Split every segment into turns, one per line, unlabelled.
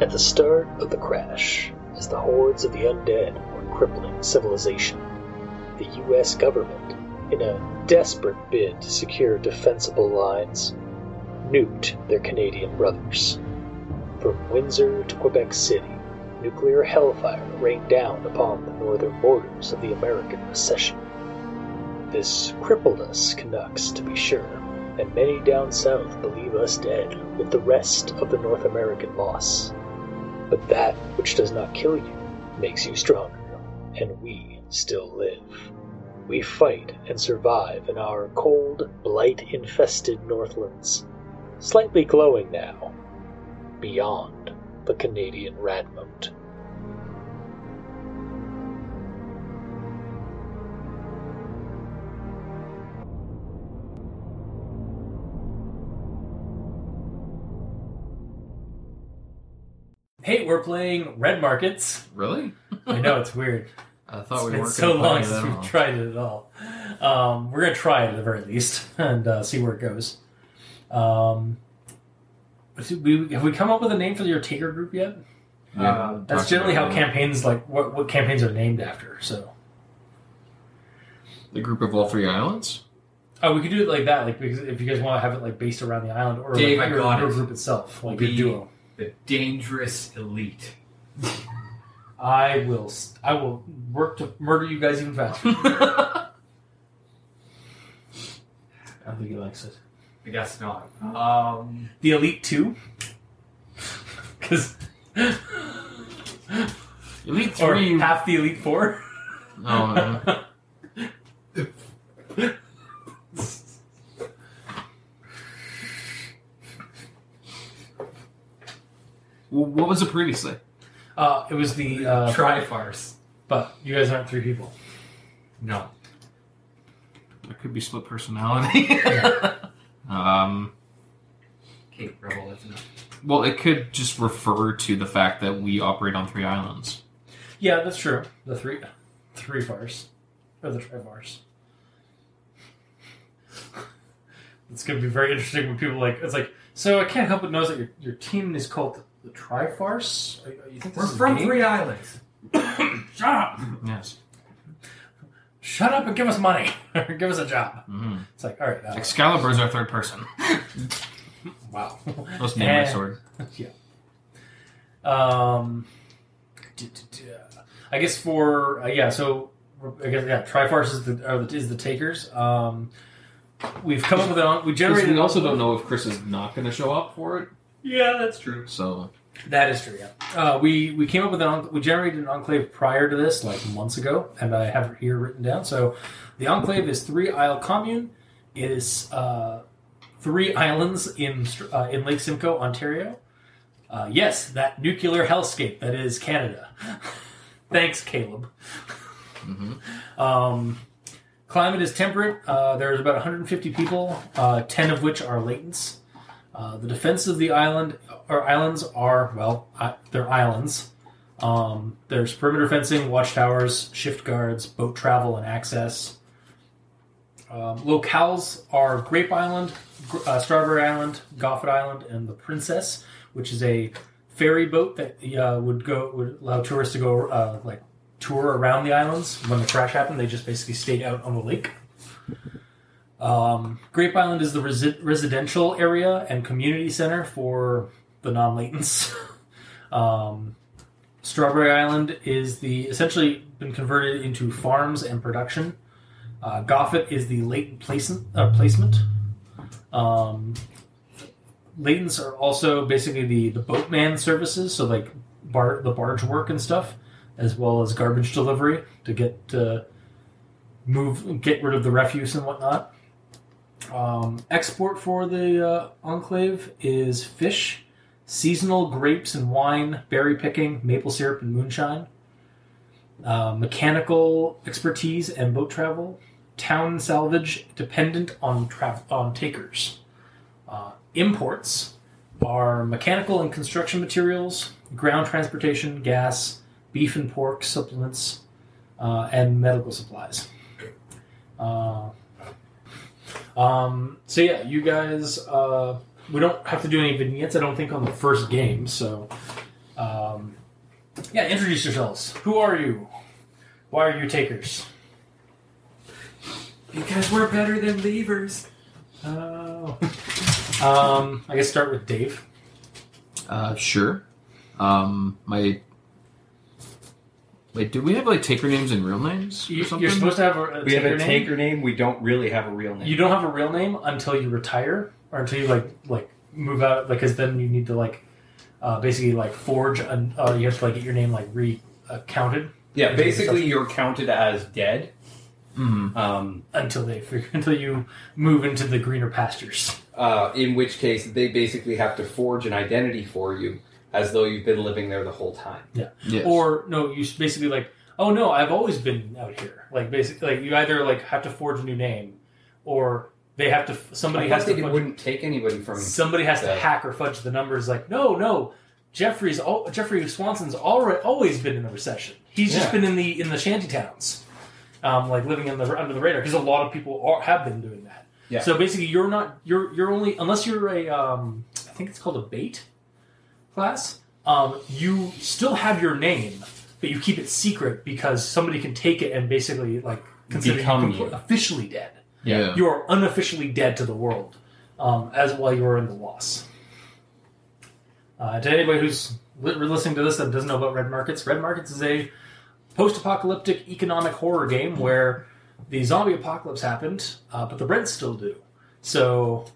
At the start of the crash, as the hordes of the undead were crippling civilization, the U.S. government, in a desperate bid to secure defensible lines, nuked their Canadian brothers. From Windsor to Quebec City, nuclear hellfire rained down upon the northern borders of the American Recession. This crippled us Canucks, to be sure, and many down south believe us dead with the rest of the North American loss. But that which does not kill you makes you stronger, and we still live. We fight and survive in our cold, blight infested Northlands, slightly glowing now, beyond the Canadian Radmoat.
Hey, we're playing Red Markets.
Really?
I know it's weird.
I thought we
it's been
weren't
so
gonna play
long
it
since
at all.
we've tried it at all. Um, we're gonna try it at the very least and uh, see where it goes. Um, is it- we- have we come up with a name for your Taker group yet?
Yeah,
Uh, that's
talked
generally how
about that.
campaigns like what, what campaigns are named after. So,
The group of all three islands.
oh, we could do it like that. Like because if you guys want to have it like based around the island or
Dave,
like,
I
your,
got
your
it.
group itself, like your
We-
duo.
The dangerous elite.
I will. s- I will work to murder you guys even faster. I think he likes it.
I guess not.
Oh.
Um,
The Elite Two, because
Elite
or
three.
half the Elite Four.
oh, no. Well, what was it previously?
Uh, it was the. Uh,
try farce.
but you guys aren't three people.
No.
There could be split personality. um,
Okay, Rebel, that's enough.
well, it could just refer to the fact that we operate on three islands.
Yeah, that's true. The three, three bars, or the tri bars. It's going to be very interesting when people like. It's like so. I can't help but notice that your, your team is called the, the Trifarce. Uh, You think this
We're
is a
from
game?
three islands.
Shut up!
Yes.
Shut up and give us money. Or give us a job.
Mhm.
It's like all right. Uh,
Excalibur's our third person.
wow.
Let's name my
Eh.
sword.
Um, duh, duh, duh. I guess for uh, yeah, so I guess yeah, Triforce is the, are the is the takers. Um, we've come up with an we
Because
generated.
we also don't know if Chris is not going to show up for it.
Yeah, that's true.
So
That is true. Yeah, uh, we we came up with an en- we generated an enclave prior to this, like months ago, and I have it here written down. So, the enclave is three isle commune. It is uh, three islands in Str- uh, in Lake Simcoe, Ontario. Uh, yes, that nuclear hellscape that is Canada. Thanks, Caleb. Um, climate is temperate. Uh, there's about 150 people, uh, 10 of which are latents. Uh, the defense of the island or islands are well, I, they're islands. Um, there's perimeter fencing, watchtowers, shift guards, boat travel, and access. Um, locales are Grape Island, Gr- uh, Starboard Island, Goffet Island, and the Princess, which is a ferry boat that uh, would go would allow tourists to go uh, like tour around the islands. When the crash happened, they just basically stayed out on the lake. Um, Grape Island is the resi- residential area and community center for the non-latents. um, Strawberry Island is the essentially been converted into farms and production. Uh, Goffet is the latent placement. Uh, placement. Um, latents are also basically the the boatman services, so like bar- the barge work and stuff, as well as garbage delivery to get uh, move get rid of the refuse and whatnot. Um, export for the uh, enclave is fish, seasonal grapes and wine, berry picking, maple syrup and moonshine, uh, mechanical expertise and boat travel, town salvage dependent on tra- on takers. Uh, imports are mechanical and construction materials, ground transportation, gas, beef and pork supplements, uh, and medical supplies. Uh, um, so yeah, you guys, uh, we don't have to do any vignettes, I don't think, on the first game. So Um, yeah, introduce yourselves. Who are you? Why are you takers?
Because we're better than leavers.
Oh. um, I guess start with Dave.
Uh, sure. Um, my. Wait, do we have like taker names and real names? Or
You,
something?
you're supposed to have a, a
We have
taker
a
name.
taker name. We don't really have a real name.
You don't have a real name until you retire, or until you like like move out. Like, because then you need to like uh, basically like forge. An, uh, you have to like get your name like re uh, counted
yeah, basically you're counted as dead.
Mhm.
Um,
until they figure until you move into the greener pastures.
uh, in which case, they basically have to forge an identity for you, as though you've been living there the whole time.
Yes.
Or no, you s- basically like, oh no, I've always been out here. Like basically, like you either like have to forge a new name, or they have to somebody
I
has
thought
to
they
fudge-
wouldn't take anybody from.
somebody has to
that.
hack or fudge the numbers. Like no, no, Jeffrey's al- Jeffrey Swanson's already always been in a recession. He's just
Yeah.
been in the in the shanty towns, um, like living in the under the radar because a lot of people are, have been doing that.
Yeah.
So basically, you're not you're you're only unless you're a um, I think it's called a bait class. Um, you still have your name, but you keep it secret because somebody can take it and basically like consider
Become
you
you.
compl- officially dead.
yeah.
You are unofficially dead to the world, um, as while you are in the loss. Uh, to anybody who's li- listening to this that doesn't know about Red Markets, Red Markets is a post-apocalyptic economic horror game where the zombie apocalypse happened, uh, but the Reds still do. So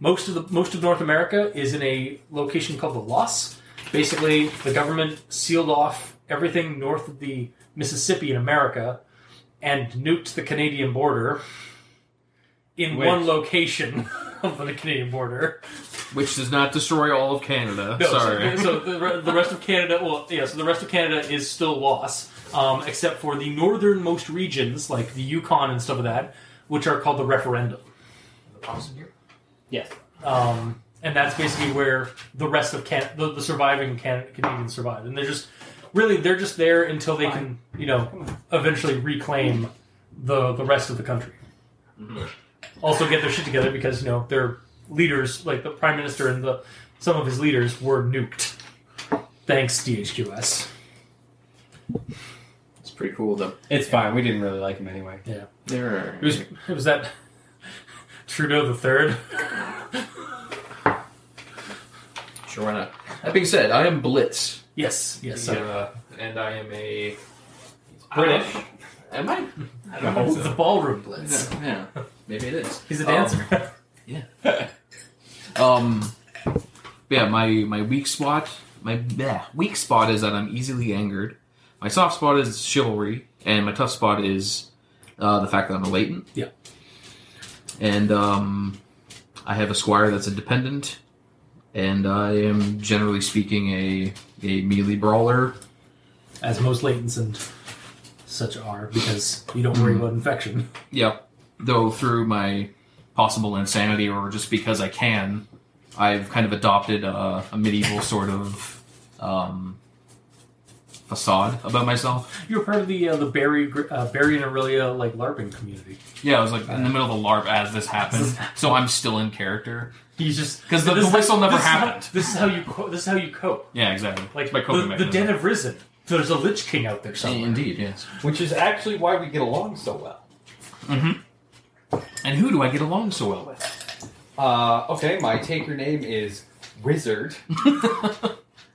most of the most of North America is in a location called the Loss. Basically, the government sealed off everything north of the Mississippi in America and nuked the Canadian border in
Wait.
one location of the Canadian border.
Which does not destroy all of Canada.
No, so-
Sorry.
So, the, re- the rest of Canada, well, yeah, so the rest of Canada is still loss, um, except for the northernmost regions like the Yukon and stuff of that, which are called the referendum.
The pops in here?
Yes.
um, and that's basically where the rest of Can- the, the surviving Can- Canadians survive, and they're just really they're just there until they can you know eventually reclaim the the rest of the country.
Mm-hmm.
Also, get their shit together because you know their leaders, like the prime minister and the some of his leaders, were nuked. Thanks, DHQS.
It's pretty cool though.
It's fine. We didn't really like him anyway.
There are.
It was it was that Trudeau the third.
Sure, why not? That being said, I am Blitz.
Yes, yes.
Yeah,
so-
and I am a.
British.
Am I?
I don't know.
The ballroom blitz.
Yeah. Maybe it is.
He's a
Um,
dancer.
Oh.
Um, yeah, my my weak spot, my bleh, weak spot is that I'm easily angered. My soft spot is chivalry, and my tough spot is uh, the fact that I'm a latent.
Yeah.
And um, I have a squire that's a dependent, and I am generally speaking a a melee brawler.
as most latents and such are, because you don't
Hmm.
worry about infection.
Yeah. Though through my possible insanity, or just because I can, I've kind of adopted a, a medieval sort of um, facade about myself.
You're part of the uh, the Barry Gr- uh, Barry and Aurelia like LARPing community.
Yeah, I was like in the middle of a LARP as this happened, so I'm still in character.
He's just
'Cause the-
this
the
is-
whistle never
this is how-
happened.
this is how you co- this is how you cope.
Yeah, exactly.
Like
my coping
the, the
mechanism.
dead have risen. There's a Lich King out there somewhere.
Indeed, yes.
Which is actually why we get along so well.
And who do I get along so well with?
Uh, okay, my taker name is Wizard.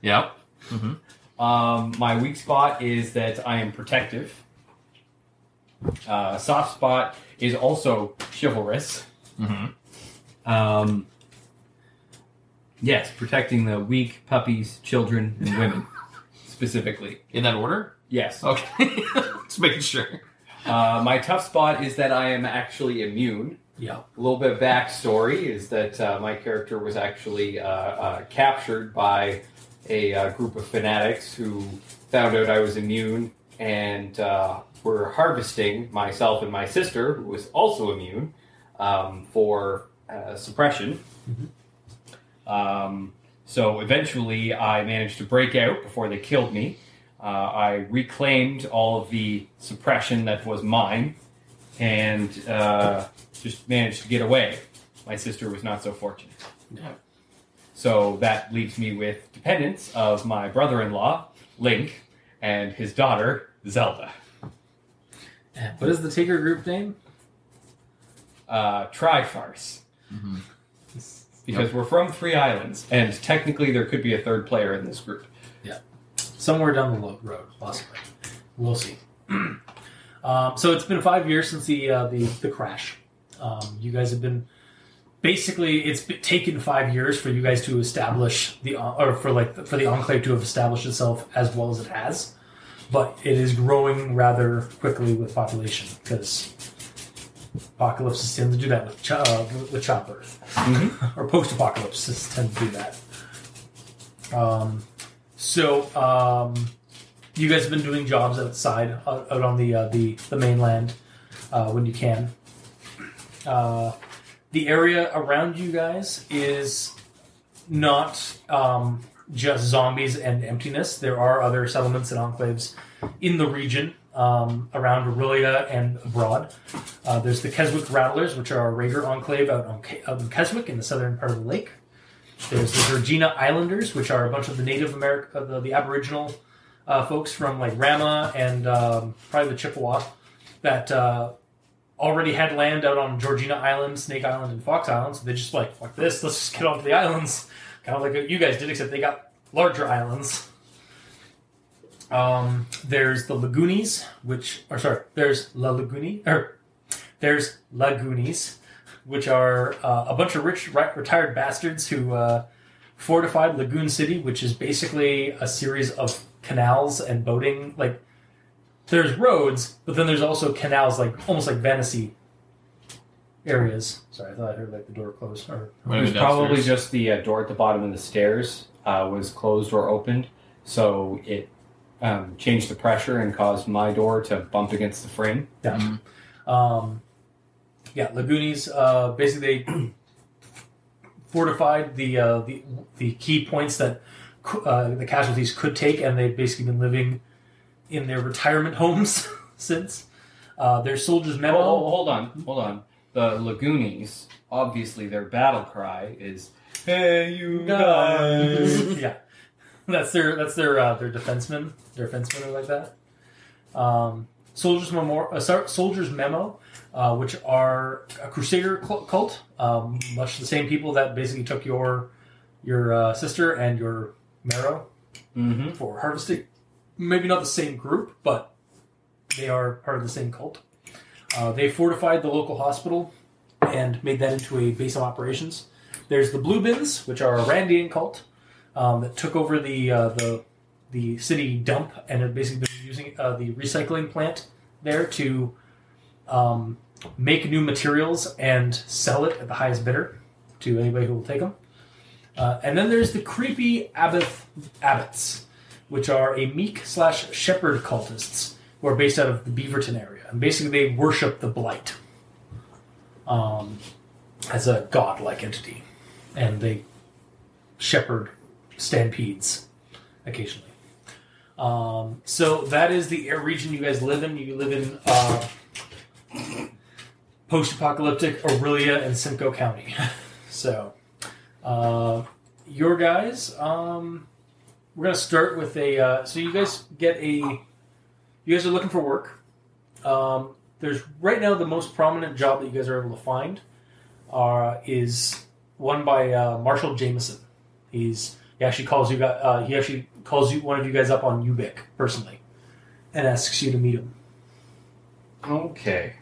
Yep.
Um, my weak spot is that I am protective. Uh, soft spot is also chivalrous.
hmm
Um, yes, protecting the weak, puppies, children, and women specifically.
In that order?
Yes.
Okay. just making sure.
Uh, my tough spot is that I am actually immune.
Yeah,
A little bit of backstory is that uh, my character was actually uh, uh, captured by a uh, group of fanatics who found out I was immune and uh, were harvesting myself and my sister, who was also immune, um, for uh, suppression. Um, so eventually, I managed to break out before they killed me. Uh, I reclaimed all of the suppression that was mine and uh, just managed to get away. My sister was not so fortunate.
So that leaves me with dependents of my brother in law, Link, and his daughter, Zelda.
And What is the Taker group name?
Uh, Trifarce. Because we're from three islands, and technically there could be a third player in this group.
Somewhere down the lo- road, possibly. We'll see. um, so it's been five years since the uh, the, the crash. Um, you guys have been basically it's been, taken five years for you guys to establish the en- or for like for the enclave to have established itself as well as it has, but it is growing rather quickly with population because apocalypses tend to do that with ch- uh, with chop Earth or post apocalypses tend to do that. Um, so, um, you guys have been doing jobs outside, out, out on the, uh, the the mainland, uh, when you can. Uh, the area around you guys is not um, just zombies and emptiness. There are other settlements and enclaves in the region um, around Aurelia and abroad. Uh, there's the Keswick Rattlers, which are a Rager enclave out, on, Ke- out in Keswick in the southern part of the lake. There's the Georgina Islanders, which are a bunch of the Native America, the, the Aboriginal uh, folks from like Rama and um, probably the Chippewa that uh, already had land out on Georgina Island, Snake Island, and Fox Island. So they just like fuck this, let's just get onto the islands, kind of like what you guys did, except they got larger islands. Um, there's the Lagoonies, which or sorry, there's La Laguni or there's Lagoonies, which are uh, a bunch of rich re- retired bastards who uh, fortified Lagoon City, which is basically a series of canals and boating. Like there's roads, but then there's also canals, like almost like Venice areas. Sorry, I thought I heard like the door close. Or
Went
It was
in the
probably
downstairs.
just the uh, door at the bottom of the stairs uh, was closed or opened, so it um, changed the pressure and caused my door to bump against the frame.
yeah, um, yeah, Lagoonies. Uh, basically, they fortified the uh, the the key points that cou- uh, the casualties could take, and they've basically been living in their retirement homes since. Uh, their soldiers'
Oh,
memo.
oh, hold on, hold on. The Lagoonies, obviously, their battle cry is "Hey, you guys!"
yeah, that's their that's their uh, their defenseman, their defensemen are like that. Um, soldiers memo, uh, sor- soldiers memo, uh, which are a crusader cl- cult, um, much the same people that basically took your your uh, sister and your marrow
hmm
for harvesting. Maybe not the same group, but they are part of the same cult. Uh, they fortified the local hospital and made that into a base of operations. There's the Blue Bins, which are a Randian cult um, that took over the uh, the the city dump and have basically been using uh, the recycling plant there to um, make new materials and sell it at the highest bidder to anybody who will take them. Uh, and then there's the creepy abbot abbots, which are a meek slash shepherd cultists who are based out of the Beaverton area, and basically they worship the blight um, as a godlike entity, and they shepherd stampedes occasionally. Um, so that is the air region you guys live in. You live in uh, post-apocalyptic Aurelia and Simcoe County. so uh, your guys, um, we're gonna start with a. Uh, so you guys get a. You guys are looking for work. Um, there's right now the most prominent job that you guys are able to find uh, is one by uh, Marshall Jameson. He's he actually calls you guys. Uh, he actually calls you one of you guys up on Ubik personally, and asks you to meet him.
Okay.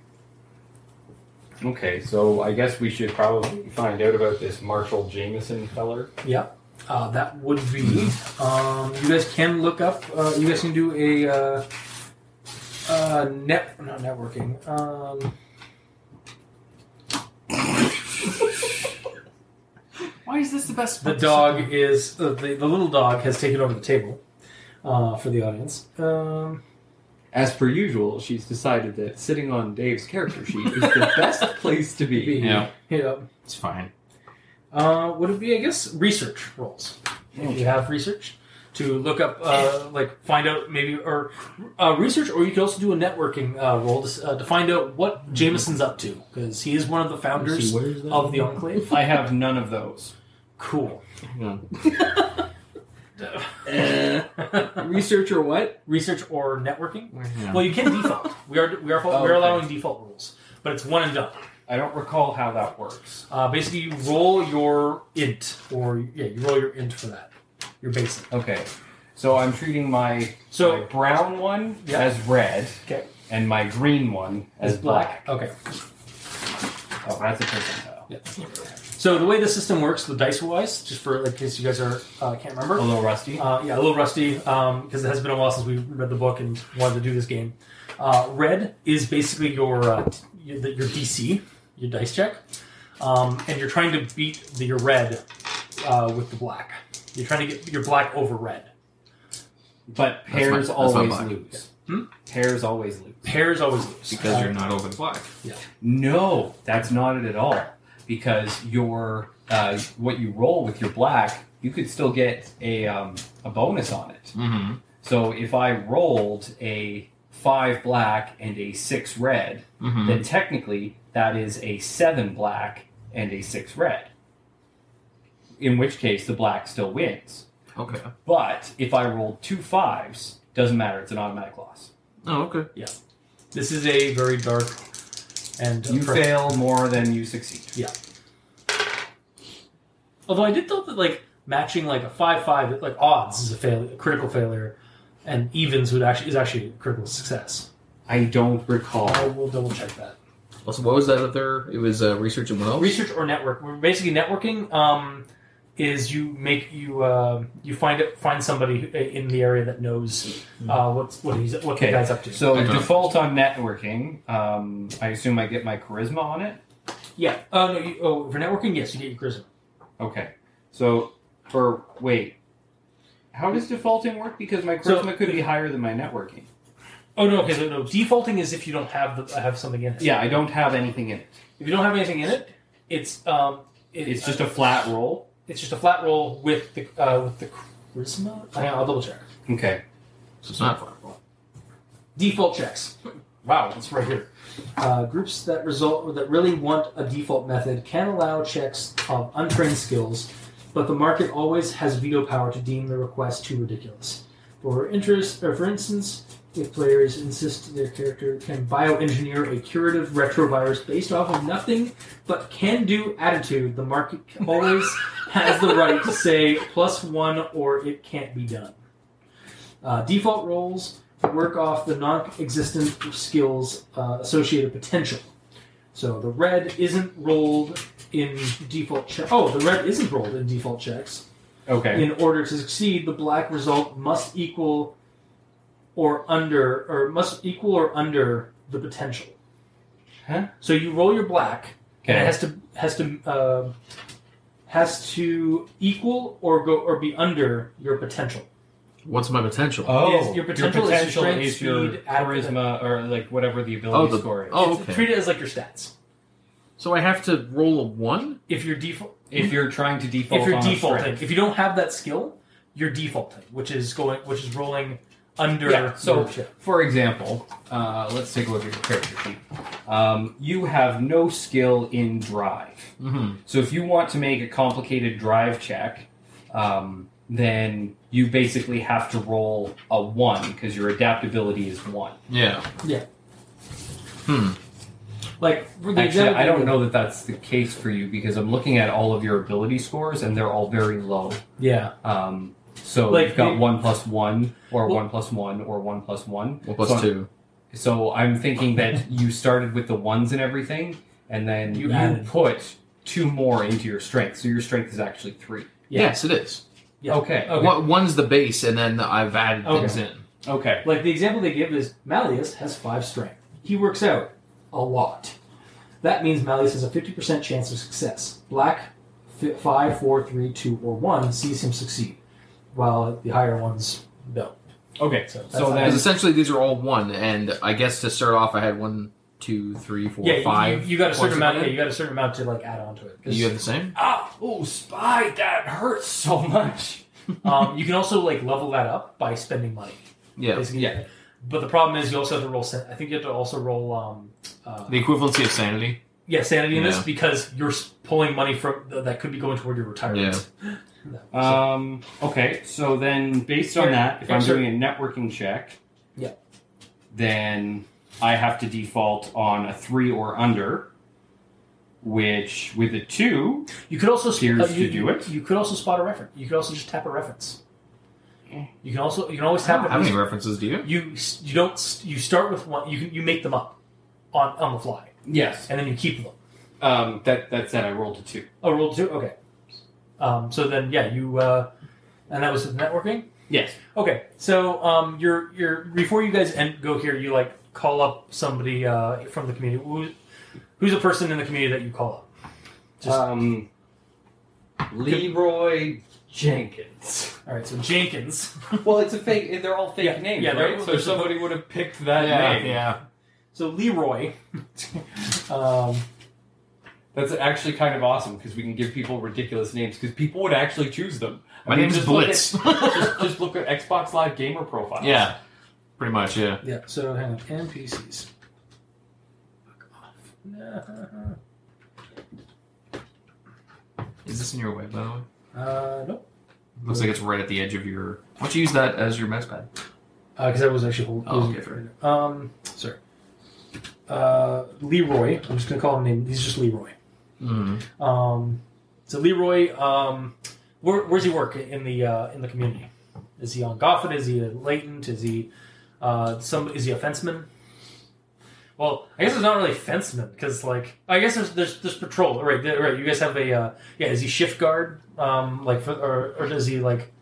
Okay, so I guess we should probably find out about this Marshall Jameson feller.
Yeah, uh, that would be. Um, you guys can look up. Uh, you guys can do a uh, uh, net, not networking. Um,
Why is this the best?
the dog is uh, the, the little dog has taken over the table uh, for the audience. Um,
As per usual, she's decided that sitting on Dave's character sheet is the best place to
be-
be.
Yeah.
yeah.
It's fine.
Uh, would it be? I guess research roles. If you have research to look up, uh, like find out maybe or uh, research, or you could also do a networking uh, role to, s- uh, to find out what Jameson's up to because he is one of the founders
where's that?
of the Enclave.
I have none of those.
Cool.
Hang on. Uh, researcher what?
Research or networking?
Hang on.
Well, you can default. We are we are
Oh,
we are
okay.
allowing default rules, but it's one and done.
I don't recall how that works.
Uh, basically, you roll your int, or yeah, you roll your int for that. Your basic.
Okay, so I'm treating my
So-
my brown one
Yeah.
as red
Okay.
and my green one as black.
Okay.
Oh, that's a percentile.
Yeah. So the way the system works, the dice wise, just for in case you guys are uh, can't remember.
A little rusty.
Uh, yeah, a little rusty because it has been a while since we read the book and wanted to do this game. Uh, red is basically your uh, t- your the- your DC, your dice check, um, and you're trying to beat the, your red uh, with the black. You're trying to get your black over red.
But
my-
pairs
that's my
always
black.
lose.
Hmm?
Pairs always lose.
Pairs always lose Uh,
because you're not over the black.
No, that's not it at all. Because your uh, what you roll with your black, you could still get a um, a bonus on it.
Mm-hmm.
So if I rolled a five black and a six red,
Mm-hmm.
then technically that is a seven black and a six red. In which case the black still wins.
Okay.
But if I roll two fives, doesn't matter, it's an automatic loss.
Oh, okay.
This is a very dark and
You
oppressive-
fail more than you succeed.
Although I did thought that like matching like a five five like odds is a fail a critical failure, and evens would actually is actually a critical success.
I don't recall.
I will double check that.
Also, what was that other? It was uh, research and what else?
Research or network. We're basically networking. Um, is you make you uh, you find it find somebody uh, in the area that knows uh, what's what he's what
Okay,
the guy's up to.
So
Okay.
default on networking. Um, I assume I get my charisma on it.
yeah. Uh, no, you, oh, for networking, yes, you get your charisma.
Okay. So for wait, how does defaulting work? Because my
So-
charisma could be higher than my networking.
Oh no, okay. So no, defaulting is if you don't have the have something in it.
Yeah, I don't have anything in it.
If you don't have anything in it, it's um. it-
It's just a flat roll.
It's just a flat roll with the uh, with the charisma. Hang on, I'll double check.
Okay.
So it's not fireball.
Default checks. Wow, it's right here. Uh, groups that result that really want a default method can allow checks of untrained skills, but the market always has veto power to deem the request too ridiculous. For interest, or for instance, if players insist their character can bioengineer a curative retrovirus based off of nothing but can-do attitude, the market always has the right to say plus one or it can't be done. Uh, default rolls work off the non-existent skills uh, associated potential. So the red isn't rolled in default check. Oh, the red isn't rolled in default checks.
Okay.
In order to succeed, the black result must equal or under, or must equal or under the potential.
Huh?
So you roll your black, and it
Okay.
has to has to uh, has to equal or go or be under your potential.
What's my potential?
Is- your potential is
Oh, your
your
potential
strength,
is your
speed,
charisma, or like whatever the ability
oh, the,
score is.
oh,
It's-
okay.
Treat it as like your stats.
So I have to roll a one.
If you're default,
If you're trying to default,
if you're
on a
defaulting,
strength.
if you don't have that skill, you're defaulting, which is going, which is rolling under.
Yeah, so,
your chip.
for example, uh, let's take a look at your character sheet. Um, you have no skill in drive.
Mm-hmm.
So if you want to make a complicated drive check, um, then you basically have to roll a one because your adaptability is one.
Yeah.
Yeah.
Hmm.
like for the
Actually,
example-
I don't know that that's the case for you because I'm looking at all of your ability scores and they're all very low.
Yeah,
Um, so
Like
you've got
the-
one plus one, or
Well-
one plus one, or one plus one.
One plus
so,
two.
So I'm thinking that you started with the ones and everything, and then
You
you,
added.
put two more into your strength. So your strength is actually three.
Yeah.
Yes, it is.
Yeah.
Okay.
Okay.
What one's the base, and then I've added
Okay.
things in.
Okay.
like the example they give is Malleus has five strength. He works out a lot. That means Malleus has a fifty percent chance of success. Black fi- five, four, three, two, or one sees him succeed, while the higher ones don't.
Okay.
So
So,
that's not-
Because
then,
essentially these are all one, and I guess to start off, I had one, two, three, four,
yeah, you-
five.
You, you got a certain
points
amount.
of
Yeah,
it.
you got a certain amount to like add on to it. 'Cause-
You have the same.
Uh,
ah, oh, spy, that hurts so much.
um, you can also like level that up by spending money.
Yeah.
basically.
Yeah.
But the problem is you also have to roll. sen- I think you have to also roll. Um, uh,
The equivalency of sanity.
yeah, sanity in this
Yeah.
because you're s- pulling money from that could be going toward your retirement.
Um, okay, so then based on that, if
Yeah,
I'm
sure.
doing a networking check,
Yeah.
then I have to default on a three or under, which with a two,
You could also sp-
Here's
uh, you,
to do it.
You could also spot a reference. You could also just tap a reference.
Eh.
You can also you can always tap.
How
a
many references do you?
you s- you don't s- you start with one. You can, you make them up on on the fly,
yes,
and then you keep them.
um, that that's that I rolled a two.
Oh, roll two. Okay. Um, so then, yeah, you uh, and that was with networking.
Yes,
Okay, so um, you're you're before you guys end, go here, you like call up somebody uh, from the community. Who's, who's a person in the community that you call up? Just-
um, Leroy Jenkins.
All right, so Jenkins.
Well, it's a fake. They're all fake
Yeah,
names,
yeah, they're-
right? So
they're
somebody would have picked that name.
yeah.
So Leroy. um,
That's actually kind of awesome because we can give people ridiculous names because people would actually choose them. I
My
mean,
name's
just look
Blitz.
at- just, just look at Xbox Live gamer profiles.
Yeah, pretty much. Yeah.
yeah. So hang on, NPCs. Fuck off. Nah.
Is this in your way, by the way?
Uh, nope.
Looks like it's right at the edge of your. Why don't you use that as your mouse pad?
Because Uh, I was actually holding.
Oh, okay, fair.
Um, sorry. Uh, Leroy. I'm just gonna call him name. He's just Leroy.
Mm.
Um, so Leroy, um, where, where's he work in the uh, in the community? Is he on Goffin? Is he a latent? Is he uh, some? Is he a fenceman? Well, I guess it's not really fenceman because like I guess there's there's, there's patrol right there- right. You guys have a uh, yeah. Is he shift guard? Um, like for, or or does he like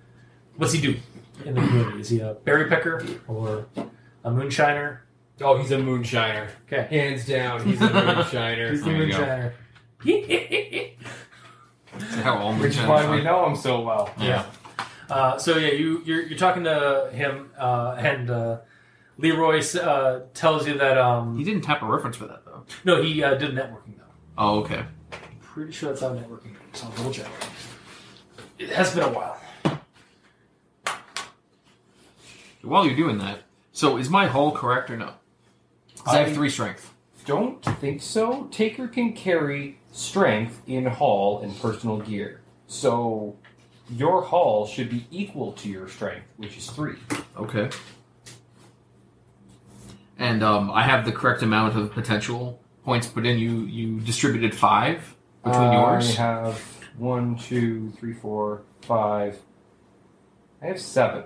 what's he do in the community? Is he a berry picker or a moonshiner?
Oh, he's a moonshiner.
Okay,
Hands down, he's a moonshiner.
he's the
There you go.
moonshiner.
Is that how all
Which is
merchants
why we
are?
know him so well.
Yeah.
Uh, so yeah, you you're, you're talking to him, uh, and uh, Leroy uh, tells you that
He
um,
didn't tap a reference for that though.
no, he uh, did networking though.
Oh, okay.
Pretty sure that's how networking. So I'll double check. It has been a while.
While you're doing that, so is my hull correct or no? 'Cause I have three strength.
Don't think so. Taker can carry strength in haul and personal gear. So your haul should be equal to your strength, which is three.
Okay. And um, I have the correct amount of potential points put in. You you distributed five between yours.
I have one, two, three, four, five. I have seven.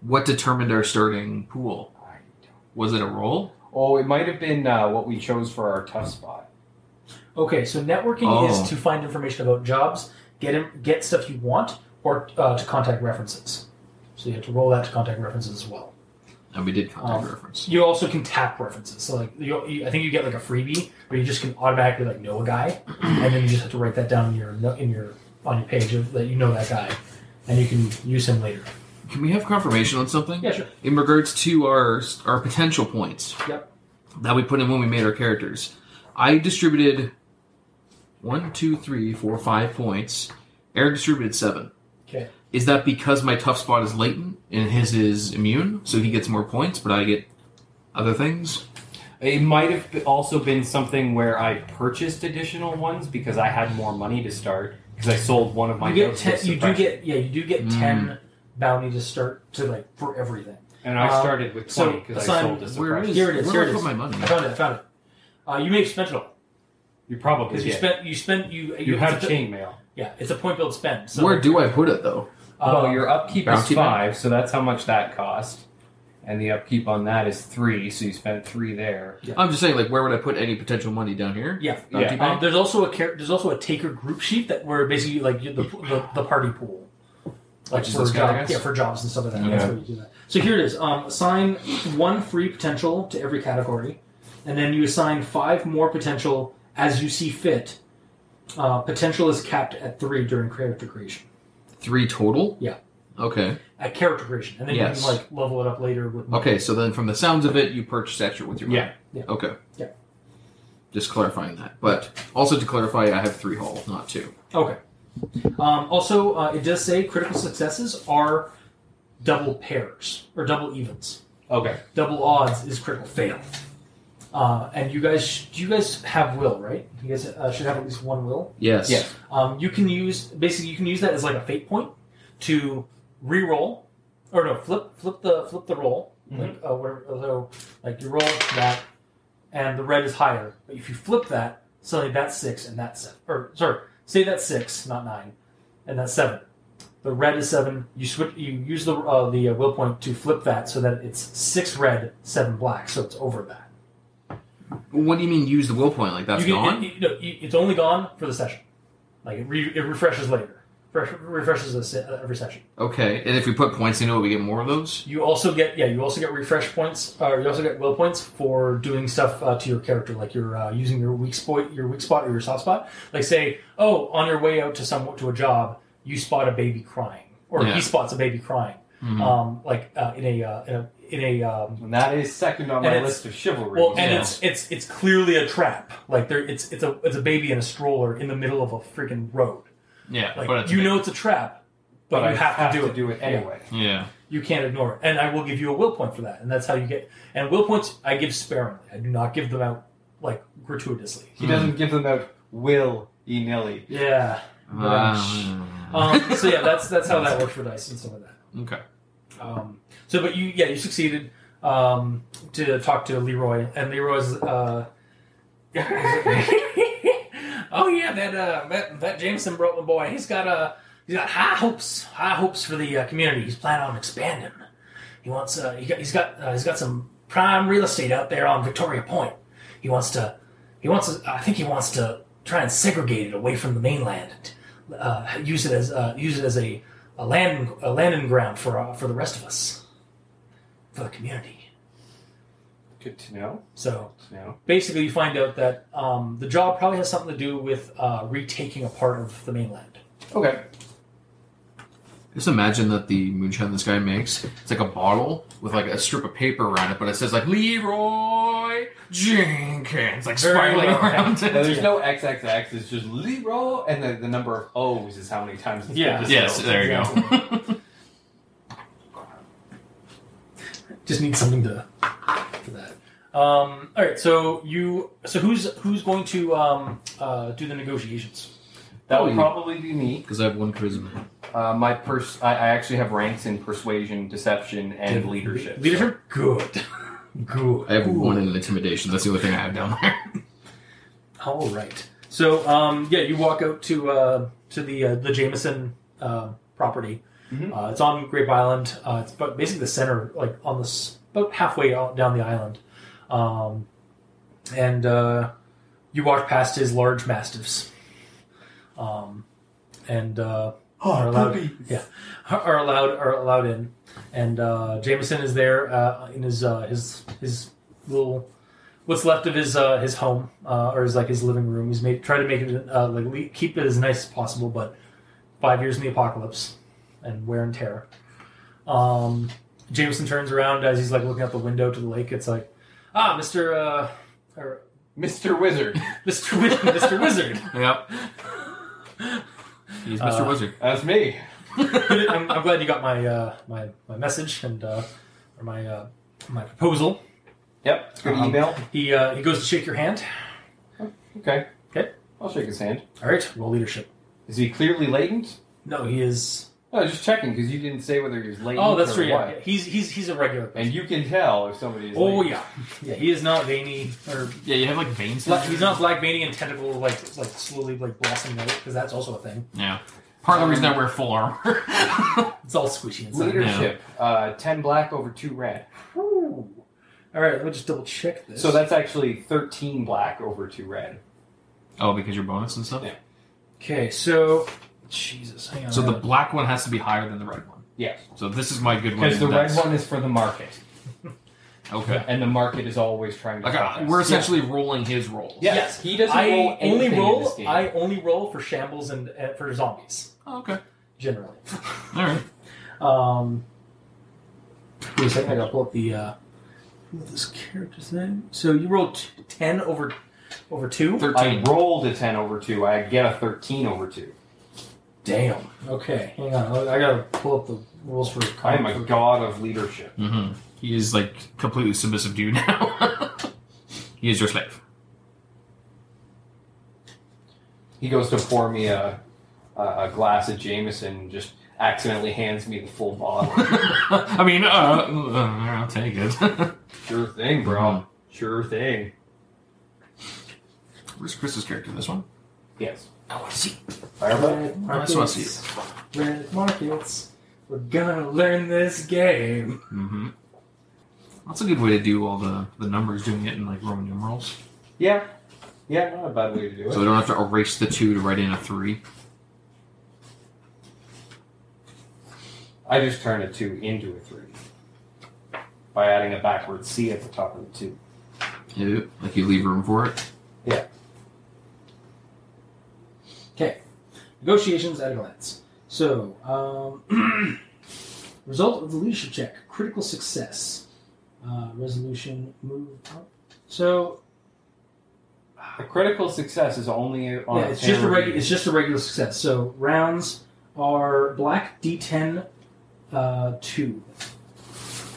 What determined our starting pool?
I don't.
Was it a roll?
Oh, it might have been uh, what we chose for our tough spot.
Okay, so networking
Oh.
is to find information about jobs, get him, get stuff you want, or uh, to contact references. So you have to roll that to contact references as well.
And we did contact
Um,
reference.
You also can tap references. So like, you, you, I think you get like a freebie where you just can automatically like know a guy, and then you just have to write that down in your no- in your on your page of, that you know that guy, and you can use him later.
Can we have confirmation on something?
Yeah, sure.
In regards to our our potential points
Yep.
that we put in when we made our characters, I distributed one, two, three, four, five points. Eric distributed seven.
Okay.
Is that because my tough spot is latent and his is immune, so he gets more points, but I get other things?
It might have be- also been something where I purchased additional ones because I had more money to start because I sold one of my
You get
doses
ten,
of
you do
suppression.
get yeah you do
Hmm.
get ten bounty to start to like for everything.
and I
um,
started with
so
twenty because I
assign-
sold a
Where
suppression.
is
Here it is,
Where
here
do
it
I
is.
put my money?
I found it. I found it. Uh, you may have spent it all
You probably
because you
did.
spent you spent you
you
it's
have
a-
chainmail.
Yeah, it's a point build spend. So
Where do I put it though?
uh,
well, Oh, your upkeep is
bounty man?
five, so that's how much that cost, and the upkeep on that is three, so you spent three there.
I'm just saying, like, where would I put any potential money down here?
yeah.
Bounty
Yeah.
Um,
bank?
there's also a char- there's also a taker group sheet that where basically like you- the the, the party pool, like
Which is
for
this guy, I
job-
guess?
yeah for jobs and stuff like that. That's
Okay.
where you do that. So here it is. Um, assign one free potential to every category, and then you assign five more potential as you see fit. Uh, potential is capped at three during character creation.
Three total.
Yeah.
Okay.
At character creation, and then
Yes.
you can like level it up later with
Okay. So then, from the sounds of it, you purchased extra with your money.
Yeah.
Yeah.
Okay.
Yeah.
Just clarifying that, but also to clarify, I have three hull, not two.
Okay. Um, also, uh, it does say critical successes are double pairs or double evens.
Okay,
double odds is critical fail. Uh, and you guys, sh- you guys have will, right? You guys uh, should have at least one will.
Yes.
Yeah.
Um, you can use basically you can use that as like a fate point to re-roll or no flip flip the flip the roll like uh, where so like you roll that and the red is higher but if you flip that suddenly that's six and that's seven or sorry say that's six not nine and that's seven the red is seven you switch you use the uh, the uh, will point to flip that so that it's six red seven black so it's over that
What do you mean use the will point? Like that's
you
gone?
can, it- it- no, you- it's only gone for the session. Like it, re, it refreshes later. Fresh, refreshes the se- uh, every session.
okay. And if we put points into it, we get more of those?
You also get yeah. You also get refresh points. Or you also get will points for doing stuff uh, to your character, like you're uh, using your weak spot, your weak spot, or your soft spot. Like say, oh, on your way out to some to a job, you spot a baby crying, or
Yeah. Mm-hmm.
he spots a baby crying. Um, like uh, in a uh, in a in a um,
And that is second on
And
my
it's-
list of chivalry.
Well, and
Yeah.
it's it's it's clearly a trap. Like there, it's it's a it's a baby in a stroller in the middle of a freaking road.
Yeah.
Like
but it's
you
big.
know it's a trap, but,
but I
you have, to, do it.
anyway.
Yeah.
You can't ignore it, and I will give you a will point for that, and that's how you get. And will points I give sparingly. I do not give them out like gratuitously.
He doesn't give them out will e nilly.
Yeah.
Ah,
Um, so yeah, that's that's how that works for dice and some of that.
okay.
Um, so, but you, yeah, you succeeded um, to talk to Leroy, and Leroy's. Uh, oh yeah, that, uh, that that Jameson Brooklyn boy, he's got uh, he's got high hopes, high hopes for the uh, community. He's planning on expanding. He wants uh, he got, he's got uh, he's got some prime real estate out there on Victoria Point. He wants to he wants to, I think he wants to try and segregate it away from the mainland, uh, use it as uh, use it as a, a land a landing ground for uh, for the rest of us, for the community.
Good to know.
So
Good to know.
basically, you find out that um, the job probably has something to do with uh, retaking a part of the mainland.
Okay.
Just imagine that the moonshine this guy makes, it's like a bottle with like a strip of paper around it, but it says like Leroy Jenkins, like
Very
spiraling
well.
around
Now,
it.
there's no XXX. It's just Leroy, and the, the number of O's is how many times. It's
Yeah.
just
Yes,
spelled.
there you go.
Just need something to for that. Um, all right, so you so who's who's going to um, uh, do the negotiations?
That would probably be me.
Because I have one charisma.
Uh, my pers- I, I actually have ranks in persuasion, deception, and leadership.
Leadership, good, good.
I have
Ooh.
one in intimidation. That's the only thing I have down there.
All right. So um, yeah, you walk out to uh, to the uh, the Jameson uh, property.
Mhm.
Uh, it's on Grape Island. Uh, it's but basically the center, like on this about halfway out down the island, um, and uh, you walk past his large mastiffs, um, and uh, are allowed. Yeah, are allowed are allowed in, and uh, Jameson is there uh, in his uh, his his little what's left of his uh, his home uh, or his like his living room. He's made try to make it uh, like le- keep it as nice as possible, but five years in the apocalypse and wear and tear. Um, Jameson turns around as he's like looking out the window to the lake. It's like, ah, Mister uh, or
Mr. Wizard.
Mister Wiz- Mister Wizard.
Yep. He's Mr.
Uh,
Wizard.
That's me.
I'm, I'm glad you got my uh, my my message and uh, or my uh, my proposal.
Yep. Good
Um,
email.
He uh, he goes to shake your hand.
Okay.
Okay.
I'll shake his hand.
All right, roll leadership.
Is he clearly latent?
No, he is.
No, just checking because you didn't say whether he was latent.
Oh, that's
or
true.
what.
Yeah, yeah. he's he's he's a regular.
And you can tell if somebody is.
Oh
latent.
yeah, yeah. He is not veiny or
Yeah, you have like veins.
bla- he's not black veiny and tentacle like like slowly like blossoming out because that's also a thing.
Yeah. Part of the reason I wear full armor.
It's all squishy inside.
Leadership. Uh, ten black over two red.
Ooh. All right, let me just double check this.
So that's actually thirteen black over two red.
oh, because your bonus and stuff.
Yeah.
okay. So Jesus, hang on.
So the black one has to be higher than the red one.
Yeah.
So this is my good one.
Because the
and
red
that's-
one is for the market,
Okay.
and the market is always trying to.
Like
fuck
uh,
us.
we're essentially rolling his rolls.
Yeah. yes, he doesn't
I
roll
only
anything in
roll.
this game.
I only roll for shambles and uh, for zombies
Oh, okay.
generally.
All right.
Um, wait a second, I gotta pull up the uh, pull up this character's name. So you rolled t- ten over over two.
I
Thirteen.
rolled a ten over two. I get a thirteen over two.
Damn. Okay, hang on. I I gotta pull up the rules for.
I am a god of leadership.
Mm-hmm. He is like completely submissive dude now. He's He is your slave.
He goes to pour me a, a, a glass of Jameson and just accidentally hands me the full bottle.
I mean, uh, uh, I'll take it.
sure thing, bro. Sure thing.
Where's Chris's character? This one.
Yes.
I want to see.
Fireball?
I just wanna see
Red markets. We're gonna learn this game.
Mm-hmm. That's a good way to do all the, the numbers, doing it in like Roman numerals,
Yeah. Yeah, not a bad way to do it.
so they don't have to erase the two to write in a three.
I just turn a two into a three by adding a backward C at the top of the two.
Yeah, like you leave room for it.
Okay. Negotiations at a glance. So, um, result of the leadership check critical success. Uh, resolution move up. So,
A critical success is only on
yeah,
a
it's just a
ten
regular. It's just a regular success. So rounds are black D10 uh, two.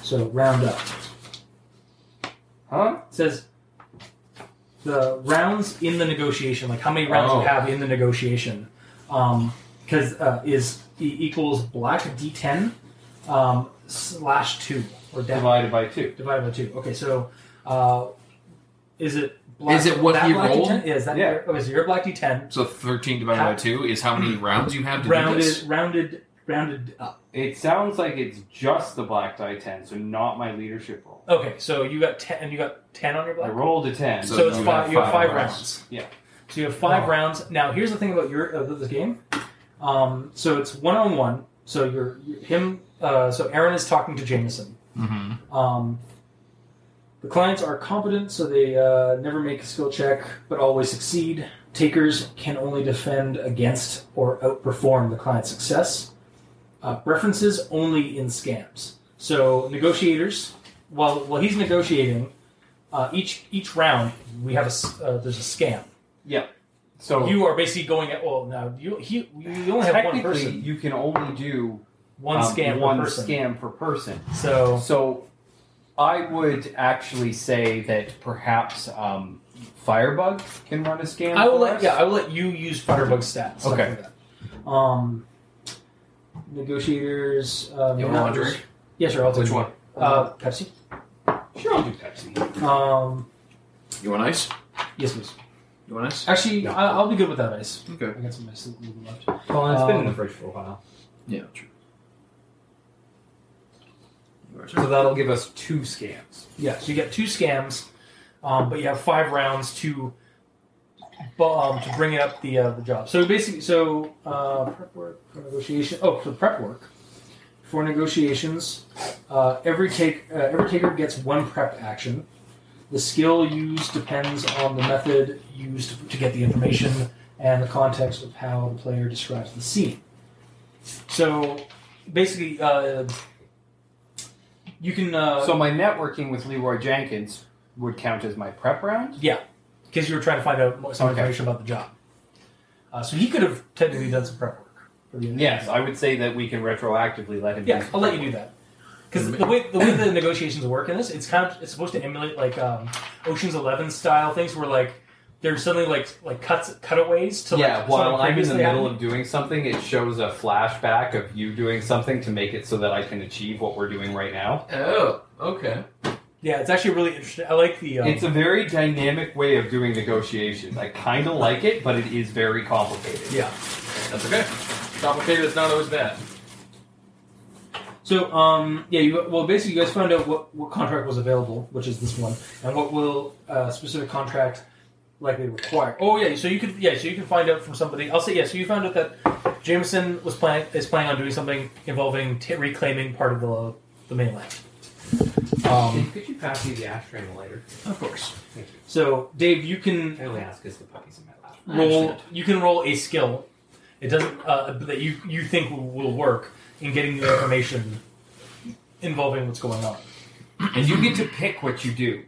So round up.
Huh?
It says the rounds in the negotiation, like how many rounds
Oh.
you have in the negotiation, because uh, is e- equals black d10 um, slash two or down,
Divided by two.
divided by two. Okay, so uh, is it black?
Is it what
that
he
black
rolled?
D10? Yeah, is that
Yeah.
Your, oh, is it your black d10
So thirteen divided by two is how many rounds you have to do
rounded,
this.
rounded, rounded up?
It sounds like it's just the black die ten, so not my leadership roll.
Okay, so you got ten, and you got ten on your
I
black.
rolled a ten.
So it's
you
five-
have
you have five
Yeah.
So you have five
Oh.
rounds. Now, here's the thing about your uh, this game. Um, so it's one on one. So you're him. Uh, so Aaron is talking to Jameson.
Mm-hmm.
Um, the clients are competent, so they uh, never make a skill check, but always succeed. Takers can only defend against or outperform the client's success. Uh, references only in scams. So negotiators, while while he's negotiating, uh, each each round we have a s- uh, there's a scam.
So
You are basically going at well now you he you only have one
technically,
person
you can only do
one
um,
scam per
one
person.
scam per person.
So
So I would actually say that perhaps um, Firebug can run a scam.
I will
for
let
us.
yeah I will let you use Firebug stats. stuff
Okay.
like that. Um, negotiators. Uh,
You
may
want
not
a
res-
drink?
Yes, sir. I'll take
Which
it.
one?
Uh, Pepsi.
Sure, I'll do Pepsi.
Um,
You want ice?
yes, please.
You want ice?
Actually,
No.
I, I'll be good without ice. I
Okay.
got some ice little left.
Well, it's been in the
Um,
fridge for a while,
Yeah. True. You are,
so
sir.
that'll give us two scams.
Yeah, so you get two scams, um, but you have five rounds to bu- um, to bring up the uh, the job. So basically, so uh, prep work for negotiation. Oh, for prep work for negotiations, uh, every take uh, every taker gets one prep action. The skill used depends on the method used to get the information and the context of how the player describes the scene. So basically, uh, you can uh,
So my networking with Leroy Jenkins would count as my prep round.
because you were trying to find out more- some
Okay.
information about the job. Uh, so he could have technically done some prep work. For the
Yes, I would say that we can retroactively let him.
Yeah, I'll let you do that. Because the way the way the negotiations work in this, it's kind of it's supposed to emulate like um, Ocean's Eleven style things, where like there's suddenly like like cuts cutaways to like,
yeah,
something
while I'm in the
previously
middle
happened.
of doing something, it shows a flashback of you doing something to make it so that I can achieve what we're doing right now.
Oh. Okay.
Yeah, it's actually really interesting. I like the um,
It's a very dynamic way of doing negotiations. I kind of like it, but it is very complicated.
yeah.
That's okay. Complicated is not always bad.
So um yeah, you well basically you guys found out what what contract was available, which is this one, and what will uh, specific contract likely require. Oh yeah, so you could yeah, so you can find out from somebody. I'll say yeah, so you found out that Jameson was planning is planning on doing something involving t- reclaiming part of the the mainland. Um,
Could you pass me the ashtray and the lighter?
of course.
Thank you.
So Dave, you can
I only ask because the puppy's in my lap.
I
roll.
understand.
You can roll a skill. It doesn't uh, that you you think will, will work in getting the information involving what's going on.
And you get to pick what you do.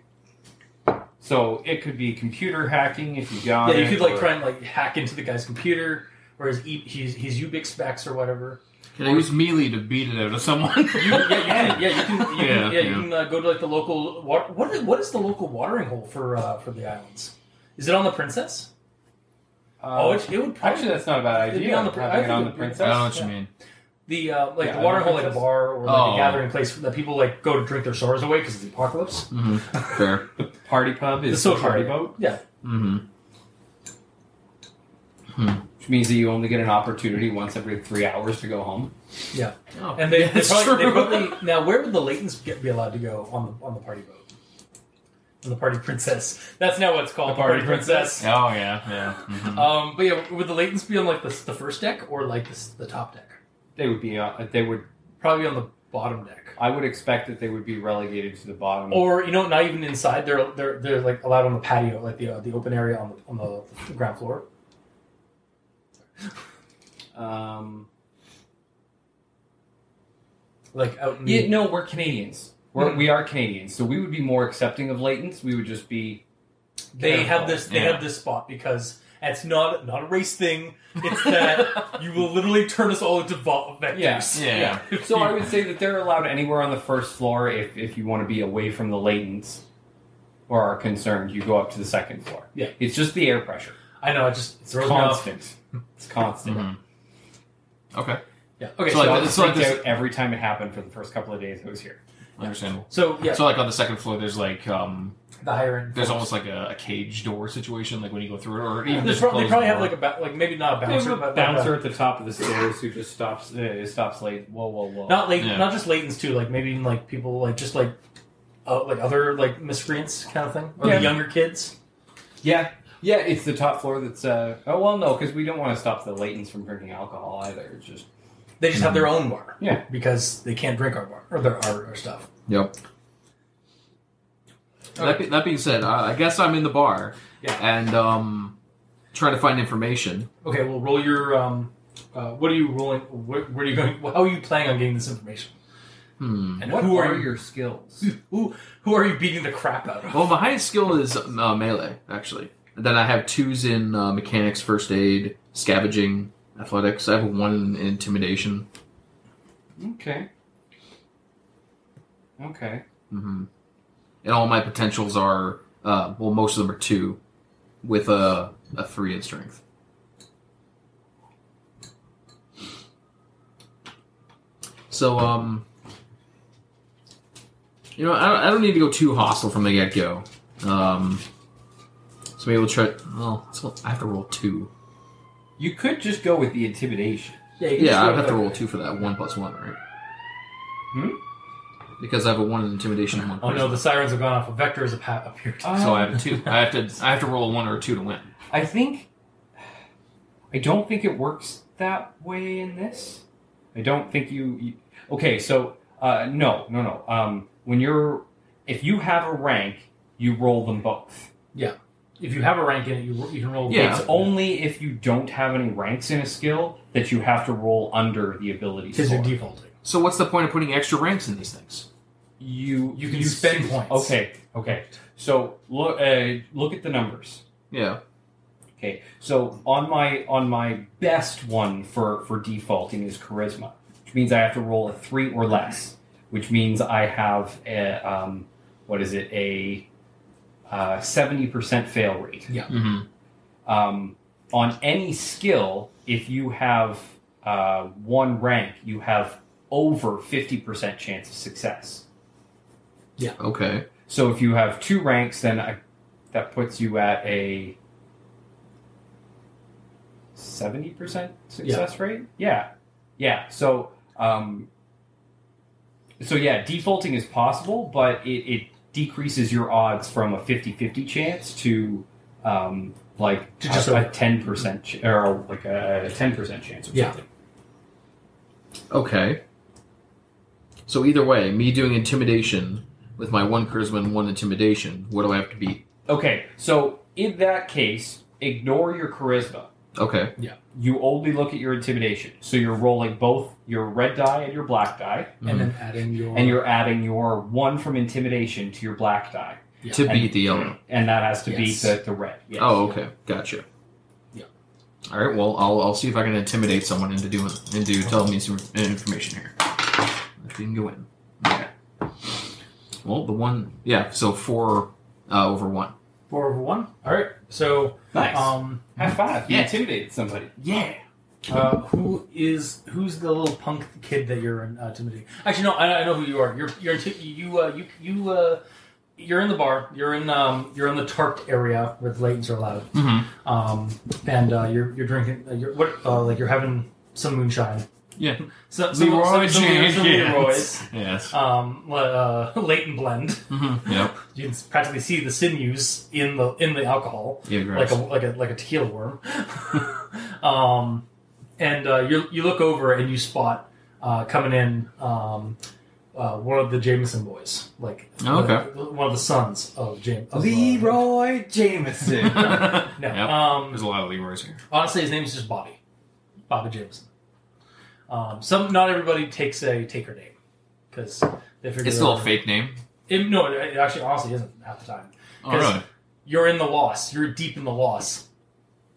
So it could be computer hacking if you got
Yeah, you
it,
could like
or-
try and like hack into the guy's computer or his e- his his Ubix specs or whatever.
Can I use melee to beat it out of someone?
Yeah, yeah, yeah, you can, you can, yeah,
Yeah,
you
yeah.
can uh, go to like the local water. What is, what is the local watering hole for uh, for the islands? Is it on the Princess? oh, it, it would
uh, actually,
probably
that's not a bad
It'd be
idea.
on the- I
having it
think
on
it
the
would
I don't
be-
know
princess.
what you mean.
the uh, like
Yeah,
the watering
the
hole, like a
Princess.
bar or like a
Oh.
gathering place that people like go to drink their sorrows away because of the apocalypse.
Mm-hmm. Fair.
Party pub
The
is the
social
party
area.
boat,
Yeah,
Mm-hmm.
which means that you only get an opportunity once every three hours to go home.
yeah.
Oh,
And they, they,
that's
probably, they
true.
probably now where would the Laytons get be allowed to go on the on the party boat? On the party princess. That's now what it's called.
The party princess.
Oh yeah, yeah. mhm.
Um, but yeah, would the Laytons be on like the, the first deck or like the, s- the top deck?
They would be. Uh, they would.
Probably on the bottom deck.
I would expect that they would be relegated to the bottom.
Or you know, not even inside. They're they're they're like allowed on the patio, like the uh, the open area on the on the ground floor.
Um,
Like out in the,
yeah, no, we're Canadians. We're, we are Canadians, so we would be more accepting of latents. We would just be.
they
careful.
have this they
Yeah.
have this spot because it's not not a race thing. It's that you will literally turn us all into vo- vectors.
Yeah,
Yeah.
So I would say that they're allowed anywhere on the first floor if, if you want to be away from the latents or are concerned, you go up to the second floor.
Yeah.
It's just the air pressure.
I know. It just
It's
throws me off.
constant. It's constant.
Mhm. Okay,
Yeah. Okay.
So,
So
Mm-hmm. So
like,
I
it's
was
like
freaked
this-
out every time it happened for the first couple of days I was here.
understandable.
so yeah,
So like on the second floor, there's like um,
the higher end.
there's almost
floors.
like a, a cage door situation, like when you go through it, or even
There's
just
prob- they
closed
probably have
door.
like a ba- like maybe not a bouncer,
Bouncer,
but like a-
bouncer at the top of the stairs who just stops uh, stops late. Whoa, whoa, whoa.
not late,
Yeah.
not just latents too. Like maybe even like people like just like uh, like other like miscreants kind of thing, or
Yeah.
the younger kids.
Yeah, yeah, it's the top floor that's. Uh, oh well, no, because we don't want to stop the latents from drinking alcohol either. It's just
They just have their own bar.
Yeah.
because they can't drink our bar or their our, our stuff.
Yep. That, be, that being said, I, I guess I'm in the bar
Yeah.
and um, trying to find information.
Okay, well, roll your. Um, uh, what are you rolling? Where, where are you going? How are you planning on getting this information?
Hmm.
And
what
who
are,
are you?
your skills?
Who, who are you beating the crap out of?
Well, my highest skill is uh, melee, actually. And then I have twos in uh, mechanics, first aid, scavenging, athletics. I have a one in intimidation.
okay. Okay.
hmm And all my potentials are, uh, well, most of them are two, with a, a three in strength. So, um, you know, I don't, I don't need to go too hostile from the get go. Um, so maybe we'll try. Well, so I have to roll two.
You could just go with the intimidation.
you can just
Yeah, I
go
would have to
like-
roll two for that one plus one, right?
Hmm?
Because I have a one in intimidation. And one
Oh no,
charisma.
the sirens have gone off. A vector has appa- appeared.
So I have a two. I have to. I have to roll a one or a two to win.
I think. I don't think it works that way in this. I don't think you. you okay, so uh, no, no, no. Um, when you're, if you have a rank, you roll them both.
If you have a rank in it, you, ro- you can roll.
Yeah.
It's only if you don't have any ranks in a skill that you have to roll under the ability
because you're
score.
defaulting.
So what's the point of putting extra ranks in these things?
you
You can spend
see-
points.
Okay, okay. So look, uh, look at the numbers.
Yeah.
Okay, so on my on my best one for for defaulting is charisma, which means I have to roll a three or less, which means I have a um, what is it a uh, seventy percent fail rate.
Mm-hmm.
Um, on any skill, if you have uh, one rank, you have over fifty percent chance of success.
Okay.
So if you have two ranks, then I, that puts you at a seventy percent success rate. Yeah, yeah. So, um, so yeah, defaulting is possible, but it, it decreases your odds from a 50-50 chance to um, like
To just
a
a-
ten percent ch- or like a ten percent chance. Or
Yeah.
something.
Okay. So either way, me doing intimidation with my one charisma and one intimidation, what do I have to beat?
Okay, so in that case, ignore your charisma.
Okay.
you only look at your intimidation. So you're rolling both your red die and your black die,
Mm-hmm. And then adding your
and you're adding your one from intimidation to your black die.
To beat the yellow.
And that has to
Yes.
be the, the red. Yes.
Oh, okay. Gotcha.
Yeah.
All right. Well, I'll, I'll see if I can intimidate someone into doing into telling me some information here. If you can go in. Okay. Well, the one. Yeah. So four uh, over one.
Four over one. All right. So,
Nice.
um,
High five. You
Yeah.
intimidated somebody.
Yeah.
uh, who is who's the little punk kid that you're uh, intimidating? Actually, no, I, I know who you are. You're you're inti- you uh, you you uh, you're in the bar. You're in um, you're in the tarped area where the latents are allowed.
Mm-hmm.
Um, and uh, you're you're drinking. Uh, you're what? Uh, like you're having some moonshine.
Yeah.
So, some, some, some, some Leroy's.
Yes.
Um, uh, Leighton blend.
Mm-hmm. Yep.
You can practically see the sinews in the in the alcohol,
Yeah.
like
Gross.
a like a like a tequila worm. um, and uh, you you look over and you spot uh, coming in um, uh, one of the Jameson boys, like
Oh, okay.
the- one of the sons of James of, uh,
Leroy Jameson.
no,
Yep.
um,
There's a lot of Leroy's here.
Honestly, his name's just Bobby, Bobby Jameson. Um, some not everybody takes a taker name because they figure
It's still a fake name.
It, no, it actually honestly isn't half the time.
Oh,
'Cause
really?
You're in the loss. You're deep in the loss,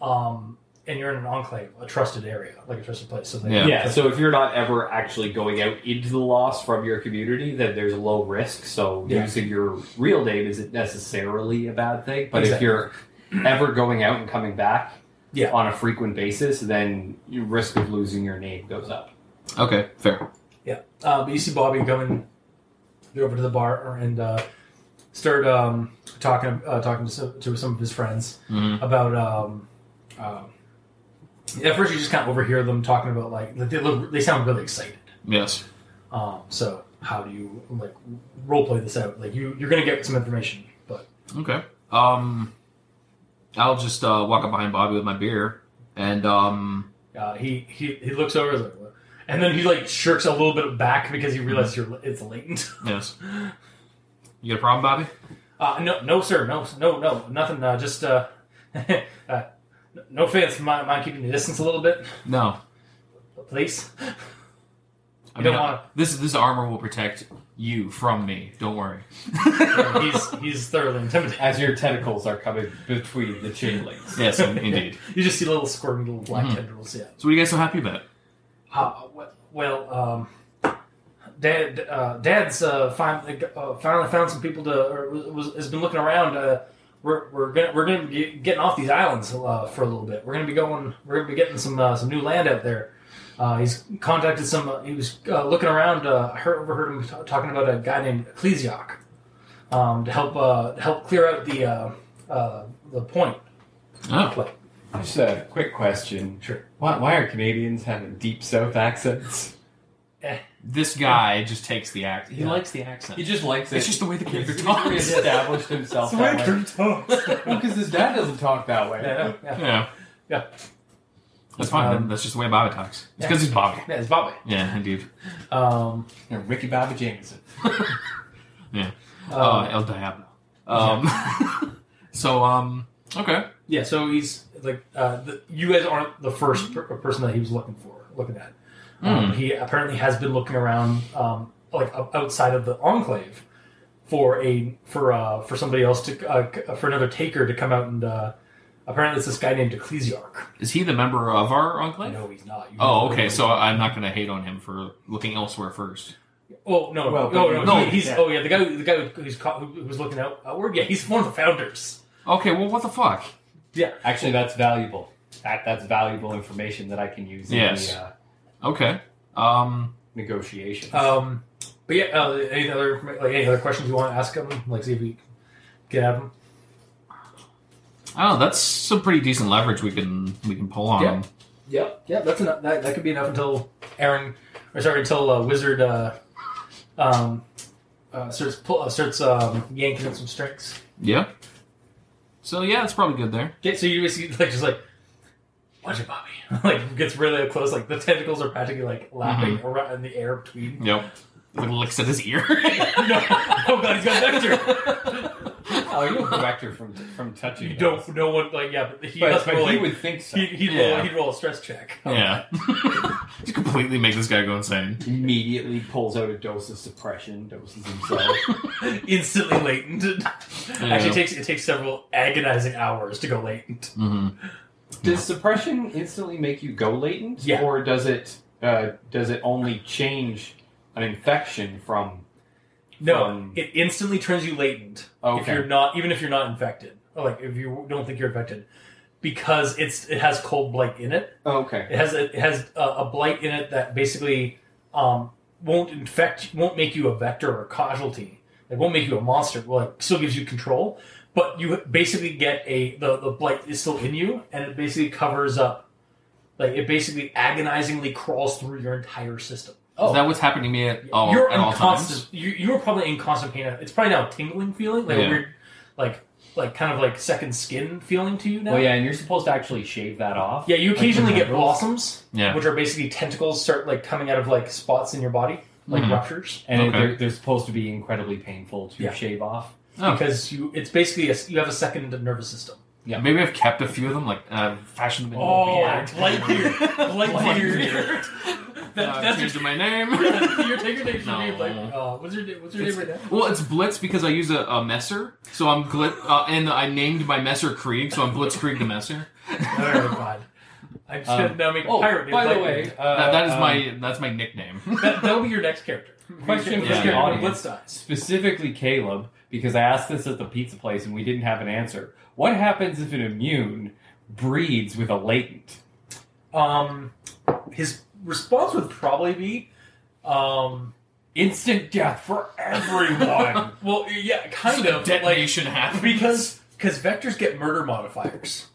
um, and you're in an enclave, a trusted area, like a trusted place. So they
Yeah.
Yeah. so if you're not ever actually going out into the loss from your community, then there's a low risk. So
Yeah.
using your real name isn't necessarily a bad thing. But
Exactly.
if you're ever going out and coming back
Yeah.
on a frequent basis, then your risk of losing your name goes up.
Okay. Fair.
Uh, but you see Bobby coming go over to the bar and uh, start um, talking uh, talking to some, to some of his friends
Mhm.
about. Um, um, at first, you just kind of overhear them talking about like they look, they sound really excited.
Yes.
Um, so how do you like role play this out? Like you you're gonna get some information, but
Okay. Um, I'll just uh, walk up behind Bobby with my beer, and um,
uh, he he he looks over he's like, "What?" and then he like shirks a little bit back because he realizes you're it's latent.
yes. You got a problem, Bobby?
Uh, no, no, sir, no, no, no, nothing. Uh, just uh, uh, no offense. Mind, mind keeping the distance a little bit,
No.
please.
I mean,
You don't wanna-
this this armor will protect you from me. Don't worry.
he's he's thoroughly intimidated.
As your tentacles are coming between the chain links.
yes, in- indeed.
You just see little squirming little black
Mhm.
tendrils. Yeah.
So, what are you guys so happy about?
Uh, well, um, Dad, uh, Dad's uh, finally, uh, finally found some people to, or was, has been looking around. Uh, we're, we're gonna we're gonna be getting off these islands uh, for a little bit. We're gonna be going. We're gonna be getting some uh, some new land out there. Uh, he's contacted some. Uh, he was uh, looking around. Uh, I heard, overheard him t- talking about a guy named Ecclesiarch um, to help uh, help clear out the uh, uh, the point.
Oh,
Just a quick question.
Sure.
Why, why are Canadians having deep south accents?
this guy just takes the act. He
Yeah.
likes the accent.
He just likes it.
it's just the way the character
He's
talks.
reestablished himself that way. Because his dad doesn't talk that way.
Yeah, yeah.
Yeah.
Yeah.
That's fine.
Um,
That's just the way Bobby talks. It's
yeah.
because he's Bobby.
Yeah, it's Bobby.
Yeah, indeed.
Um,
Yeah, Ricky Bobby Jameson.
uh, El Diablo. Um, so, um, okay.
Yeah, so he's like uh, the, you guys aren't the first per- person that he was looking for, looking at. Um, He apparently has been looking around, um, like o- outside of the enclave, for a for uh, for somebody else to uh, c- for another taker to come out and. Uh, apparently, it's this guy named Ecclesiarch.
Is he the member of our enclave?
No, he's not. You
Oh,
know-
okay. So I'm not going to hate on him for looking elsewhere first.
Oh no, no,
Well, but
no,
you-
no.
no,
he's
yeah.
oh yeah, the guy who- the guy who- who's caught, who was looking out outward. Yeah, he's one of the founders.
Okay. Well, what the fuck?
Actually, that's valuable. That that's valuable information that I can use
Yes.
in the uh,
Okay. Um.
negotiations.
Uh,
Um, but yeah, uh, any other like any other questions you want to ask him? Like, see if we can have him.
Oh, that's some pretty decent leverage we can we can pull on
Yeah.
him.
Yep, yep. That's enough. That, that could be enough until Aaron, or sorry, until uh, Wizard uh, um, uh, starts pull, uh, starts um, yanking at some strings.
Yeah. So yeah, it's probably good there.
Okay, so you basically like just like watch it, Bobby. like gets really close. Like the tentacles are practically like lapping
Mm-hmm.
around in the air between.
Yep. Like licks at his ear.
no, oh god, he's got vector.
oh, you vector from from touching.
you
us.
don't. No one like yeah, but he
But,
does
but
roll.
he Oh.
like-
would think so
He, he'd,
Yeah.
roll, he'd roll a stress check.
yeah. Just completely make this guy go insane.
immediately pulls out a dose of suppression, doses himself.
Instantly latent.
Yeah.
Actually, it takes it takes several agonizing hours to go latent.
hmm
Does suppression instantly make you go latent,
Yeah.
or does it uh, does it only change an infection from?
No,
Um,
it instantly turns you latent if
Okay.
you're not, even if you're not infected, or like if you don't think you're infected, because it's it has cold blight in it.
Okay.
It has a, it has a, a blight in it that basically um, won't infect, won't make you a vector or casualty. It won't make you a monster. Well, it still gives you control, but you basically get a the the blight is still in you, and it basically covers up, like it basically agonizingly crawls through your entire system.
Is that what's happening to me at all,
you're
at
in
all
constant.
times?
You you were probably in constant pain. It's probably now a tingling feeling, like a
Yeah.
weird, like like kind of like second skin feeling to you now.
Oh,
Well, yeah, and you're supposed to actually shave that off.
Yeah, you
Like the
occasionally get
tendrils.
blossoms,
Yeah.
which are basically tentacles start like coming out of like spots in your body, like
Mhm.
ruptures,
and it-
Okay.
they're, they're supposed to be incredibly painful to
Yeah.
shave off.
Oh.
because you it's basically a, you have a second nervous system.
Yeah.
Maybe I've kept a few of them, like uh, fashioned them. into a
Oh,
beard.
Lightyear.
Lightyear.
That-
Uh,
that's
changed
your,
my name.
that's your take your name.
No.
Like, uh, what's your what's your name right now?
Well, it's Blitz because I use a, a messer, so I'm Glit, uh, and I named my messer Krieg, so I'm Blitz Krieg the messer.
Oh, never mind. I'm just gonna
Um,
now make a
Oh,
pirate. named
by the
Lightyear.
way, uh,
That- that is
um,
my that's my nickname.
that, that'll be your next character.
Question
Your
for the
character when
audience.
Blitz dies.
Specifically, Caleb, because I asked this at the pizza place and we didn't have an answer. What happens if an immune breeds with a latent?
Um, his response would probably be, um,
Instant death for everyone.
well, yeah, kind
So
of like
detonation happens
because because vectors get murder modifiers.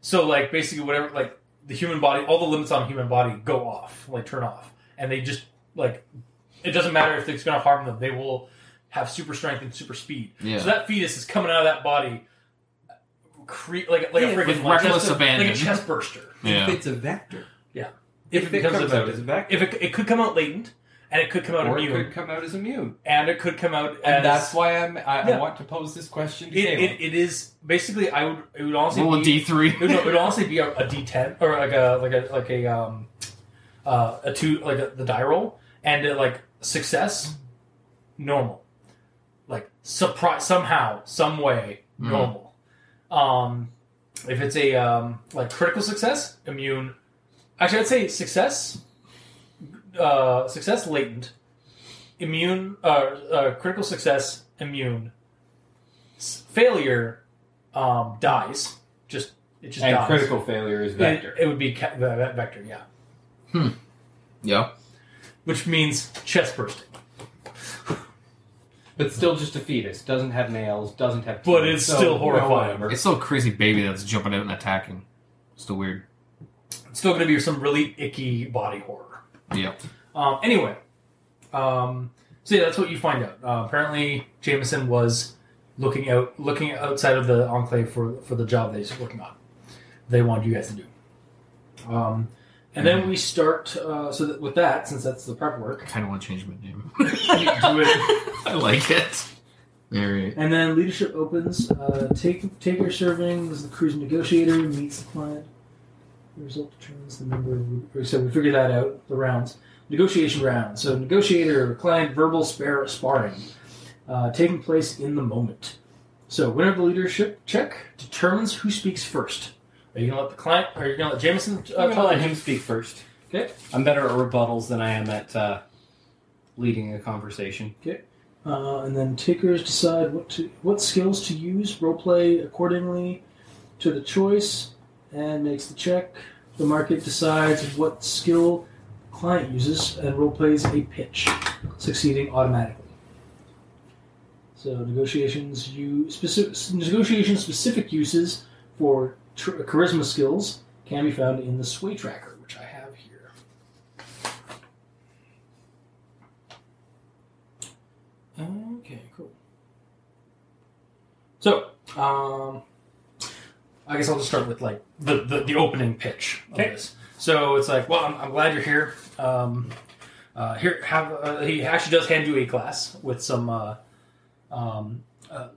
So like basically whatever like the human body, all the limits on the human body go off, like turn off, and they just like it doesn't matter if it's going to harm them. They will have super strength and super speed.
Yeah.
So that fetus is coming out of that body, cre- like like a
With
freaking like,
reckless
just a-
abandon.
like a chest burster.
Yeah.
If it's a vector.
If,
If
it
it
becomes
comes
a
out
vector.
as a vector.
if it, it could come out latent, and it could come out
Or it
immune,
could come out as immune.
and it could come out as
And that's why I'm, I,
Yeah.
I want to pose this question to
it,
Caleb.
it, it is basically I would it would honestly
roll a
be-
D three.
It would, no, it would honestly be a, a D10 or like a like a like a um uh, a two like a, the die roll and uh, like success normal like surprise somehow some way
Mhm.
normal um if it's a um like critical success immune actually I'd say success uh success latent immune uh, uh critical success immune S- failure um dies just it just
and
dies
critical failure is vector.
it, it would be ca- the- that vector, yeah.
Yeah.
Which means chest bursting.
but still just a fetus. Doesn't have nails, doesn't have teeth.
But it's
so,
still
you know,
horrifying.
whatever.
It's still a crazy baby that's jumping out and attacking. Still weird.
It's still going to be some really icky body horror.
Yeah.
Um, anyway, um, so yeah, that's what you find out. Uh, apparently, Jameson was looking out, looking outside of the enclave for for the job that he's working on. They want you guys to do. Um, and then we start. Uh, so that with that, since that's the prep work,
I kind of want to change my name.
you do it.
I like it. All right.
And then leadership opens. Uh, take taker serving is the crew's negotiator meets the client. The result determines the number. Of, so we figure that out. The rounds, negotiation round. So negotiator, client, verbal spar sparring, uh, taking place in the moment. So winner of the leadership check determines who speaks first. Are you gonna let the client? Are you gonna let Jameson
I'm
uh,
going to
tell
let
him?
him speak first.
Okay.
I'm better at rebuttals than I am at uh, leading a conversation.
Uh, and then takers decide what to what skills to use, roleplay accordingly to the choice, and makes the check. The market decides what skill client uses and roleplays a pitch, succeeding automatically. So negotiations you specific negotiation specific uses for tr- charisma skills can be found in the sway tracker, which I have here. Okay, cool. So, um, I guess I'll just start with like the the, the opening pitch of
Okay.
this. So it's like, well, I'm, I'm glad you're here. Um, uh, here, have uh, he actually does hand you a glass with some uh, um, uh,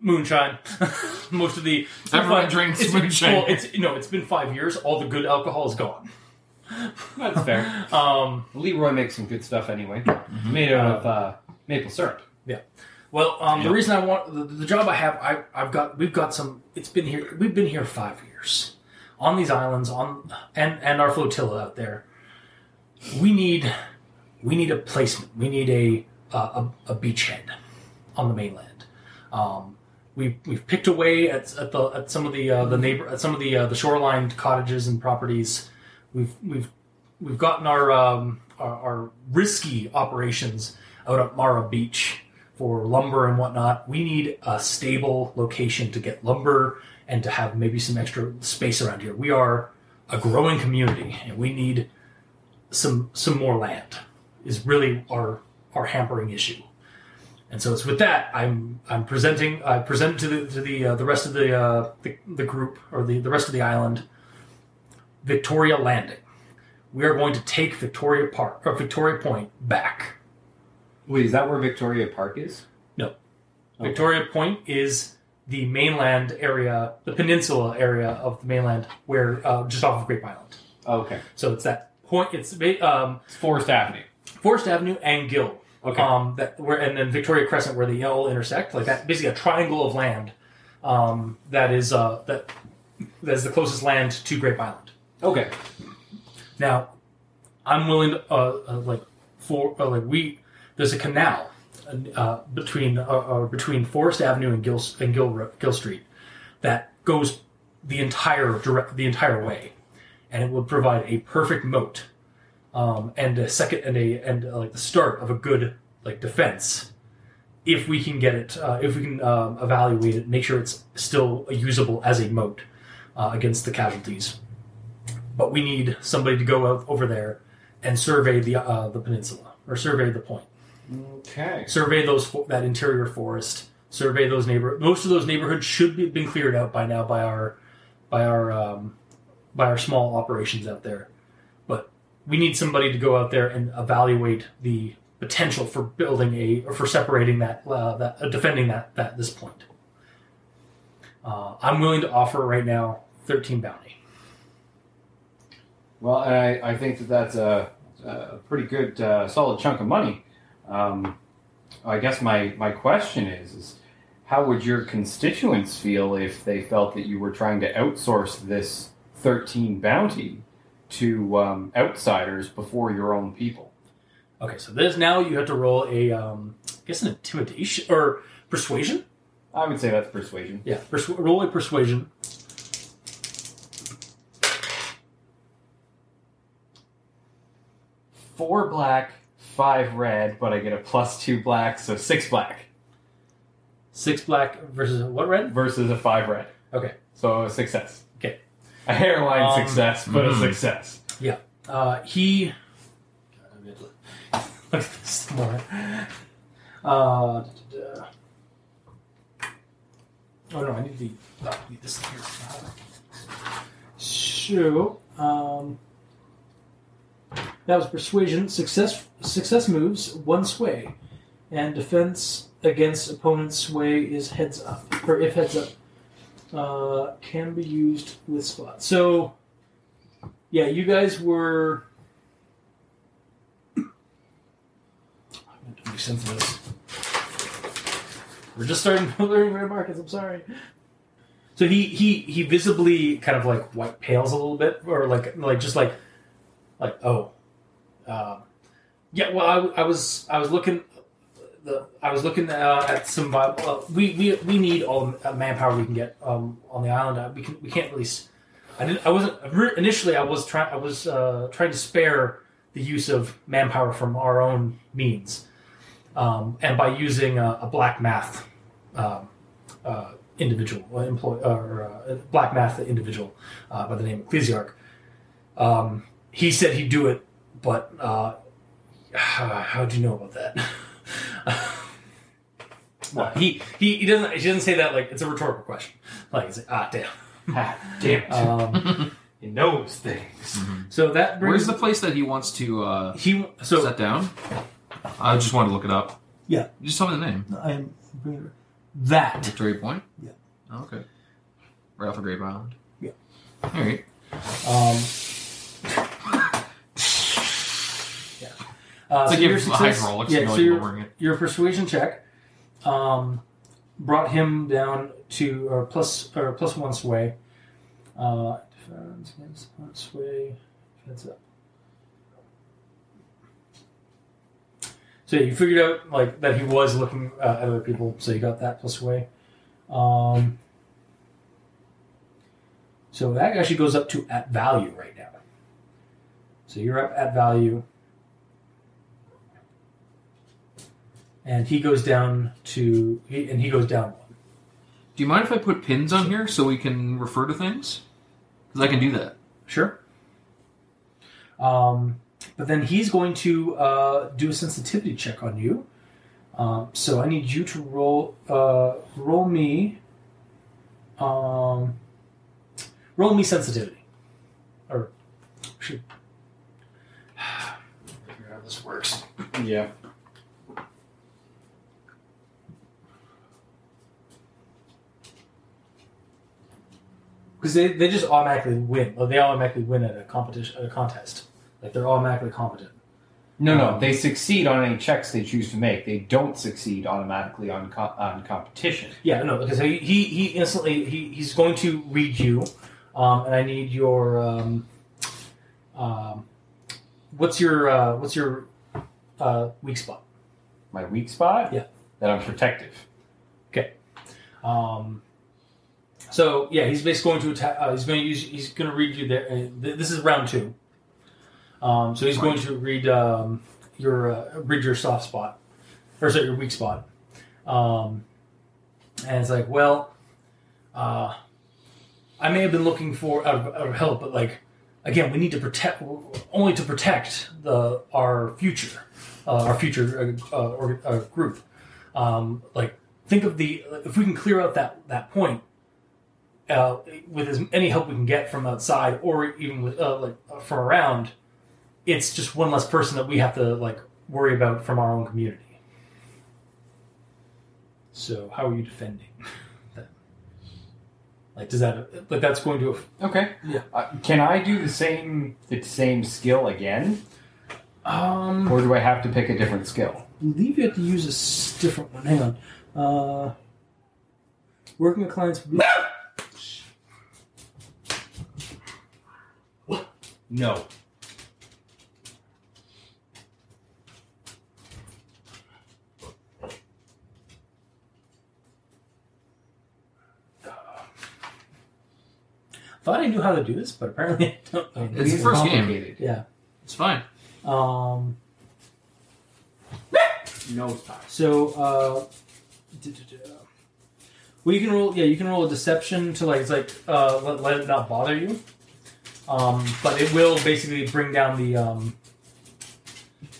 moonshine. Most of the
Everyone
it's-
drinks
it's-
moonshine.
Well, it's you know, it's been five years. All the good alcohol is gone.
That's fair.
Um,
Leroy makes some good stuff anyway. Made out of uh, maple syrup.
Well, um, the
Yeah.
reason I want the, the job I have, I, I've got, we've got some. It's been here. We've been here five years. on these islands on and and our flotilla out there we need we need a placement we need a uh, a, a beachhead on the mainland um, we we've picked away at, at the at some of the uh, the neighbor at some of the uh, the shoreline cottages and properties we've we've we've gotten our um, our, our risky operations out at Mara Beach for lumber and whatnot. We need a stable location to get lumber and to have maybe some extra space around here. We are a growing community, and we need some some more land. Is really our our hampering issue. And so it's with that I'm I'm presenting I presented to the to the uh, the rest of the, uh, the the group or the the rest of the island Victoria Landing. We are going to take Victoria Park or Victoria Point back.
Wait, is that where Victoria Park is? Okay.
Victoria Point is the mainland area, the peninsula area of the mainland, where uh, just off of Grape Island.
Oh, Okay.
So it's that point. It's ba- um,
It's Forest Avenue.
Forest Avenue and Gill.
Okay.
Um, that where and then Victoria Crescent, where they all intersect, like that. Basically, a triangle of land. Um, that is uh, that that is the closest land to Grape Island.
Okay.
Now, I'm willing to uh, uh, like for uh, like we there's a canal uh, between uh, uh, between Forest Avenue and Gill and Gill, Ro- Gill Street that goes the entire direct the entire way, and it would provide a perfect moat um, and a second and a and uh, like the start of a good like defense. If we can get it, uh, if we can um, evaluate it, make sure it's still usable as a moat uh, against the casualties but we need somebody to go out over there and survey the uh, the peninsula or survey the point,
Okay.
survey those fo- that interior forest, survey those neighbor. Most of those neighborhoods should be have been cleared out by now by our by our um, by our small operations out there, but we need somebody to go out there and evaluate the potential for building a or for separating that uh, that uh, defending that that this point. Uh, I'm willing to offer right now 13 bounty.
Well, and I, I think that that's a, a pretty good, uh, solid chunk of money. Um, I guess my, my question is, is how would your constituents feel if they felt that you were trying to outsource this 13 bounty to um, outsiders before your own people?
Okay, so this now you have to roll a, um, I guess an intimidation or persuasion.
I would say that's persuasion.
Yeah, persu- roll a persuasion.
Four black, five red, but I get a plus two black, so six black
Six black versus what red?
versus a five red.
Okay,
So a success.
Okay.
A hairline
Um,
success, but
mhm.
a success.
uh, he. God, I'm gonna Look at this more. Uh, da-da-da. oh no, I need the oh, I need this here. So, um, that was persuasion. Success success moves one sway, and defense against opponent's sway is heads up, or if heads up, uh, can be used with spots. So, yeah, you guys were. I'm going to make sense of this. We're just starting to learn rare markets. I'm sorry. So he he he visibly kind of like white pales a little bit, or like like just like like oh, um, yeah. Well, I, I was I was looking. The, I was looking uh, at some. vi- Uh, we, we we need all the manpower we can get um, on the island. Uh, We can we can't really s- I didn't. I wasn't ri- initially. I was trying. I was uh, trying to spare the use of manpower from our own means, um, and by using a, a black math um, uh, individual, uh, employ, or uh, black math individual uh, by the name of Ecclesiarch. Um, he said he'd do it, but uh, how do you know about that? Well, he, he, he doesn't he doesn't say that like it's a rhetorical question. Like he's like, ah damn.
Ah, damn it.
Um,
he knows things.
So that brings
Where's the place that he wants to uh,
he so
set down? I just wanted to look it up.
Yeah.
Just tell me the name.
I'm that
Victoria Point?
Yeah.
Oh, okay. Right off of Grape Island?
Yeah.
All right.
um yeah uh,
It's
so
like
your
if
success,
hydraulics
yeah,
you're
so
like
your,
lowering it.
your persuasion check um brought him down to or plus or plus one sway uh defense, against opponent's sway, defense up. So yeah, you figured out like that he was looking uh, at other people, so you got that plus away. Um, so that actually goes up to at value right now. So you're up at value, and he goes down to he, and he goes down one.
Do you mind if I put pins on here so we can refer to things? Because I can do that.
Sure. Um, but then he's going to uh, do a sensitivity check on you. Um, so I need you to roll uh, roll me um, roll me sensitivity. Or should figure out how this works.
Yeah.
Because they, they just automatically win. Or they automatically win at a competition at a contest. Like they're automatically competent.
No, no. They succeed on any checks they choose to make. They don't succeed automatically on co- on competition.
Yeah, no, because he he, he instantly he, he's going to read you, um, and I need your um, um, what's your uh, what's your uh, weak spot?
My weak spot.
Yeah.
That I'm protective.
Um, so yeah, he's basically going to attack. Uh, he's going to use. He's going to read you there. and th- this is round two. Um, so he's going to read um, your uh, read your soft spot, or sorry, your weak spot. Um, and it's like, well, uh, I may have been looking for out of, out of help, but like, again, we need to protect only to protect the our future, uh, our future uh, uh, or, uh, group. Um, like, think of the if we can clear out that that point uh, with as any help we can get from outside or even with, uh, like uh, from around, it's just one less person that we have to like worry about from our own community. So, how are you defending that? Like, does that like that's going to?
Okay.
Yeah.
Uh, can I do the same the same skill again,
Um,
or do I have to pick a different skill?
believe you have to use a s- different one. Hang on. Uh, working with clients.
No.
Thought I knew how to do this, but apparently I don't. know.
It's the first game.
complicated.
Yeah.
It's fine.
Um.
No time.
So, uh, duh, duh, duh. uh, well, you can roll. Yeah, you can roll a deception to like it's like uh, let, let it not bother you. Um, but it will basically bring down the um,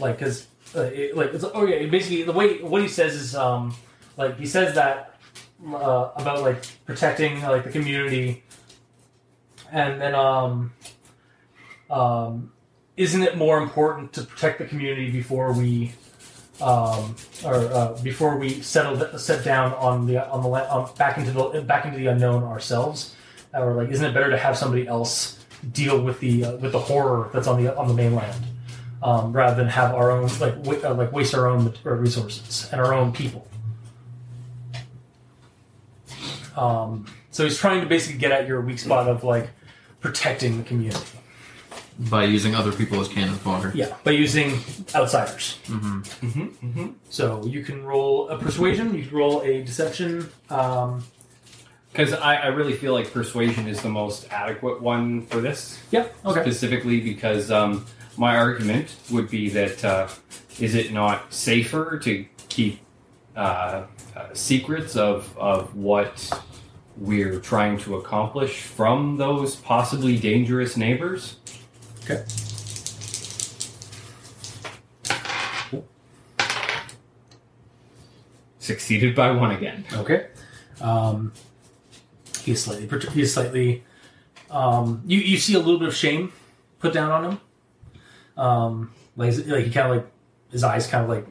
like because uh, it, like it's oh yeah, it basically the way what he says is um, like he says that uh, about like protecting like the community, and then um, um, isn't it more important to protect the community before we um, or uh, before we settle set down on the on the la- on, back into the back into the unknown ourselves, uh, or like, isn't it better to have somebody else deal with the uh, with the horror that's on the on the mainland, um, rather than have our own like w- uh, like waste our own mat- uh, resources and our own people. Um, so he's trying to basically get at your weak spot of like protecting the community.
By using other people as cannon fodder.
Yeah, by using outsiders.
Mm-hmm.
So you can roll a persuasion, you can roll a deception. Um,
Because I, I really feel like persuasion is the most adequate one for this.
yeah, okay.
Specifically because um, my argument would be that uh, is it not safer to keep uh, uh, secrets of, of what we're trying to accomplish from those possibly dangerous neighbors?
Okay.
Succeeded by one again.
Okay. Um, he is slightly, pertu- he is slightly, um, you, you see a little bit of shame put down on him. Um, like, his- like he kind of like, his eyes kind of like,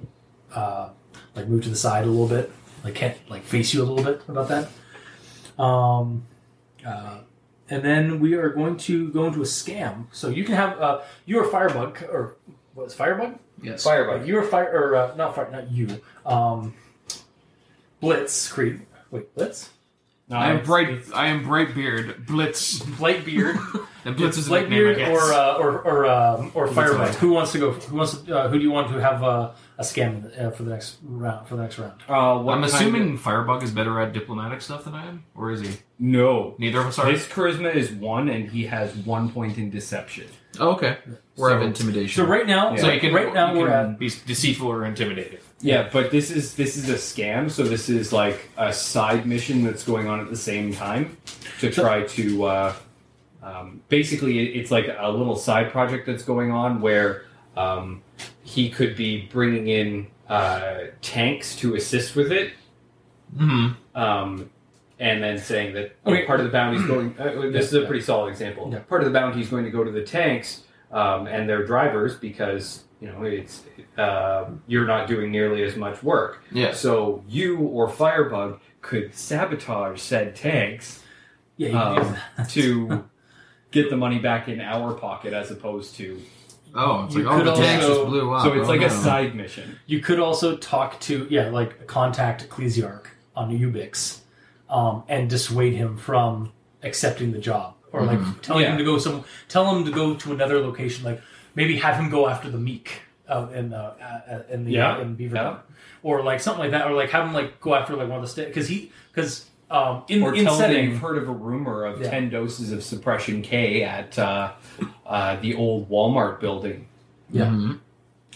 uh, like move to the side a little bit. Like can't like face you a little bit about that. Um, uh, and then we are going to go into a scam. So you can have, uh, you're a firebug or what is firebug?
Yes.
Uh,
Firebug.
you were fire or uh, not fire, not you. Um, Blitz Creed. Wait, Blitz.
No,
I am
it's-
bright.
it's
I am Brightbeard Blitz.
Blakebeard.
And Blitz is a nickname, I
Blakebeard
guess.
or uh, or or um, or
That's
Firelight.
right.
Who wants to go? Who wants? To, uh, who do you want to have uh, a scam uh, for the next round? For the next round.
Uh, what
I'm
kind
assuming
of-
Firebug is better at diplomatic stuff than I am, or is he?
no.
Neither of us are.
His charisma is one, and he has one point in deception.
Oh, okay. We're
So-
of intimidation.
So right now,
Yeah.
So you can
right now
you
we're
can
at
be deceitful or intimidated.
Yeah.
Yeah, but this is this is a scam. So this is like a side mission that's going on at the same time to try to. Uh, um, basically, it- it's like a little side project that's going on where um, he could be bringing in uh, tanks to assist with it,
hmm
um, and then saying that you know,
Okay.
part of the bounty is going. Uh, this is a pretty solid example.
Yeah.
Part of the bounty is going to go to the tanks um, and their drivers because you know it's uh, you're not doing nearly as much work.
Yes.
So you or Firebug could sabotage said tanks
yeah. You can do
um,
that.
to get the money back in our pocket as opposed to.
Oh, it's
You
like oh,
could
the tanks
also-
just blew up.
so it's
Oh,
Uh-huh.
like a
no.
side mission.
You could also talk to yeah, like contact Ecclesiarch on Ubix, um, and dissuade him from accepting the job, or like telling him
Mm-hmm. Yeah.
to go some, tell him to go to another location, like maybe have him go after the Meek uh, in uh, uh, in the
Yeah.
in Beaver,
Yeah.
or like something like that, or like have him like go after like one of the state because he because um, in
Or
in
tell them
setting
you've heard of a rumor of
Yeah.
10 doses of suppression K at uh, uh, the old Walmart building.
Yeah.
Mhm.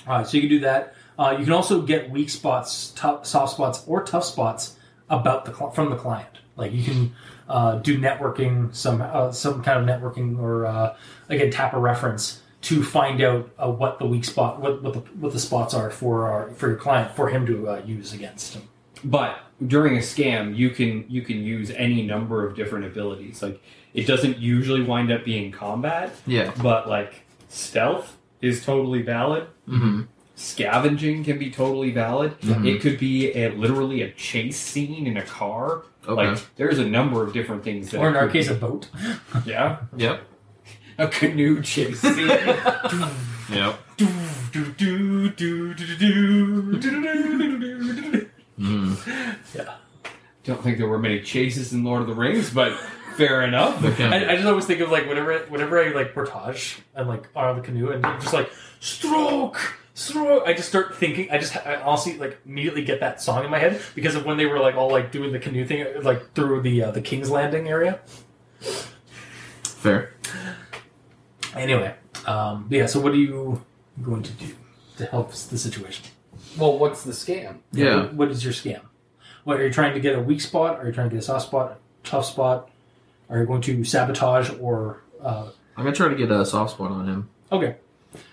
All right, so you can do that. Uh, you can also get weak spots, tough, soft spots, or tough spots about the cl- from the client. Like you can uh, do networking, some uh, some kind of networking, or uh, again tap a reference to find out uh, what the weak spot, what, what the what the spots are for our, for your client, for him to uh, use against him.
but during a scam you can you can use any number of different abilities like it doesn't usually wind up being combat
Yeah.
but like stealth is totally valid
hmm
scavenging can be totally valid
Mhm.
it could be a, literally a chase scene in a car
Okay.
like there's a number of different things that
Or in
it
our
could
case, a boat.
be. yeah
Yep.
a canoe chase scene
Yep. Mm.
don't think there were many chases in lord of the rings but fair enough
Okay.
I, I just always think of like whenever whenever I like portage and like are on the canoe and I'm just like stroke stroke. I just start thinking. I just I honestly like immediately get that song in my head because of when they were like all like doing the canoe thing like through the uh, the King's Landing area.
Fair.
Anyway, um, yeah. So what are you going to do to help the situation?
well what's the scam
Yeah.
What- what is your scam? What are you trying to get a weak spot? Are you trying to get a soft spot? A tough spot? Are you going to sabotage or? Uh,
I'm gonna try to get a soft spot on him,
okay,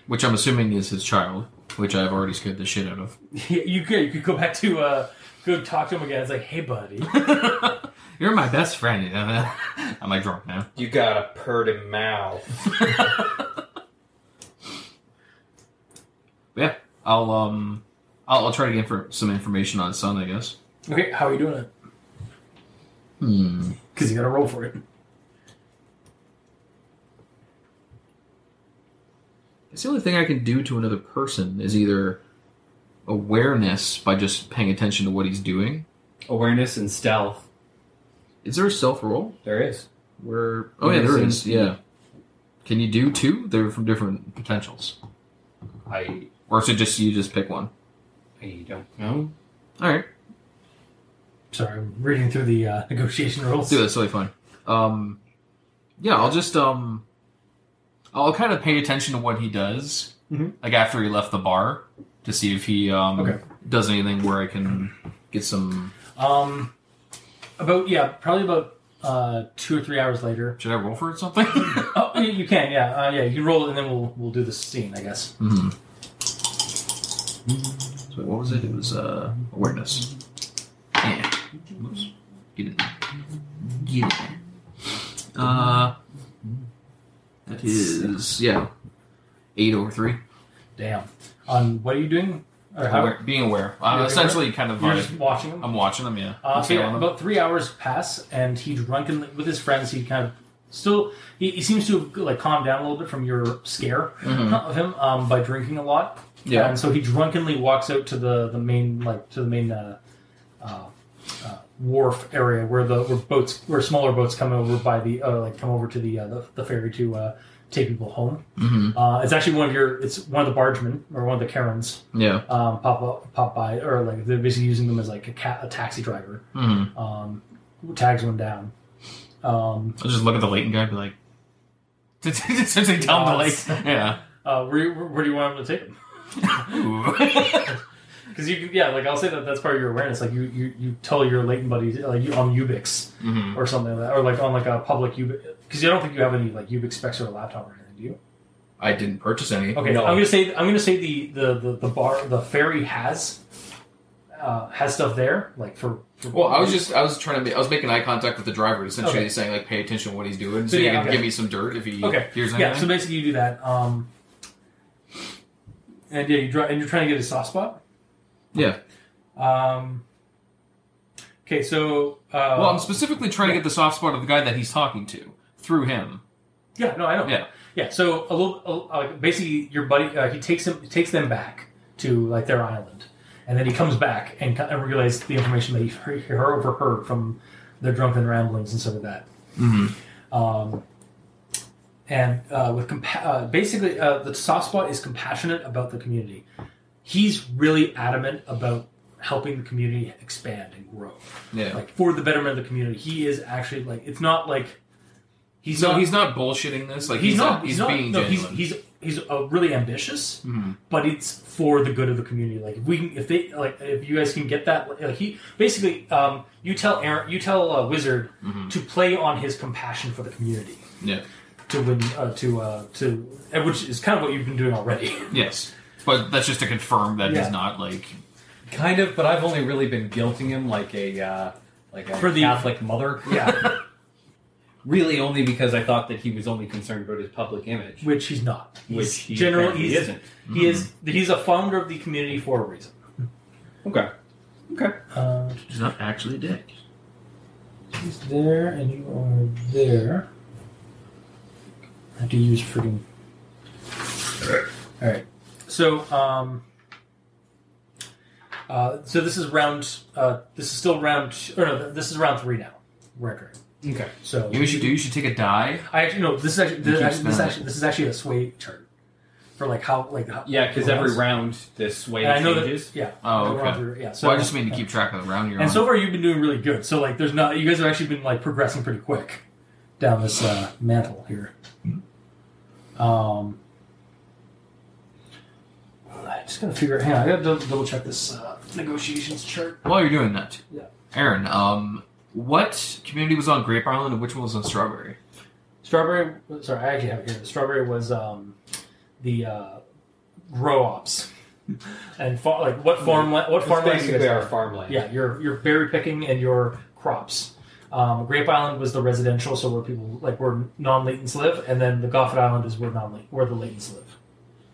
which I'm assuming is his child, which I've already scared the shit out of.
Yeah, you could you could go back to uh, go talk to him again. It's like, hey, buddy.
You're my best friend. You know? I'm like drunk now.
You got a purty mouth.
Yeah. I'll um. I'll, I'll try to get for some information on his son, I guess.
okay, how are you doing it?
Hmm.
Because you got to roll for it.
It's the only thing I can do to another person is either awareness by just paying attention to what he's doing.
Awareness and stealth.
Is there a self roll?
There is.
Where? Oh yeah, there
Medicine.
is. Yeah. Can you do two? They're from different potentials,
I
or is it just you just pick one?
I don't know.
All right,
Sorry, I'm reading through the uh, negotiation rules.
let's do this. Totally fine. Um, yeah, I'll just um, I'll kind of pay attention to what he does,
Mhm.
like after he left the bar, to see if he um
Okay.
does anything where I can get some.
Um, about yeah, probably about uh, two or three hours later.
Should I roll for it something?
Oh, you- you can, yeah, uh, yeah. You can roll, it and then we'll we'll do the scene, I guess.
hmm So what was it? It was uh, awareness. Yeah. Oops. Get it. Get it. Uh, that is yeah, eight over three.
Damn. On what are you doing? Or how?
Aware- being aware. I'm
You're
essentially kind of
You're
like,
just watching them.
I'm watching them. Yeah.
Uh,
I'm
so yeah,
tailing them.
about three hours pass, and he drunkenly with his friends. He kind of still he, he seems to have, like calm down a little bit from your scare
Mhm.
of him um, by drinking a lot.
Yeah.
and so he drunkenly walks out to the the main like to the main uh, uh, uh, wharf area where the where boats where smaller boats come over by the uh, like come over to the uh, the, the ferry to uh, take people home. Uh, it's actually one of your it's one of the bargemen or one of the Karens
Yeah.
um, pop up, pop by or like they're basically using them as like a, ca- a taxi driver.
Mhm.
Um, tags one down. Um,
I'll just look at the Leighton guy and be like, essentially tell him to like, yeah.
uh, where, where where do you want him to take them?
Ooh.
Because you, can- yeah, like I'll say that that's part of your awareness. Like you, you, you tell your latent buddies like you on Ubix
Mhm.
or something like that, or like on like a public Ubix. Because I don't think you have any like Ubix specs or a laptop or anything, do you?
I didn't purchase any.
Okay,
No.
I'm gonna say I'm gonna say the the the, the bar the ferry has uh, has stuff there like for. for
Well, I was just I was trying to make, I was making eye contact with the driver, essentially
Okay.
saying like, pay attention to what he's doing, so,
So,
you
yeah,
can
okay.
give me some dirt if he
Okay.
hears anything.
yeah. So basically, you do that. Um, and yeah, you draw, and you're trying to get a soft spot.
yeah.
Um, okay, so uh,
Well, I'm specifically trying to get the soft spot of the guy that he's talking to through him.
Yeah, no, I know.
Yeah.
yeah. So a little, a, uh, basically, your buddy uh, he takes him he takes them back to like their island, and then he comes back and, co- and realizes the information that he, he heard- overheard from their drunken ramblings and stuff like that.
Mm-hmm.
Um, and uh, with compa- uh, basically, uh, the soft spot is compassionate about the community. He's really adamant about helping the community expand and grow,
Yeah.
like for the betterment of the community. He is actually like it's not like he's
so
not
he's not bullshitting this. Like
he's, not.
He's,
He's, not.
being
no, he's
genuine.
he's he's uh, really ambitious, but it's for the good of the community. Like if we can, if they like if you guys can get that, like, he basically um, you tell Aaron, you tell uh, Wizard to play on his compassion for the community
yeah.
to win uh, to uh, to and which is kind of what you've been doing already.
Yes. But that's just to confirm that
Yeah.
he's not like.
Kind of, but I've only really been guilting him like a uh, like a
For the-
Catholic mother.
yeah,
Really, only because I thought that he was only concerned about his public image,
which he's not. He's
which he
general.
apparently
He's,
isn't.
He is. He's a founder of the community for a reason.
Okay. Okay.
Uh,
He's not actually a dick.
He's there, and you are there. I have to use freaking. All right. So, um, uh, so this is round. Uh, this is still round. Or no, this is round three now. We're entering.
Okay.
So
You know what you should do? You should take a die.
I actually no. This is actually this,
You
is
keep
actually this, is
spelling it.
actually this is actually a sway chart for like how like how,
Yeah, because every round this way
And I know
changes.
that yeah.
Oh,
Round
okay.
three, yeah. So
So I just mean to keep track of the round you're
And
on.
so far, you've been doing really good. So like, there's not you guys have actually been like progressing pretty quick down this uh, mantle here.
Hmm.
Um, I just gotta figure. Hang on, I gotta dou- double check this uh, negotiations chart.
While you're doing that,
Yeah.
Aaron, um, what community was on Grape Island and which one was on Strawberry?
Strawberry. Sorry, I actually have it here. Strawberry was um, the uh, grow ops and fa- like what farmland? What
It's
farmland? you guys
basically our
have?
farmland.
Yeah, your your berry picking and your crops. Um, Grape Island was the residential, so where people like where non-latents live, and then the Goffet Island is where non where the latents live.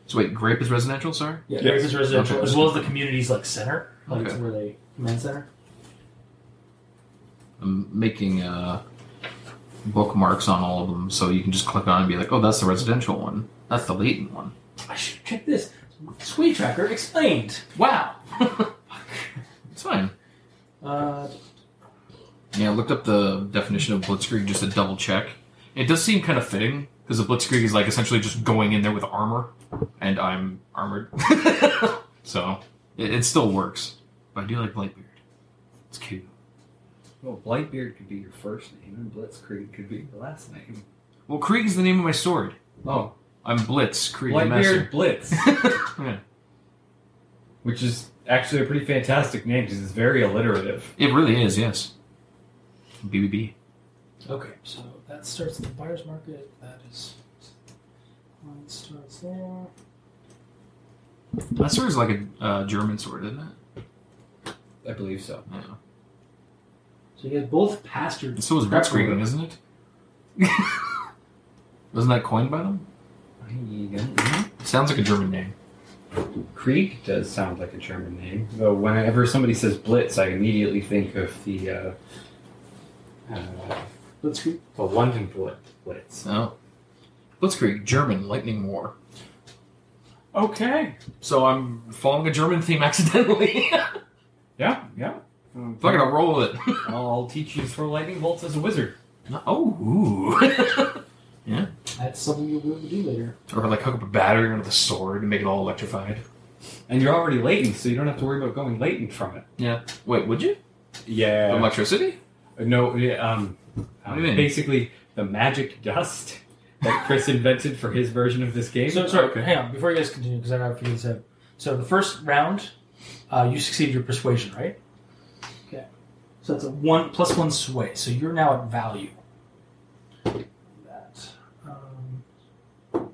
So wait, Grape is residential, sorry?
Yeah,
Yes.
Grape is residential
Okay.
as well as the community's like center, like
Okay.
where they command center.
I'm making uh, bookmarks on all of them so you can just click on and be like, oh, that's the residential one. That's the latent one.
I should check this. Sweet Tracker explained. Wow.
It's fine.
Uh,
Yeah, I looked up the definition of blitzkrieg just to double check. It does seem kind of fitting because the blitzkrieg is like essentially just going in there with armor, and I'm armored, so it, it still works. But I do like Blightbeard. It's cute.
Well, Blightbeard could be your first name, and Blitzkrieg could be your last name.
Well, Krieg is the name of my sword.
Oh,
I'm Blitz Krieg the
Blightbeard
Master.
Blitz,
Yeah.
which is actually a pretty fantastic name because it's very alliterative.
It really is, yes. BBB.
okay, so that starts at the buyer's market. That is. Mine starts there.
That sword is like a uh, German sword, isn't it?
I believe so.
Yeah.
So you guys both passed your.
And so is
Crap,
blitzkrieg,
we're-
isn't it? Wasn't that coined by them?
I don't know.
Sounds like a German name.
Krieg does sound like a German name, though. Whenever somebody says Blitz, I immediately think of the uh, uh,
Let's see.
the London Blit- Blitz.
Oh. Blitzkrieg, German, lightning war.
Okay.
So I'm following a German theme accidentally.
Yeah. Yeah.
I'm gonna roll it.
I'll teach you to throw lightning bolts as a wizard.
oh, ooh.
That's something you'll be able to do later.
or like hook up a battery onto the sword and make it all electrified.
And you're already latent, so you don't have to worry about going latent from it.
Wait, would you?
Yeah.
Electricity?
No, yeah, um,
What do you mean?
basically the magic dust that Chris invented for his version of this game.
So sorry,
Okay.
hang on. Before you guys continue, because I don't know if you guys have. So the first round, uh, you succeed your persuasion, right? Okay. So that's a one plus one sway. So you're now at value. That. Um,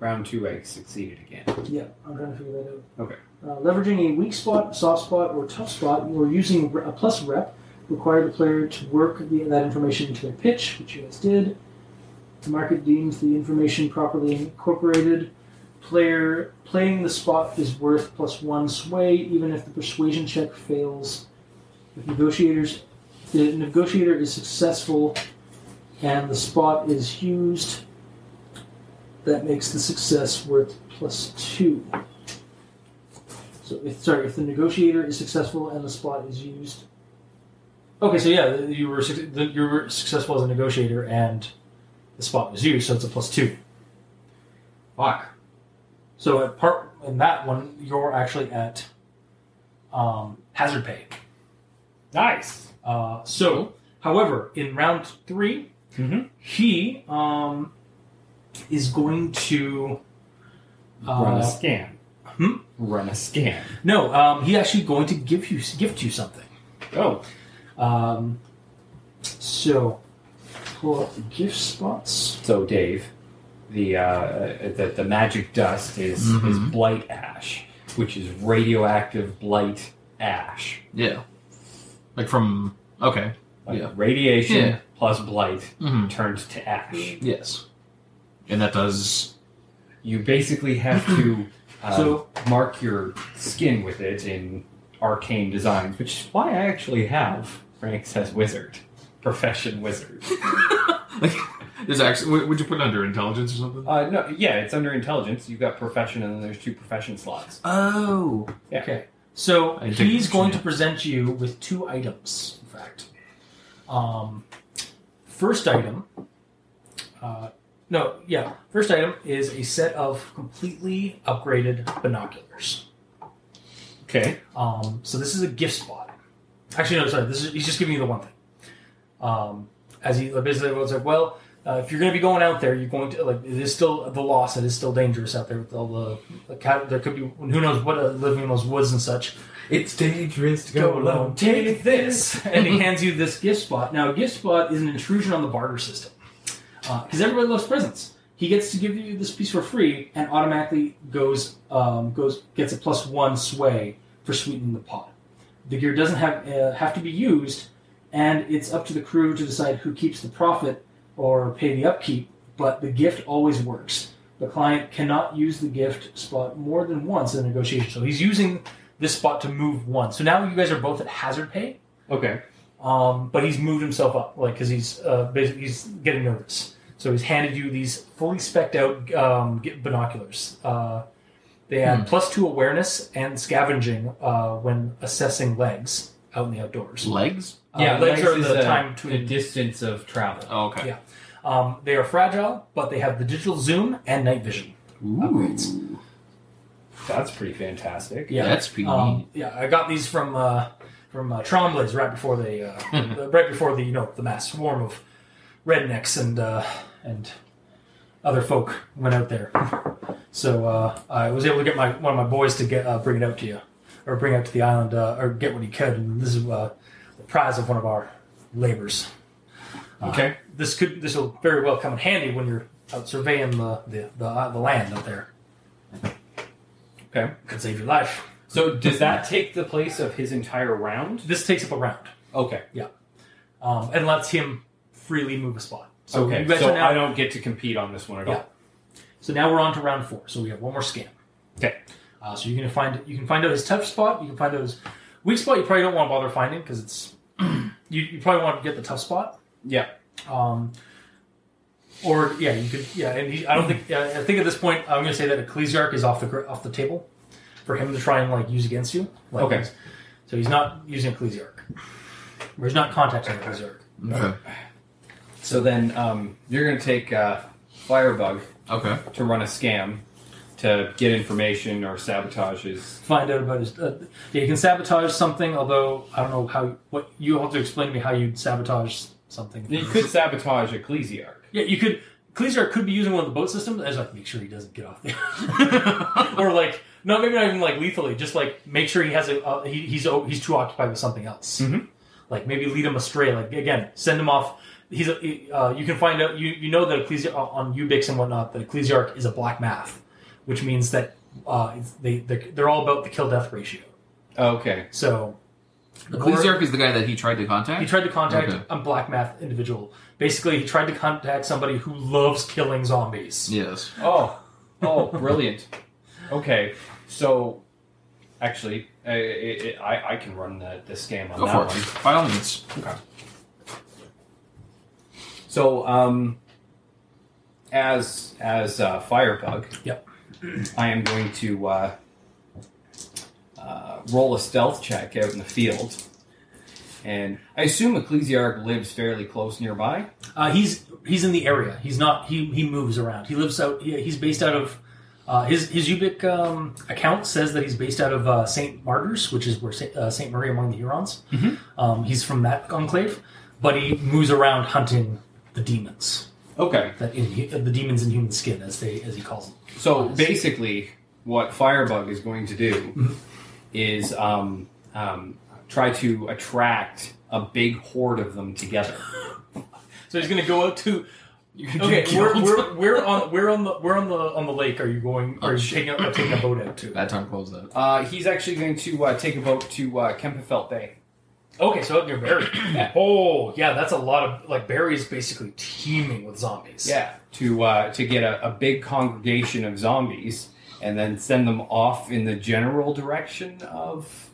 Round two, I succeeded again.
yeah, I'm trying to figure that out.
Okay.
Uh, leveraging a weak spot, soft spot, or tough spot, you are using re- a plus rep. Require the player to work the, that information into their pitch, which you guys did. The market deems the information properly incorporated. Player playing the spot is worth plus one sway, even if the persuasion check fails. If negotiators, the negotiator is successful, and the spot is used, that makes the success worth plus two. So, if, sorry, if the negotiator is successful and the spot is used. Okay, so yeah, th- you were suc- th- you were successful as a negotiator, and the spot was used, so it's a plus two.
Fuck.
So at part in that one, you're actually at um, hazard pay.
Nice.
Uh, so, however, in round 3
Mhm.
he um, is going to.
Run
Uh,
a scan.
hmm?
Run a scan.
no, um, he actually going to give you gift you something.
Oh,
Um, so, pull up the gift spots.
so Dave, the uh, the, the magic dust is is
Mhm.
blight ash, which is radioactive blight ash.
Yeah. Like from okay.
Like
Yeah.
radiation
Yeah.
plus blight
Mm-hmm.
turns to ash.
Yes. And that does
You basically have to uh,
So-
mark your skin with it in arcane designs, which is why I actually have Frank says wizard, profession wizard.
like there's actually would- would you put it under intelligence or something?
Uh, no, yeah, it's under intelligence. You've got profession, and then there's two profession slots.
Oh.
Yeah.
Okay. So
I take
he's
the
going to
chance.
present you with two items. In fact, um, first item. Uh, no, yeah. First item is a set of completely upgraded binoculars.
Okay.
Um, so this is a gift spot. Actually, no, sorry. This is he's just giving you the one thing. Um, as he basically was like, well, uh, if you're going to be going out there, you're going to like it is still the loss. It is still dangerous out there with all the, the cat, there could be who knows what uh, living in those woods and such.
It's dangerous to
Take this, and he hands you this gift spot. Now, a gift spot is an intrusion on the barter system because everybody loves presents. He gets to give you this piece for free, and automatically goes um, goes gets a plus one sway for sweetening the pot. The gear doesn't have uh, have to be used, and it's up to the crew to decide who keeps the profit or pay the upkeep. But the gift always works. The client cannot use the gift spot more than once in a negotiation. So he's using this spot to move one. So now you guys are both at hazard pay.
Okay.
Um, but he's moved himself up, like because he's uh, basically he's getting nervous. So he's handed you these fully specced out um, get- binoculars. Uh, they add plus two awareness and scavenging uh, when assessing legs out in the outdoors.
Legs?
Yeah, legs are
Uh, is
the
a-
time between-
the distance of travel.
Oh, okay.
Yeah. Um, they are fragile, but they have the digital zoom and night vision. Upgrades.
That's pretty fantastic.
Yeah,
That's pretty neat.
Um, yeah, I got these from uh, from uh, Trombley's right before they uh, the- right before the you know the mass swarm of rednecks and uh, and other folk went out there. So uh, I was able to get my one of my boys to get uh, bring it out to you or bring it out to the island uh, or get what he could. And this is uh, the prize of one of our labors.
Uh, Okay.
This could this will very well come in handy when you're out surveying the the, the, uh, the land out there.
Okay.
Could save your life.
So does that take the place of his entire round?
This takes up a round.
Okay.
um, and lets him freely move a spot. So
okay.
you guys
So
are now,
I don't get to compete on this one at
Yeah. so now we're on to round four. So we have one more scan.
Okay.
Uh, so you're gonna find you can find out his tough spot. You can find out his weak spot. You probably don't want to bother finding because it's you, you probably want to get the tough spot.
Yeah.
Um, or yeah, you could yeah. And he, I don't think yeah, I think at this point I'm gonna say that Ecclesiarch is off the gr- off the table for him to try and like use against you. Like,
Okay.
So he's not using a Ecclesiarch. Or he's not contacting an Ecclesiarch.
Okay.
So then um, you're going to take uh, Firebug
Okay.
to run a scam to get information or sabotage his.
Find out about his. Uh, yeah, you can sabotage something, although I don't know how. What you have to explain to me how you'd sabotage something.
You could sabotage Ecclesiarch.
Yeah, you could. Ecclesiarch could be using one of the boat systems as like make sure he doesn't get off there, or like no, maybe not even like lethally, just like make sure he has a uh, he, he's o- he's too occupied with something else.
Mhm.
Like maybe lead him astray. Like again, send him off. He's a, uh, you can find out you you know that Ecclesiarch on Ubix and whatnot that Ecclesiarch is a black math, which means that uh, it's- they they're, they're all about the kill death ratio.
Okay.
So
Ecclesiarch is the guy that he tried to
he
contact.
tried to contact
Okay.
a black math individual. Basically, he tried to contact somebody who loves killing zombies.
yes.
Oh, oh, brilliant. Okay, so actually, I, I, I, I can run the, the scam on
Go
that
for
one.
it. By all means.
So, um, as as uh, Firebug,
Yep.
I am going to uh, uh, roll a stealth check out in the field, and I assume Ecclesiarch lives fairly close nearby.
Uh, he's he's in the area. He's not. He he moves around. He lives out. He, he's based out of. Uh, his his Ubik um, account says that he's based out of uh, Saint Martyrs, which is where Saint, uh, Saint Marie among the Hurons. Um, he's from that enclave, but he moves around hunting the demons
Okay,
that in, the demons in human skin, as they as he calls them.
So basically, what Firebug is going to do is um, um, try to attract a big horde of them together.
So he's going to go out to.
You're gonna
Okay,
get
we're,
killed.
we're, we're on we're on the we're on the on the lake. Are you going? Are
Oh,
you
shit.
taking a, taking a boat out to?
Bad time to close that.
Uh, he's actually going to uh, take a boat to uh, Kempenfelt Bay.
Okay, so out near Barry. oh, yeah, that's a lot of like Barry is basically teeming with zombies.
Yeah, to uh, to get a, a big congregation of zombies and then send them off in the general direction of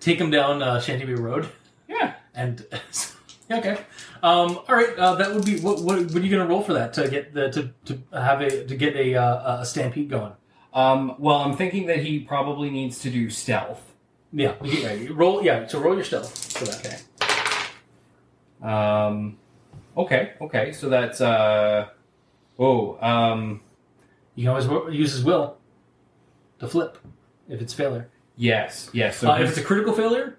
take him down uh, Shantyview Road
yeah.
and yeah, okay. Um, all right, uh, that would be what, what? What are you gonna roll for that to get the to, to have a to get a uh, a stampede going?
Um, well, I'm thinking that he probably needs to do stealth.
Yeah, yeah. you Roll, yeah. So roll your stealth for that.
Okay. Um, okay, okay. So that's uh, oh, um,
You can always wo- use his will to flip if it's failure.
yes, yes. So
Uh, if it's a critical failure,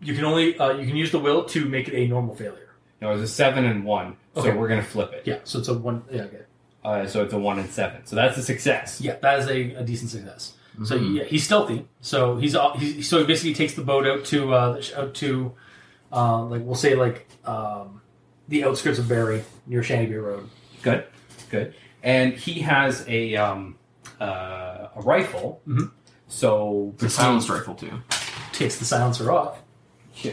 you can only uh, you can use the will to make it a normal failure.
no, it's a seven and one.
Okay.
So we're gonna flip it.
Yeah, so it's a one. Yeah, okay.
Uh, so it's a one and seven. So that's a success.
Yeah, that is a, a decent success. So yeah, he's stealthy. So he's, all- he's so he basically takes the boat out to uh, the sh- out to uh, like we'll say like um, the outskirts of Barry near Shantyview Road.
Good, good. And he has a um, uh, a rifle.
Mhm.
So
It's a silenced rifle too. I
Takes the silencer off.
Yeah.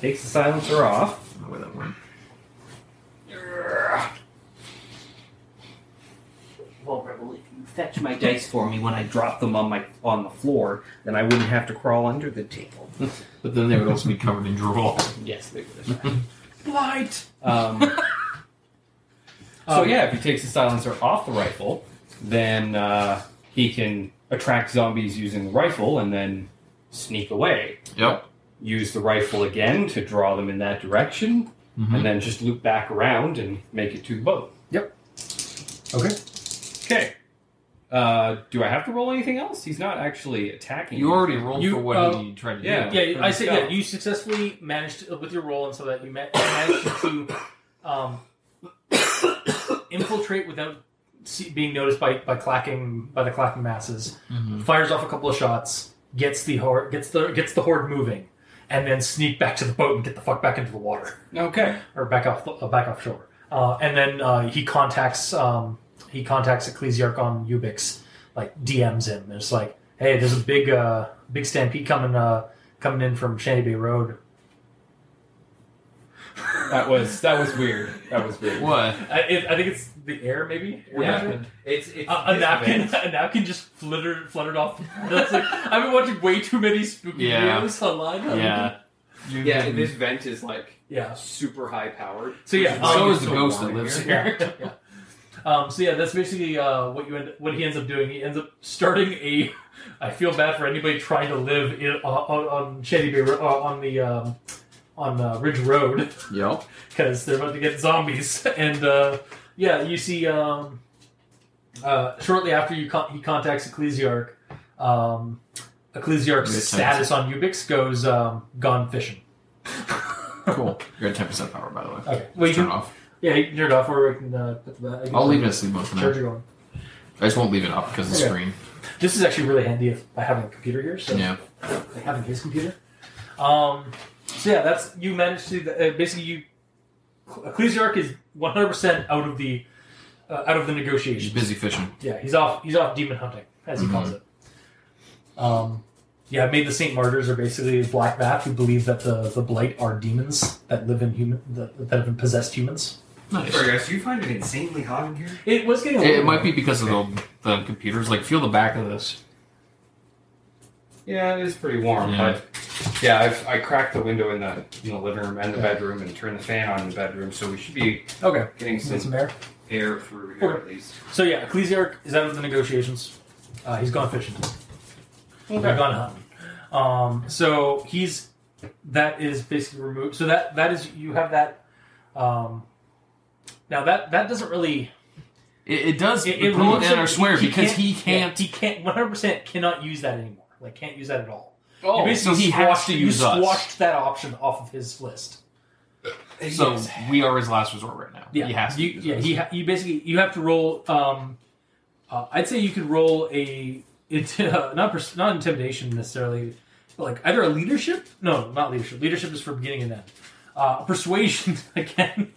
Takes the silencer off.
don't know where that went.
Well, Rebel, if you fetch my dice for me when I drop them on my on the floor, then I wouldn't have to crawl under the table.
But then they would also be covered in drool.
yes, they would.
Blight.
Um, so yeah, if he takes the silencer off the rifle, then uh, he can attract zombies using the rifle and then sneak away.
Yep.
Use the rifle again to draw them in that direction,
Mhm.
and then just loop back around and make it to the boat.
Okay.
Okay. Uh, do I have to roll anything else? He's not actually attacking.
You already rolled
You-
for what
uh,
he tried to
yeah.
do.
Yeah, I say yeah.
Yeah.
You successfully managed to, with your roll, and so that you ma- managed to um, infiltrate without see, being noticed by by clacking by the clacking masses.
Mhm.
fires off a couple of shots, gets the horde gets the gets the horde moving, and then sneak back to the boat and get the fuck back into the water
Okay.
or back off uh, back offshore. Uh, and then uh, he contacts um, he contacts Ecclesiarch on Ubix, like DMs him. And it's like, hey, there's a big uh, big stampede coming uh, coming in from Shanty Bay Road.
That was that was weird. That was weird.
What?
I, it, I think it's the air, maybe. Air
Yeah.
pressure?
It's, it's
A, a napkin, a napkin just fluttered, fluttered off. That's like I've been watching way too many spooky
Yeah.
videos online.
Yeah. You-
Yeah, this vent is like
yeah.
super high powered.
So yeah,
Which
um,
so is
it's
the
so
ghost that
warm
lives
here.
here.
yeah. yeah. Um, so yeah, that's basically uh, what you end, what he ends up doing. He ends up starting a. I feel bad for anybody trying to live in, uh, on, on Shady Bay Ro- uh, on the um, on uh, Ridge Road
Yep.
because they're about to get zombies. And uh, yeah, you see, um, uh, shortly after you con- he contacts Ecclesiarch, um,
Makes
Ecclesiarch's
sense.
status on Ubix goes um, gone fishing.
Cool. You're at ten percent power, by the way.
Okay, well you
Turn
can,
off.
yeah, you can turn it off or we can uh, put the. I can-
I'll leave it as sleep mode for
Charge
now.
it on.
I just won't leave it up because of the
Okay.
screen.
This is actually really handy if I have a computer here. So
Yeah.
like having his computer. Um, so yeah, that's you managed to uh, basically you Ecclesiarch is one hundred percent out of the uh, out of the
He's
negotiations.
busy fishing.
Yeah, he's off he's off demon hunting as he
Mm-hmm.
calls it. Um, yeah, I made the Saint Martyrs are basically black bat who believe that the the blight are demons that live in human that, that have possessed humans.
Nice.
Sorry guys, do you find it insanely hot in here?
It was getting a
It,
little
it might be because of the, the computers. Like, feel the back of this.
Yeah, it is pretty warm,
Yeah.
but yeah, I've, I cracked the window in the in the living room and the bedroom and turned the fan on in the bedroom, so we should be
okay.
getting
Get some
some
air.
air through here
Okay.
at least.
So yeah, Ecclesiarch is out of the negotiations. Uh, he's gone fishing. He's gone hunting. Um, so he's that is basically removed. So that that is you have that. Um, now that that doesn't really
It, it does
it,
it,
it
promote
looks
and
like
or swear because he
yeah,
can't.
he can't one hundred percent cannot use that anymore. Like can't use that at all. You
oh, so
basically
he
squashed,
has to
you
use us.
squashed that option off of his list.
So we are his last resort right now.
Yeah,
He has to
You,
use
yeah,
us.
he ha- you basically you have to roll. Um, uh, I'd say you could roll a it not pers- not intimidation necessarily, but like either a leadership. No, not leadership. Leadership is for beginning and end. Uh, persuasion again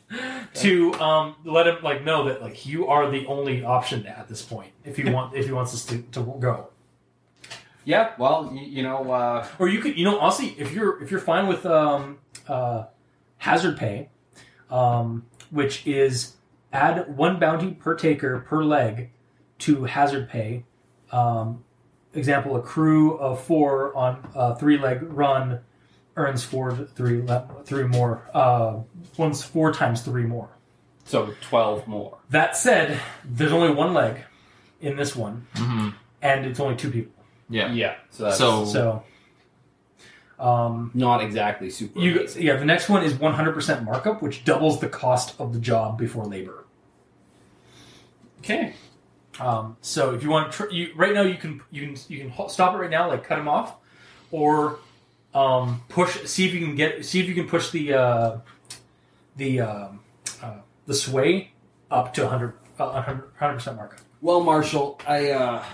to um, let him like know that like you are the only option at this point if he want if he wants us to, to go
Yeah, well, you, you know, uh,
or you could you know honestly if you're if you're fine with um, uh, hazard pay um, which is add one bounty per taker per leg to hazard pay um, example a crew of four on a three leg run earns four three le- three more uh, one's four times three more
so twelve more.
that said there's only one leg in this one
Mhm.
and it's only two people
yeah.
so that's
So-
so um,
not exactly super.
You
amazing.
yeah, the next one is 100% markup, which doubles the cost of the job before labor.
okay?
Um, so if you want to, tr- you right now you can you can you can ho- stop it right now, like cut him off, or um, push. See if you can get see if you can push the uh, the um, uh, the sway up to 100 100 percent markup.
Well, Marshall, I uh,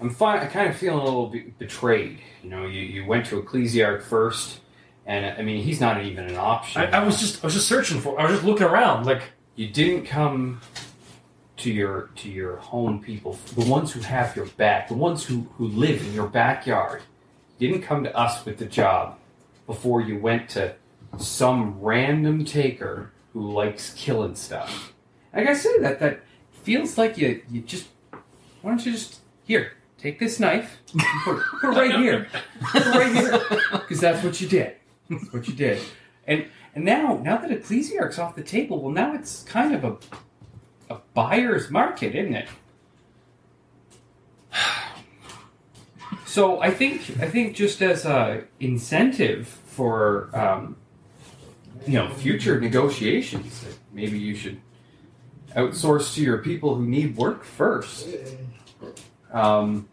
I'm fine. I kind of feeling a little be- betrayed. You know, you, you went to Ecclesiarch first, and I mean, he's not even an option.
I, I was just I was just searching for. I was just looking around, like
you didn't come to your to your home people, the ones who have your back, the ones who who live in your backyard. You didn't come to us with the job before you went to some random taker who likes killing stuff.
Like I said, that that feels like you you just why don't you just here, take this knife, and put, it- put it right here. Put it right here. Because that's what you did. That's what you did. And and now now that Ecclesiarch's off the table, well now it's kind of a a buyer's market, isn't it? So I think I think just as a incentive for um,
You know, future negotiations. that Maybe you should outsource to your people who need work first. Um,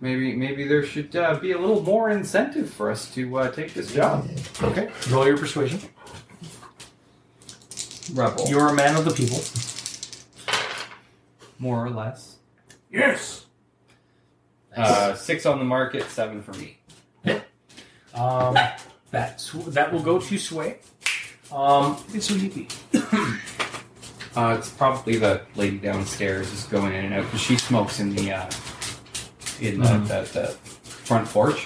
maybe maybe there should uh, be a little more incentive for us to uh, take this job.
okay, roll your persuasion.
rebel,
You're a man of the people.
more or less.
Yes.
Uh, six on the market, seven for me.
Um, that sw- that will go to Sway. Um, it's so yippee.
Uh, it's probably the lady downstairs is going in and out because she smokes in the uh, in the,
Mhm.
the, the front porch,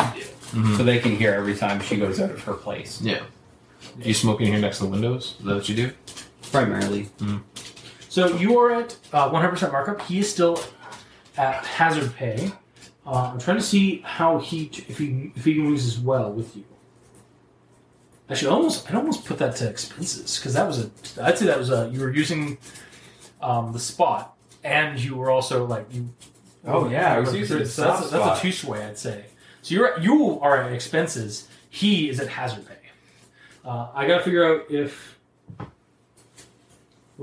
Mhm.
so they can hear every time she goes out of her place.
Yeah. Do you smoke in here next to the windows? Is that what you do?
Primarily,
So you are at uh, 100% markup. He is still at hazard pay. Uh, I'm trying to see how he if he if he moves as well with you. I should almost I'd almost put that to expenses because that was a I'd say that was a you were using um, the spot and you were also like you.
Oh, yeah, I was
So
using the
that's, a,
soft
that's a
spot.
two sway I'd say. So you're you are at expenses. He is at hazard pay. Uh, I gotta figure out if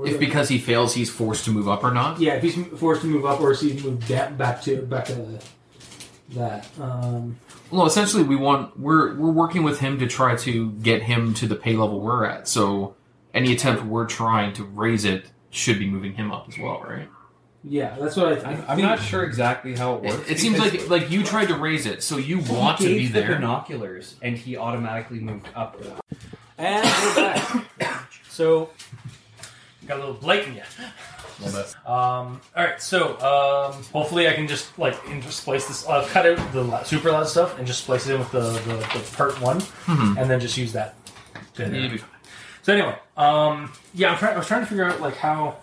If because he fails, he's forced to move up or not.
yeah if he's forced to move up or if he's moved da- back to back to that. Um,
Well, essentially, we want we're we're working with him to try to get him to the pay level we're at. So any attempt we're trying to raise it should be moving him up as well, right?
yeah, that's what I, th- I
I'm,
think.
I'm not sure exactly how it
It,
works.
it seems
because
like like you tried to raise it, so you
he
want to
gave
be
the
there.
binoculars, and he automatically moved up.
And we're back. so, got a little Blake in you. Um, all right, so um, hopefully I can just like in- just place this. I'll cut out the la- super loud stuff and just place it in with the the, the part one, and then just use that.
You'll be fine.
So anyway, um, yeah, I'm trying. I was trying to figure out like how.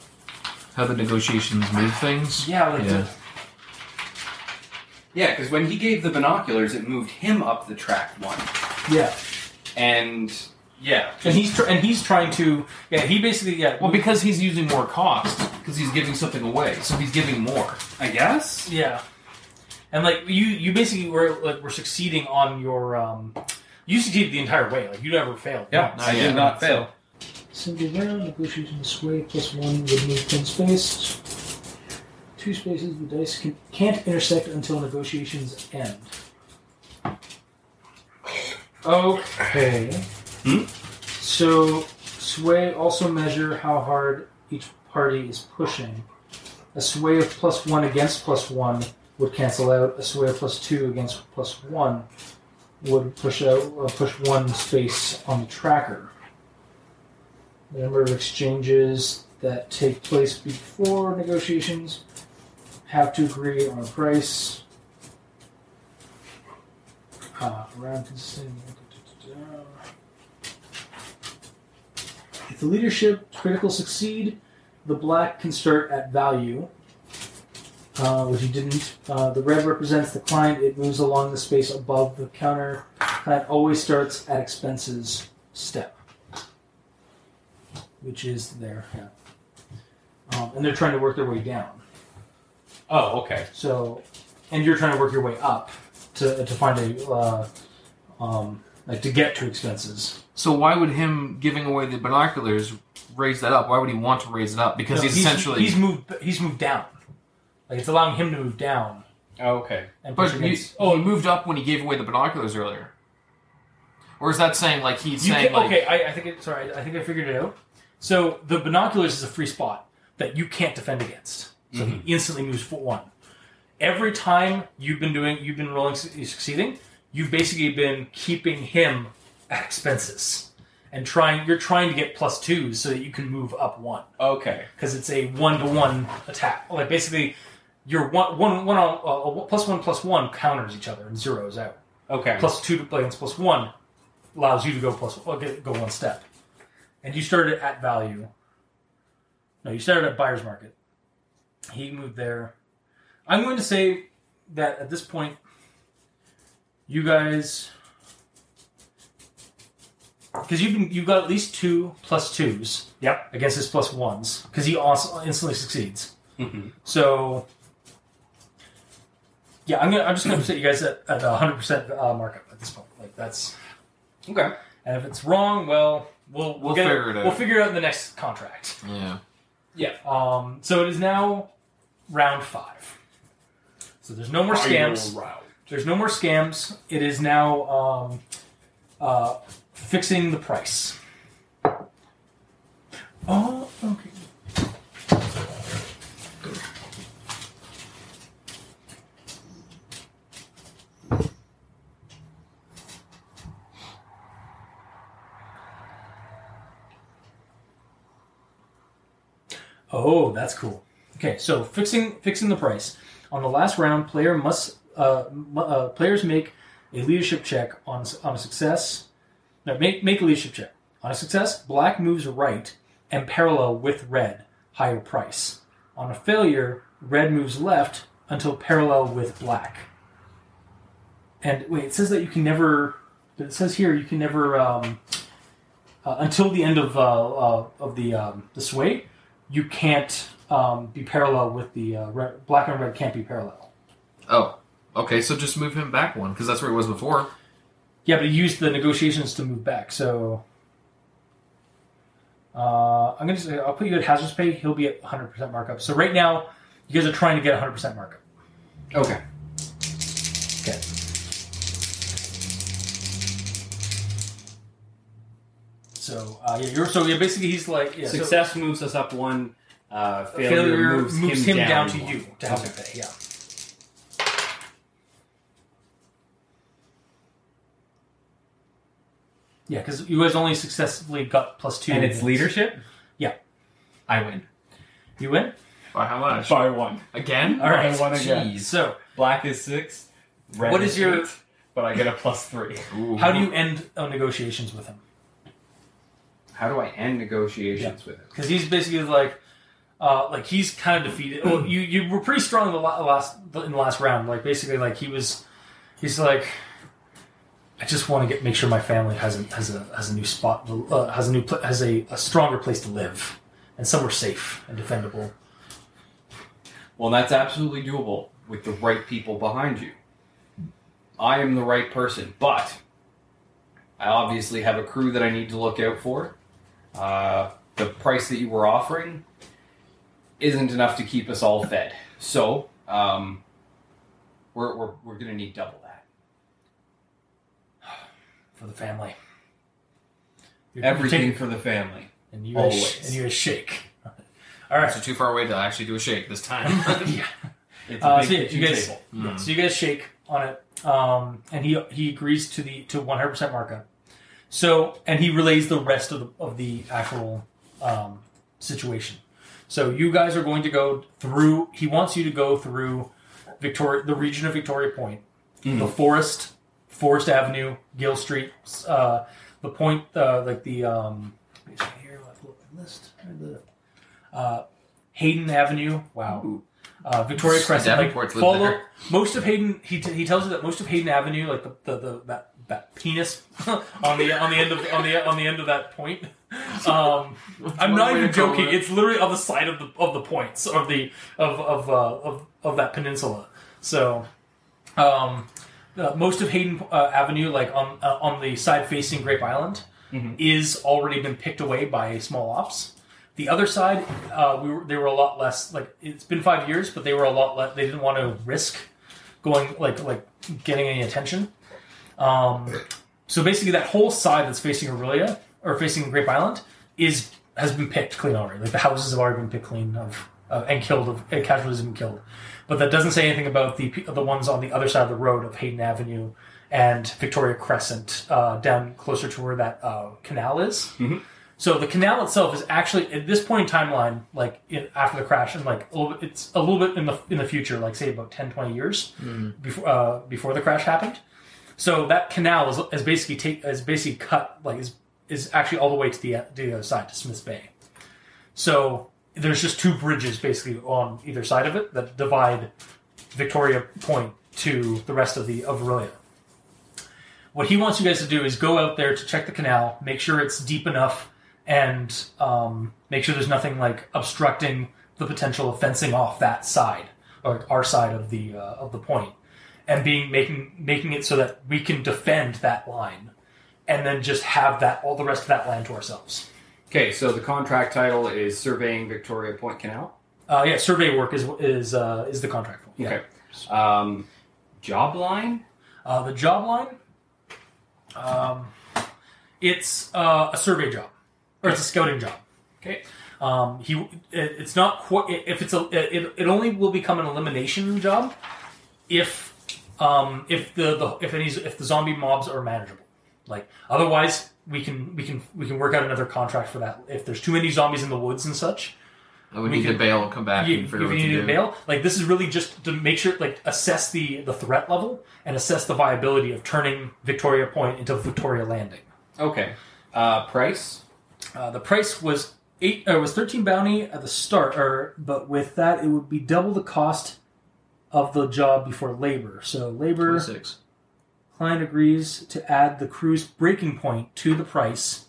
How the negotiations move things.
Yeah, like
Yeah.
Yeah, because when he gave the binoculars, it moved him up the track one,
the- yeah.
and yeah,
And he's tr- and he's trying to. Yeah, he basically yeah.
Well, because he's using more cost, because he's giving something away, so he's giving more.
I guess.
Yeah, and like you, you basically were like were succeeding on your. Um, you succeeded the entire way. Like you never failed. once.
I
yeah.
did not fail.
Single round, negotiation sway plus one would move 10 space. Two spaces, the dice can, can't intersect until negotiations end. Okay.
Hmm?
So, sway also measure how hard each party is pushing. A sway of plus one against plus one would cancel out. A sway of plus two against plus one would push out uh, push one space on the tracker the number of exchanges that take place before negotiations have to agree on a price. Uh, round consisting. If the leadership critical succeed, the black can start at value, uh, which you didn't. Uh, the red represents the client. It moves along the space above the counter. Client always starts at expenses step which is there. Yeah. Um, and they're trying to work their way down.
Oh, okay.
So, and you're trying to work your way up to to find a uh, um, like to get to expenses.
So why would him giving away the binoculars raise that up? Why would he want to raise it up? Because
No,
he's, essentially
he's moved he's moved down. Like it's allowing him to move down
Okay.
and push
But you,
against.
oh, he moved up when he gave away the binoculars earlier. Or is that saying like he's
You
saying
can,
like
okay, I, I think it, sorry, I think I figured it out. So the binoculars is a free spot that you can't defend against. So
Mm-hmm.
he instantly moves for one. Every time you've been doing, you've been rolling, su- succeeding. You've basically been keeping him at expenses and trying. You're trying to get plus twos so that you can move up one
Okay.
because it's a one to one attack. Like basically, your one one one on uh, uh, plus one plus one counters each other and zeros out
Okay.
plus two to play against plus one allows you to go plus well, get- go one step. And you started at value. No, you started at buyer's market. He moved there. I'm going to say that at this point, you guys, because you've been, you've got at least two plus twos.
Yep.
Against his plus ones, because he also instantly succeeds. So. Yeah, I'm, gonna, I'm just going to set you guys at, at 100% uh, markup at this point. Like that's,
Okay.
and if it's wrong, well, we'll we'll,
We'll
get
figure it out.
We'll figure it out in the next contract.
yeah.
Um, so it is now round five. So there's no more scams. There's no more scams. It is now um, uh, fixing the price. Oh, okay. Oh, that's cool. Okay, so fixing fixing the price on the last round, player must uh, mu- uh, players make a leadership check on s- on a success. No, make make a leadership check on a success. Black moves right and parallel with red, higher price. On a failure, red moves left until parallel with black. And wait, it says that you can never. It says here you can never um, uh, until the end of uh, uh, of the um, the sway, you can't um, be parallel with the uh, red, black and red can't be parallel.
Oh, okay. So just move him back one because that's where he was before.
Yeah, but he used the negotiations to move back. So uh, I'm gonna say I'll put you at hazard's pay. He'll be at 100 percent markup. So right now, you guys are trying to get 100 percent markup.
Okay.
Okay. So uh, yeah, you're so yeah. Basically, he's like yeah, so
Success moves us up one. Uh, failure,
failure,
moves,
him, down, to
one.
you to hazard pay. Yeah. Yeah, because you guys only successfully got plus two.
And it's
against-
leadership?
Yeah.
I win.
You win.
By how much?
By one.
Again?
All right.
I won again.
Jeez.
So
Black is six. Red
What
is
is your-
eight, but I get a plus three.
Ooh.
How do you end uh, negotiations with him?
How do I end negotiations with him?
Because he's basically like, uh, like he's kind of defeated. Well, you you were pretty strong in the la- last in the last round. Like basically, like he was, he's like, I just want to get make sure my family has a has a has a new spot, to- uh, has a new pla- has a, a stronger place to live, and somewhere safe and defendable.
Well, that's absolutely doable with the right people behind you. I am the right person, but I obviously have a crew that I need to look out for. Uh, the price that you were offering isn't enough to keep us all fed. So, um, we're, we're, we're going to need double that.
for the family. You're
Everything
taking-
for the family.
and you guys, sh-
always.
and you guys shake. All right.
So too far away to actually do a shake this time.
yeah.
It's a
Uh,
big
so yeah,
kitchen
you guys,
table.
yeah, so you guys shake on it, um, and he he agrees to the to one hundred percent markup. So, and he relays the rest of the of the actual um, situation. So you guys are going to go through. He wants you to go through Victoria, the region of Victoria Point,
Mm-hmm.
the forest, Forest Avenue, Gill Street, uh, the point, uh, like the um, here, I'll pull up my list. The uh, Hayden Avenue. Wow. Uh, Victoria Crescent. Like,
Davenport's lived
follow
there.
most of Hayden. He, t- he tells you that most of Hayden Avenue, like the, the, the that that penis on the on the end of on the on the end of that point. Um, I'm
one
not
way
even
to call
joking.
it.
It's literally on the side of the of the points of the of of uh, of, of that peninsula. So, um, uh, most of Hayden uh, Avenue, like on uh, on the side facing Grape Island,
Mm-hmm.
is already been picked away by small ops. The other side, uh, we were, they were a lot less. Like it's been five years, but they were a lot less. They didn't want to risk going like like getting any attention. Um, so basically, that whole side that's facing Aurelia or facing Grape Island is has been picked clean already. Like the houses have already been picked clean of uh, and killed of and casualties have been killed. But that doesn't say anything about the pe- the ones on the other side of the road of Hayden Avenue and Victoria Crescent uh, down closer to where that uh, canal is. So the canal itself is actually at this point in timeline, like in, after the crash, and like a little bit, it's a little bit in the in the future, like say about 10, 20 years before uh, before the crash happened. So that canal is, is basically take is basically cut like is is actually all the way to the to the other side to Smith's Bay. So there's just two bridges basically on either side of it that divide Victoria Point to the rest of the of Aurelia. What he wants you guys to do is go out there to check the canal, make sure it's deep enough, and um, make sure there's nothing like obstructing the potential of fencing off that side or our side of the uh, of the point, and being making making it so that we can defend that line, and then just have that all the rest of that land to ourselves.
Okay, so the contract title is Surveying Victoria Point Canal.
Uh, yeah, survey work is is uh, is the contract. Yeah.
Okay. Um, job line?
Uh, the job line, um, it's uh, a survey job, or it's a scouting job.
Okay.
Um, he, it, it's not quite. If it's a, it, it only will become an elimination job if, um, if the, the if any if the zombie mobs are manageable. Like otherwise, we can we can we can work out another contract for that. If there's too many zombies in the woods and such,
I would
We
need to
can-
bail and come back
you,
and
if
figure
you
out what to
need
do.
to bail. Like this is really just to make sure, like assess the the threat level and assess the viability of turning Victoria Point into Victoria Landing.
Okay. Uh, price?
Uh, the price was eight or was thirteen bounty at the start, or but with that it would be double the cost of the job before labor. So labor
Six.
client agrees to add the crew's breaking point to the price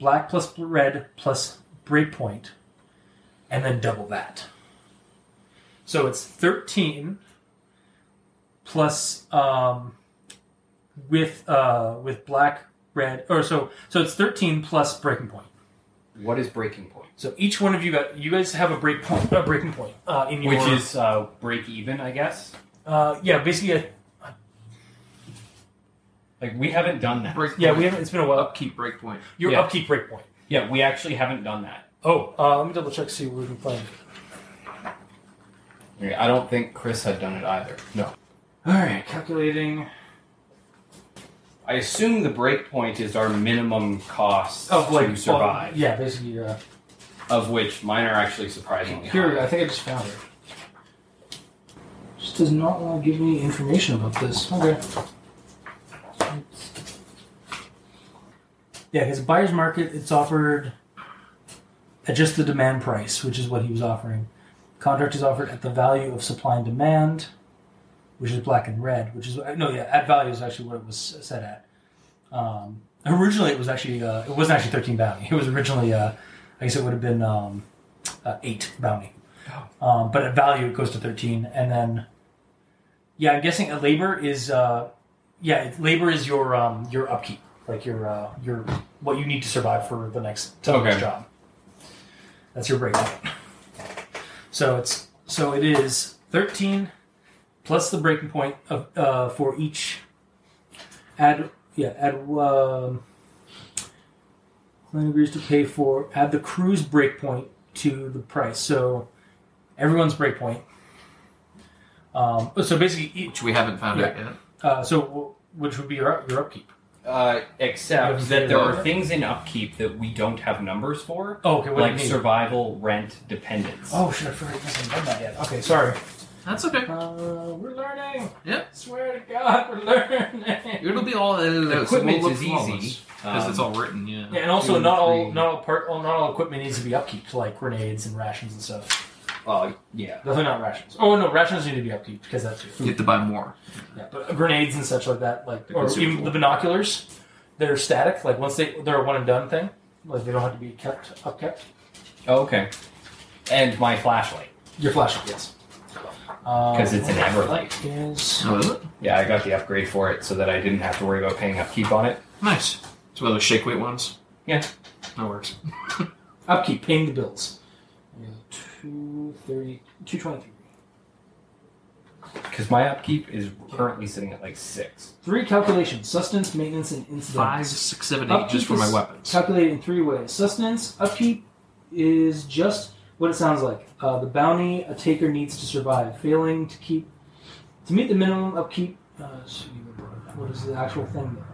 black plus red plus breakpoint, and then double that. So it's 13 plus um, with uh, with black, red, or so so it's 13 plus breaking point.
What is breaking point?
So each one of you got you guys have a break point, a breaking point uh, in your
Which is uh, break even, I guess.
uh, yeah basically a,
Like we haven't done that.
Break
yeah we haven't it's been a while
upkeep breakpoint.
your
Yeah.
upkeep break point.
Yeah, we actually haven't done that.
Oh, uh, let me double check see where we can find.
I don't think Chris had done it either. No.
All right, calculating.
I assume the break point is our minimum cost
Of, like,
to survive,
Yeah, basically uh,
of which mine are actually surprisingly
Here,
high.
I think I just found it. Just does not want to give me information about this. Okay. Yeah, because buyer's market, it's offered at just the demand price, which is what he was offering. Contract is offered at the value of supply and demand, which is black and red, which is no, yeah, at value is actually what it was set at. Um, originally, it was actually uh, it wasn't actually thirteen bounty. It was originally, uh, I guess, it would have been um, uh, eight bounty. Um, but at value, it goes to thirteen, and then yeah, I'm guessing at labor is uh, yeah, it- labor is your um, your upkeep, like your uh, your what you need to survive for the next, to the next
Okay.
job. That's your breakpoint. So it's so it is thirteen plus the breaking point of uh, for each. Add yeah, add um, client agrees to pay for add the cruise breakpoint to the price. So everyone's breakpoint. Um, so basically, each,
Which we haven't found out yet.
uh, so w- which would be your, up- your upkeep?
Uh, except
Yeah,
that there
yeah.
are things in upkeep that we don't have numbers for,
Oh, okay. What
like
do you need?
survival, rent, dependence.
Oh shit! I forgot I haven't done that yet. Okay, sorry.
That's okay.
Uh, we're learning.
Yep.
Swear to God, we're learning. Yeah,
It'll be all edited out. so it
Equipment
will look
is
flawless.
easy.
because it's
Um,
all written. Yeah.
and also
Two,
not all
three.
not all part all, not all equipment needs to be upkeeped, like grenades and rations and stuff.
uh, yeah.
Definitely not rations. Oh no, rations need to be upkeeped because that's your
You
food.
have to buy more.
Yeah, but grenades and such like that, like
The
or
consumable.
even the binoculars, they're static. Like once they they're a one and done thing. Like they don't have to be kept upkept.
Okay. And my flashlight,
Your flashlight, yes. Um,
because it's an Everlight.
Yes.
Oh, is it?
Yeah, I got the upgrade for it so that I didn't have to worry about paying upkeep on it.
Nice. It's one of those shake weight ones.
Yeah.
That works.
Upkeep, paying the bills. Two thirty, two twenty-three.
Because my upkeep is currently sitting at like six.
Three calculations: sustenance, maintenance, and incident.
Five, six, seven, eight, just for my weapons.
Calculated in three ways. Sustenance, upkeep is just what it sounds like. Uh, the bounty a taker needs to survive. Failing to keep to meet the minimum upkeep. Uh, shoot, what is the actual thing there?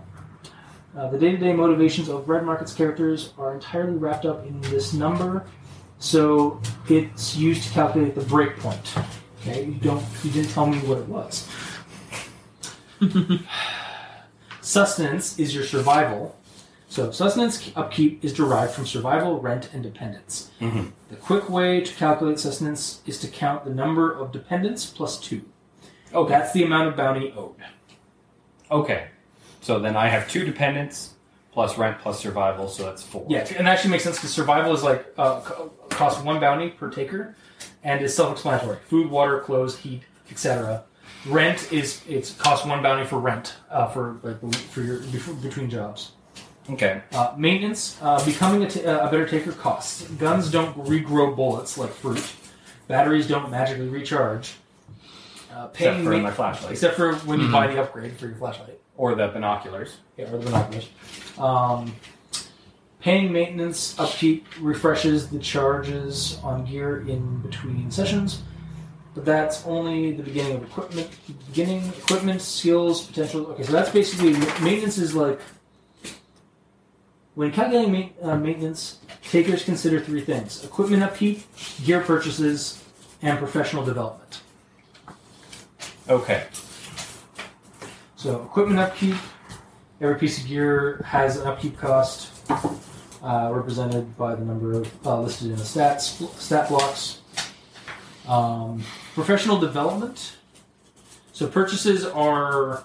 Uh, the day-to-day motivations of Red Market's characters are entirely wrapped up in this number, so it's used to calculate the breakpoint. Okay, you don't you didn't tell me what it was. Sustenance is your survival. So sustenance upkeep is derived from survival, rent, and dependence. The quick way to calculate sustenance is to count the number of dependents plus two. Oh, that's the amount of bounty owed.
Okay. So then I have two dependents plus rent plus survival, so that's four.
Yeah, and that actually makes sense because survival is like uh, co- costs one bounty per taker, and is self-explanatory: food, water, clothes, heat, etc. Rent is it's costs one bounty for rent uh, for like for your bef- between jobs.
Okay.
Uh, maintenance, uh, becoming a, t- uh, a better taker costs. Guns don't regrow bullets like fruit. Batteries don't magically recharge. Uh, paying
Except for
ma-
my flashlight.
except for when you buy the upgrade for your flashlight
Or the binoculars.
yeah, or the binoculars. Um, paying maintenance upkeep refreshes the charges on gear in between sessions, but that's only the beginning of equipment. Beginning equipment skills potential. Okay, so that's basically ma- maintenance is like when calculating ma- uh, maintenance, takers consider three things: equipment upkeep, gear purchases, and professional development.
Okay.
So equipment upkeep. Every piece of gear has an upkeep cost, uh, represented by the number of uh, listed in the stats stat blocks. Um, professional development. So purchases are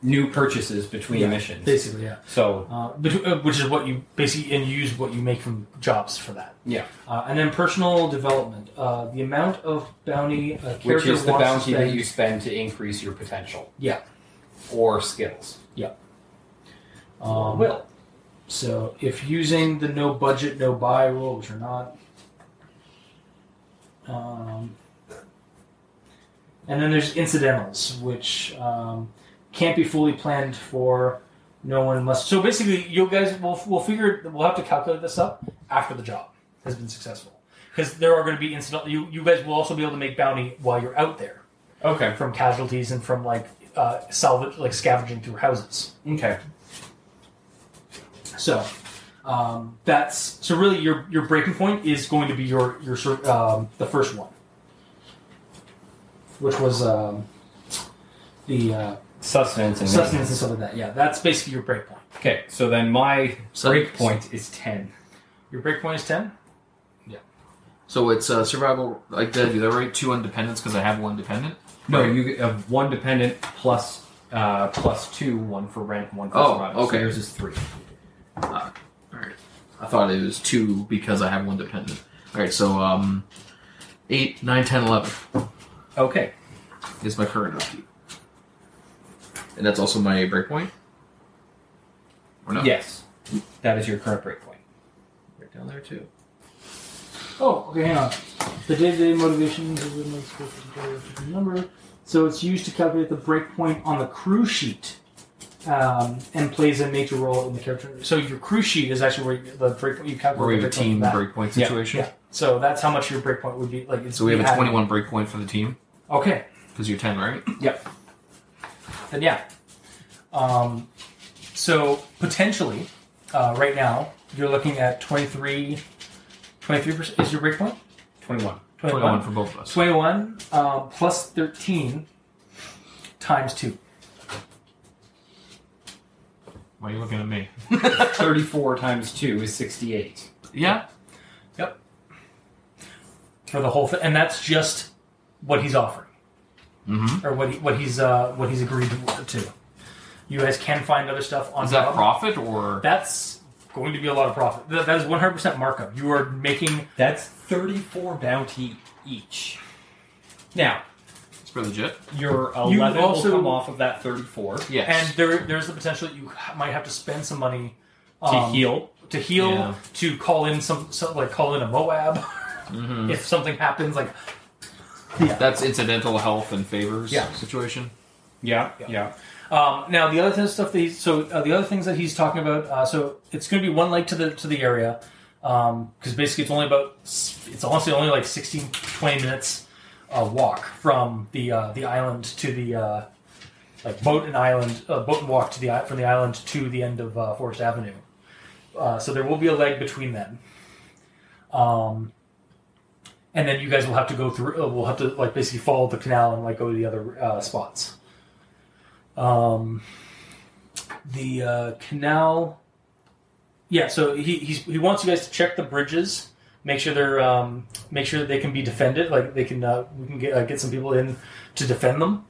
new purchases between
Yeah.
missions.
Basically, yeah.
so
Uh, bet- uh, which is what you basically and you use what you make from jobs for that.
Yeah.
Uh, and then personal development. Uh, the amount of bounty a character
which is the
wants to
bounty that
spend-
you spend to increase your potential.
Yeah.
Or skills.
um,
will.
So if using the no budget, no buy rule, which are not. Um, and then there's incidentals, which um, can't be fully planned for. No one must. So basically, you guys will we'll figure we'll have to calculate this up after the job has been successful, because there are going to be incidental. You you guys will also be able to make bounty while you're out there
Okay.
from casualties and from like uh, salvage, like scavenging through houses.
Okay.
So um, that's so really your your breaking point is going to be your your sor- um, the first one, which was um, the uh,
Sustenance and
sustenance and stuff like that. Yeah, that's basically your break point.
Okay, so then my
So-
break point is ten.
Your break point is ten.
So it's uh, survival. Like, did I do that right? Two independence because I have one dependent.
No, you have one dependent plus uh, plus two, one for rent, one for
Oh,
survival. So
okay.
yours is three.
I thought it was two because I have one dependent. All right, so um, eight, nine, ten, eleven
Okay.
is my current upkeep, and that's also my breakpoint. Or no?
Yes, that is your current break point.
right down there too.
Oh, okay, hang on. The day-to-day motivation is the most specific number. So it's used to calculate the breakpoint on the crew sheet, um, and plays a major role in the character. So your crew sheet is actually where you, the breakpoint you calculate.
Where we have a
the breakpoint
team
for that.
breakpoint
Yeah,
situation.
yeah. So that's how much your breakpoint would be. Like, it's
So we have
had-
a twenty-one breakpoint for the team
Okay,
because you're ten, right?
then yeah. Um, so potentially, uh, right now you're looking at 23 23 percent is your breakpoint.
Twenty-one.
Twenty-one for both of us.
21 uh, plus 13 times 2.
Why are you looking at me?
Thirty-four times two is sixty-eight.
Yeah.
for the whole thing, and that's just what he's offering,
Mm-hmm.
or what he, what he's uh, what he's agreed to. You guys can find other stuff on
Is that
Rob.
profit or?
That's going to be a lot of profit. That, that is one hundred percent markup. You are making
That's thirty-four bounty each. Now
It's pretty legit.
your
You
eleven
also-
will come off of that thirty-four
Yes.
and there there's the potential that you ha- might have to spend some money
to
um,
heal.
to heal
Yeah.
to call in some, some like call in a Moab
Mhm.
if something happens. Like
That's incidental health and favors
Yeah. situation.
situation.
Yeah,
Yeah.
yeah.
Um, now the other thing- stuff that he's so uh, the other things that he's talking about. Uh, so it's going to be one leg to the to the area because basically it's only about s- it's honestly only like 16, 20 minutes uh, walk from the uh, the island to the uh, like boat and island uh, boat and walk to the i- from the island to the end of uh, Forest Avenue. Uh, so there will be a leg between them. Um, and then you guys will have to go through. Uh, we'll have to like basically follow the canal and like go to the other uh, spots. Um, the uh, canal. Yeah, so he he's, he wants you guys to check the bridges, make sure they're um, make sure that they can be defended. Like they can uh, we can get uh, get some people in to defend them,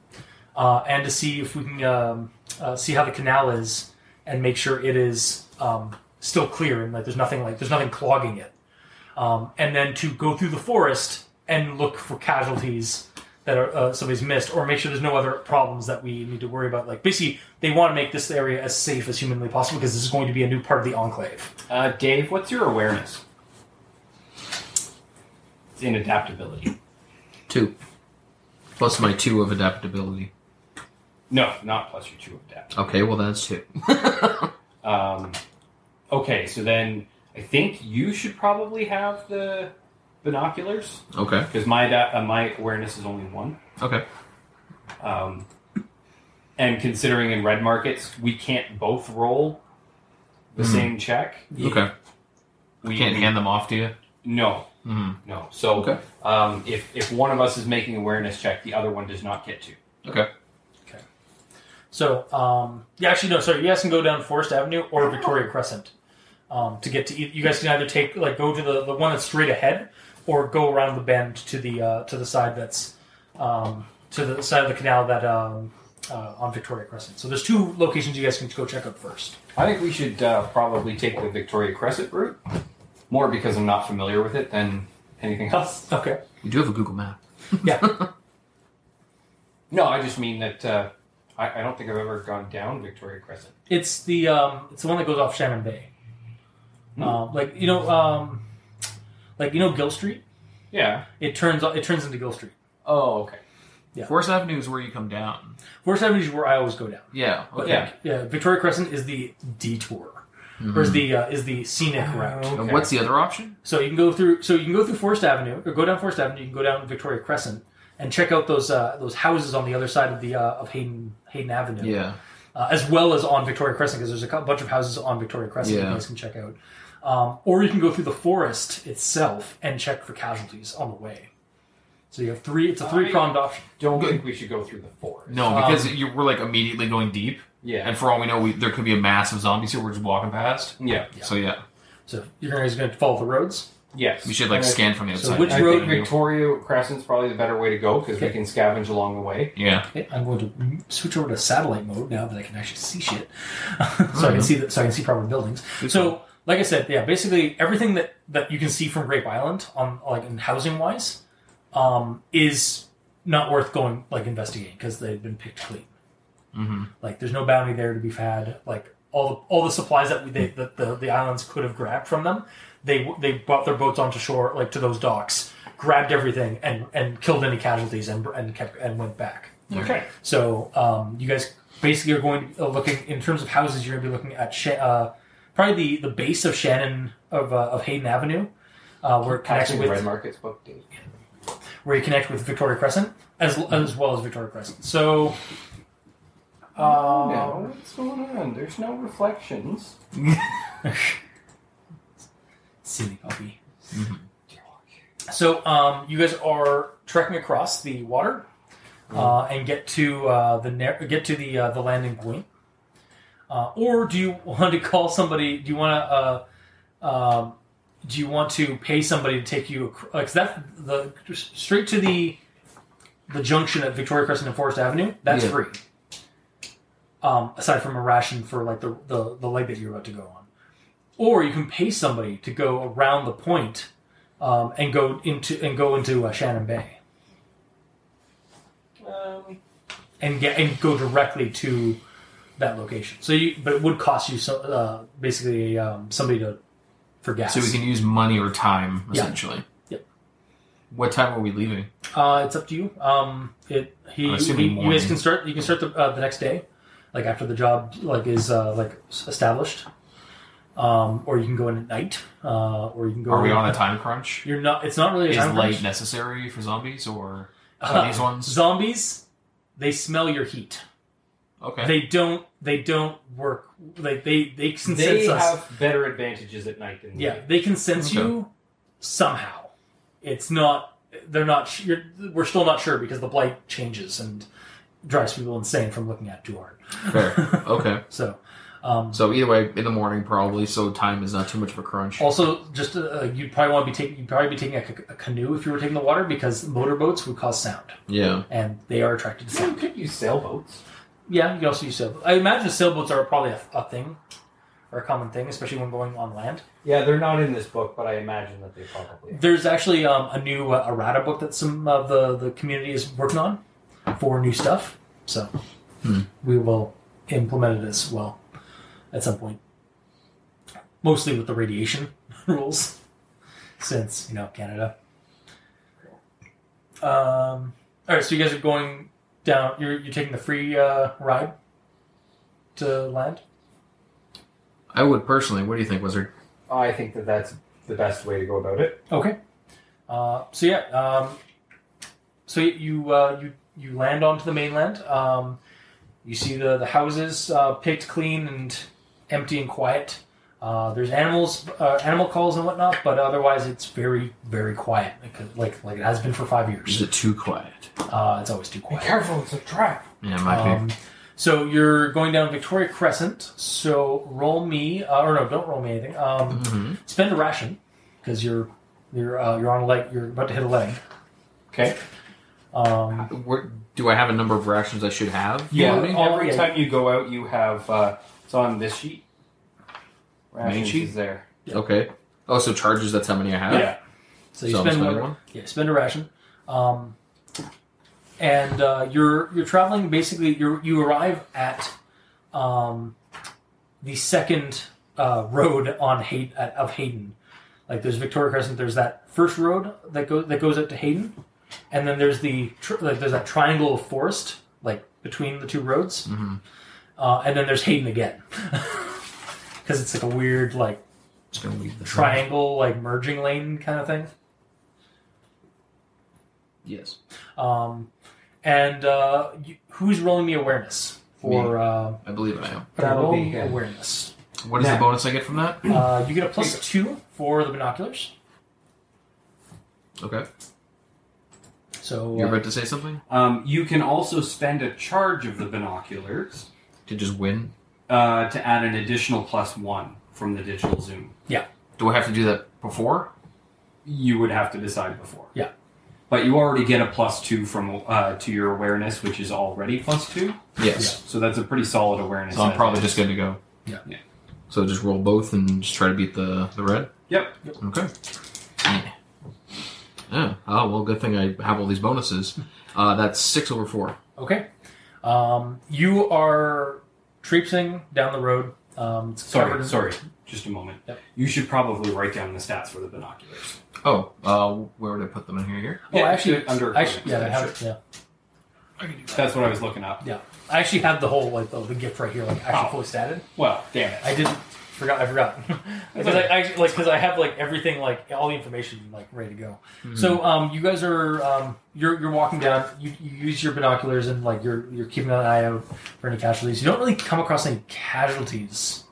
uh, and to see if we can um, uh, see how the canal is and make sure it is um, still clear and like there's nothing like there's nothing clogging it. Um, and then to go through the forest and look for casualties that are uh, somebody's missed, or make sure there's no other problems that we need to worry about. Like basically, they want to make this area as safe as humanly possible because this is going to be a new part of the enclave.
Uh, Dave, what's your awareness? It's in adaptability.
Two. Plus my two of adaptability.
No, not plus your two of adapt.
Okay, well that's two.
Um, okay, so then I think you should probably have the binoculars
Okay.
because my da- uh, my awareness is only one.
Okay.
Um, and considering in red markets we can't both roll the
Hmm.
same check,
Okay.
we
Can't hand them off to you.
No,
hmm
no. So
Okay.
um, if if one of us is making awareness check, the other one does not get to.
Okay.
So um, yeah, actually no, sorry, you guys can go down Forest Avenue or Victoria Crescent um, to get to. e- You guys can either take like go to the, the one that's straight ahead, or go around the bend to the uh, to the side that's um, to the side of the canal that um, uh, on Victoria Crescent. So there's two locations you guys can go check out first.
I think we should uh, probably take the Victoria Crescent route, more because I'm not familiar with it than anything else.
Okay.
We do have a Google map.
Yeah.
No, I just mean that uh, I, I don't think I've ever gone down Victoria Crescent.
It's the um, it's the one that goes off Shaman Bay.
Hmm.
Um, like you know, um, like you know, Gill Street.
Yeah.
It turns it turns into Gill Street.
Oh, okay.
Yeah.
Forest Avenue is where you come down.
Forest Avenue is where I always go down.
Yeah.
But
Okay.
yeah, yeah, Victoria Crescent is the detour, or
Hmm.
is the uh, is the scenic route.
And What's the other option?
So you can go through. So you can go through Forest Avenue, or go down Forest Avenue. You can go down Victoria Crescent and check out those uh, those houses on the other side of the uh, of Hayden Hayden Avenue.
Yeah.
uh, as well as on Victoria Crescent, because there's a cou- bunch of houses on Victoria Crescent
Yeah.
you guys can check out. Um, or you can go through the forest itself and check for casualties on the way. So you have three. It's a three pronged option.
Don't think we should go through the forest.
Um,
No, because you we're like immediately going deep,
Yeah.
and for all we know, we, there could be a mass of zombies here. We're just walking past.
Yeah.
So yeah,
So you're going to follow the roads.
Yes.
we should like
And I-
scan from the
So
outside.
which
I
road-
think Victoria Crescent's probably the better way to go because we
Okay.
can scavenge along the way.
Yeah.
Okay, I'm going to switch over to satellite mode now that I can actually see shit, so I can see that. So I can see proper buildings. So, like I said, yeah, basically everything that that you can see from Grape Island on like in housing wise, um, is not worth going like investigating because they've been picked clean.
Mhm.
Like there's no bounty there to be had. Like all the all the supplies that we, they, that the the islands could have grabbed from them, they they brought their boats onto shore like to those docks, grabbed everything and and killed any casualties and and kept and went back.
Okay.
So um, you guys basically are going to be looking in terms of houses. You're going to be looking at Sha- uh, probably the, the base of Shannon of, uh, of Hayden Avenue, uh, where it connects
Actually, the Red
with
Market's book, Dave.
where you connect with Victoria Crescent as as well as Victoria Crescent. So. Uh,
No, Oh, what's going on? There's no reflections.
Silly puppy. So um, you guys are trekking across the water uh, and get to uh, the ne- get to the uh, the landing point. Uh, or do you want to call somebody? Do you want to? Uh, um, do you want to pay somebody to take you? ac- Like that the straight to the the junction at Victoria Crescent and Forest Avenue. That's
Yeah.
free. Um, aside from a ration for like the, the the leg that you're about to go on, or you can pay somebody to go around the point um, and go into and go into uh, Shannon Bay
Um,
and get and go directly to that location. So you, but it would cost you so uh, basically um, somebody to for gas.
So we can use money or time
Yeah.
essentially.
Yep.
What time are we leaving?
Uh, it's up to you. Um, it he,
I'm
he
assuming
you guys
morning.
can start. You can start the, uh, the next day, like after the job like is uh, like s- established. Um, or you can go in at night, uh, or you can go.
Are we
in-
on a time crunch?
You're not. It's not really a
Is
time
light
crunch.
necessary for zombies or
Uh,
these ones?
Zombies, they smell your heat.
Okay.
They don't. They don't work. Like they they can
they
sense us.
have better advantages at night than we
Yeah, they can sense
Okay.
you somehow. It's not. They're not. su- You're, we're still not sure because the blight changes and drives people insane from looking at it too hard.
Fair. Okay.
So, um,
So either way, in the morning probably, so time is not too much of a crunch.
also just uh, you'd probably want to be taking. You'd probably be taking a, ca- a canoe if you were taking the water because motorboats would cause sound
Yeah.
and they are attracted to
do. You
sound.
could use sailboats.
Yeah, you can also use sailboats. I imagine sailboats are probably a, a thing or a common thing, especially when going on land.
Yeah, they're not in this book, but I imagine that they probably are.
There's actually um, a new uh, errata book that some of the, the community is working on for new stuff. So we will implement it as well at some point. Mostly with the radiation rules, since, you know, Canada. Um, all right, so you guys are going down. You're, you're taking the free uh, ride to land?
I would personally. What do you think, Wizard?
I think that that's the best way to go about it.
Okay. Uh, so yeah, um, so you uh, you you land onto the mainland. Um, you see the the houses uh, picked clean and empty and quiet. Uh, there's animals, uh, animal calls and whatnot, but otherwise it's very very quiet, like like, like it has been for five
Is
years.
it too quiet?
Uh, it's always too quiet.
Careful, it's a trap.
Yeah, might be.
Um, so you're going down Victoria Crescent. So roll me, uh, or no, don't roll me anything. Um,
Mm-hmm.
Spend a ration because you're you're uh, you're on a leg. You're about to hit a leg.
Okay.
Um,
Where, do I have a number of rations I should have?
Yeah,
Yeah, all-
every
yeah.
time you go out, you have uh, it's on this sheet.
Main
Rations
sheet?
is there.
Okay. Oh, so charges. That's how many I have.
Yeah.
So you
So I'm
spend
spending
one,
one?
Yeah, spend a ration. Um, and uh, you're you're traveling basically. You you arrive at um, the second uh, road on Hay- at, of Hayden. Like there's Victoria Crescent. There's that first road that goes that goes up to Hayden, and then there's the tr- like there's that triangle of forest like between the two roads,
Mhm.
uh, and then there's Hayden again because it's like a weird like
Just gonna leave the
triangle like merging lane kind of thing.
Yes.
Um, and uh, you, who's rolling me awareness for uh,
I believe I am.
That'll
roll
be
me
him.
awareness?
What is
Nah.
the bonus I get from that?
Uh, you get a plus two for the binoculars.
Okay.
So
You're
uh,
about to say something?
Um, you can also spend a charge of the binoculars
To just win?
uh, to add an additional plus one from the digital zoom.
Do I have to do that before?
You would have to decide before.
Yeah.
But you already get a plus two from uh, to your awareness, which is already plus two.
Yes.
So that's a pretty solid awareness.
So I'm
as
probably
is.
just good to go.
Yeah.
Yeah.
So just roll both and just try to beat the, the red?
Yep.
Okay. Yeah. Yeah. Oh, well, good thing I have all these bonuses. Uh, that's six over four.
uh, okay, um, you are traipsing down the road. Um, it's covered
Sorry,
in-
sorry. Just a moment.
Yep.
You should probably write down the stats for the binoculars.
Oh, uh, where would I put them in here? Here?
Oh,
Yeah,
actually,
it's under-
actually, yeah, I have, yeah,
That's what I was looking up.
I actually have the whole like the, the gift right here, like actually fully
Oh.
statted.
Well, damn it.
I didn't forgot. I forgot because I, I like because I have like everything like all the information like ready to go. So um, you guys are um, you're you're walking down. You, you use your binoculars and like you're you're keeping an eye out for any casualties. You don't really come across any casualties,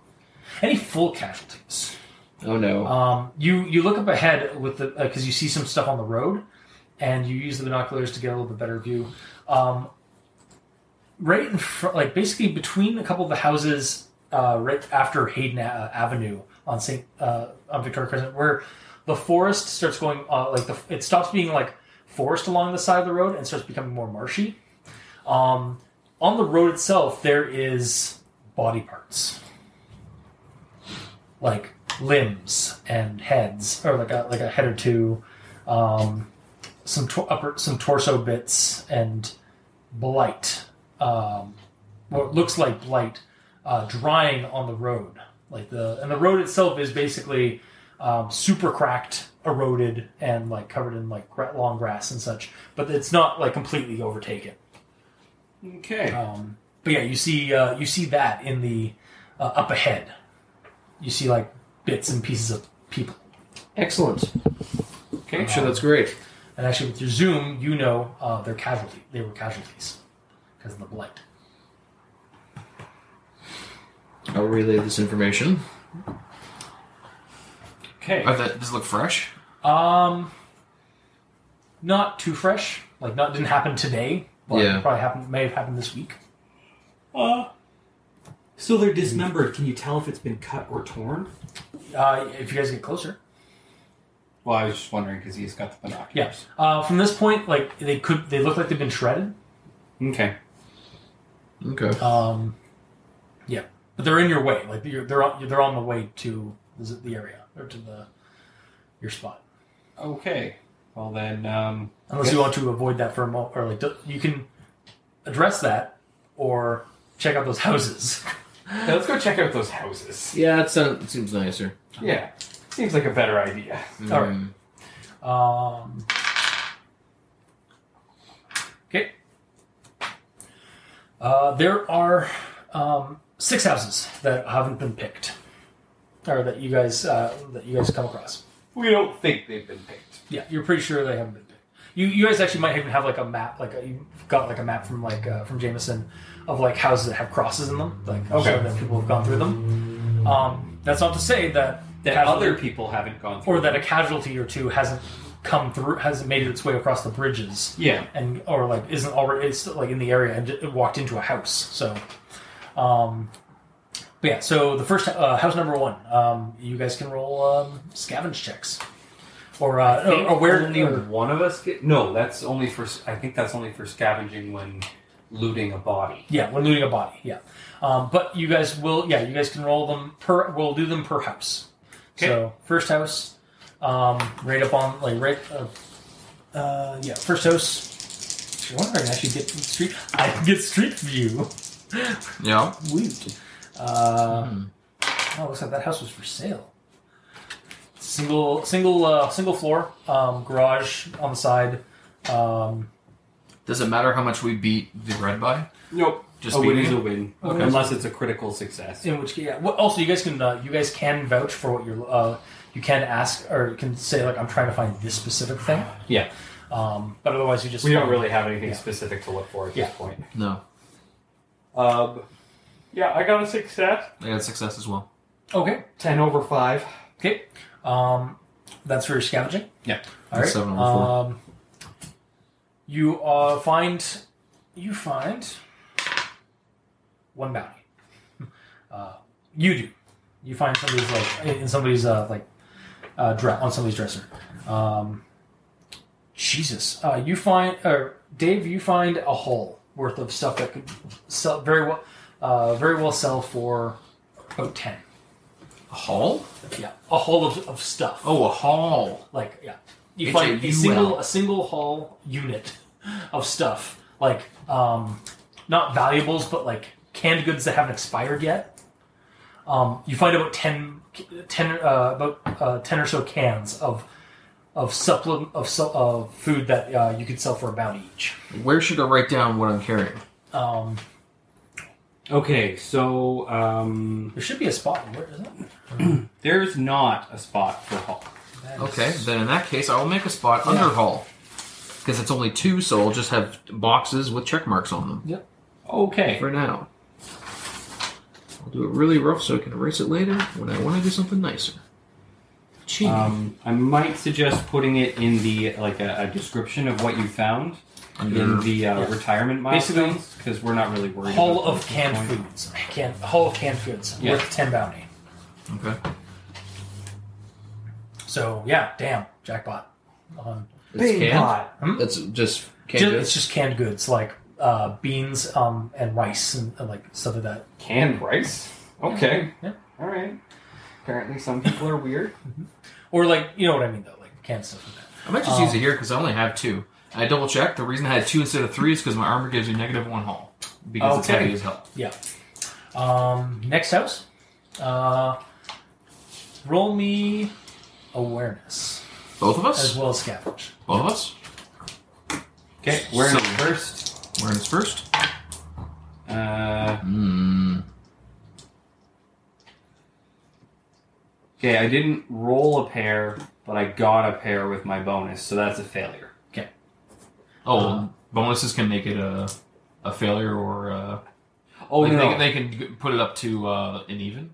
any full casualties.
Oh, no.
Um, you you look up ahead with the because you see some stuff on the road, and you use the binoculars to get a little bit better view. Um, right in front, like basically between a couple of the houses, uh, right after Hayden uh, Avenue on Saint uh, on Victoria Crescent, where the forest starts going uh, like the it stops being like forest along the side of the road and starts becoming more marshy. Um, on the road itself, there is body parts like limbs and heads, or like a like a head or two, um, some tor- upper some torso bits and blight. Um, what looks like blight uh, drying on the road, like the and the road itself is basically um, super cracked, eroded, and like covered in like gra- long grass and such. But it's not like completely overtaken.
Okay.
Um, but yeah, you see uh, you see that in the uh, up ahead. You see like bits and pieces of people.
Excellent.
Okay.
Sure, that's great.
And actually, with your zoom, you know uh, they're casualty. They were casualties because of the blight.
I'll relay this information.
Okay.
Oh, that, does it look fresh?
Um, not too fresh. Like, not didn't happen today. But
Yeah.
probably happened. May have happened this week.
Uh, so they're dismembered. Can you tell if it's been cut or torn?
Uh, if you guys get closer,
Well, I was just wondering because he's got the binoculars.
yes. Uh, from this point, like they could, they look like they've been shredded.
Okay.
Okay.
Um, yeah, but they're in your way. Like you're, they're on, they're on the way to the the area or to the your spot.
Okay. Well then, um,
Unless you want to avoid that for a moment, or like d- you can address that or check out those houses.
yeah, let's go check out those houses.
Yeah, that sound- it seems nicer.
Yeah. Seems like a better idea.
All right. Um, okay. Uh, there are um, six houses that haven't been picked, or that you guys uh, that you guys come across.
We don't think they've been picked.
Yeah, you're pretty sure they haven't been picked. You you guys actually might even have like a map, like a, you got like a map from like uh, from Jameson of like houses that have crosses in them, like
Okay.
showing that people have gone through them. Um, that's not to say that
That
casual-
other people haven't gone through.
or that a casualty or two hasn't come through, hasn't made its way across the bridges
yeah.
and or like isn't already it's like in the area and it walked into a house. So, um, but yeah. So the first uh, house number one, um, you guys can roll um, scavenge checks or uh, or, or where
only
or-
one of us get. No, that's only for. I think that's only for scavenging when looting a body.
yeah, when looting a body, yeah. Um, but you guys will, yeah, you guys can roll them per. We'll do them per house. So first house, um, right up on like right. Uh, uh, yeah, first house. If you're wondering, I should get street. I can get street view.
Yeah.
Woot. Uh, Oh, looks like that house was for sale. Single, single, uh, single floor um, garage on the side. Um,
Does it matter how much we beat the red by?
Nope.
Just
a win
beating
is a
it?
win,
Okay.
unless it's a critical success.
in which, yeah. Well, also, you guys can uh, you guys can vouch for what you're. Uh, you can ask or you can say like, "I'm trying to find this specific thing."
Yeah.
Um, but otherwise, you just
We don't really have anything
Yeah.
specific to look for at
Yeah.
this point.
No,
Um, yeah, I got a success.
I got success as well.
Okay.
Ten over five.
Okay. Um, that's for your scavenging.
Yeah.
All right.
Seven over four.
Um, you uh, find you find one bounty. Uh, you do. You find somebody's like in somebody's uh, like uh, dre- on somebody's dresser. Um, Jesus. Uh, you find or Dave, you find a hole worth of stuff that could sell very well, uh, very well sell for about ten.
A haul?
Yeah, a hole of, of stuff.
Oh, a haul.
Like yeah, you
It's
find
a
a single
UL.
a single haul unit of stuff like um, not valuables but like canned goods that haven't expired yet. Um, you find about 10, 10 uh, about uh, ten or so cans of of supplement of su- of food that uh, you could sell for a bounty each.
Where should I write down what I'm carrying?
Um,
Okay, so um,
there should be a spot. Where is it?
there's not a spot for Hulk.
That
Okay,
is-
then in that case, I will make a spot under haul because it's only two, so I'll just have boxes with check marks on them
Okay,
for now. I'll do it really rough so I can erase it later when I want to do something nicer. Cheap.
um, I might suggest putting it in the like a, a description of what you found in the uh, retirement
Mm-hmm. Basically-
milestones because we're not really worried.
Hall of
about those at
canned
this point.
foods. Can hall of canned foods
Yeah.
worth ten bounty.
okay.
So yeah, damn jackpot. On
It's canned.
pot.
Hmm?
That's just
Ju-
canned.
it's just canned goods like uh, beans um, and rice and, and like stuff like that.
Canned rice. Okay.
Yeah.
All right. Apparently, some people are weird.
Or like you know what I mean though, like canned stuff like that.
I might just use it here because I only have two. I double checked. The reason I had two instead of three is because my armor gives me negative one haul because it's
Okay.
heavy as hell.
Um, next house, uh, roll me awareness
Both of
as
us.
well as scavenge.
Both of us.
Okay, we're in
So-
first.
Awareness first.
Uh,
Mm,
okay, I didn't roll a pair, but I got a pair with my bonus, so that's a failure.
Oh,
Uh,
bonuses can make it a a failure or uh,
Oh
like,
no,
they, they can g- put it up to uh, an even.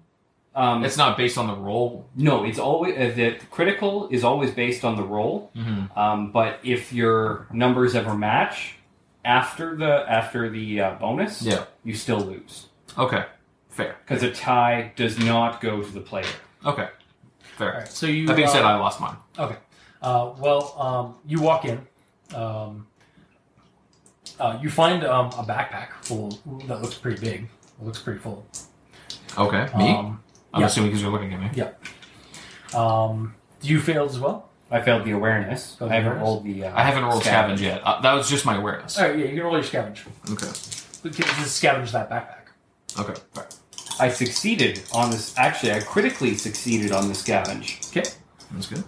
um,
It's not based on the roll.
no, it's always uh, the critical is always based on the roll.
Mm-hmm.
Um, but if your numbers ever match after the after the uh, bonus,
Yeah.
you still lose
Okay. Fair.
because a tie does not go to the player.
Okay. Fair.
All right, so you.
That being
uh,
said, I lost mine.
Okay. Uh, well, um, you walk in. Um, uh, you find um, a backpack full that looks pretty big. It looks pretty full.
Okay. Me.
Um,
I'm
yeah.
assuming because you're looking at me.
um, you failed as well.
I failed the awareness.
Failed
I
the
haven't
awareness?
rolled the. Uh,
I haven't rolled
scavenge.
scavenge yet. Uh, that was just my awareness.
All right, Oh, yeah, you can roll your scavenge.
Okay.
We can just scavenge that backpack.
Okay. Fair.
I succeeded on this. Actually, I critically succeeded on the scavenge.
That's good.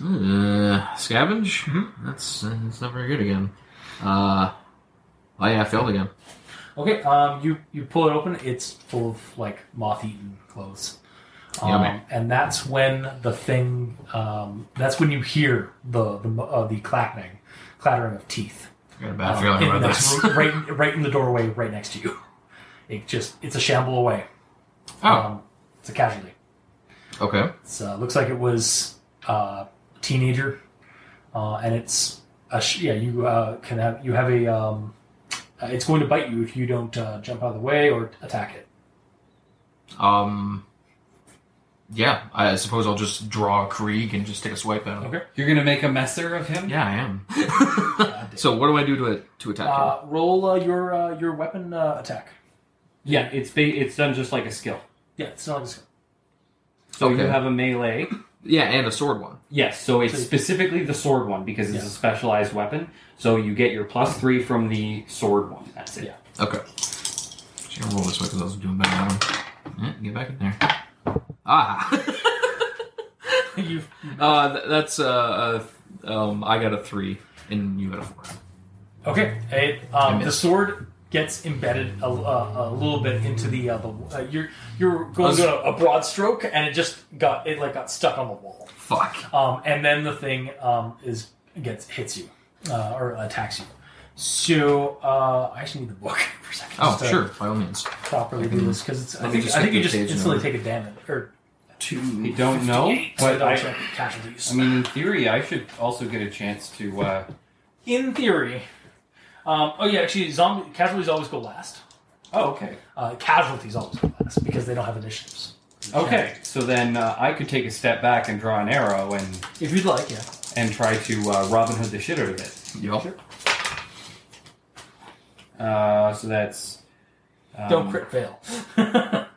Uh, scavenge? That's uh, that's not very good again. Uh, oh yeah, I failed again.
Okay, um, you you pull it open. It's full of like moth-eaten clothes. Um,
Yummy.
And that's when the thing. Um, that's when you hear the the uh, the clacking, clattering of teeth.
I got a bad
um,
feeling
in
about
that
this.
room- right right in the doorway, right next to you. It just it's a shamble away.
oh,
Um, it's a casualty.
okay.
It's uh, looks like it was uh, a teenager, uh, and it's a sh- yeah. You uh, can have you have a. Um, uh, it's going to bite you if you don't uh, jump out of the way or attack it.
Um, Yeah, I suppose I'll just draw a Krieg and just take a swipe at him.
Okay.
You're gonna make a messer of him.
Yeah, I am. so what do I do to to attack
Uh, roll uh, your uh, your weapon uh, attack.
Yeah, it's ba- it's done just like a skill.
Yeah, it's not like
So you
Okay.
have a melee.
him? Yeah, and a sword one.
Yes, so it's
So-
specifically the sword one because it's
Yeah.
a specialized weapon. So you get your plus three from the sword one. That's it.
Yeah.
Okay. Should I roll this way because I was doing better than that one. Yeah, Eh, get back in there. Ah.
you.
uh, th- that's uh, uh, um, I got a three and you got a four.
Okay. It, um, the sword gets embedded a, uh, a little bit into the. Uh, the uh, you're you're going to a, a broad stroke, and it just got it like got stuck on the wall.
Fuck.
Um, and then the thing um, is gets hits you uh, or attacks you. So uh, I actually need the book for a second.
Oh,
just uh, to
sure, by all means.
Properly do this because I
me
think
just
I
get
think you
the
just
page
instantly
number.
take a damage or
Two.
I don't know,
so
but
double
I,
check casualties.
I mean, in theory, I should also get a chance to. Uh,
In theory. Um, oh yeah, actually, zombie casualties always go last.
oh, okay.
Uh, casualties always go last because they don't have initiatives.
Okay, so then uh, I could take a step back and draw an arrow and
If you'd like, yeah.
and try to uh, Robin Hood the shit out of it.
Yup.
Uh, so that's um,
Don't crit fail.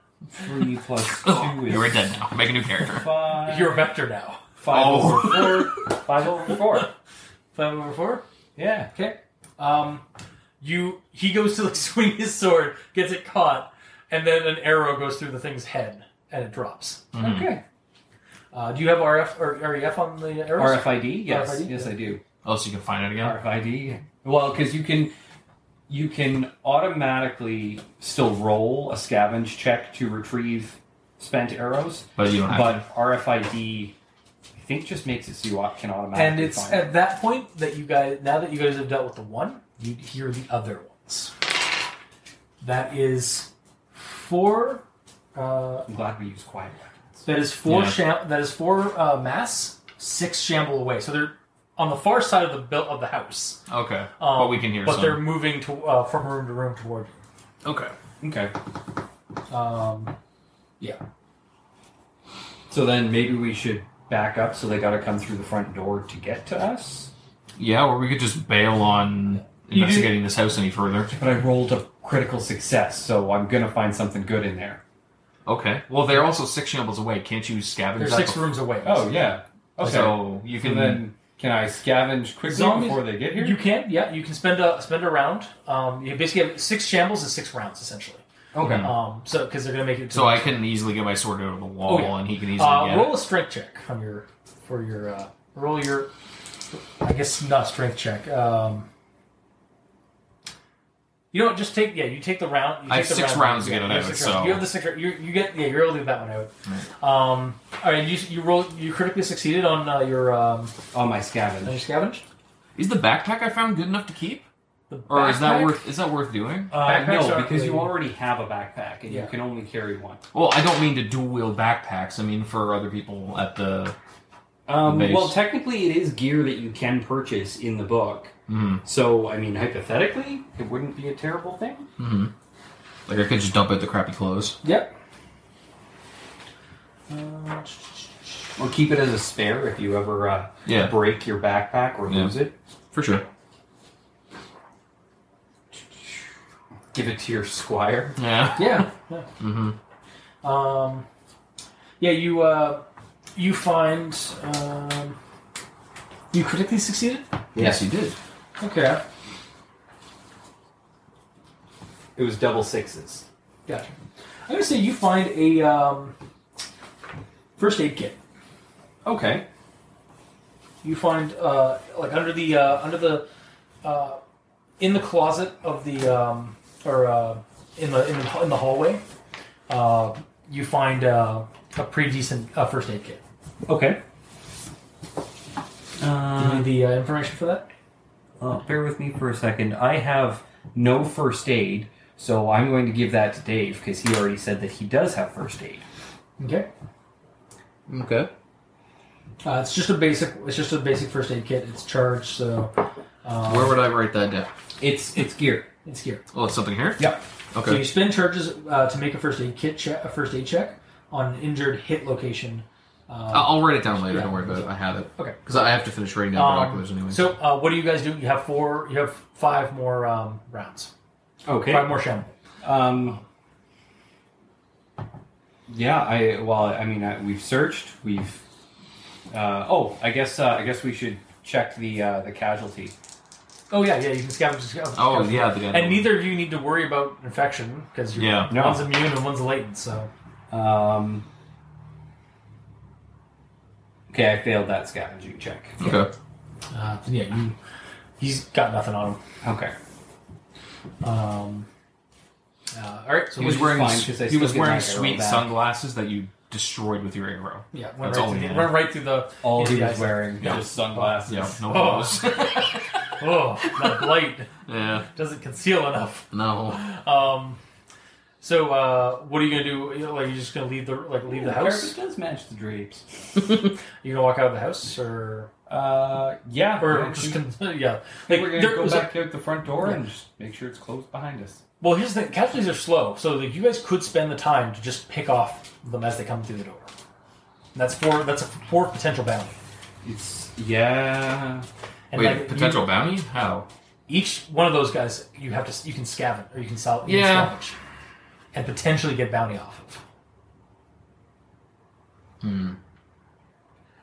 You're
Three plus two
Oh,
is
you're dead now. Make a new character.
five.
a vector now.
five
Oh.
over four. Five over four.
Five over four.
Yeah.
Okay. Um, you he goes to like swing his sword, gets it caught, and then an arrow goes through the thing's head and it drops.
Okay.
Uh, do you have RF or REF on the arrows?
RFID. Yes.
RFID?
Yes, I do.
Oh, so you can find it again?
RFID. Well, because you can you can automatically still roll a scavenge check to retrieve spent arrows,
But you
Ah.
don't have
but RFID. I think just makes it so you au- can automatically
And it's
find it.
at that point that you guys, now that you guys have dealt with the one, you hear the other ones. That is four. Uh,
I'm glad we use quiet weapons.
that is four.
Yeah.
Sham- that is four uh, mass. Six shamble away. So they're on the far side of the built of the house.
to. Okay.
Um,
but we can hear
But they're
some.
moving to uh, from room to room toward. you.
Okay.
Okay.
Um,
So then maybe we should back up so they got to come through the front door to get to us.
Yeah, or we could just bail on
You
investigating this house any further.
But I rolled a critical success, so I'm gonna find something good in there.
Okay. Well, they're also six shambles away. Can't you scavenge
they're
that
six
before-
rooms away.
Oh yeah. Okay.
So
So,
you can.
then can I scavenge quickly
Zombies-
before they get here?
You can, yeah. You can spend a spend a round. Um, you basically have six shambles and six rounds essentially.
okay.
Um, so because they're gonna make it. To
so I can easily get my sword out of the wall,
Oh, yeah.
and he can easily
Uh,
get
roll
it.
a strength check on your for your uh, roll your. I guess not strength check. Um, you don't just take yeah. You take the round. You
I
take
have
the
six
round,
rounds to
yeah,
get it
you have
out,
six
so-
rounds. you have the six. You you get yeah. You're able to get that one out. Um, all right. You you roll. You critically succeeded on uh, your um,
On Oh, my
on your
scavenge.
scavenge.
Is the backpack I found good enough to keep,
The
or is that
backpack?
worth is that worth doing?
Uh,
Backpacks
no,
aren't
because you
really-
already have a backpack and
Yeah.
you can only carry one.
Well, I don't mean to dual wheel backpacks. I mean for other people at the.
Um,
Base.
well, technically, it is gear that you can purchase in the book.
Mm,
So, I mean, hypothetically, it wouldn't be a terrible thing.
mhm. Like I could just dump out the crappy clothes.
Yep.
Uh, Or keep it as a spare if you ever uh,
Yeah.
break your backpack or
Yeah.
lose it.
For sure.
Give it to your squire.
Yeah.
Yeah.
hmm
Mm-hmm.
Um, yeah, you uh, you find um, you critically succeeded.
Yes, you did.
Okay.
It was double sixes.
Gotcha. I'm gonna say you find a um, first aid kit.
Okay.
You find uh, like under the uh, under the uh, in the closet of the um, or uh, in the in the, in the hallway. Uh, you find uh, a pretty decent uh, first aid kit.
Okay.
Do
Uh,
you need the uh, information for that?
Uh, bear with me for a second. I have no first aid, so I'm going to give that to Dave because he already said that he does have first aid.
Okay.
Okay.
Uh, it's just a basic. It's just a basic first aid kit. It's charged, so um,
Where would I write that down?
It's it's gear.
it's gear.
Oh, it's something here.
Yep.
So you
Okay.
spend charges uh, to make a first aid kit check, a first aid check, on an injured hit location.
I-
Uh,
I'll write it down later.
Yeah.
Don't worry about it. I have it.
Okay.
Because I have to finish writing down
Um,
binoculars anyway.
so, uh, what do you guys do? You have four. You have five more um, rounds.
Okay.
Five more shambles.
Um,
Yeah, I well, I mean, I, we've searched. We've.
uh, oh, I guess uh, I guess we should check the uh, the casualty.
Oh yeah, yeah. You can scavenge. scavenge
oh
scavenge.
yeah, the guy.
And neither of you need to worry about infection because you're
Yeah.
No.
one's immune and one's latent. So
Um, okay, I failed that scavenging check.
Okay.
uh, yeah, you, he's got nothing on him.
Okay.
Um, uh, all right, so
He was
we-
wearing
fine, 'cause I
he
still
was
get
wearing
my arrow
sweet
back.
sunglasses that you destroyed with your arrow.
yeah, went
That's
right,
all we
through the,
had.
went right through the
All he
yeah,
was
I-
wearing
Yeah.
was sunglasses.
Yeah, no
Oh.
clothes.
Oh, that blight
yeah,
doesn't conceal enough.
no.
Um, so uh, what are you gonna do? You know, like, are you just gonna leave the like leave the house?
does match the drapes.
You gonna walk out of the house or
Uh, yeah.
or
I
just
think-
con- yeah?
I
Like
think we're
there
gonna go
was a-
back out the front door and just make sure it's closed behind us.
Well, here's the thing. Casualties are slow, so like you guys could spend the time to just pick off them as they come through the door. And that's four. That's a four potential bounty.
It's yeah.
And
Wait,
like, you-
potential bounty? How?
each one of those guys, you have to you can scavenge or you can sell. You
Yeah.
Can scavenge, and potentially get bounty off of.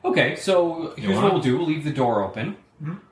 Okay, so
You
here's
wanna-
what we'll do: we'll leave the door open.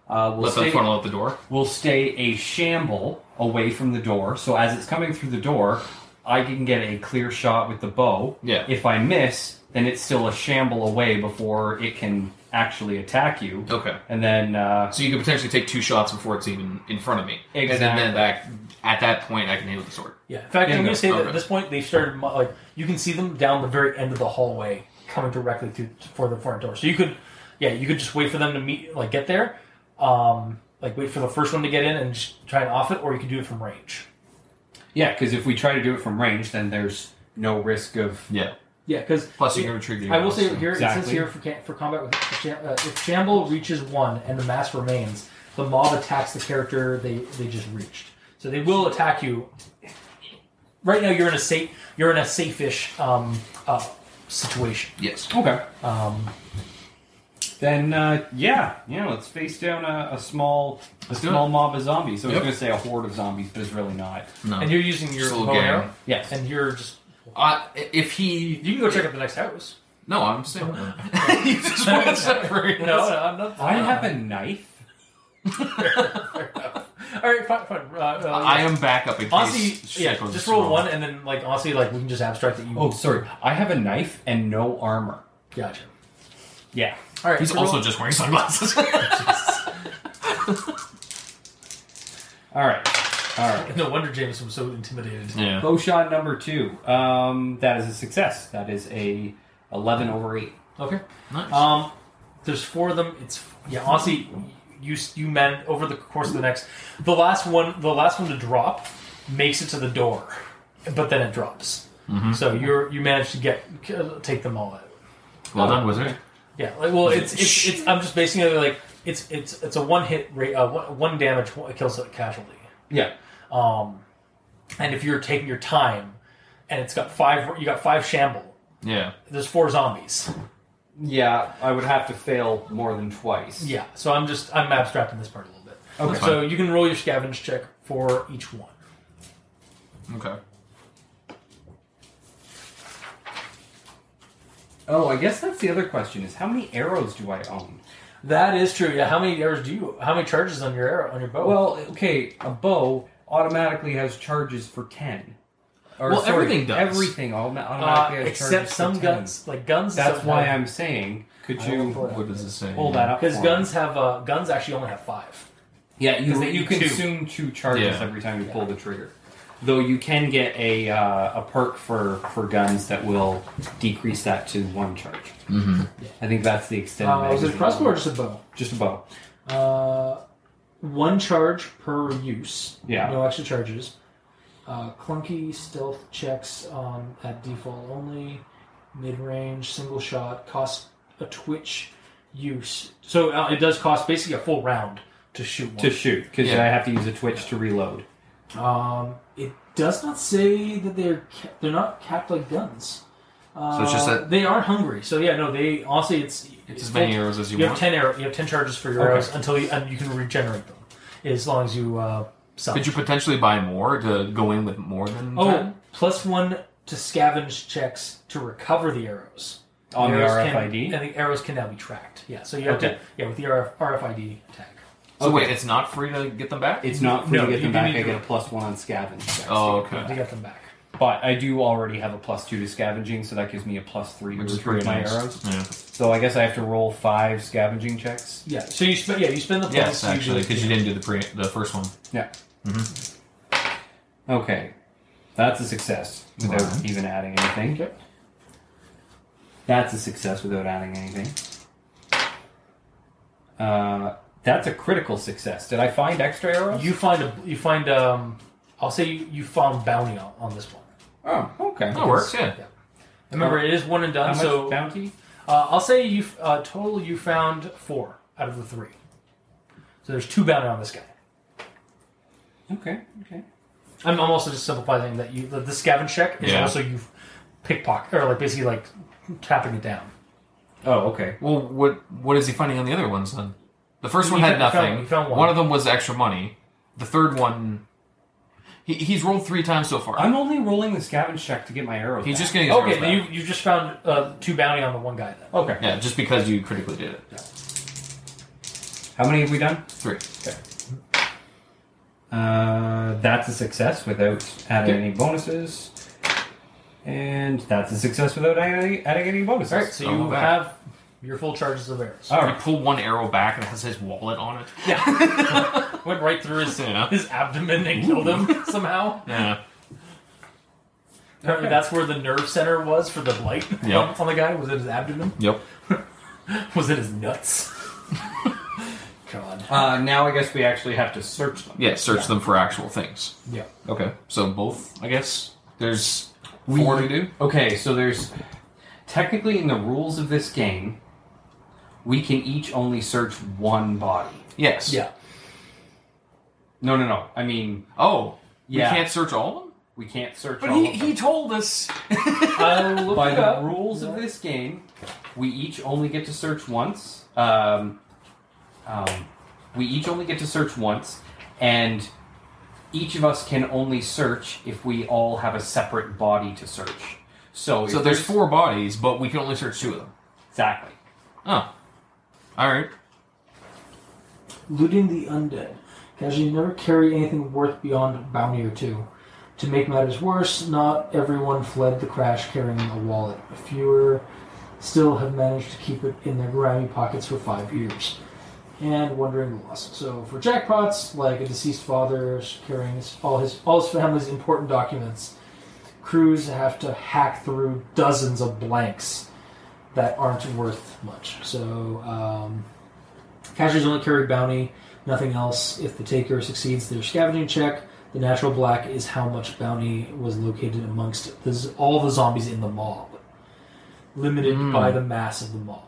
Uh, we'll
Let them
stay.
funnel out the door.
We'll stay a shamble away from the door, so as it's coming through the door, I can get a clear shot with the bow.
Yeah.
If I miss, then it's still a shamble away before it can actually attack you.
Okay.
And then uh,
So you could potentially take two shots before it's even in front of me. And then,
Exactly.
then back, at that point, I can hit with the sword.
Yeah. In fact,
Yeah,
I'm
no,
gonna say that
okay.
at this point they've started mo- like you can see them down the very end of the hallway coming directly through for the front door. So you could, yeah, you could just wait for them to meet, like get there, um, like wait for the first one to get in and just try and off it, or you could do it from range.
yeah, because if we try to do it from range, then there's no risk of
Yeah.
Yeah, because
Plus, you can retrieve the
I will say
arrows,
here it says
Exactly.
here for, ca- for combat with if Sham- uh, if Shamble reaches one and the mask remains, the mob attacks the character they they just reached. So they will attack you. Right now, you're in a safe you're in a safe-ish um, uh, situation.
so- Yes.
okay.
Um,
Then uh, yeah, yeah, let's face down a, a small a
Let's do
small mob of zombies. So
Yep.
I was gonna say a horde of zombies, but it's really not.
No.
and you're using your
Oh. Just a little
bow and arrow,
gang.
Yes.
and you're just
Uh, if he.
you can go check out the next house.
No, I'm staying with him. you just want to separate
No,
us.
no, I'm not.
I have a knife.
All right, fine, fine. Uh, uh,
I am backup in case.
honestly,
shit
yeah,
goes
just roll
wrong.
one, and then like honestly, like we can just abstract that you.
Oh, sorry, I have a knife and no armor.
gotcha.
Yeah.
All right,
He's
so
also
roll-
just wearing sunglasses.
All right. All right.
No wonder James was so intimidated.
yeah.
Bow shot number two. Um, that is a success. That is a eleven over eight.
Okay.
Nice.
Um, there's four of them. It's yeah. Honestly, you you man over the course of the next, the last one, the last one to drop, makes it to the door, but then it drops.
Mm-hmm.
So you're you manage to get take them all out.
well done, wizard.
Yeah. Like, well, it's it's, it's I'm just basing it like it's it's it's a one hit rate, uh, one, one damage one kills a casualty.
Yeah.
Um, and if you're taking your time, and it's got five, you got five shamble.
Yeah.
There's four zombies.
Yeah, I would have to fail more than twice.
Yeah, so I'm just I'm abstracting this part a little bit.
Okay.
So you can roll your scavenge check for each one.
Okay.
Oh, I guess that's the other question: is how many arrows do I own?
That is true. Yeah, how many arrows do you? How many charges on your arrow on your bow?
Well, okay, a bow automatically has charges for ten. Or,
Well,
sorry,
everything does.
Everything automa-
uh,
automatically has
except
charges
some
for 10.
guns, like guns. and
That's
stuff
why
have-
I'm saying, could
I
you
will pull it.
What does it say?
pull that up?
because
for me?
guns have uh, guns actually only have five.
Yeah, you,
'Cause they
you
eat two.
consume two charges
Yeah.
every time you pull the trigger. Though you can get a uh, a perk for, for guns that will decrease that to one charge.
Mm-hmm.
I think that's the extent.
Uh,
of
was it a crossbow or just a bow?
Just a bow.
Uh, one charge per use.
Yeah.
No extra charges. Uh, clunky stealth checks um, at default only. Mid range, single shot, cost a twitch use. So uh, it does cost basically a full round to shoot one.
To shoot, because
Yeah.
I have to use a twitch to reload.
Um, it does not say that they're ca- they're not capped like guns. Uh,
So it's just that-
they are hungry. So yeah, no, they honestly it's
It's as many arrows as you,
You have
want.
ten arrow. You have ten charges for your
Okay.
arrows until you, and you can regenerate them, as long as you uh, sell.
Could you potentially buy more to go in with more than
oh,
10?
plus one to scavenge checks to recover the arrows.
On the
arrows
RFID?
can, and the arrows can now be tracked. Yeah, so you have to
Okay.
yeah with the RF, RFID tag.
So wait, it's not free to get them back?
It's not free
No,
to get
you
them
do
back.
need
I
to-
get a plus one on scavenge. checks.
oh,
to
okay.
get them back.
But I do already have a plus two to scavenging, so that gives me a plus three to
Which is
retrieve
pretty
my
nice.
arrows.
Yeah.
So I guess I have to roll five scavenging checks.
Yeah, so you spend yeah you spend the
Yes,
points
actually,
usually-
because you didn't do the pre- the first one.
Yeah.
Mhm.
Okay. That's a success without
Alright.
even adding anything. That's a success without adding anything. Uh, that's a critical success. Did I find extra arrows?
You find a you find um I'll say you, you found bounty on, on this one.
oh, okay.
That works, yeah.
Remember,
Uh-huh.
it is one and
How
done.
much
So uh,
bounty?
I'll say you uh, total you found four out of the three. So there's two bounty on this guy.
Okay, okay.
I'm I'm also just simplifying that you that the scavenge check is
Yeah.
also you pickpocket or like basically like tapping it down.
Oh, okay.
Well, what what is he finding on the other ones then? The first
You
one had
found- you
nothing.
found- you found one.
of them was extra money. The third one, he, he's rolled three times so far.
I'm only rolling the scavenge check to get my arrows.
he's
back.
just getting his
Okay,
arrows
then
back.
you you just found uh, two bounty on the one guy then.
Okay.
Yeah, just because you critically did it.
How many have we done?
Three.
Uh, that's a success without adding any bonuses. And that's a success without adding, adding any bonuses.
All right, so
So
you
I'm back.
have your full charges of arrows.
All
You
right.
pull one arrow back and it has his wallet on it.
Went right through his
Yeah.
his abdomen and killed him somehow.
Yeah.
Apparently, that's where the nerve center was for the blight
Yep.
on the guy. Was it his abdomen?
Yep.
Was it his nuts? God.
Uh, now I guess we actually have to search them.
Yeah. Search them for actual things.
Yeah.
Okay. So both, I guess. There's four to do.
Okay, so there's technically in the rules of this game, we can each only search one body.
Yes.
Yeah.
No, no, no. I mean,
Oh,
Yeah.
we can't search all of them.
we can't search.
But
all
he,
of them.
he told us.
I'll look
By
it
the
up.
rules of this game, we each only get to search once. Um, um, we each only get to search once, and each of us can only search if we all have a separate body to search. So,
So
if
there's four bodies, but we can only search two of them.
exactly.
Oh. All right.
Looting the undead. Casually never carry anything worth beyond a bounty or two. To make matters worse, not everyone fled the crash carrying a wallet. A fewer still have managed to keep it in their grimy pockets for five years. And wondering the loss. So for jackpots, like a deceased father carrying his, all his all his family's important documents, crews have to hack through dozens of blanks that aren't worth much. So um, Cashers only carry bounty, nothing else. If the taker succeeds their scavenging check, the natural black is how much bounty was located amongst the, z- all the zombies in the mob, limited
Hmm.
by the mass of the mob.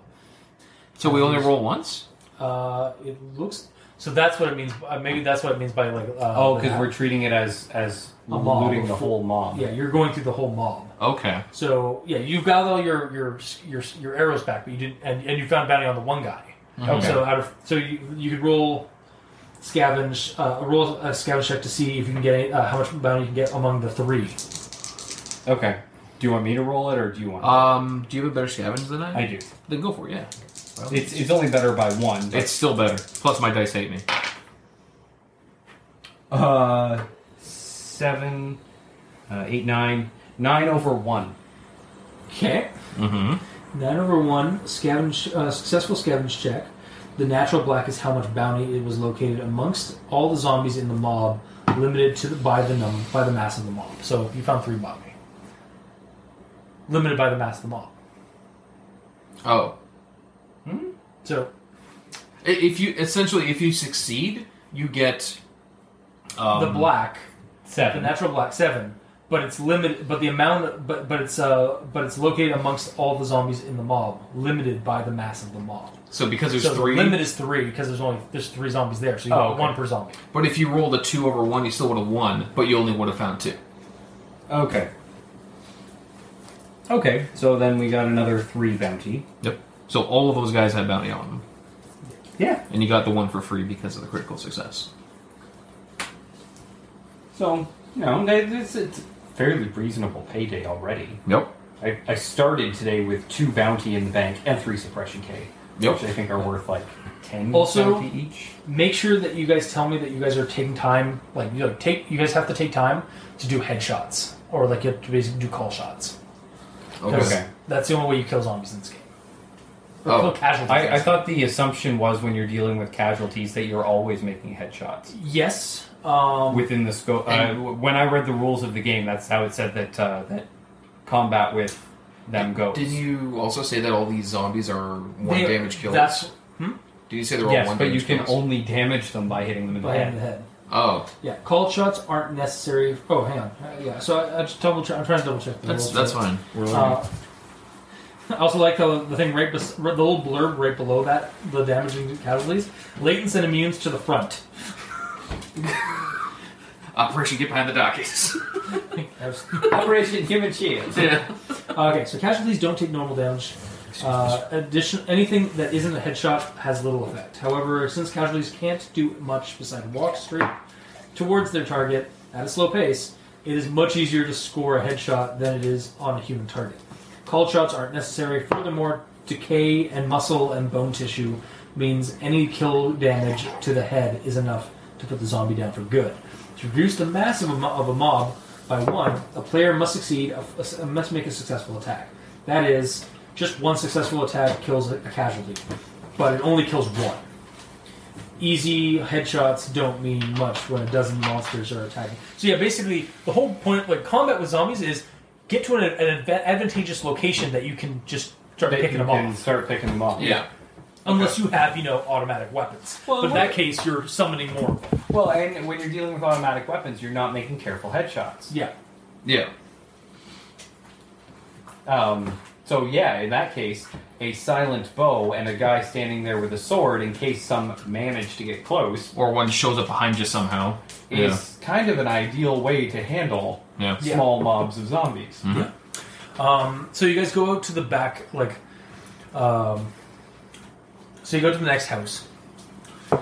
So we only roll once.
Uh, it looks so. That's what it means. Uh, maybe that's what it means by like. Uh,
Oh,
the
because
map.
we're treating it as as
A mob.
looting the whole mob.
yeah, you're going through the whole mob.
Okay.
So yeah, you've got all your your s- your, s- your arrows back, but you didn't, and, and you found bounty on the one guy.
Okay.
So out of so you you could roll scavenge uh, roll a scavenge check to see if you can get any, uh, how much bounty you can get among the three.
Okay. Do you want me to roll it, or do you
Uh,
want?
Um, do you have a better scavenge than I?
I do.
Then go for it. Yeah.
It's it's only better by one. but-
It's still better. Plus my dice hate me.
Uh, seven, uh, eight, nine, nine over one.
Okay.
Mm-hmm.
Nine over one scavenge uh, successful scavenge check. The natural black is how much bounty it was located amongst all the zombies in the mob, limited to the, by the num by the mass of the mob. So you found three bounty, limited by the mass of the mob.
Oh.
So
I- If you essentially if you succeed, you get um,
the black, the
Seven.
natural black seven, but it's limited. But the amount, but but it's uh, but it's located amongst all the zombies in the mob, limited by the mass of the mob.
So because there's
so
three,
the limit is three because there's only there's three zombies there, so you
Oh,
want
okay.
one per zombie.
but if you rolled a two over one, you still would have won, but you only would have found two.
Okay.
Okay, so then we got another three bounty.
So all of those guys had bounty on them.
Yeah.
And you got the one for free because of the critical success.
So, you know, that- it's, it's fairly reasonable payday already.
Yep.
I, I started today with two bounty in the bank and three suppression K,
Yep.
which I think are worth like ten
Also-
bounty each.
Make sure that you guys tell me that you guys are taking time. Like you know, take you guys have to take time to do headshots or like you have to basically do call shots. 'Cause
Okay.
That's the only way you kill zombies in this game. Or
Oh.
kill casualties.
I, I thought the assumption was when you're dealing with casualties that you're always making headshots
yes. Um,
within the scope. Uh,
And-
when I read the rules of the game, that's how it said that uh, that combat with them goes.
Did you also say that all these zombies are one
They-
damage kills?
That's
Did you say they're all
Yes,
one
but you
damage
can
kills?
only damage them by hitting them in the
by hand
head.
to head.
oh,
Yeah, call shots aren't necessary. Oh, hang on. Uh, yeah, so I, I just double check. I'm trying to double check. the
that's
rules
that's fine.
for it. Uh, I also like the, the thing right bes- the little blurb right below that the damaging casualties latents and immunes to the front.
Operation Uh, Get Behind the Dockies.
Operation Human Shield.
yeah.
okay, so casualties don't take normal damage. Uh, addition anything that isn't a headshot has little effect. However, since casualties can't do much besides walk straight towards their target at a slow pace, it is much easier to score a headshot than it is on a human target. Call shots aren't necessary. Furthermore, decay and muscle and bone tissue means any kill damage to the head is enough to put the zombie down for good. To reduce the mass of a, mo- of a mob by one, a player must succeed a, a- must make a successful attack. That is, just one successful attack kills a, a casualty, but it only kills one. Easy headshots don't mean much when a dozen monsters are attacking. So yeah, basically the whole point, like combat with zombies, is get to an, an adva- advantageous location that you can just start
That
picking
you
them
can
off.
start picking them off.
Yeah.
Unless you have, you know, automatic weapons.
Well,
but in
what-
that case, you're summoning more.
Well, and when you're dealing with automatic weapons, you're not making careful headshots.
Yeah.
Yeah.
Um, so yeah, in that case, a silent bow and a guy standing there with a sword in case some manage to get close
Or one shows up behind you somehow. Yeah.
is kind of an ideal way to handle
Yeah.
Yeah.
small mobs of zombies.
Um, so you guys go out to the back, like, um, so you go to the next house. Uh,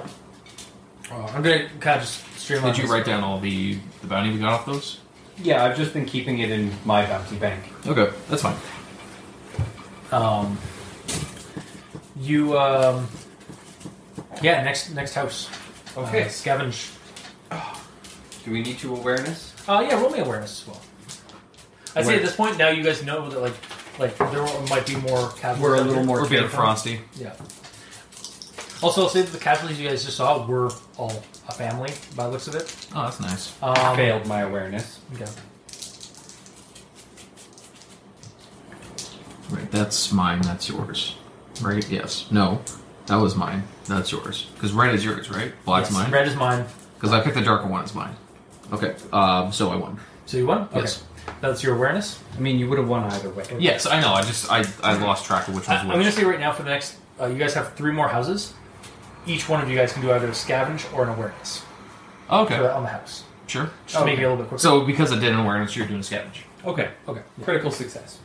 I'm gonna kind of just streamline.
Did you
this.
write down all the, the bounty we got off those?
Yeah, I've just been keeping it in my bounty bank.
Okay, that's fine.
Um, you, um, yeah, next next house.
Okay.
Uh, scavenge.
Do we need to awareness?
Uh, yeah, roll me awareness as well. I'd say at this point now you guys know that like like there might be more casualties.
We're a
out
little
there.
more
Or being
careful.
frosty.
Yeah. Also, I'll say that the casualties you guys just saw were all a family by the looks of it.
Oh, that's nice.
Um,
Failed my awareness.
Okay.
Right, that's mine. That's yours. Right? Yes. No, that was mine. That's yours. Because red is yours, right? Black's
Yes,
mine.
Red is mine.
Because I picked the darker one as mine. Okay, um, so I won.
So you won. Okay.
Yes.
That's your awareness.
I mean, you would have won either way.
Yes, I know. I just I, I lost track of which
I,
was
am
which.
going to Uh, say right now for the next, uh, you guys have three more houses. Each one of you guys can do either a scavenge or an awareness for
okay,
that on the house.
sure.
Just to make it a little bit quicker.
So because I did an awareness, you're doing scavenge.
Okay.
okay.
Critical success.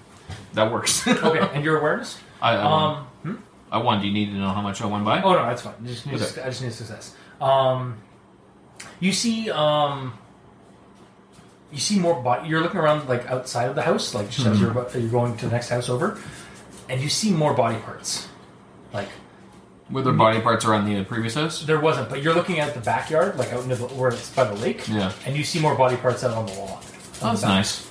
That works. I,
okay. And your awareness?
I, won.
Um.
I won. Do you need to know how much I won by?
Oh no, that's fine. I just need,
Okay.
I just need success. Um, you see, um, you see more. Bo- you're looking around like outside of the house, like just as
Hmm.
you're, about- you're going to the next house over, and you see more body parts. Like
Were there body parts around the uh, previous house?
there wasn't, but you're looking at the backyard, like out into the, where it's by the lake,
Yeah.
and you see more body parts out on the lawn.
Oh, that's nice.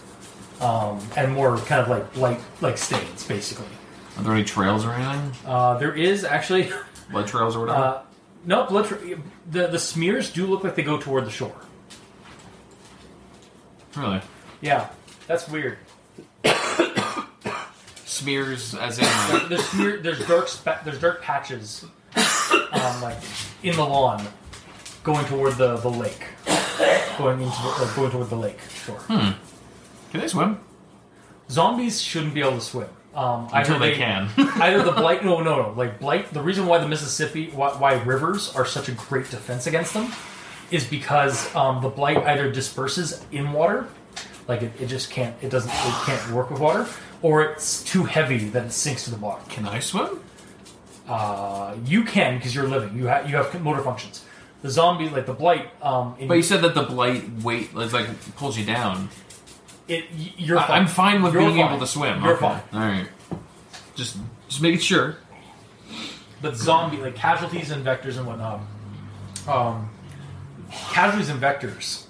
Um, and more kind of like light, like stains, basically.
Are there any trails or anything?
Uh, there is actually
Blood trails or whatever?
uh, no blood. Tra- the the smears do look like they go toward the shore.
really?
Yeah, that's weird.
Smears as in like,
There's smear, there's dark spa- there's dark patches, um, like in the lawn, going toward the, the lake, going into the, uh, going toward the lake shore.
Hmm. can they swim?
Zombies shouldn't be able to swim. Um,
Until
either
they can.
either the blight. No, no, no. Like blight. The reason why the Mississippi, why, why rivers are such a great defense against them, is because um, the blight either disperses in water, Like it, it just can't. It doesn't. It can't work with water, or it's too heavy that it sinks to the bottom.
Can I swim?
Uh, you can because you're living. You have you have motor functions. The zombie, like the blight, um, in,
But you said that the blight weight is like pulls you down.
it, y- you're.
I-
fine.
I'm fine with
You're
being
fine.
able to swim.
You're
okay.
fine.
All right. Just just making sure.
but zombie like casualties and vectors and whatnot. Um, casualties and vectors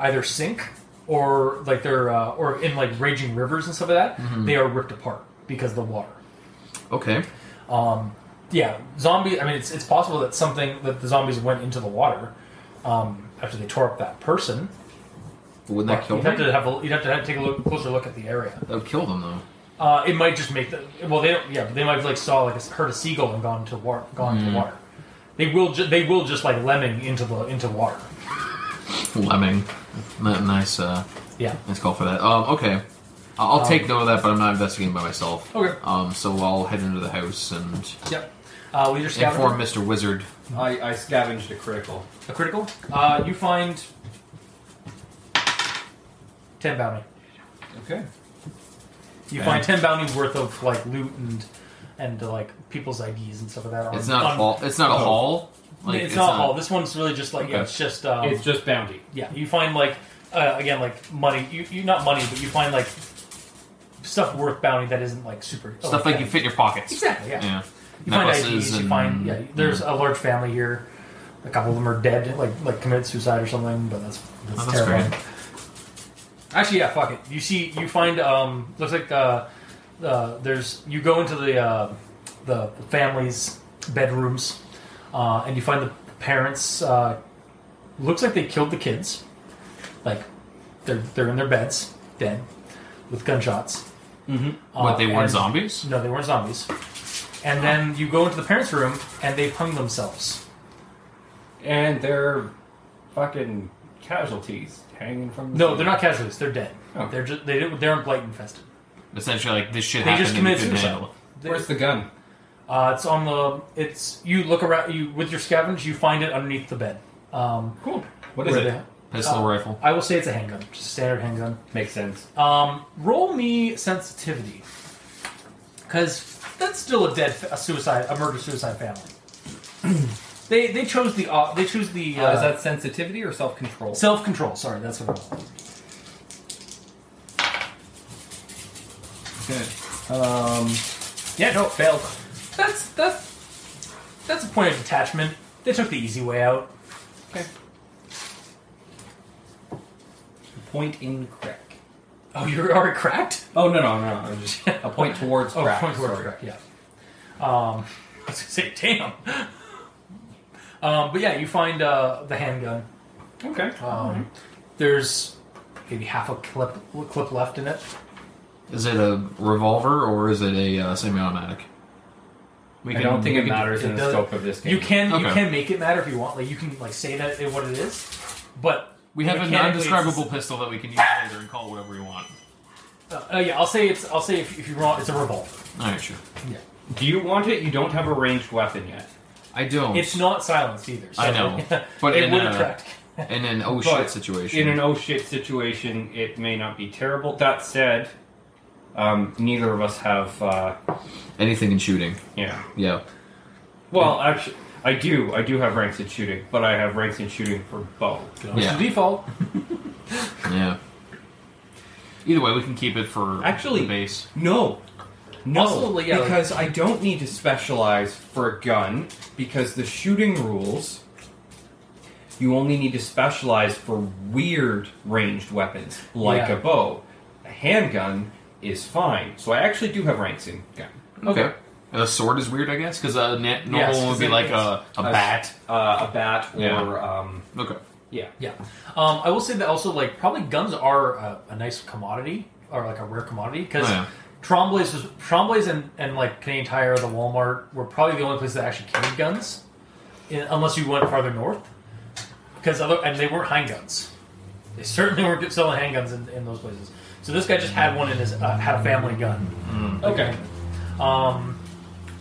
either sink or like they're uh, or in like raging rivers and stuff like that. They are ripped apart because of the water.
Okay.
Um, yeah, zombie. I mean, it's it's possible that something that the zombies went into the water um, after they tore up that person.
But wouldn't that kill
you'd have
them?
to have a, you'd have to have, take a look, closer look at the area.
That would kill them though.
Uh, it might just make the well. They don't. Yeah, but they might have like saw like a, heard a seagull and gone to water. Gone
Hmm.
to water. They will. Ju- they will just like lemming into the into water.
Lemming. N- Nice. Uh,
Yeah. Um,
nice call for that. Um, okay. I- I'll take note of that, but I'm not investigating by myself.
Okay.
Um, so I'll head into the house and
Yep. Uh, leader scavenger.
inform Mr. Wizard.
I, I scavenged a critical.
A critical. Uh, you find ten bounty.
Okay.
You
Okay.
find ten bounty worth of like loot and and uh, like people's IDs and stuff like that. on-
It's not a
on-
hall. It's not a haul.
Um, it's, not all. This one's really just like yeah,
Okay.
it's just um,
it's just bounty.
Yeah, you find like uh, again like money. You, you not money, but you find like stuff worth bounty that isn't like super
stuff like you fit in your pockets.
Exactly. Yeah.
Yeah.
You find
Necklaces
IDs. You
and-
find yeah. There's a large family here. A couple of them are dead, like like committed suicide or something. But that's that's,
Oh, that's
terrifying. Actually, yeah, fuck it. You see, you find um looks like uh, uh there's you go into the uh, the family's bedrooms uh, and you find the parents uh, looks like they killed the kids. Like they're they're in their beds dead with gunshots. Mm-hmm.
What they weren't
and,
zombies?
no, they weren't zombies. And then you go into the parents' room, and they've hung themselves.
And they're fucking casualties hanging from. The
No, they're not casualties. They're dead.
Oh.
They're just they didn't- they aren't blight infested.
Essentially, like this shit
They
happened.
just
and you
committed
couldn't
suicide.
handle it.
They-
Where's the gun?
uh, it's on the. It's you look around you with your scavenge. You find it underneath the bed. Um,
Cool. What is
where
it?
they-
Pistol
Uh,
rifle.
I will say it's a handgun, just a standard handgun.
Makes sense.
Um, roll me sensitivity, because that's still a dead, a suicide, a murder suicide family. they they chose the uh, they choose the
Uh,
uh,
is that sensitivity or self control?
self control. Sorry, that's what it was.
Um, yeah, no, failed.
That's that's that's a point of detachment. They took the easy way out.
Point in crack.
Oh, you're already cracked.
Oh no no no! I'm just a point towards
Oh,
crack.
point towards
sorry.
crack. Yeah. Um, I was gonna say, damn. um, but yeah, you find uh, the handgun.
Okay.
Um, There's maybe half a clip clip left in it.
Is it a revolver or is it a uh, semi-automatic? We
I don't think it
we
matters
it
in the
does-
scope of this game.
You can you
Okay.
can make it matter if you want. Like you can like say that it- what it is, but
We have an
mechanically it's-
undescribable pistol that we can use later and call it whatever we want.
Uh, uh, yeah, I'll say it's I'll say if, if you want it's a revolver.
All right, sure.
Do you want it? You don't have a ranged weapon yet.
I don't.
It's not silenced either. So
I know, but
it
in
would
a-
attract.
in an oh
But
shit situation.
In an oh shit situation, it may not be terrible. That said, um, neither of us have. Uh,
Anything in shooting.
yeah.
Yeah.
Well, actually, I do. I do have ranks in shooting, but I have ranks in shooting for bow.
Yeah.
The default.
Yeah. Either way, we can keep it for
Actually-
the base.
No. No,
Also, yeah, like-
because I don't need to specialize for a gun because the shooting rules you only need to specialize for weird ranged weapons like
Yeah.
a bow. A handgun is fine. So I actually do have ranks in gun.
Okay. A sword is weird, I guess, because a na- normal one would
'cause
be
it-
like a, a bat.
Uh, a bat or
Yeah.
um,
Okay.
yeah.
Yeah, um, I will say that also like probably guns are a, a nice commodity or like a rare commodity because
Oh, yeah.
Trombley's was Trombley's and, and like Canadian Tire, the Walmart were probably the only place that actually carried guns, in, unless you went farther north, because other and they weren't handguns. They certainly weren't selling handguns in, in those places. So this guy just had one in his uh, had a family gun.
Mm.
Okay.
Um,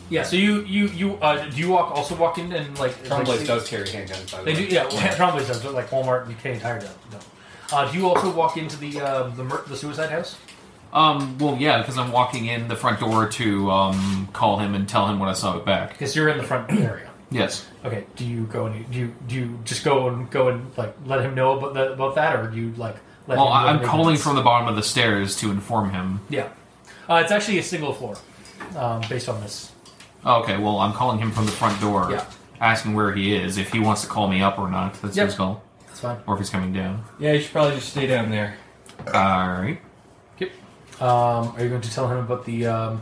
yeah. So you you you uh, do you walk also walk in and like
Trombley
like,
does carry handguns by the
they
way.
do, yeah. Trombley's does, but like Walmart and Canadian Tire don't. don't. Uh, do you also walk into the uh, the, mur- the suicide house?
Um, well, yeah, because I'm walking in the front door to um, call him and tell him what I saw at back.
Because you're in the front area.
Yes.
Okay. Do you go and do you do you just go and go and like let him know about the, about that, or do you like? Let
Well,
him know
I- I'm
that
calling
it's-
from the bottom of the stairs to inform him.
Yeah, uh, it's actually a single floor, um, based on this.
Okay, well, I'm calling him from the front door,
Yeah.
asking where he is, if he wants to call me up or not. That's
Yep.
his call,
That's fine.
or if he's coming down.
Yeah, you should probably just stay down there.
All right.
Um, are you going to tell him about the um,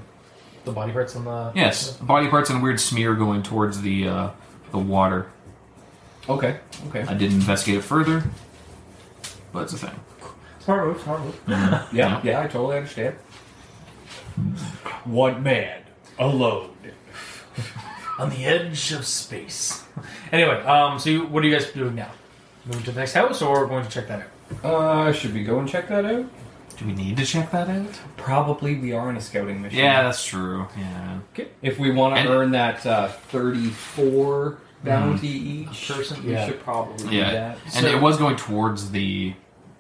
the body parts on the?
Yes, body parts and a weird smear going towards the uh, the water.
Okay. Okay.
I didn't investigate it further, but it's a thing.
Smart move. Smart move.
Yeah, yeah, I totally understand. One man alone.
on the edge of space. anyway, um, so you, what are you guys doing now? Moving to the next house, or going to check that out?
Uh, should we go and check that out?
Do we need to check that out?
Probably we are on a scouting mission.
Yeah, that's true. Yeah.
If we want
And-
to earn that uh, 34 bounty each,
person?
we
Yeah.
should probably
Hmm. Yeah.
do that.
And
So-
it was going towards the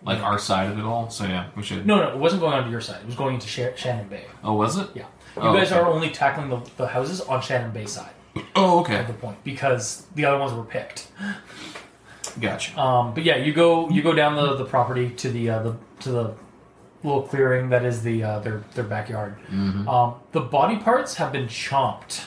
like our side of it all, so yeah, we should.
No, no, it wasn't going onto your side. It was going into Sha- Shannon Bay.
Oh, was it?
Yeah. You
Oh,
guys
okay.
are only tackling the, the houses on Shannon Bay side
Oh,
at
okay.
the point because the other ones were picked.
Gotcha.
Um, but yeah, you go you go down the, the property to the uh, the to the little clearing that is the uh, their their backyard.
Mm-hmm.
Um, the body parts have been chomped.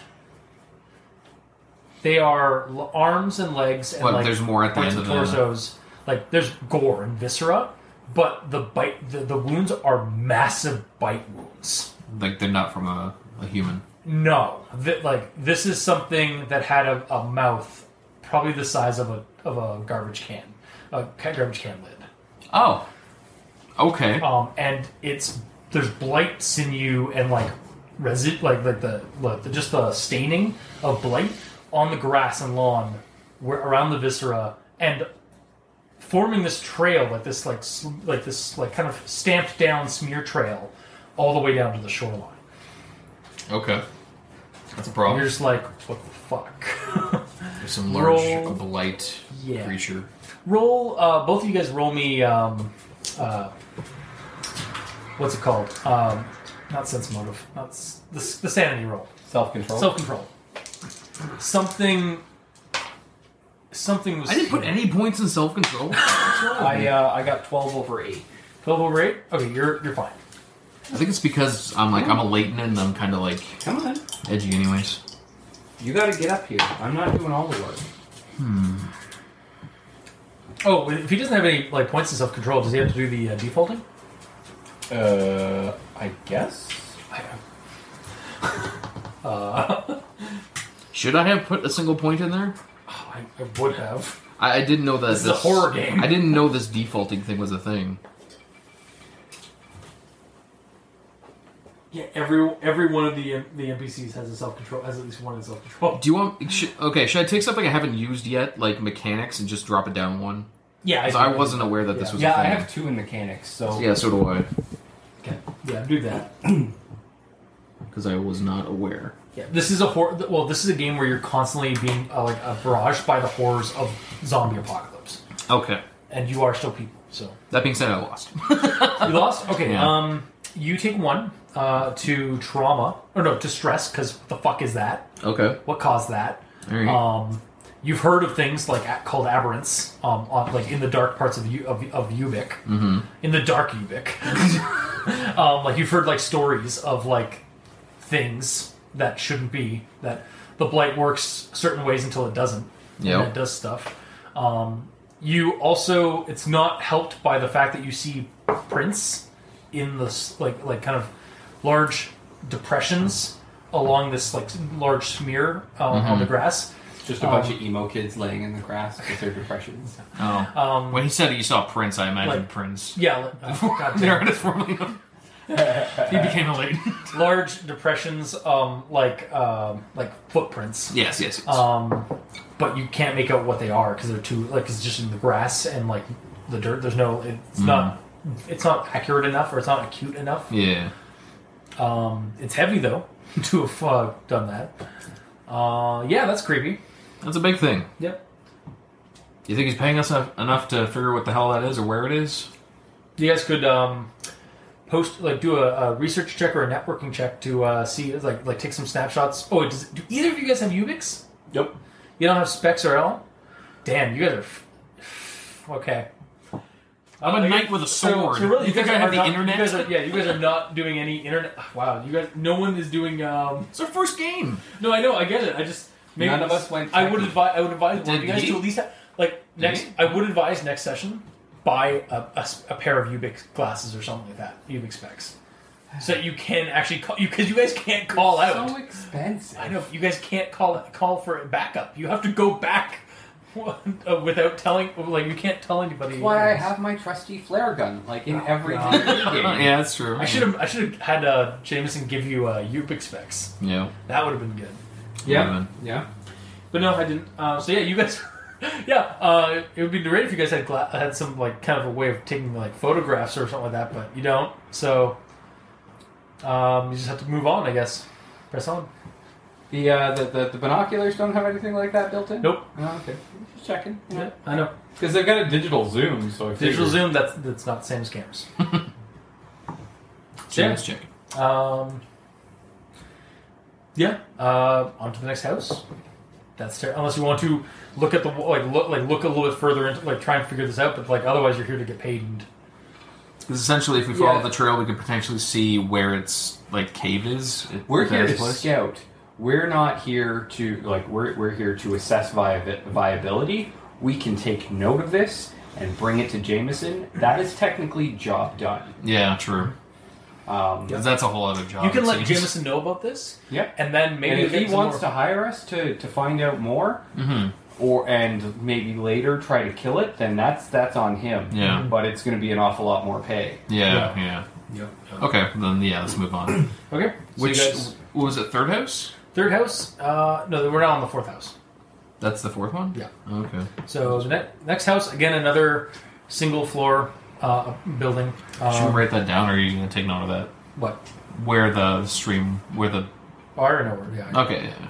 They are l- arms and legs and
Well,
like
there's more at the
parts
end of the-
torsos. Like there's gore and viscera, but the bite the, the wounds are massive bite wounds.
Like they're not from a, a human.
No, Th- like this is something that had a, a mouth, probably the size of a of a garbage can, a ca- garbage can lid.
Oh. Okay.
Um, and it's there's blight, sinew, and like resid, like like the, like the just the staining of blight on the grass and lawn, where around the viscera, and forming this trail, like this like s- like this like kind of stamped down smear trail, all the way down to the shoreline.
Okay. That's a
And
problem.
you're just like, what the fuck.
There's some large
Roll.
blight
Yeah.
creature.
Roll, uh, both of you guys roll me, um, uh, what's it called? Um, not sense motive, not s- the, s- the sanity roll,
Self control.
self control. Something, something was.
I didn't put any points in self control.
I, uh, I got 12 over 8.
twelve over eight. Okay, you're you're fine.
I think it's because I'm like I'm a Leighton and I'm kind of like
Come on.
edgy, anyways.
You gotta get up here. I'm not doing all the work.
Oh, if he doesn't have any like points in self control, does he have to do the uh, defaulting?
Uh, I guess?
uh,
Should I have put a single point in there?
Oh, I, I would have.
I, I didn't know that. This
is a horror game.
I didn't know this defaulting thing was a thing.
Yeah, every every one of the the NPCs has a self control, has at least one in self control.
Do you want? Should, okay, should I take something I haven't used yet, like mechanics, and just drop it down one?
Yeah,
Because I wasn't aware that this was.
Yeah,
a
I
thing.
have two in mechanics, so.
Yeah, so do I.
Okay. Yeah, do that.
Because I was not aware.
Yeah, this is a horror. Well, this is a game where you're constantly being uh, like uh, barraged by the horrors of zombie apocalypse,
Okay.
and you are still people. So
That being said, I lost.
you lost. Okay.
Yeah.
Um, you take one uh, to trauma, or no, to stress, because what the fuck is that?
okay.
What caused that?
All right.
Um, you've heard of things like a- called aberrance, um, on, like in the dark parts of U- of, of Ubik, in the dark Ubik. um, like you've heard like stories of like things that shouldn't be that the blight works certain ways until it doesn't.
Yep.
and it does stuff. Um, you also it's not helped by the fact that you see prints in this like like kind of large depressions along this like large smear uh, on the grass.
Just a bunch of emo kids laying in the grass with their depressions.
oh.
Um,
when he said he saw Prince, I imagined
like-
Prince.
yeah, like- oh, God
The
damn.
artist formerly known. he became a Leighton.
large depressions, um, like um, like footprints.
yes, yes, yes.
Um, but you can't make out what they are because they're too like 'cause it's just in the grass and like the dirt. There's no, it's not, it's not accurate enough or it's not acute enough.
yeah.
Um, it's heavy though to have uh, done that. Uh, yeah, that's creepy.
That's a big thing.
Yep.
You think he's paying us enough, enough to figure what the hell that is or where it is?
You guys could um, post like do a, a research check or a networking check to uh, see like like take some snapshots. Oh, does, do either of you guys have Ubix?
Yep.
You don't have Specs or L? Damn, you guys are f- okay.
I'm a
Uh,
knight with a sword. you think
guys
I have
are
the
not-
internet?
You guys are, yeah, you guys are not doing any internet. Wow, you guys, no one is doing. Um,
It's our first game.
no, I know, I get it. I just maybe
None of us went
I would
techie.
advise. I would advise one
Did
of you guys
he?
to at least have, like next. I would advise next session buy a, a s- a pair of Ubix glasses or something like that. Ubix specs, so that you can actually call you because you guys can't call out.
So expensive.
I know you guys can't call call for backup. You have to go back uh, without telling. Like you can't tell anybody.
That's why I have my trusty flare gun, like in every
God.
D&D game.
Uh, yeah, that's true.
I should have. I should have had uh, Jameson give you uh, Ubix specs.
Yeah.
That would have been good.
Yeah, yeah.
But no, I didn't. Uh, so yeah, you guys. yeah, uh, it would be great if you guys had gla- had some like kind of a way of taking like photographs or something like that, but you don't. So um, you just have to move on, I guess. Press on.
The, uh, the, the the binoculars don't have anything like that built in.
Nope.
Oh, okay, just checking. you know.
I know.
Because they've got a digital zoom, so I
Digital
figured-
zoom. That's that's not the same as cameras.
So let's check.
Um, yeah. Uh, on to the next house. That's ter- unless you want to look at the wa- like look like look a little bit further into like try and figure this out, but like otherwise you're here to get paid and
Because essentially, if we follow
Yeah.
the trail, we could potentially see where its like cave is. It-
We're
that
here to
place.
scout. We're not here to like we're we're here to assess vi- viability. We can take note of this and bring it to Jameson. That is technically job done.
Yeah, true.
Um,
'Cause That's a whole other job.
you can
it
let
seems.
Jameson know about this,
Yep.
and then maybe
and if
get
he
some
wants
more-
to hire us to, to find out more,
Mhm.
or and maybe later try to kill it, then that's that's on him.
Mm-hmm.
Yeah.
But it's going to be an awful lot more pay.
Yeah, yeah, Okay, then yeah, let's move on.
Okay.
Which
so you guys,
what was it? Third house?
third house? Uh, no, we're not on the fourth house.
That's the fourth one.
Yeah.
Okay.
So the ne- next house, again, another single floor uh, building.
Should
Um,
we write that down, or are you gonna take note of that?
What?
Where the stream? Where the?
Bar and over. Yeah.
Okay. Yeah.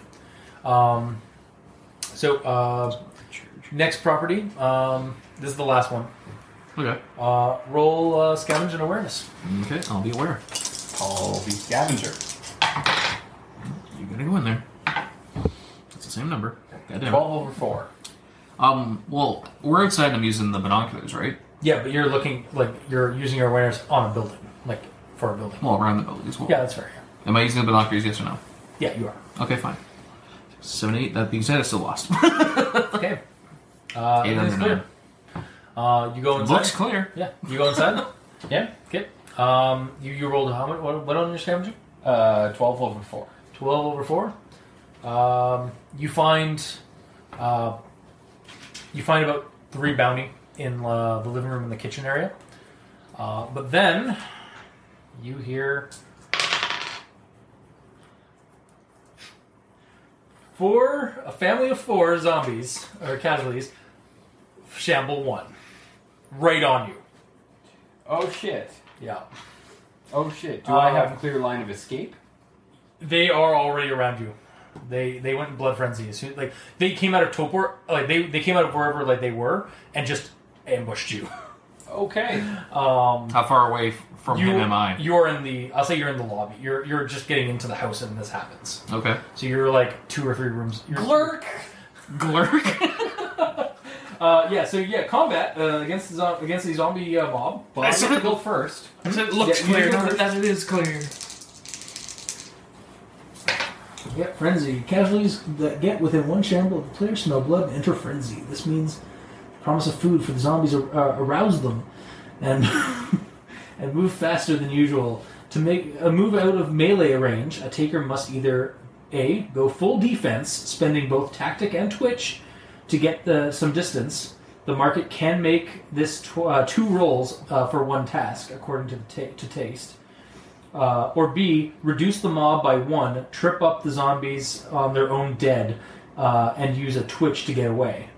Um, so uh, next property. Um, this is the last one.
Okay.
Uh, roll uh, scavenge and awareness.
Okay. I'll be aware.
I'll be scavenger.
You gotta go in there. It's the same number. Goddamn. it.
Twelve over four.
Um. Well, we're outside. and I'm using the binoculars, right?
Yeah, but you're looking like you're using your awareness on a building, like for a building.
Well, around the building as well.
Yeah, that's fair.
Am I using the binoculars? Yes or no?
Yeah, you are.
Okay, fine. Seven, eight. That being said, I still lost.
Okay. Uh,
Eight
it
on
is
the
clear.
nine.
Uh, you go inside.
Looks clear.
Yeah. You go inside?
Yeah.
Okay. Um, you, you rolled how much? What, what on your scavenger?
Uh, twelve over four.
12 over 4. Um, you find uh, you find about three bounty in uh, the living room and the kitchen area. Uh, but then you hear four a family of four zombies or casualties shamble one right on you.
Oh shit.
Yeah.
Oh shit. Do I
Um,
have a clear line of escape?
They are already around you. They they went in blood frenzy as soon like they came out of Topor like they, they came out of wherever like they were and just ambushed you.
Okay.
Um,
How far away f- from
you
him am I?
You're in the I'll say you're in the lobby. You're you're just getting into the house and this happens.
Okay.
So you're like two or three rooms. You're,
Glurk.
Glurk.
Uh, yeah. So yeah, combat uh, against the zo- against the zombie uh, mob.
Well, I
said
have to
it-
go first.
it looks
Yeah, you
clear.
do
Now
it.
that it is clear.
Get frenzy. Casualties that get within one shamble of the player smell blood and enter frenzy. This means the promise of food for the zombies ar- uh, arouse them and and move faster than usual. To make a move out of melee range, a taker must either a go full defense, spending both tactic and twitch to get the some distance. The market can make this tw- uh, two rolls uh, for one task, according to the ta- to taste uh, or B, reduce the mob by one, trip up the zombies on their own dead, uh, and use a twitch to get away.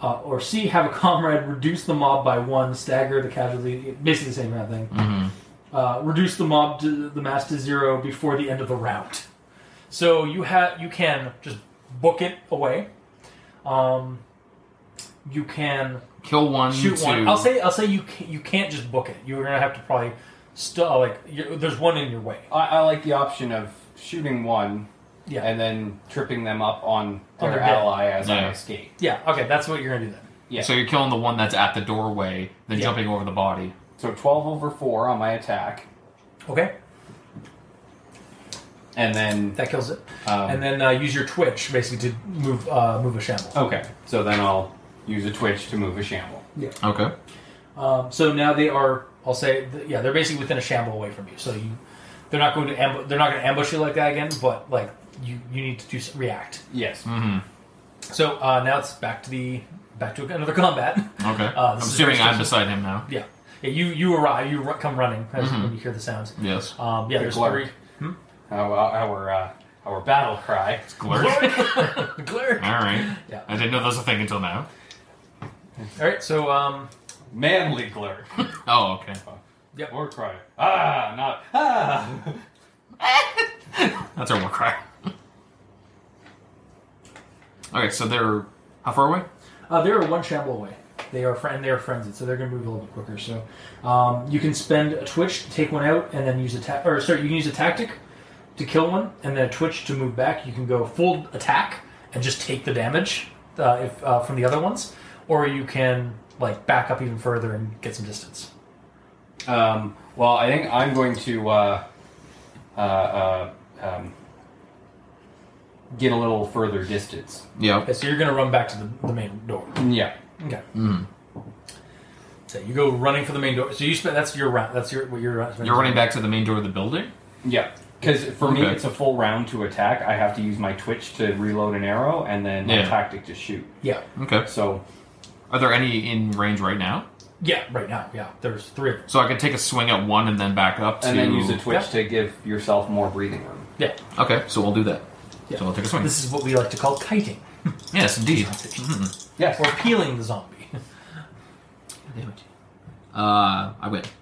Uh, or C, have a comrade reduce the mob by one, stagger the casualty, basically the same kind of thing. Uh, reduce the mob to the mass to zero before the end of the round. So you have you can just book it away. Um, you can
Kill one,
shoot
two.
one. I'll say I'll say you can, you can't just book it. You're gonna have to probably still like you're, there's one in your way.
I, I like the option of shooting one
Yeah.
and then tripping them up on
On
their
their
ally as I
Yeah.
escape.
Yeah. Okay. That's what you're gonna do then.
Yeah.
So you're killing the one that's at the doorway, then
Yeah.
jumping over the body.
So 12 over 4 on my attack.
Okay.
And then.
That kills it.
Um,
and then uh, use your twitch basically to move uh, move a shamble.
okay. So then I'll use a twitch to move a shamble.
Okay.
Um, so now they are. I'll say th- yeah. They're basically within a shamble away from you. So you they're not going to amb- they're not going to ambush you like that again. But like you you need to do s- react.
Yes.
Mm-hmm.
So uh, now it's back to the back to another combat.
Okay.
Uh,
I'm
this is
assuming
very
I'm beside him now.
Yeah. yeah you you arrive. You ru- come running as when you hear the sounds.
Yes.
Um, yeah.
The
There's
Glurk.
three.
Our, our, uh, our battle cry.
Glurk.
Glurk.
All right.
Yeah.
I didn't know that was a thing until now.
All right. So um,
Manly glurk.
Oh, okay.
War cry. Ah, not. Ah!
That's our war cry. All right. So they're how far away?
Uh, they're one shamble away. They are friend. They are frenzied, so they're going to move a little bit quicker. So um, you can spend a twitch to take one out, and then use a ta- or sorry, you can use a tactic to kill one, and then a twitch to move back. You can go full attack and just take the damage uh, if, uh, from the other ones, or you can like back up even further and get some distance.
Um, well, I think I'm going to uh, uh, uh, um, get a little further distance.
Yeah.
Okay, so you're going to run back to the, the main door.
Yeah.
Okay.
Mm.
So you go running for the main door. So you spend that's your round. That's your what your round.
You're running back to the main door of the building.
Yeah. Because for me,
Okay.
it's a full round to attack. I have to use my twitch to reload an arrow and then my
Yeah.
tactic to shoot.
Yeah.
Okay.
So,
Are there any in range right now?
Yeah. Right now. Yeah. There's three of them.
So I could take a swing at one and then back up to.
and then use a twitch to give yourself more breathing room.
Yeah.
Okay. So we'll do that.
Yeah.
So we'll take a swing.
This is what we like to call kiting.
Yes, indeed.
Mm-hmm.
Yes.
or peeling the zombie.
Damn it. Uh, I win.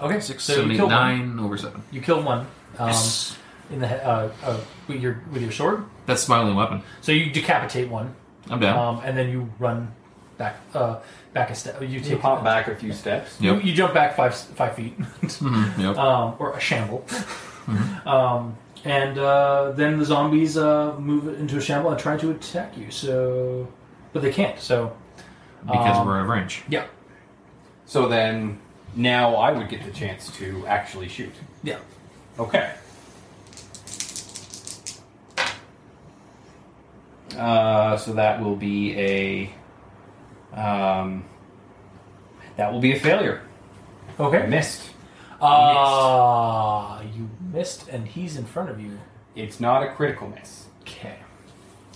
Okay,
Six,
so
seven, eight,
you kill one.
nine over seven.
You kill one um,
Yes.
in the he- uh, uh, with your with your sword.
That's my only weapon.
So you decapitate one,
I'm down.
um, and then you run back uh, back a step. You take
You pop back a few steps.
You,
Yep.
you jump back five s- five feet,
Mhm, yep.
um, or a shamble, um, and uh, then the zombies uh, move into a shamble and try to attack you. So, but they can't. So
because
um,
we're out of range.
yeah,
So then, now I would get the chance to actually shoot.
yeah.
Okay. Uh, so that will be a um, that will be a failure. I
Okay.
missed.
Uh, you missed, and he's in front of you.
It's not a critical miss.
Okay.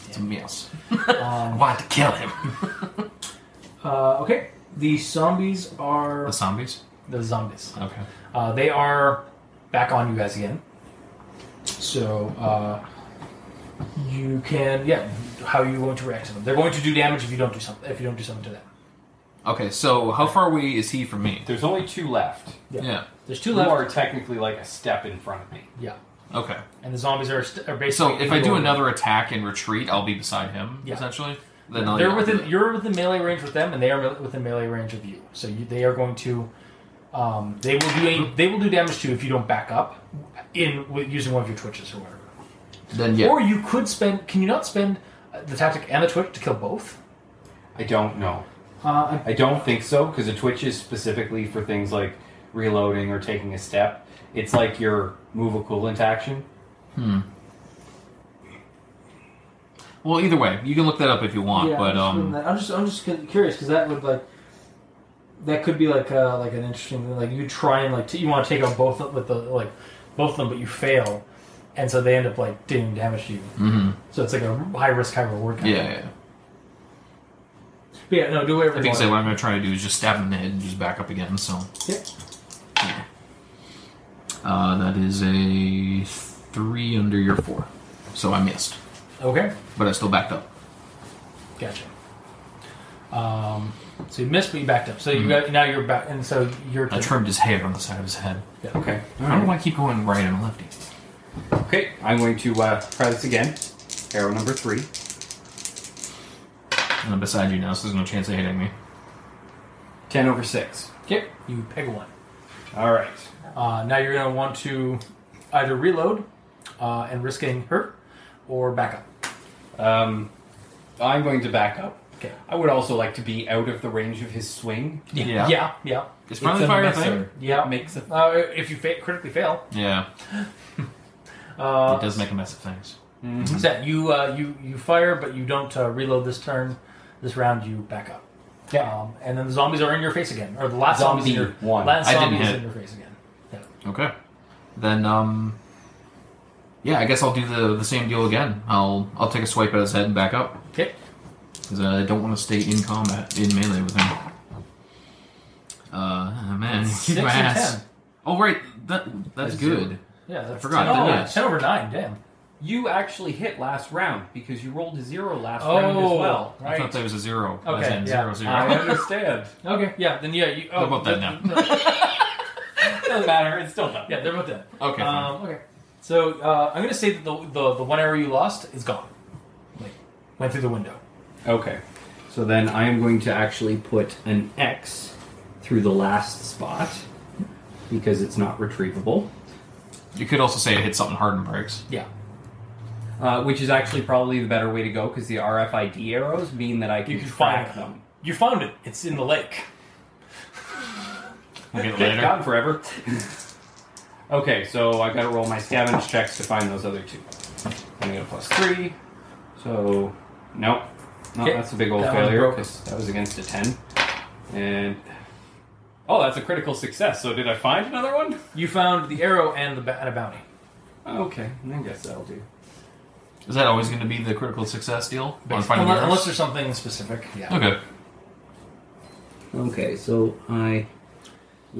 It's a meals. I
Um,
wanted to kill him.
uh, okay. The zombies are
the zombies.
the zombies.
Okay.
Uh, they are back on you guys again. So uh, you can, yeah. How are you going to react to them? They're going to do damage if you don't do something. If you don't do something to them.
Okay. So how far away is he from me?
There's only two left.
Yeah.
Yeah.
There's two
You
left.
are technically like a step in front of me.
Yeah.
Okay.
And the zombies are, st- are basically.
So if I do another attack and retreat, I'll be beside him
Yeah.
essentially. Then I'll
they're within. You're within melee range with them, and they are me- within melee range of you. So you, they are going to. Um, they will do. A, they will do damage to you if you don't back up, in with, using one of your twitches or whatever.
Then yeah.
Or you could spend. Can you not spend uh, the tactic and the twitch to kill both?
I don't know.
Uh,
I don't think so because a twitch is specifically for things like reloading or taking a step. It's like your move a coolant action.
well, either way, you can look that up if you want. but um,
I'm just I'm just curious because that would like that could be like uh, like an interesting like you try and like t- you want to take out both of- with the like both of them, but you fail, and so they end up like doing damage to you.
mhm.
So it's like a high risk, high reward.
yeah,
Kind
yeah.
Of.
yeah.
But yeah. No. Do whatever.
I
you
think
want.
so. What I'm gonna try to do is just stab him in the head and just back up again. So
Yeah.
Yeah. Uh, that is a three under your four, so I missed,
Okay.
but I still backed up.
Gotcha. Um. So you missed, but you backed up. So
Mm-hmm.
you got now you're back, and so you're.
I trimmed his hair on the side of his head.
Okay.
I don't know why I keep going right and lefty.
Okay, I'm going to uh, try this again. Arrow number three.
I'm beside you now, so there's no chance of hitting me.
10 over 6.
Yep. You peg one.
All right.
Uh, now you're going to want to either reload uh, and risk getting hurt or back up.
Um, I'm going to back up.
Okay.
I would also like to be out of the range of his swing.
Yeah.
Yeah. Yeah.
It's
It's
friendly
a
fire a thing.
messer.
Yeah.
Makes a
Uh, if you fa- critically fail,
Yeah,
uh,
it does make a mess of things. Mm-hmm.
Zet, you uh, you you fire, but you don't uh, reload this turn. This round, you back up.
Yeah.
Um, and then the zombies are in your face again, or the last zombies in
Zombie
your
one.
Last
I didn't
zombie is
hit.
in your face again.
Okay. Then um Yeah, I guess I'll do the the same deal again. I'll I'll take a swipe at his head and back up.
Okay.
Because I don't want to stay in combat in melee with him. Uh oh, man, kick
Six
my
and
ass.
ten.
Oh right, that that's
That's
good.
Yeah, that's
forgot
ten,
that.
oh, 10 over nine. Damn.
You actually hit last round because you rolled a zero last
Oh,
round as well.
I thought
right.
that was a zero.
Okay,
as in
yeah.
zero zero.
I understand.
Okay. Yeah. Then yeah. You, oh,
They're both dead now.
Doesn't matter. It's still done.
Yeah, they're both dead.
okay. fine.
Um, okay. So uh, I'm gonna say that the, the the one arrow you lost is gone. Like went through the window.
Okay.
So then I am going to actually put an X through the last spot because it's not retrievable,
you could also say it hit something hard and breaks.
Yeah.
uh, which is actually probably the better way to go because the RFID arrows mean that I can,
You can
track
find
them.
You found it. It's in the lake.
We'll get it
They're
later.
gone forever. okay, so I got to roll my scavenge checks to find those other two. I'm gonna plus three. So nope, no,
Okay,
that's a big old
that one
failure.
broke.
'cause That was against a ten, and oh, that's a critical success. So did I find another one?
You found the arrow and the ba- and a bounty.
Oh, Okay, I guess that'll do.
Is that always going to be the critical success deal? On
Unless,
finding the arrows?
unless there's something specific. Yeah.
Okay.
Okay, so I.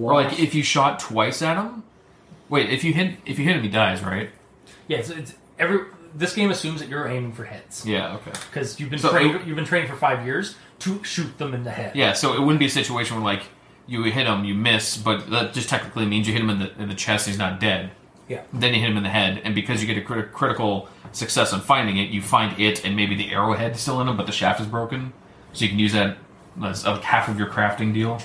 Or like if you shot twice at him. Wait, if you hit if you hit him, he dies, right?
Yeah. It's, it's every. This game assumes that you're aiming for heads
Yeah. Okay.
because you've been
So
trained,
it-
you've been trained for five years to shoot them in the head.
Yeah. So it wouldn't be a situation where like you hit him, you miss, but that just technically means you hit him in the in the chest. He's not dead.
Yeah.
Then you hit him in the head, and because you get a crit- critical success on finding it, you find it, and maybe the arrowhead is still in him, but the shaft is broken, so you can use that as like half of your crafting deal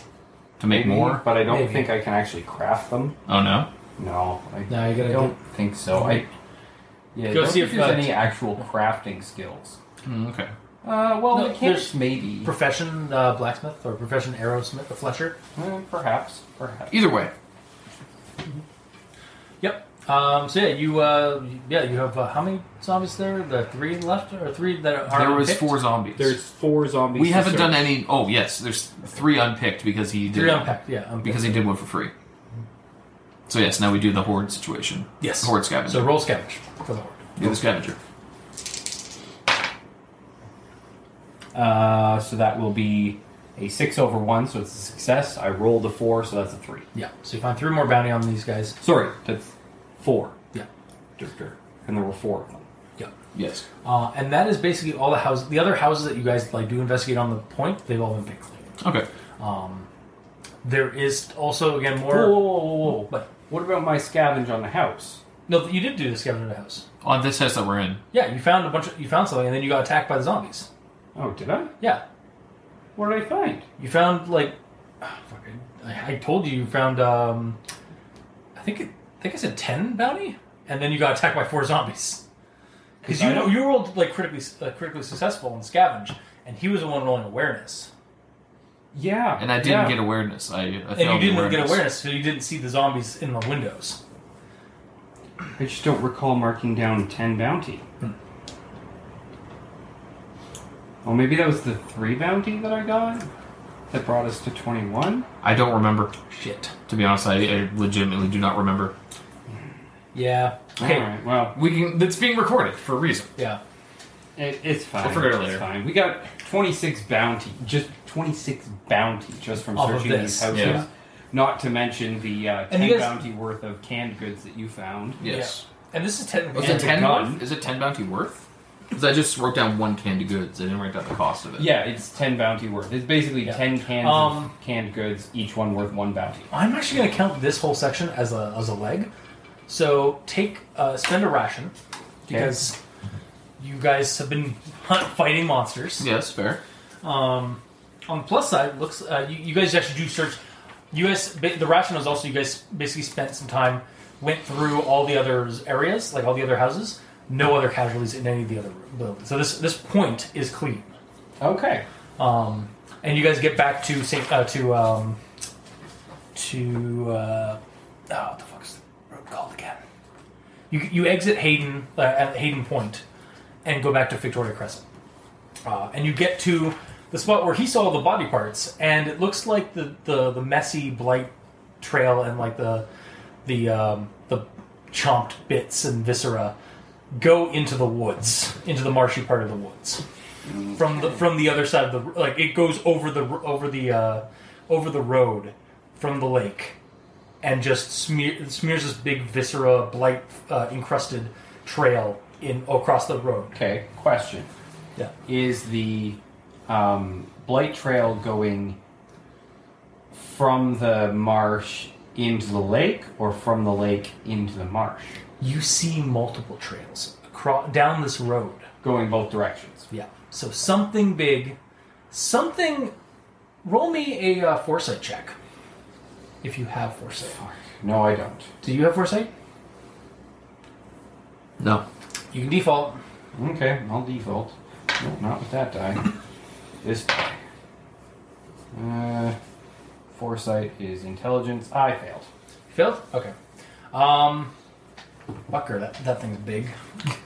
to make more.
But I don't
Maybe.
think I can actually craft them.
Oh no.
No. I
No, you gotta
don't think so. I yeah,
Go
don't
see
think
if,
there's
uh,
any actual crafting skills.
Hmm, okay.
Uh, well,
No,
mechanics maybe.
profession uh, blacksmith or profession arrowsmith, a fletcher.
Uh,
Eh, perhaps, perhaps.
Either way.
Yep. Um, so yeah, you uh, yeah you have uh, how many zombies there? The three left or three that are
there was
unpicked?
four zombies.
There's four zombies.
we
to
haven't
search.
done any. Oh yes, there's three unpicked because he did
Three unpacked. Yeah, unpacked.
because he did one for free. So yes, now we do the horde situation.
yes.
horde scavenger.
So roll scavenge for the horde.
Do the scavenger.
Uh, so that will be a six over one, so it's a success. I rolled a four, so that's a three.
Yeah. So you find three more bounty on these guys.
Sorry, that's four.
Yeah.
Dur- dur. And there were four of them.
Yeah.
Yes.
Uh, and that is basically all the houses. The other houses that you guys like do investigate on the point, they've all been picked clean.
Okay.
Um, there is also again more.
Whoa, whoa, whoa, whoa, whoa.
But
What about my scavenge on the house?
no, you did do the scavenger house.
On this house that we're in,
Yeah, you found a bunch of you found something, and then you got attacked by the zombies.
Oh, did I?
Yeah,
What did I find?
you found like, ah, fuck, I, I told you you found. Um, I think it, I think I said ten bounty, and then you got attacked by four zombies. Because you
I don't-
you rolled like critically uh, critically successful in scavenge, and he was the one rolling awareness,
Yeah.
and I didn't
yeah.
get awareness. I, I
and you didn't get awareness, so you didn't see the zombies in the windows.
I just don't recall marking down 10 bounty.
Hmm.
Well, maybe that was the three bounty that I got that brought us to 21.
I don't remember.
Shit.
To be honest, I, I legitimately do not remember.
Yeah. Okay.
All right, well,
We can. It's being recorded for a reason.
Yeah.
it, it's fine.
We'll figure it out
It's
later.
fine. We got 26 bounty, just 26 bounty just from
Off of
searching
this,
these houses.
yeah.
Not to mention the uh, 10
And you guys-
bounty worth of canned goods that you found.
Yes.
And this is technically.
Was
And
it
the
ten
gun.
worth? Is it ten bounty worth? Because I just wrote down one candy goods. I didn't write down the cost of it.
Yeah, it's 10 bounty worth. It's basically
Yeah.
10 cans
Um,
of canned goods, each one worth one bounty.
I'm actually going to count this whole section as a as a leg. So take uh, spend a ration because you guys have been hunt, fighting monsters.
Yes. Fair.
Um, on the plus side, it looks uh, you, you guys actually do search. You guys, ba- the rationale is also you guys basically spent some time, went through all the other areas, like all the other houses. No other casualties in any of the other room- buildings. So this this point is clean.
Okay.
Um, and you guys get back to Saint, uh, to um, to uh, oh, what the fuck is the road called again? You you exit Hayden uh, at Hayden Point and go back to Victoria Crescent, uh, and you get to the spot where he saw the body parts, and it looks like the the, the messy blight trail and like the the um, the chomped bits and viscera go into the woods, into the marshy part of the woods from the from the other side of the like it goes over the over the uh, over the road from the lake and just smear, smears this big viscera blight uh, encrusted trail in across the road
Okay. Question.
Yeah.
Is the um, blight trail going from the marsh into the lake, or from the lake into the marsh?
you see multiple trails across down this road
Going both directions.
yeah so something big something roll me a uh, foresight check if you have foresight
No, I don't.
do you have foresight
No.
you can default
Okay, I'll default. No, not with that die. This die. Uh, foresight is intelligence. I failed.
Failed? Okay. Um, Bucker, that, that thing's big.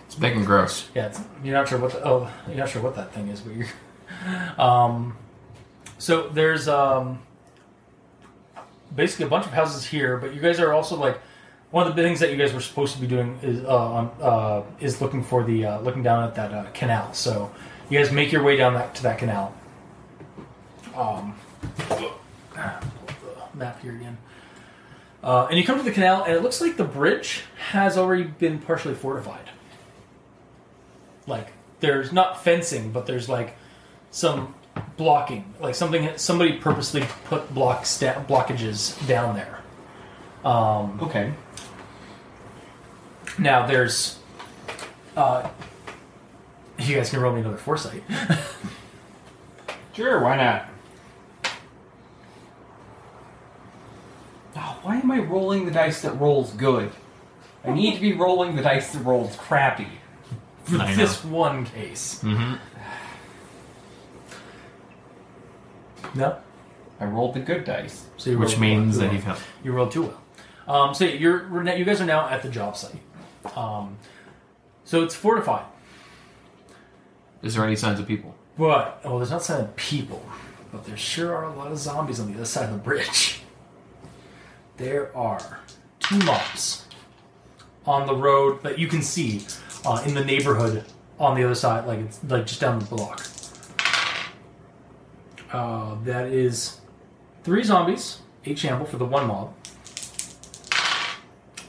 It's big and gross.
Yeah, it's, you're not sure what the, oh you're not sure what that thing is, but you're. Um, so there's um, basically a bunch of houses here, but you guys are also like one of the things that you guys were supposed to be doing is uh, on, uh, is looking for the uh, looking down at that uh, canal. So you guys make your way down that to that canal. Um, pull up the map here again. Uh, and you come to the canal, and it looks like the bridge has already been partially fortified like there's not fencing but there's like some blocking like something somebody purposely put block sta- blockages down there um,
Okay.
now there's uh, you guys can roll me another foresight
Sure, why not?
Ah,
Oh, why am I rolling the dice that rolls good? I need to be rolling the dice that rolls crappy.
for
I know.
this one case
Mm-hmm.
no
I rolled the good dice.
so you
Which
rolled-
means
you
that
rolled-
he failed.
you rolled too well um, so you're we're now- you guys are now at the job site um, so it's fortified
Is there any signs of people?
But well, there's not some people, but there sure are a lot of zombies on the other side of the bridge. There are two mobs on the road that you can see uh, in the neighborhood on the other side, like it's like just down the block. Uh, that is three zombies, eight shamble for the one mob,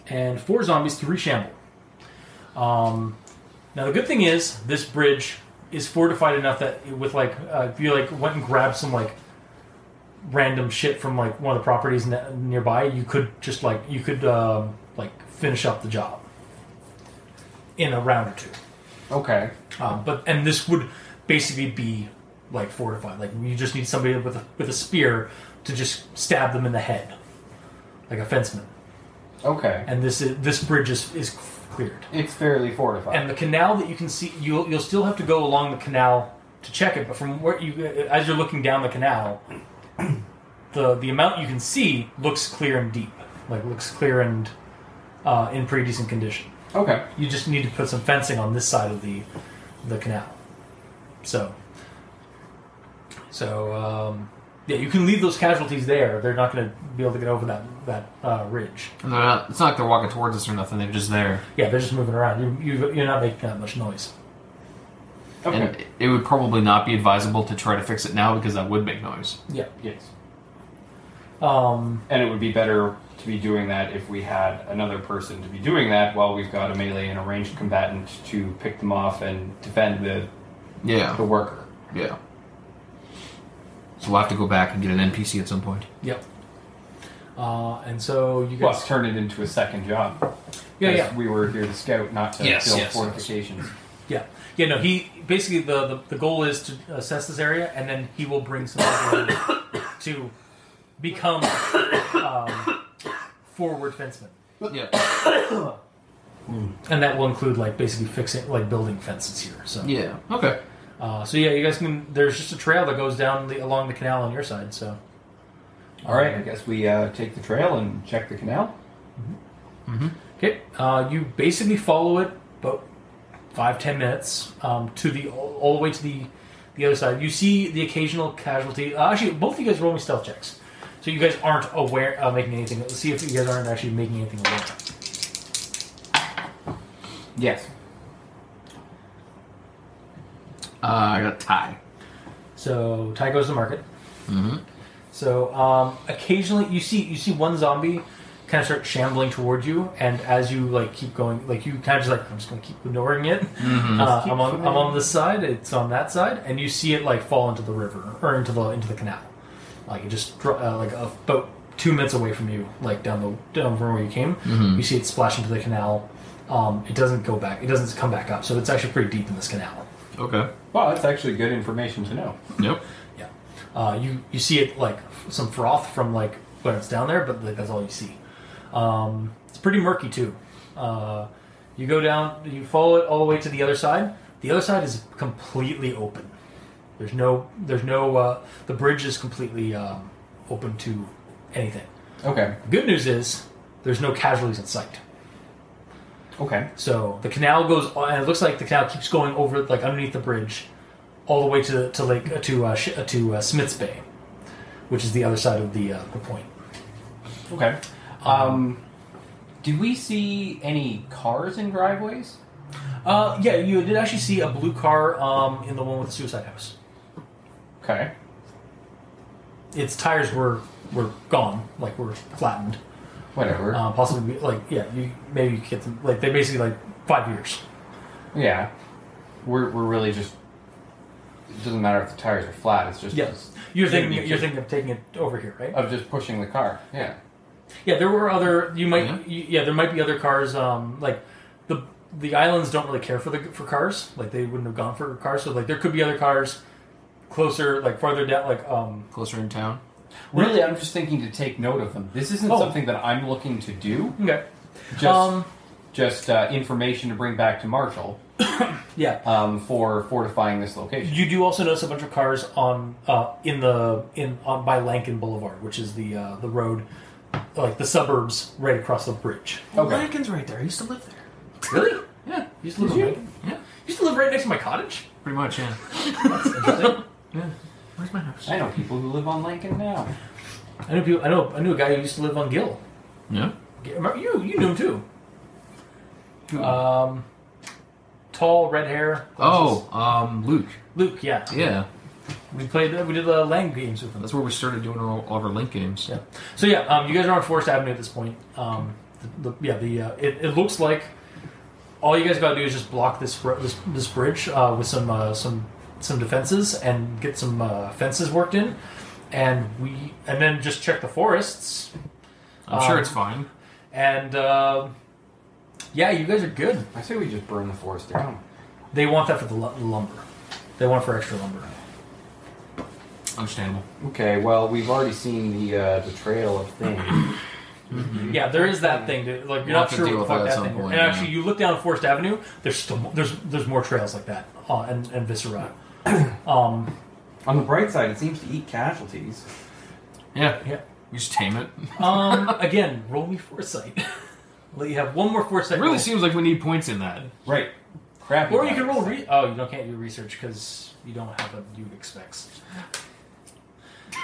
and four zombies, three shamble. Um, now the good thing is this bridge is fortified enough that with like uh, if you like went and grabbed some like random shit from like one of the properties ne- nearby, you could just like you could um, like finish up the job in a round or two.
Okay.
Um, but and this would basically be like fortified. Like you just need somebody with a, with a spear to just stab them in the head, like a fenceman.
Okay.
And this is, this bridge is is cleared.
It's fairly fortified.
And the canal that you can see, you'll you'll still have to go along the canal to check it. But from where you, as you're looking down the canal, the the amount you can see looks clear and deep, like looks clear and uh, in pretty decent condition.
okay.
You just need to put some fencing on this side of the the canal. So, so um, yeah, you can leave those casualties there. They're not going to be able to get over that that uh, ridge.
And they're not, it's not like they're walking towards us or nothing. They're just there.
Yeah, they're just moving around. You, you you're not making that much noise.
Okay.
And it- it would probably not be advisable to try to fix it now because that would make noise.
Yeah.
yes.
Um,
And it would be better to be doing that if we had another person to be doing that while we've got a melee and a ranged combatant to pick them off and defend the, the
Yeah.
worker.
Yeah. So we'll have to go back and get an NPC at some point.
Yep. Uh, and so you guys,
Plus, turn it into a second job.
yeah,
'Cause
yeah,
We were here to scout, not to
Yes,
build
yes, yes.
fortifications.
Yeah, yeah. No, he basically the the, the goal is to assess this area, and then he will bring some people in to become um, forward fencemen,
Yeah.
and that will include like basically fixing like building fences here. So
Yeah. Okay.
uh, so yeah, you guys can. There's just a trail that goes down the, along the canal on your side. So
All right, I guess we uh, take the trail and check the canal.
okay, uh, you basically follow it, but five ten minutes um, to the all, all the way to the the other side. You see the occasional casualty. Uh, actually, both of you guys roll me stealth checks, so you guys aren't aware of making anything. Let's see if you guys aren't actually making anything aware.
Yes.
Uh, I got tie.
So Ty goes to market.
Mhm.
So um, occasionally you see you see one zombie kind of start shambling toward you, and as you like keep going, like you kind of just like I'm just going to keep ignoring it. Uh, I'm on I'm on this side, it's on that side, and you see it like fall into the river or into the into the canal, like it just dro- uh, like about two minutes away from you, like down the down from where you came. You see it splash into the canal. Um, it doesn't go back. It doesn't come back up. So it's actually pretty deep in this canal.
Okay.
Well, that's actually good information to know.
Yep.
Yeah. Uh, you you see it like some froth from like when it's down there, but like, that's all you see. Um, it's pretty murky too. Uh, you go down, you follow it all the way to the other side. The other side is completely open. There's no there's no uh, the bridge is completely um, open to anything.
Okay.
Good news is there's no casualties in sight.
Okay.
So the canal goes, and it looks like the canal keeps going over, like underneath the bridge, all the way to to Lake uh, to uh, Sh- uh, to uh, Smith's Bay, which is the other side of the uh, the point.
Okay. Um, did we see any cars in driveways?
Uh, yeah, you did actually see a blue car um, in the one with the suicide house.
Okay.
Its tires were were gone, like were flattened.
Whatever.
Um, possibly, like yeah, you maybe you get them. Like they're basically like five years.
yeah. We're, we're really just. It doesn't matter if the tires are flat. It's just
Yes, you're thinking you're thinking of taking it over here, right?
of just pushing the car. Yeah.
Yeah, there were other. You might.
Yeah.
Yeah, yeah there might be other cars. Um, like the the islands don't really care for the for cars. Like they wouldn't have gone for cars. So like there could be other cars closer, like farther down. Like um,
Closer in town.
Really, I'm just thinking to take note of them. This isn't
Oh.
something that I'm looking to do.
okay.
Just
Um,
just uh, information to bring back to Marshall
yeah.
um, for fortifying this location.
You do also notice a bunch of cars on uh in the in on by Lankin Boulevard, which is the uh, the road, like the suburbs right across the bridge.
Okay.
Lincoln's right there. I used to live there.
Really? Yeah. You used to live on Lankin?
Yeah.
You used to live right next to my cottage.
Pretty much. Yeah.
Interesting.
Where's my house?
I know people who live on Lincoln now.
I know people. I know. I knew a guy who used to live on Gill.
Yeah.
Yeah, remember- You you knew him too. Um, tall, red hair.
Oh, um, Luke.
Luke. Yeah,
Yeah.
we played. We did the Lang games with him.
That's where we started doing all, all of our link games.
Yeah. So yeah, um, you guys are on Forest Avenue at this point. Um, the, the, yeah, the uh, it, it looks like all you guys got to do is just block this ro- this, this bridge uh, with some uh, some some defenses and get some uh, fences worked in, and we and then just check the forests
I'm sure
Um,
it's fine.
and uh, yeah, you guys are good.
I say we just burn the forest down.
They want that for the lu- lumber. They want it for extra lumber.
Mm-hmm. Understandable.
Okay, well, we've already seen the uh, the trail of things.
Yeah, there is that thing. Dude.
We'll
Like you're
have
not
to
sure
deal
what the
with
fuck
that at
that
some
thing. is.
point,
and
yeah.
actually, you look down Forest Avenue. There's still mo- there's there's more trails like that uh, and and viscera. Um,
On the bright side, it seems to eat casualties.
Yeah.
yeah.
We just tame it.
Um, again, roll me foresight. Let you have one more foresight.
It really
roll.
seems like we need points in that.
Right. Crap.
Or you can roll. Re- oh, you don't can't do research because you don't have what you expects.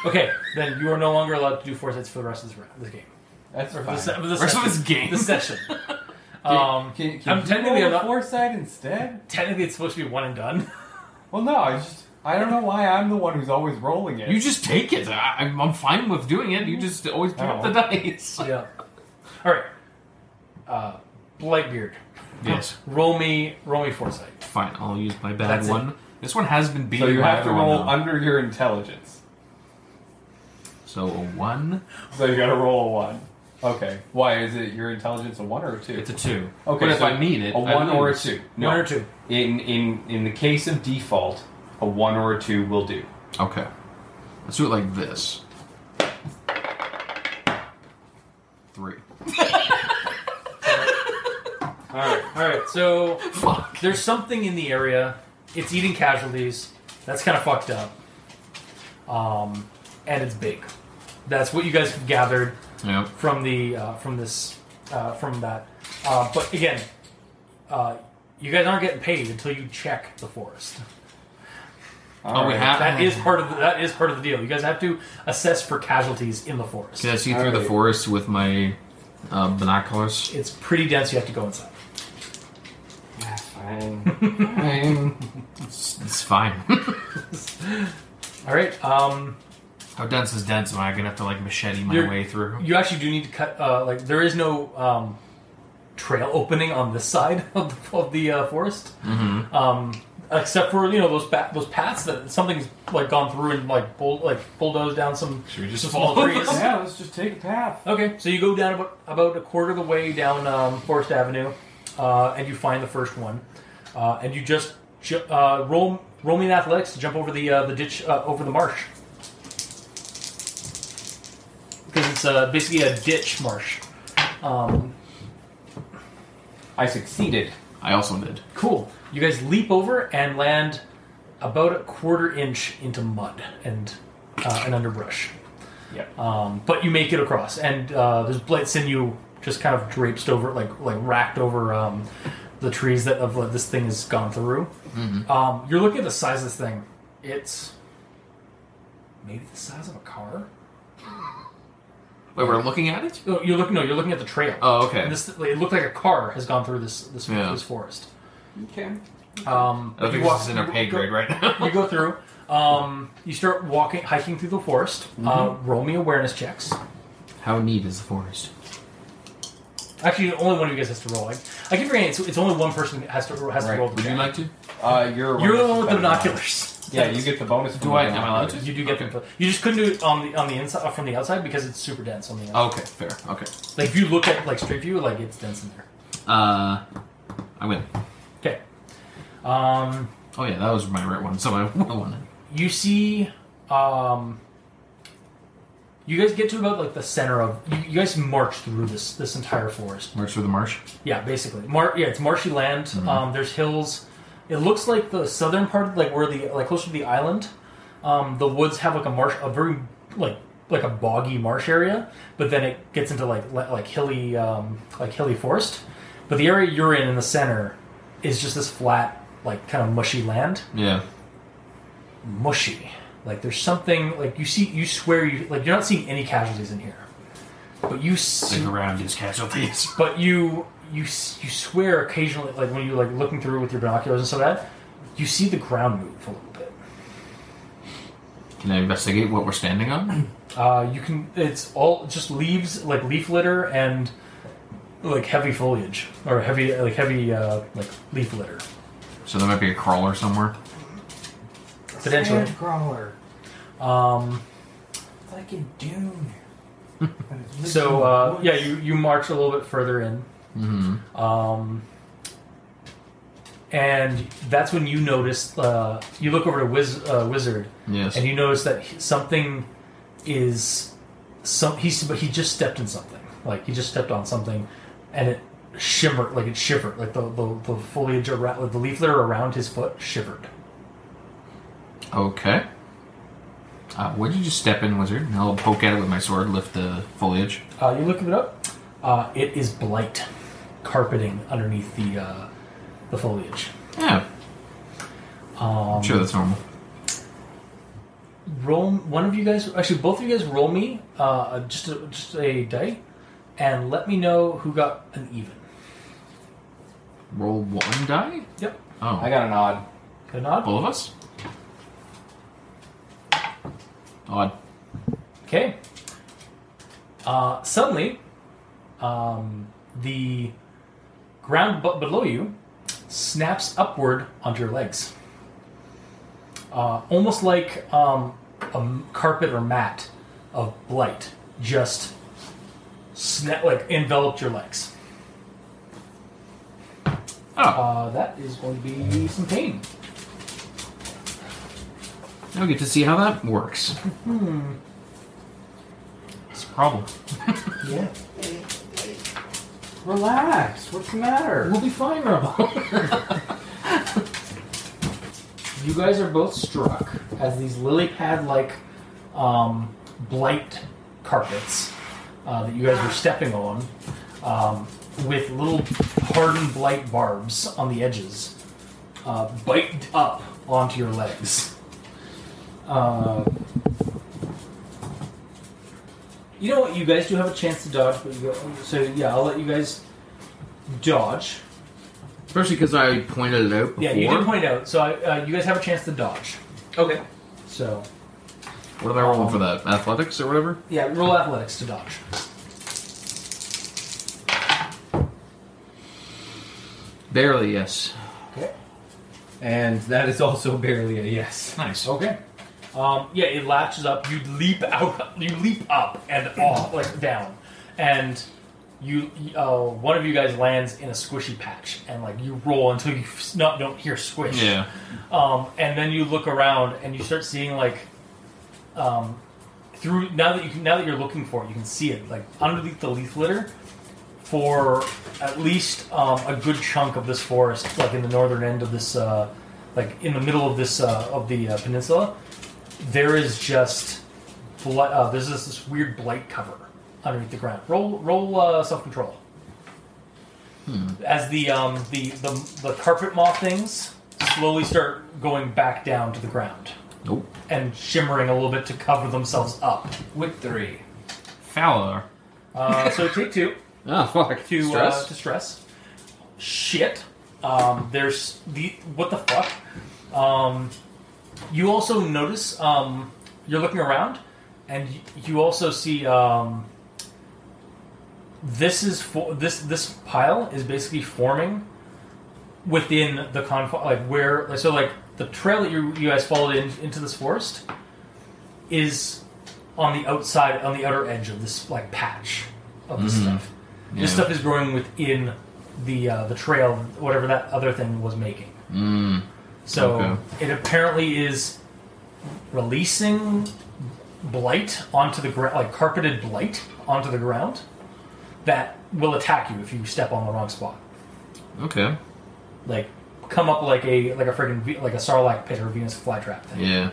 Okay, then you are no longer allowed to do foresights for the rest of this round, this game.
That's
Or for
fine.
this, for this
Rest of
session.
this game.
This session. Um,
can, can
I'm
you
technically
roll
I'm
a
not-
foresight instead?
technically it's supposed to be one and done.
Well, no, I just I don't know why I'm the one who's always rolling it.
You just take it. I, I'm- I'm fine with doing it. You just always drop
Oh.
the dice.
yeah. All right. Uh, Blightbeard,
Yes.
roll me, roll me foresight.
Fine. I'll use my bad
That's it.
one. This one has been beaten.
so you
by
have to
everyone,
roll
though.
under your intelligence.
so a one.
So you got to roll a one. Okay. Why is it your intelligence a one or a two?
It's a two.
Okay,
but if
so
I need it,
a
I
one or a
lose.
two.
One or two.
In in in the case of default, a one or a two will do.
Okay. Let's do it like this. Three.
All right, all right. So there's something in the area. It's eating casualties. That's kind of fucked up. Um, and it's big. That's what you guys have gathered
Yep.
from the uh, from this uh, from that. Uh, but again, uh, you guys aren't getting paid until you check the forest.
oh, we have.
That is part of the, that is part of the deal. You guys have to assess for casualties in the forest.
Can I see through the
Alright.
forest with my uh, binoculars?
It's pretty dense. You have to go inside.
It's, it's fine.
All right. Um,
How dense is dense? Am I gonna have to like machete my
You're-
way through?
You actually do need to cut. Uh, like there is no um, trail opening on this side of the, of the uh, forest, um, except for you know those ba- those paths that something's like gone through and like bull- like bulldozed down some.
Should we just
some
follow
small
the-
trees.
Yeah, let's just take a path.
Okay, so you go down about, about a quarter of the way down um, Forest Avenue, uh, and you find the first one, uh, and you just ju- uh, roll roll me an athletics to jump over the uh, the ditch uh, over the marsh. Because it's uh, basically a ditch marsh. Um,
I succeeded.
I also did.
cool. You guys leap over and land about a quarter inch into mud and uh, an underbrush.
Yep.
Um, but you make it across, and uh, there's blight sinew just kind of draped over, like like racked over um, the trees that of what this thing has gone through.
Mm-hmm.
Um, you're looking at the size of this thing. It's maybe the size of a car.
Wait, we're looking at it.
No, You're looking. No, you're looking at the trail.
Oh, okay.
And this, it looked like a car has gone through this this,
Yeah.
this forest.
Okay.
Um,
I don't
you
think
walk-
this is in our
you
pay
go-
grade right now.
you go through. Um, you start walking, hiking through the forest. Uh,
Mm-hmm.
roll me awareness checks.
How neat is the forest?
Actually, only one of you guys has to roll. I, I keep forgetting it's, it's only one person that has to has
Right.
to roll. the
Would you
check.
like to?
Uh, you're
You're the
bonus
one with the
is better than mine.
binoculars.
Yeah, you get the bonus. from
Do
the
I- am I allowed
binoculars.
You do get
Okay.
them. You just couldn't do it on the on the inside from the outside because it's super dense on the inside.
Okay, fair. Okay.
Like if you look at like straight view, like it's dense in there.
Uh, I win.
Okay. Um,
Oh yeah, that was my right one. So I won.
you see, um, you guys get to about like the center of. You, you guys march through this this entire forest.
March through the marsh.
Yeah, basically. Mar- yeah, it's marshy land. Um, there's hills. It looks like the southern part, like where the like closer to the island, um, the woods have like a marsh, a very like like a boggy marsh area. But then it gets into like li- like hilly um, like hilly forest. But the area you're in in the center is just this flat, like kind of mushy land.
Yeah.
Mushy. Like there's something like you see. You swear you like you're not seeing any casualties in here, but you see
Stick around, use casualties.
but you you s- you swear occasionally, like when you like looking through with your binoculars and stuff like that, you see the ground move a little bit.
Can I investigate what we're standing on?
Uh, you can it's all just leaves, like leaf litter and like heavy foliage or heavy like heavy uh, like leaf litter
So there might be a crawler somewhere.
potentially.
crawler.
Um,
It's like in Dune.
so uh, yeah, you you march a little bit further in.
Mm-hmm.
Um, and that's when you notice. Uh, you look over to Wiz, uh, Wizard,
Yes.
and you notice that he- something is some he's but he just stepped in something like he just stepped on something and it shimmered like it shivered like the the, the foliage around like the leaf litter around his foot shivered
Okay. Uh, where'd you just step in, wizard? And I'll poke at it with my sword, lift the foliage.
uh, you looking it up uh, it is blight carpeting underneath the uh, the foliage
Yeah,
um,
I'm sure that's normal.
roll one of you guys actually both of you guys roll me uh, just a, just a die and let me know who got an even
Roll one die?
Yep.
Oh.
I got an odd.
Got a nod
All of us? Odd.
Okay. Uh, suddenly, um, the ground b- below you snaps upward onto your legs, uh, almost like um, a m- carpet or mat of blight just snap, like enveloped your legs.
Oh.
Uh, that is going to be some pain.
Now we get to see how that works. It's a problem.
Yeah.
Relax. What's the matter?
We'll be fine, Rebel.
You guys are both struck as these lily pad like um, blight carpets uh, that you guys were stepping on um, with little hardened blight barbs on the edges uh, bite up onto your legs. Uh, you know what? You guys do have a chance to dodge, but you go, so yeah, I'll let you guys dodge.
Especially because I pointed it out before.
Yeah, you did point it out, so I, uh, you guys have a chance to dodge.
Okay.
So
What am I rolling for that? Athletics or whatever?
yeah, roll athletics to dodge.
Barely, yes.
Okay.
And that is also barely a yes.
Nice.
Okay. Um, yeah, it latches up. You leap out. You leap up and off, like down, and you uh, one of you guys lands in a squishy patch, and like you roll until you s- not don't hear squish.
Yeah.
Um, and then you look around and you start seeing like, um, through now that you can, now that you're looking for it, you can see it like underneath the leaf litter. For at least um, a good chunk of this forest, like in the northern end of this, uh, like in the middle of this uh, of the uh, peninsula, there is just bl- uh, there's this, this weird blight cover underneath the ground. Roll roll uh, self control. As the, um, the the the carpet moth things slowly start going back down to the ground
Nope.
and shimmering a little bit to cover themselves up.
With three.
Fowler.
Uh, so take two
Ah, fuck.
to Uh,
Stress?
to stress. Shit. Um, there's the what the fuck. Um, you also notice um, you're looking around, and y- you also see um, this is for this this pile is basically forming within the conf like where like, so like the trail that you you guys followed in, into this forest is on the outside on the outer edge of this like patch of this stuff.
Yeah.
This stuff is growing within the uh, the trail, whatever that other thing was making.
Mm.
So
Okay.
it apparently is releasing blight onto the ground, like carpeted blight onto the ground, that will attack you if you step on the wrong spot.
Okay.
Like come up like a like a friggin' ve- like a sarlacc pit or Venus flytrap thing.
Yeah.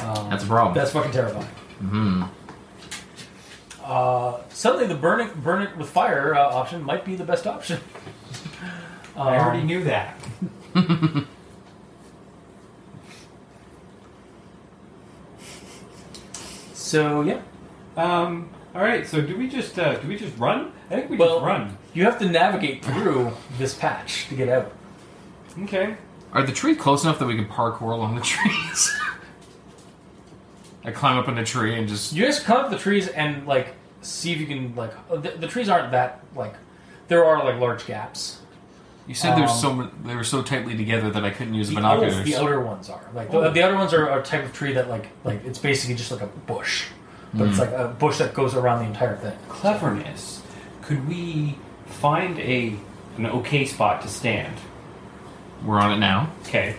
Um,
That's a problem.
That's fucking terrifying.
hmm
Mm-hmm.
Uh, suddenly, the burn it, burn it with fire uh, option might be the best option.
I
Um,
already knew that.
So yeah,
Um, all right. So do we just uh, do we just run? I think we
Well-
just run.
you have to navigate through this patch to get out.
Okay.
Are the trees close enough that we can parkour along the trees? I climb up in a tree and just.
You guys climb up the trees and like see if you can like uh, the, the trees aren't that like there are like large gaps.
You said there's
Um,
so mon- they were so tightly together that I couldn't use
The,
binoculars.
outer, the outer ones are like the, the outer ones are are a type of tree that like like it's basically just like a bush, but it's like a bush that goes around the entire thing.
Cleverness. Could we find a an okay spot to stand?
We're on it now.
Okay.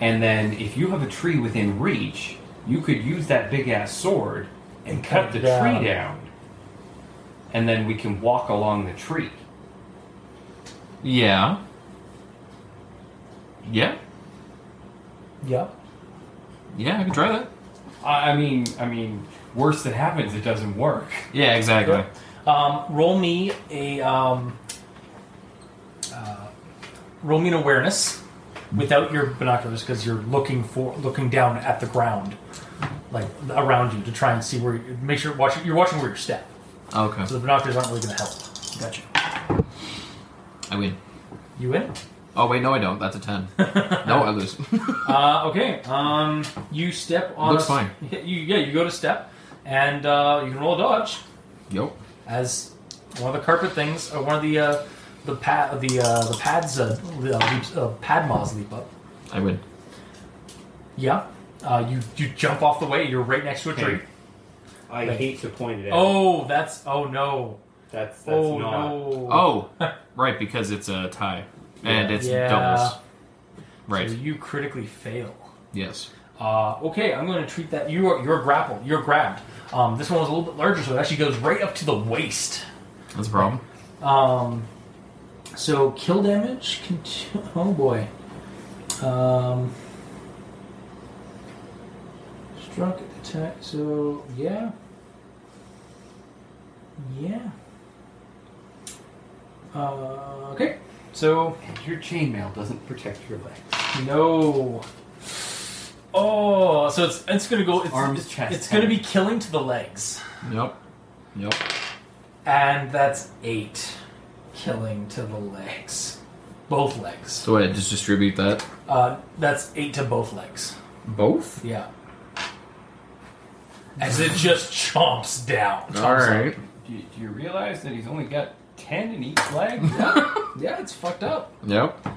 And then if you have a tree within reach, you could use that big ass sword and cut the
Down.
tree down. And then we can walk along the tree.
Yeah. Yeah.
Yeah.
Yeah, I can try that.
I, I mean, I mean, worse that happens, it doesn't work.
Yeah, exactly.
Um, roll me a um, uh, roll me an awareness without your binoculars because you're looking for looking down at the ground, like around you to try and see where you, make sure watch you're watching where you step.
Okay.
So the binoculars aren't really going to help.
Gotcha. I win.
You in?
Oh wait, no, I don't. That's a ten. no, I lose.
Uh, okay. Um, you step on.
Looks
a-
fine.
Yeah, you, yeah, you go to step, and uh, you can roll a dodge
Yo.
as one of the carpet things or one of the uh, the pad the uh, the pads uh, uh, leaps, uh, pad moths leap up.
I win.
Yeah. Uh, you you jump off the way. You're right next to a tree.
I
Thank
hate to point it out.
Oh, that's oh no.
that's that's
Oh
not.
no.
Oh, right, because it's a tie. And it's
Yeah.
doubles.
So
Right,
you critically fail.
yes.
Uh, okay, I'm going to treat that. You are you're grappled. You're grabbed. Um, this one was a little bit larger, so it actually goes right up to the waist.
That's a problem.
Um, so kill damage. Conti- oh boy. Um, struck attack. So yeah, yeah. Uh, okay. So
And your chainmail doesn't protect your legs.
no. Oh, so it's it's gonna go. It's,
Arms,
it's,
chest,
It's gonna
head.
be killing to the legs,
Yep. Yep.
and that's eight, killing to the legs, both legs.
So I just distribute that.
Uh, that's eight to both legs.
Both?
Yeah. As it just chomps down. Chomps
Alright.
up.
Do you, do you realize that he's only got ten in each leg?
Yeah, it's fucked up.
Yep.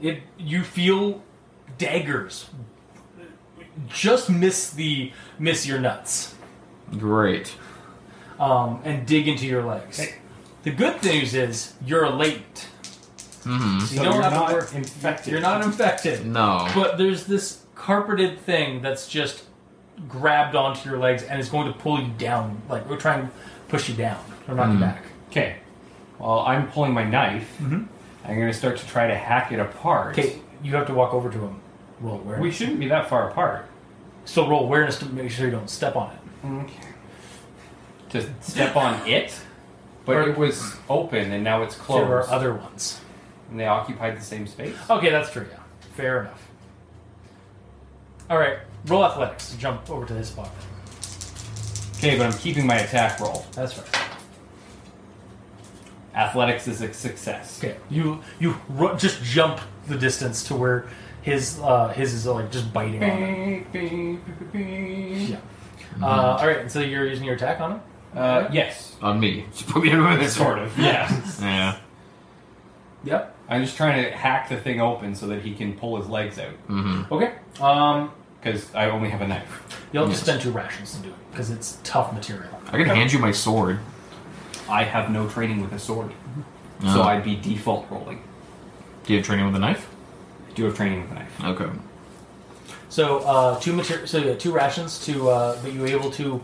It. You feel daggers. Just miss the miss your nuts.
Great.
um, and dig into your legs. The good news is you're latent.
Mm-hmm.
So
So
you don't
you're
have to
not
worry.
infected.
You're not infected.
No.
But there's this carpeted thing that's just grabbed onto your legs and is going to pull you down. Like we're trying to push you down or knock you
Mm.
back.
Okay. Well, I'm pulling my knife.
Mm-hmm.
Mhm.
I'm going to start to try to hack it apart.
Okay, you have to walk over to him. Roll awareness.
We shouldn't be that far apart.
Still roll awareness to make sure you don't step on it.
Okay. To step on it, but
Or-
it was open and now it's
There are
closed.
other ones.
and they occupied the same space.
Okay, that's true. Yeah, fair enough. All right, roll athletics to jump over to his spot.
Okay, but I'm keeping my attack roll.
That's right.
Athletics is a success.
Okay, you you ru- just jump the distance to where his uh, his is like just biting on him. Yeah. Uh, all right, and so you're using your attack on him.
Uh, yes.
On me. Just put me in with this
Sort of. Yeah.
Yeah.
Yep.
I'm just trying to hack the thing open so that he can pull his legs out.
Mm-hmm.
Okay. Um,
Because I only have a knife.
you'll have to
Yes.
spend two rations to do it because it's tough material.
I can hand you my sword.
I have no training with a sword. So
Uh,
I'd be default rolling.
Do you have training with a knife?
I do have training with a knife.
Okay.
So uh, two mater- so yeah, two rations to uh, but you were able to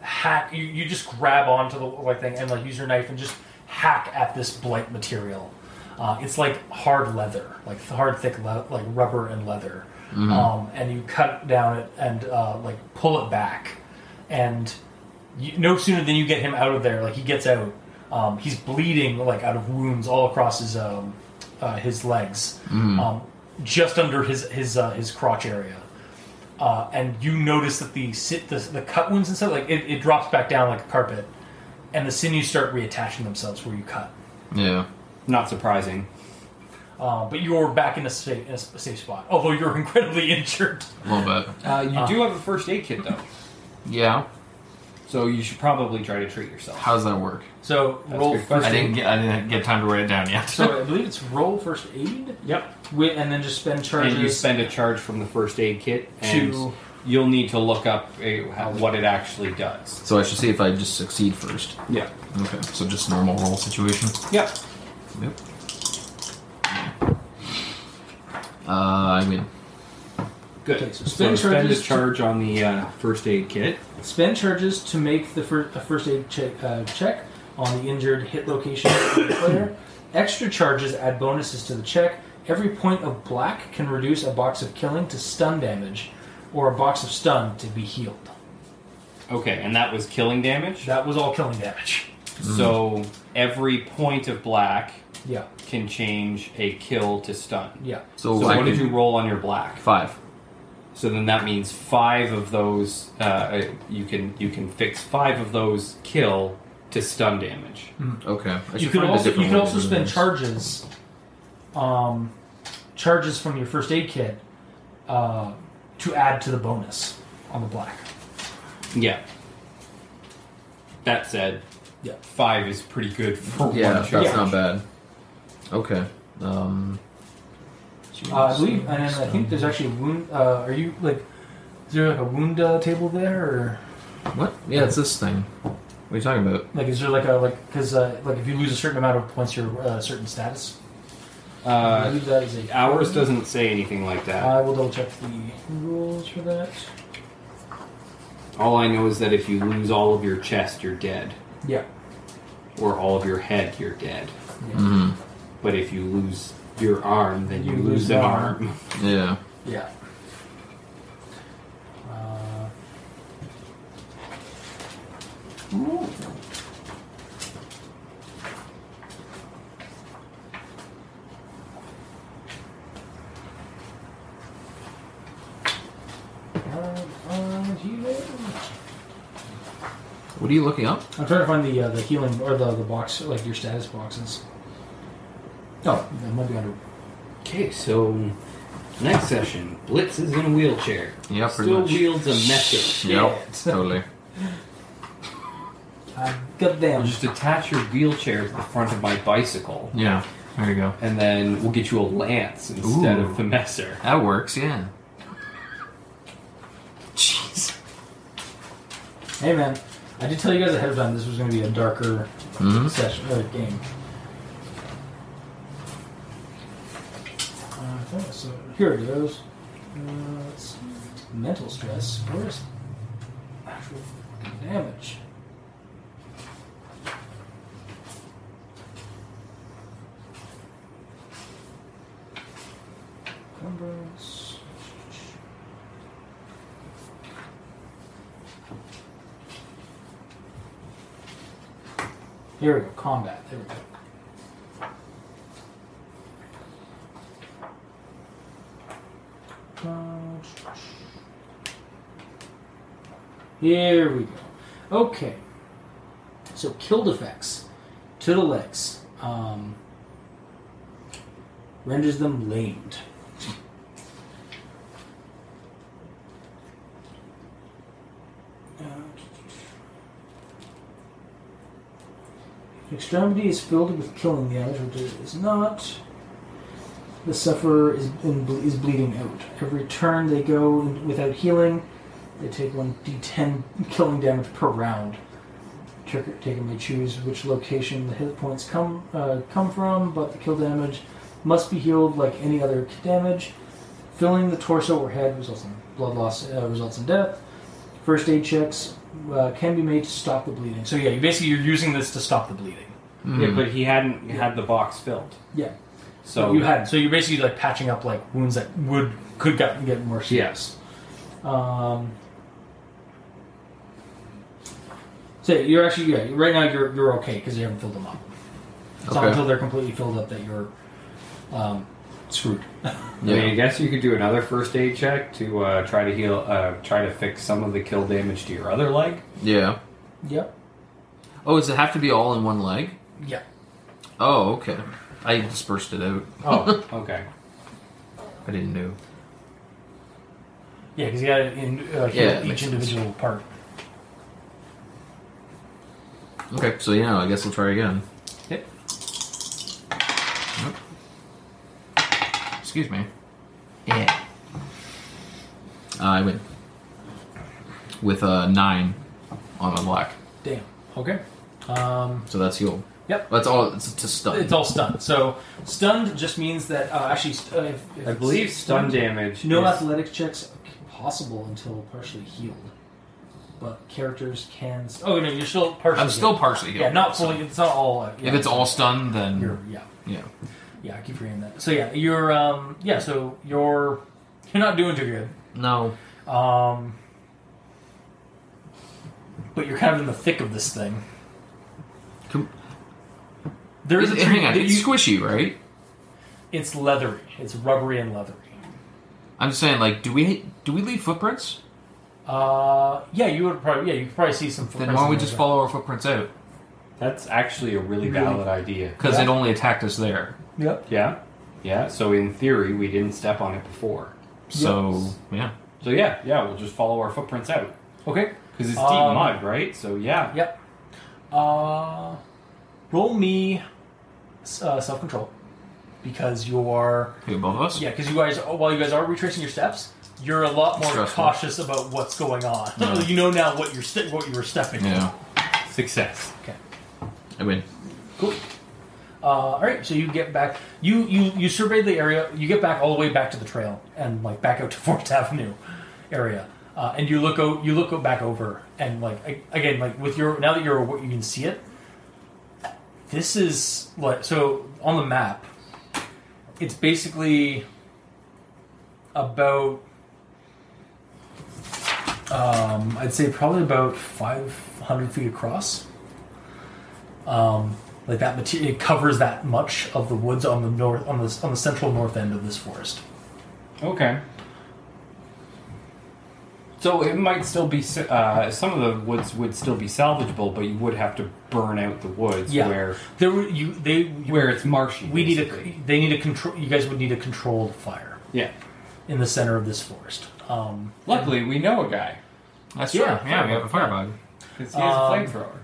hack. You, you just grab onto the like thing and like use your knife and just hack at this blunt material. Uh, it's like hard leather, like th- hard thick le- like rubber and leather, um, and you cut down it and uh, like pull it back, and you, no sooner than you get him out of there, like he gets out. Um, he's bleeding like out of wounds all across his um, uh, his legs, um, just under his his uh, his crotch area. Uh, and you notice that the sit the, the cut wounds and stuff like it, it drops back down like a carpet, and the sinews start reattaching themselves where you cut.
Yeah.
Not surprising.
Uh, but you're back in a safe, in a safe spot, although you're incredibly injured.
A little bit.
Uh, you do have a first aid kit though,
Yeah.
so you should probably try to treat yourself.
How does that work?
So
That's
roll
good question.
first
I didn't
aid.
get I didn't get time to write it down yet.
So I believe it's roll first aid,
Yep.
with, and then just spend charges.
And you spend a charge from the first aid kit, and
To-
you'll need to look up a, how, what it actually does.
So I should see if I just succeed first.
Yeah.
Okay. So just normal roll situation.
Yep.
Yep. Uh, I win.
Good.
Okay, so
so
spend
spend,
charges
a
to-
charge on the uh, first aid kit.
Spend charges to make the fir- a first aid check, uh, check on the injured hit location of the player. Extra charges add bonuses to the check. Every point of black can reduce a box of killing to stun damage, or a box of stun to be healed.
Okay, and that was killing damage.
That was all killing damage.
So every point of black
Yeah,
can change a kill to stun.
yeah.
So,
So
I
what did
could-
you roll on your black?
Five.
So then that means five of those uh, you can you can fix five of those kill to stun damage.
Okay. I
You
should
can
find a
also you
different
can
way
also
to do
spend
this.
charges, um, charges from your first aid kit, uh, to add to the bonus on the black.
Yeah. That said,
Yeah.
five is pretty good for
Yeah,
one
that's
charge.
not bad. Okay. Um.
Uh, I believe, and then I think there's actually a wound. Uh, are you like? Is there like a wound uh, table there? Or
What? Yeah, it's this thing. What are you talking about?
Like, is there like a like because uh, like if you lose a certain amount of points, your uh, certain status? I
Uh,
believe that is a.
ours doesn't say anything like that.
I will double check the rules for that.
All I know is that if you lose all of your chest, you're dead,
Yeah.
or all of your head, you're dead.
hmm
But if you lose your arm, then you, lose an
the
arm.
Yeah.
Yeah. Uh, uh, uh, healing.
What are you looking up?
I'm trying to find the uh, the healing or the, the box like your status boxes. Oh, that might be under.
Okay, so next session, Blitz is in a wheelchair.
Yeah, pretty
Still
much.
wields a mecha.
Yep, totally.
Uh, goddamn.
Just attach your wheelchair to the front of my bicycle,
Yeah, there you go.
and then we'll get you a lance instead
Ooh.
of the messer.
That works, yeah. Jeez.
Hey man, I did tell you guys ahead of time this was going to be a darker
hmm
session uh, game. Uh, okay, so here it goes. Uh, let's see. Mental stress. Where's actual damage? Cumbrance. Here we go. Combat. There we go. Here we go. Okay. So killed effects to the legs um, renders them lamed. Extremity is filled with killing the others, which it is not. The sufferer is, in, is bleeding out. Every turn they go without healing, they take 1d10 killing damage per round. Trick- Taker may choose which location the hit points come uh, come from, but the kill damage must be healed like any other damage. Filling the torso or head results in blood loss, uh, results in death. First aid checks uh, can be made to stop the bleeding. So yeah, you basically you're using this to stop the bleeding.
Yeah, but he hadn't had the box filled.
Yeah.
So
you had so you're basically like patching up like wounds that would could get, get more serious. Um, so you're actually yeah right now you're you're okay because you haven't filled them up. It's not
Okay.
until they're completely filled up that you're um, screwed.
I
Yeah.
mean, I guess you could do another first aid check to uh, try to heal, uh, try to fix some of the kill damage to your other leg.
yeah.
yep.
Oh, does it have to be all in one leg?
Yeah.
Oh, okay. I dispersed it out.
Oh, okay.
I didn't know.
Yeah, because you got to uh,
Yeah,
heal
that makes
each individual part.
Okay, so yeah, I guess we'll try again.
Yep.
Yep. Excuse me. Yeah. I went with a nine on my black,
Damn. Okay. Um,
so that's healed.
Yep.
That's all. It's to stun.
it's all stunned. So stunned just means that uh, actually st- uh, if, if
I
it's
believe stun damage.
No
is-
athletics checks possible until partially healed, but characters can. St- oh no, you're still partially.
I'm still
healed.
partially healed.
Yeah, not
so
fully. It's not all. uh, yeah,
If it's all stunned, then
you're, yeah,
yeah.
yeah. I keep reading that. So yeah, you're. Um, yeah, so you're. You're not doing too
No.
good. Um, but you're kind of in the thick of this thing.
Com-
there is a tree.
hang on.
that
It's
you-
squishy, right?
it's leathery. It's rubbery and leathery.
I'm just saying, like, do we do we leave footprints?
Uh, yeah, you would probably. Yeah, you could probably see some.
Then why don't we just follow our footprints out?
That's actually a really,
Really?
valid idea.
Because
Yeah.
it only attacked us there.
Yep.
Yeah, yeah. So in theory, we didn't step on it before.
So yeah.
So yeah, yeah. We'll just follow our footprints out
Okay.
because it's deep
Um,
mud, right? So yeah.
Yep. Uh, roll me uh, self control because you are
Who above us?
yeah because you guys while you guys are retracing your steps, you're a lot more
Stressful.
cautious about what's going on.
Yeah.
you know now what you're ste- what you were stepping. on.
Yeah,
Success.
I win.
Cool. Uh, all right, so you get back. You you you surveyed the area. You get back all the way back to the trail and like back out to Fourth Avenue area, uh, and you look o- you look o- back over and like a- again like with your now that you're aware, you can see it. This is like so on the map. It's basically about. Um, I'd say probably about 500 feet across like that material it covers that much of the woods on the north on the on the central north end of this forest.
Okay. So it might still be s- uh, some of the woods would still be salvageable, but you would have to burn out the woods
Yeah.
where
There were you they you,
where it's marshy.
we need
basically.
a they need a control you guys would need a controlled fire
yeah.
in the center of this forest. Um
Luckily, we know a guy.
That's
Yeah,
true. Yeah, we have a firebug.
'cause He has
Um,
a flamethrower.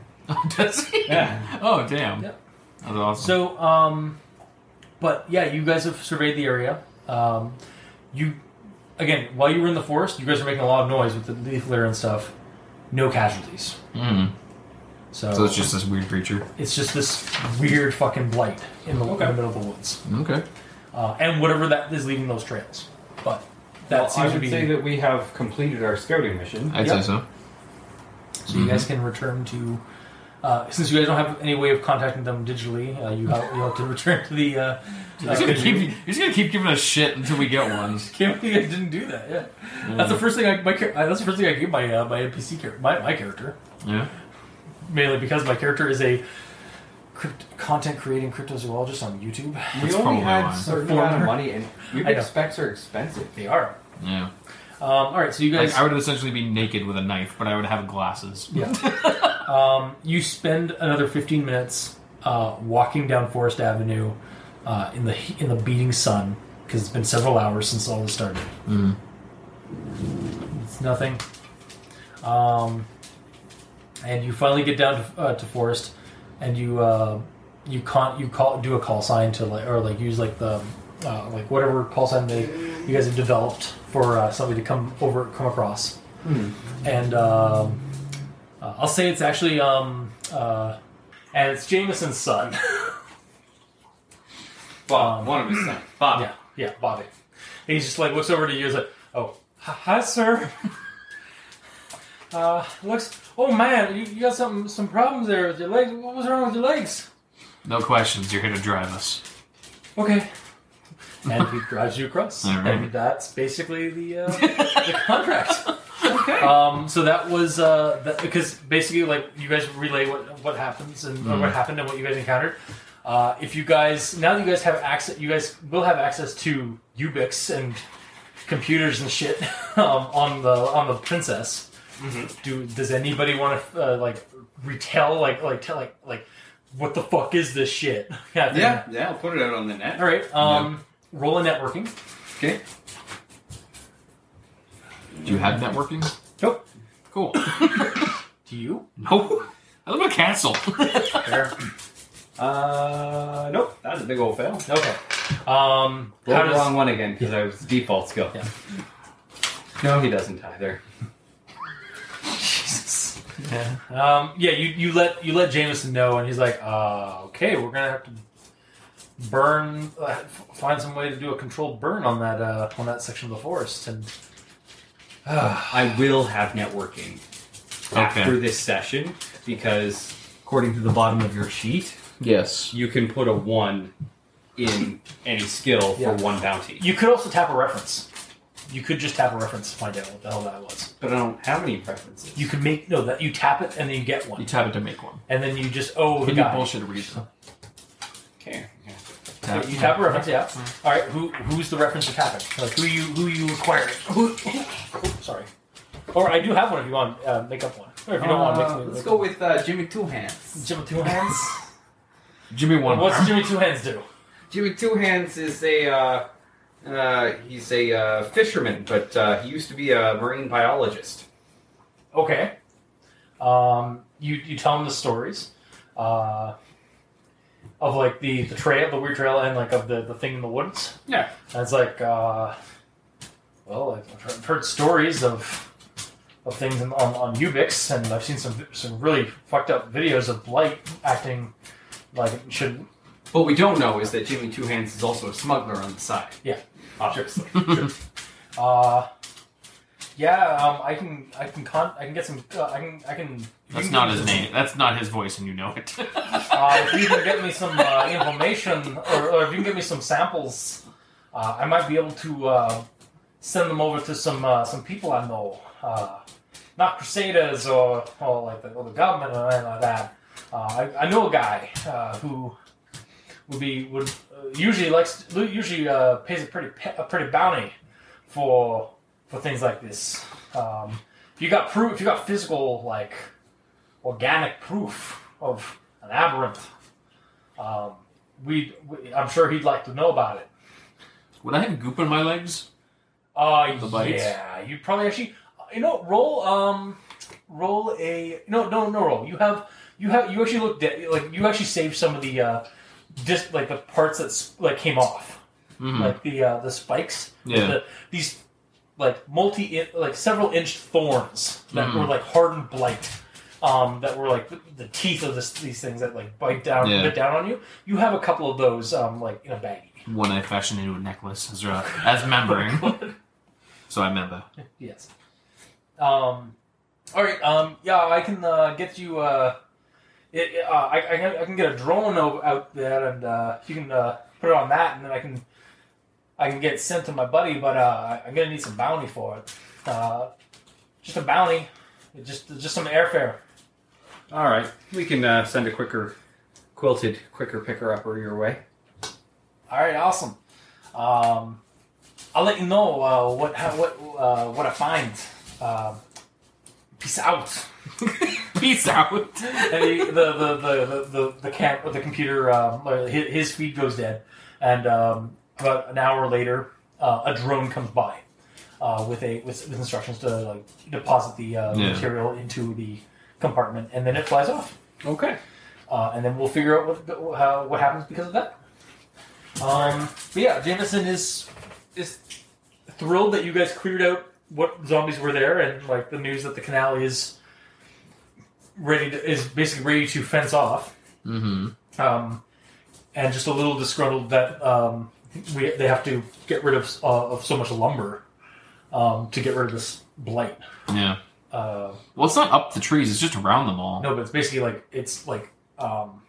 Does he?
Yeah.
Oh damn.
Yep.
That's awesome.
so um but yeah, you guys have surveyed the area. Um you again, while you were in the forest, you guys were making a lot of noise with the leaf litter and stuff. No casualties.
Mm.
So,
So it's just this weird creature.
it's just this weird fucking blight in the, in the middle of the woods.
Okay.
uh, and whatever that is leaving those trails. But that
Well,
seems
I
to
would
be
say that we have completed our scouting mission.
I'd
Yep.
say so.
so. You guys can return to uh, since you guys don't have any way of contacting them digitally, uh, you, have, you have to return to the. Uh, uh,
He's gonna, keep, he's gonna keep giving us shit until we get one.
can't believe I didn't do that. Yeah, that's the
Mm.
first thing I my char- uh, that's the first thing I gave my uh, my NPC char- my my character
Yeah.
mainly because my character is a crypt- content creating cryptozoologist on YouTube.
we
That's probably
only had
why.
a certain amount of
Performer.
money, and your
I know.
specs are expensive.
They are.
Yeah.
Um, all right, so you guys.
Like, I would essentially be naked with a knife, but I would have glasses.
Yeah. um, you spend another 15 minutes uh, walking down Forest Avenue uh, in the in the beating sun because it's been several hours since all this started. It's nothing. Um, and you finally get down to, uh, to Forest, and you uh, you con you call do a call sign to like or like use like the uh, like whatever call sign they you guys have developed for uh, somebody to come over come across. And um, uh, I'll say it's actually um uh, and it's Jameson's son.
Bob, one of his sons. Bob.
yeah, yeah, Bobby. And he's just like looks over to you. He's like, "Oh, hi, hi, sir." uh, looks. Oh man, you, you got some some problems there with your legs. What was wrong with your legs?
No questions. You're here to drive us.
Okay. And he drives you across.
All right.
And that's basically the uh, the contract. Okay. Um, so that was uh, that, because basically, like you guys relay what what happens and or
Mm-hmm.
what happened and what you guys encountered. Uh, if you guys now that you guys have access, you guys will have access to Ubix and computers and shit um, on the on the princess. Do does anybody want to uh, like retell like like tell like like what the fuck is this shit? Kind of thing.
Yeah, yeah, I'll put it out on the net.
All right. Um, roll a networking.
Okay.
Do you have networking?
Nope.
Cool.
Do you?
no. I live in a castle.
Fair.
Uh, nope, that's a big old fail.
Okay. Um, how
Roll the
does-
wrong one again because I was default skill.
Yeah.
No, he doesn't either.
um, yeah, you, you let you let Jameson know, and he's like, uh, okay, we're gonna have to burn, uh, f- find some way to do a controlled burn on that uh, on that section of the forest, and uh,
I will have networking after
Okay.
this session because, according to the bottom of your sheet,
Yes.
you can put a one in any skill for
Yeah.
one bounty.
you could also tap a reference. You could just tap a reference to find out what the hell that was.
But I don't have any preferences.
You could make no that you tap it and then you get
You
one,
tap it to make one.
and then you just oh the
Can you
guy.
bullshit a reason?
okay. yeah.
Tap.
You tap a reference, yeah. All right, who who's the reference you're tapping? Like who you who you acquired? Who? oh, sorry. Or I do have one if you want. Uh, make up one. Or if you don't want, make
let's go with uh, Jimmy Two Hands.
Jimmy Two Hands.
Jimmy one.
What's
arm.
Jimmy Two Hands do?
Jimmy Two Hands is a uh, uh, he's a uh, fisherman, but uh, he used to be a marine biologist.
Okay. Um, you you tell him the stories, uh, of like the the trail, the weird trail, and like of the the thing in the woods.
Yeah.
And it's like, uh, Well, I've heard- I've heard stories of of things in, on on Ubix, and I've seen some some really fucked up videos of Blight acting like it should.
What we don't know is that Jimmy Two Hands is also a smuggler on the side.
Obviously. uh, yeah, um, I can I can con- I can get some uh, I can I can.
That's
you
not
can-
his name. That's not his voice, and you know it.
Uh, if you can get me some uh, information, or, or if you can get me some samples, uh, I might be able to uh, send them over to some uh, some people I know, uh, not crusaders or, or like the, or the government or anything like that. Uh, I, I know a guy uh, who would be would uh, usually likes usually uh, pays a pretty pe- a pretty bounty for for things like this. Um, if you got proof, if you got physical like organic proof of an aberrant. Um, we, we, I'm sure he'd like to know about it.
Would I have goop on my legs?
Uh,
The bites?
yeah, you probably actually, you know, roll, um, roll a no, no, no, roll. You have, you have, you actually looked at, like, you actually saved some of the, uh, just like the parts that s- like came off,
Mhm.
like the uh, the spikes,
Yeah.
the, these like multi, like several inch thorns that
Mhm.
were like hardened blight. Um, that were like the, the teeth of this, these things that like bite down,
Yeah.
bit down on you. You have a couple of those, um, like in a baggie.
One I fashioned into a necklace as, uh, as remembering. so I remember.
Yes. Um, all right. Um, yeah, I can uh, get you. Uh, it, it- uh, I, I, can, I can get a drone o- out there, and uh, you can uh, put it on that, and then I can I can get it sent to my buddy. But uh, I- I'm gonna need some bounty for it. Uh, just a bounty. Just just some airfare.
All right, we can uh, send a quicker quilted, quicker picker upper your way.
All right. Awesome. Um, I'll let you know uh, what how, what uh, what I find. Uh, peace out.
Peace out.
and he, the, the, the, the, the, the camp the computer um, uh, his, his feed goes dead and um, about an hour later uh, a drone comes by uh, with a with, with instructions to like deposit the uh,
Yeah.
material into the compartment and then it flies off
Okay.
uh, and then we'll figure out what how, what happens because of that um, but yeah Jameson is is thrilled that you guys cleared out what zombies were there and like the news that the canal is ready to, is basically ready to fence off
Mm-hmm.
um, and just a little disgruntled that um, we they have to get rid of uh, of so much lumber um, to get rid of this blight.
Yeah.
Uh,
Well, it's not up the trees. It's just around them all.
no, but it's basically like it's like um,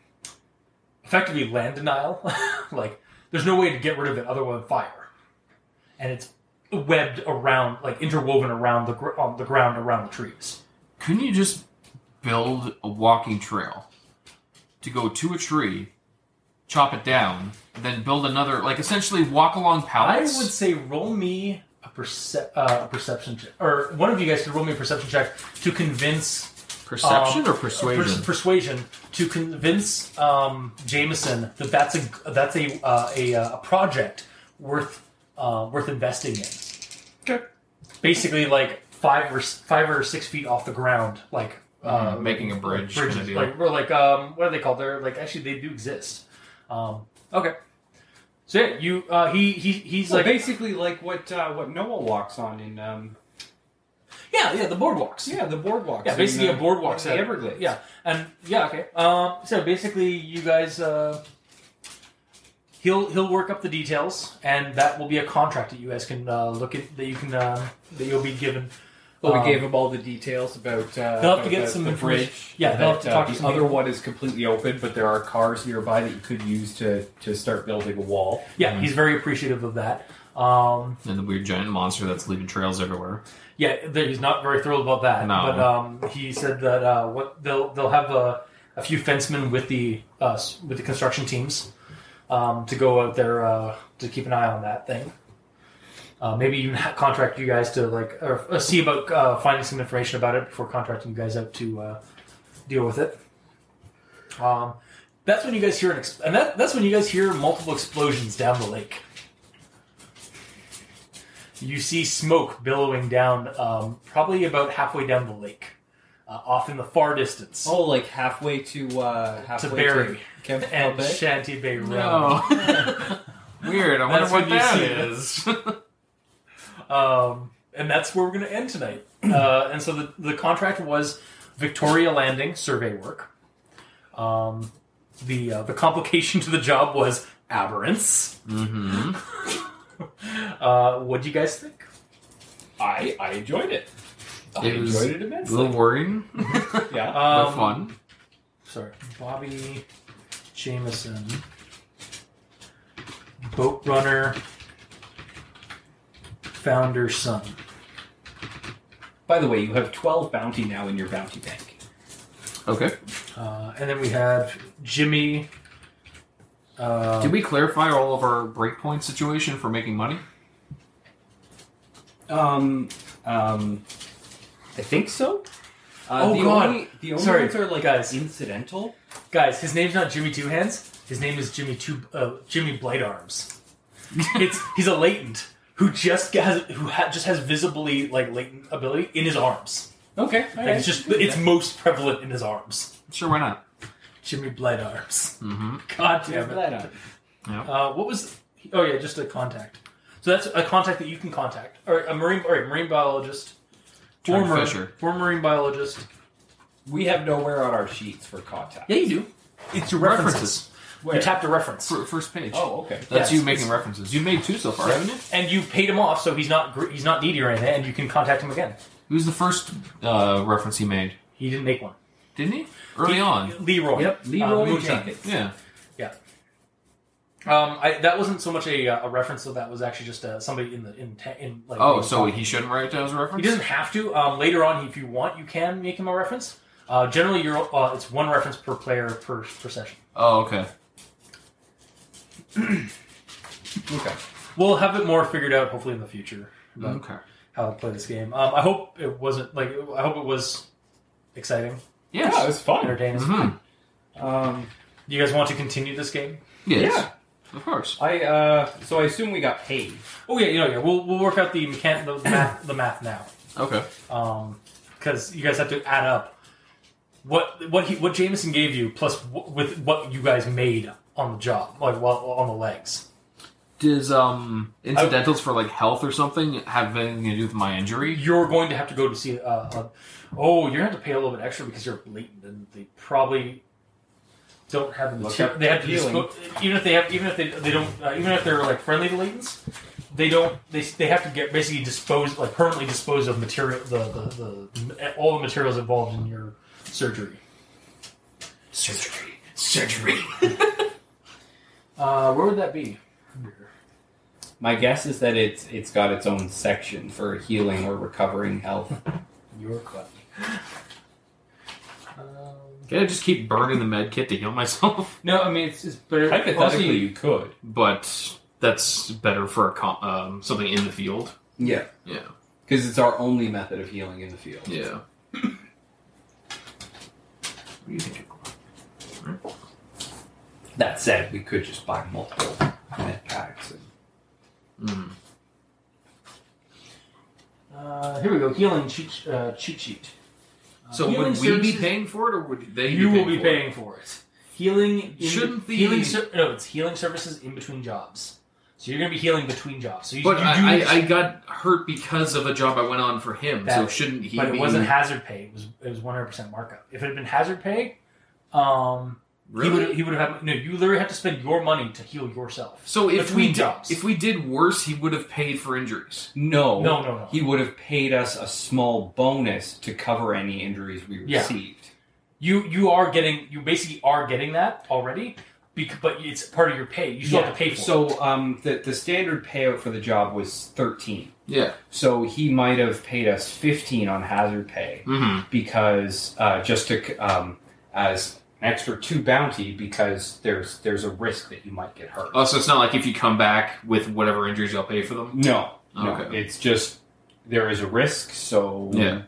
effectively land denial. like there's no way to get rid of it other than fire, and it's webbed around, like interwoven around the gr- on the ground around the trees.
Couldn't you just build a walking trail to go to a tree, chop it down, and then build another? Like essentially, walk along
I would
pallets.
say roll me a, perce- uh, a perception check, or one of you guys could roll me a perception check to convince
Perception
Um,
or persuasion?
pers- persuasion to convince um, Jameson that that's a that's a uh, a, uh, a project worth uh, worth investing in.
Okay.
Basically, like five or s- five or six feet off the ground, like uh,
Mhm, making a bridge
Bridges,
kinda deal.
like we're like um, what are they called? They're like actually they do exist. Um, okay. So yeah, you uh, he he he's
Well,
like
basically like what uh, what Noah walks on in um,
yeah yeah the boardwalks
yeah the boardwalks.
Yeah, basically
in,
a boardwalk
in
set.
The Everglades.
Yeah, and yeah, okay. Um, so basically, you guys, uh, he'll he'll work up the details, and that will be a contract that you guys can uh, look at that you can uh, that you'll be given.
Well, we
Um,
gave him all the details about. Uh,
They'll have
about
to get
the,
some
the
information.
bridge.
Yeah, they'll have to
that,
talk
uh,
to
the
some
other
people.
one is completely open, but there are cars nearby that you could use to to start building a wall.
Yeah, he's very appreciative of that. Um,
and the weird giant monster that's leaving trails everywhere.
yeah, th- he's not very thrilled about that.
No.
But um, he said that uh, what they'll they'll have a, a few fencemen with the uh, s- with the construction teams um, to go out there uh, to keep an eye on that thing. Uh, maybe even ha- contract you guys to like or uh, see about uh, finding some information about it before contracting you guys out to uh, deal with it. Um, that's when you guys hear an ex- and that, that's when you guys hear multiple explosions down the lake. You see smoke billowing down, um, probably about halfway down the lake, uh, off in the far distance,
Oh, like halfway to uh, halfway
Barry.
Camp
and
Bay?
Shanty Bay Road.
No. Weird. I wonder
That's
what
when you
that
see it.
is.
Um, and that's where we're going to end tonight. Uh, and so the, the contract was Victoria Landing survey work. Um, the uh, the complication to the job was aberrance.
Mm-hmm.
Uh, what do you guys think?
I I enjoyed it.
Oh,
I
It was
enjoyed it
A
immensely.
little worrying,
Yeah.
but
Um,
fun.
Sorry, Bobby Jameson, boat runner, founder son.
By the way, you have twelve bounty now in your bounty bank.
Okay.
Uh, and then we had Jimmy. Uh,
Did we clarify all of our breakpoint situation for making money?
Um, um, I think so.
Uh,
Oh,
the
God.
Only, the only
Sorry,
ones are like
guys.
incidental.
Guys, his name's not Jimmy Two Hands. His name is Jimmy Two uh, Jimmy Blight Arms. It's he's a latent who just has who ha- just has visibly like latent ability in his arms.
Okay.
Like, it's just it's most prevalent in his arms.
Sure, why not?
Jimmy Blight Arms.
Mm-hmm.
God damn it.
Yep.
Uh, what was? Oh yeah, just a contact. So that's a contact that you can contact, or a marine, or a marine biologist,
Turn
former
Fisher.
former marine biologist.
We have nowhere on our sheets for contact.
Yeah, you do. It's your references.
References.
You tapped a reference,
Fir- First page.
Oh, okay.
That's
Yes,
you making references. You've made two so far, haven't you?
and you paid him off, so he's not gr- he's not needy or anything, and you can contact him again.
Who's the first uh, reference he made?
He didn't make one.
Didn't he? Early
He-
on.
Leroy.
Yep,
Uh,
Leroy
Moonshine.
Jenkins.
Yeah.
Um, I, that wasn't so much a, uh, a reference, though. That was actually just uh, somebody in the in, ta- in like.
Oh, so he shouldn't write it down as a reference?
He doesn't have to. Um, later on, if you want, you can make him a reference. Uh, generally, you're uh, it's one reference per player per per session.
Oh, okay.
Okay.
We'll have it more figured out hopefully in the future about
Okay.
how to play this game. Um, I hope it wasn't like I hope it was exciting,
Yeah, it
Yes.
was fun.
entertaining.
Mm-hmm.
Um,
Do you guys want to continue this game?
Yes. Of course.
I uh, so I assume we got paid.
Oh yeah, you know, yeah. We'll we'll work out the mechan- the math the math now.
Okay.
Um, because you guys have to add up what what he what Jameson gave you plus w- with what you guys made on the job, like while on the legs.
Does um incidentals for like health or something have anything to do with my injury?
you're going to have to go to see. Uh, uh, oh, you're going to have to pay a little bit extra because you're blatant, and they probably don't have the
Look
material.
up
They have to use,
healing.
even if they have, even if they, they don't, uh, even if they're like friendly to latents, they don't. They, they have to get basically dispose like permanently dispose of material the, the, the all the materials involved in your surgery.
Surgery. Surgery.
Uh, where would that be?
My guess is that it's it's got its own section for healing or recovering health.
Your club. Um,
Can I just keep burning the med kit to heal myself?
no, I mean it's, it's better.
Hypothetically, you could.
But that's better for a com- um, something in the field.
Yeah.
Yeah.
Because it's our only method of healing in the field.
Yeah. what do you think?
That said, we could just buy multiple med packs. And...
Mm.
Uh, here we go. Healing cheat uh, cheat sheet. Uh,
So
healing
would we be
services-
paying for it, or would they?
You will
be
be
for it?
paying for it. Healing in,
Shouldn't the-
healing ser- no, it's healing services in between jobs. So you're going to be healing between jobs. So you,
But
you do
I,
this-
I, I got hurt because of a job I went on for him, so
That-
shouldn't he?
but it
be-
wasn't hazard pay. It was it was 100 percent markup. If it had been hazard pay, um, he
really.
would he would have had, no. You literally have to spend your money to heal yourself.
So if
between
we did,
jobs.
if we did worse, he would have paid for injuries.
No.
No, no, no.
He would have paid us a small bonus to cover any injuries we
Yeah.
received.
You you are getting you basically are getting that already, bec- but it's part of your pay. You still have to pay for it.
So um, the the standard payout for the job was thirteen.
Yeah.
So he might have paid us fifteen on hazard pay
Mm-hmm.
because uh, just to c- um, as an extra two bounty because there's there's a risk that you might get hurt.
Oh, so it's not like if you come back with whatever injuries, I'll pay for them.
no, no,
Oh, Okay.
it's just there is a risk. So
Yeah.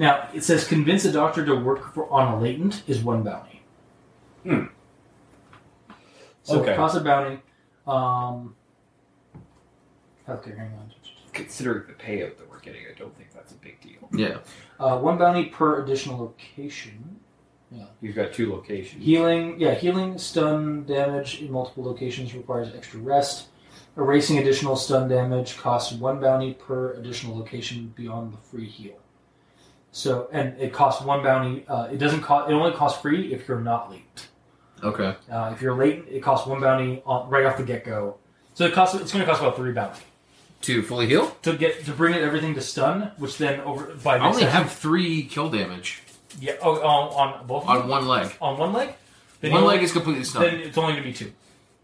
Now it says convince a doctor to work for, on a latent is one bounty.
Hmm.
So
Okay.
cost of bounty. Um, healthcare. Hang on.
considering the payout that we're getting, I don't think that's a big deal.
Yeah.
Uh, one bounty per additional location.
You've got two locations.
Healing. Yeah, healing, stun, damage in multiple locations requires extra rest. Erasing additional stun damage costs one bounty per additional location beyond the free heal. So, and it costs one bounty. Uh, it doesn't cost. It only costs free if you're not latent.
Okay.
Uh, if you're latent, it costs one bounty on, right off the get go. So it costs. It's going to cost about three bounty
To fully heal?
to get to bring everything to stun, which then over by
I
next
only
action-
have three kill damage
yeah oh, on, on both of
on
them?
one leg.
on one leg. Then
One
you-
leg is completely
then
stunned.
it's only going to be two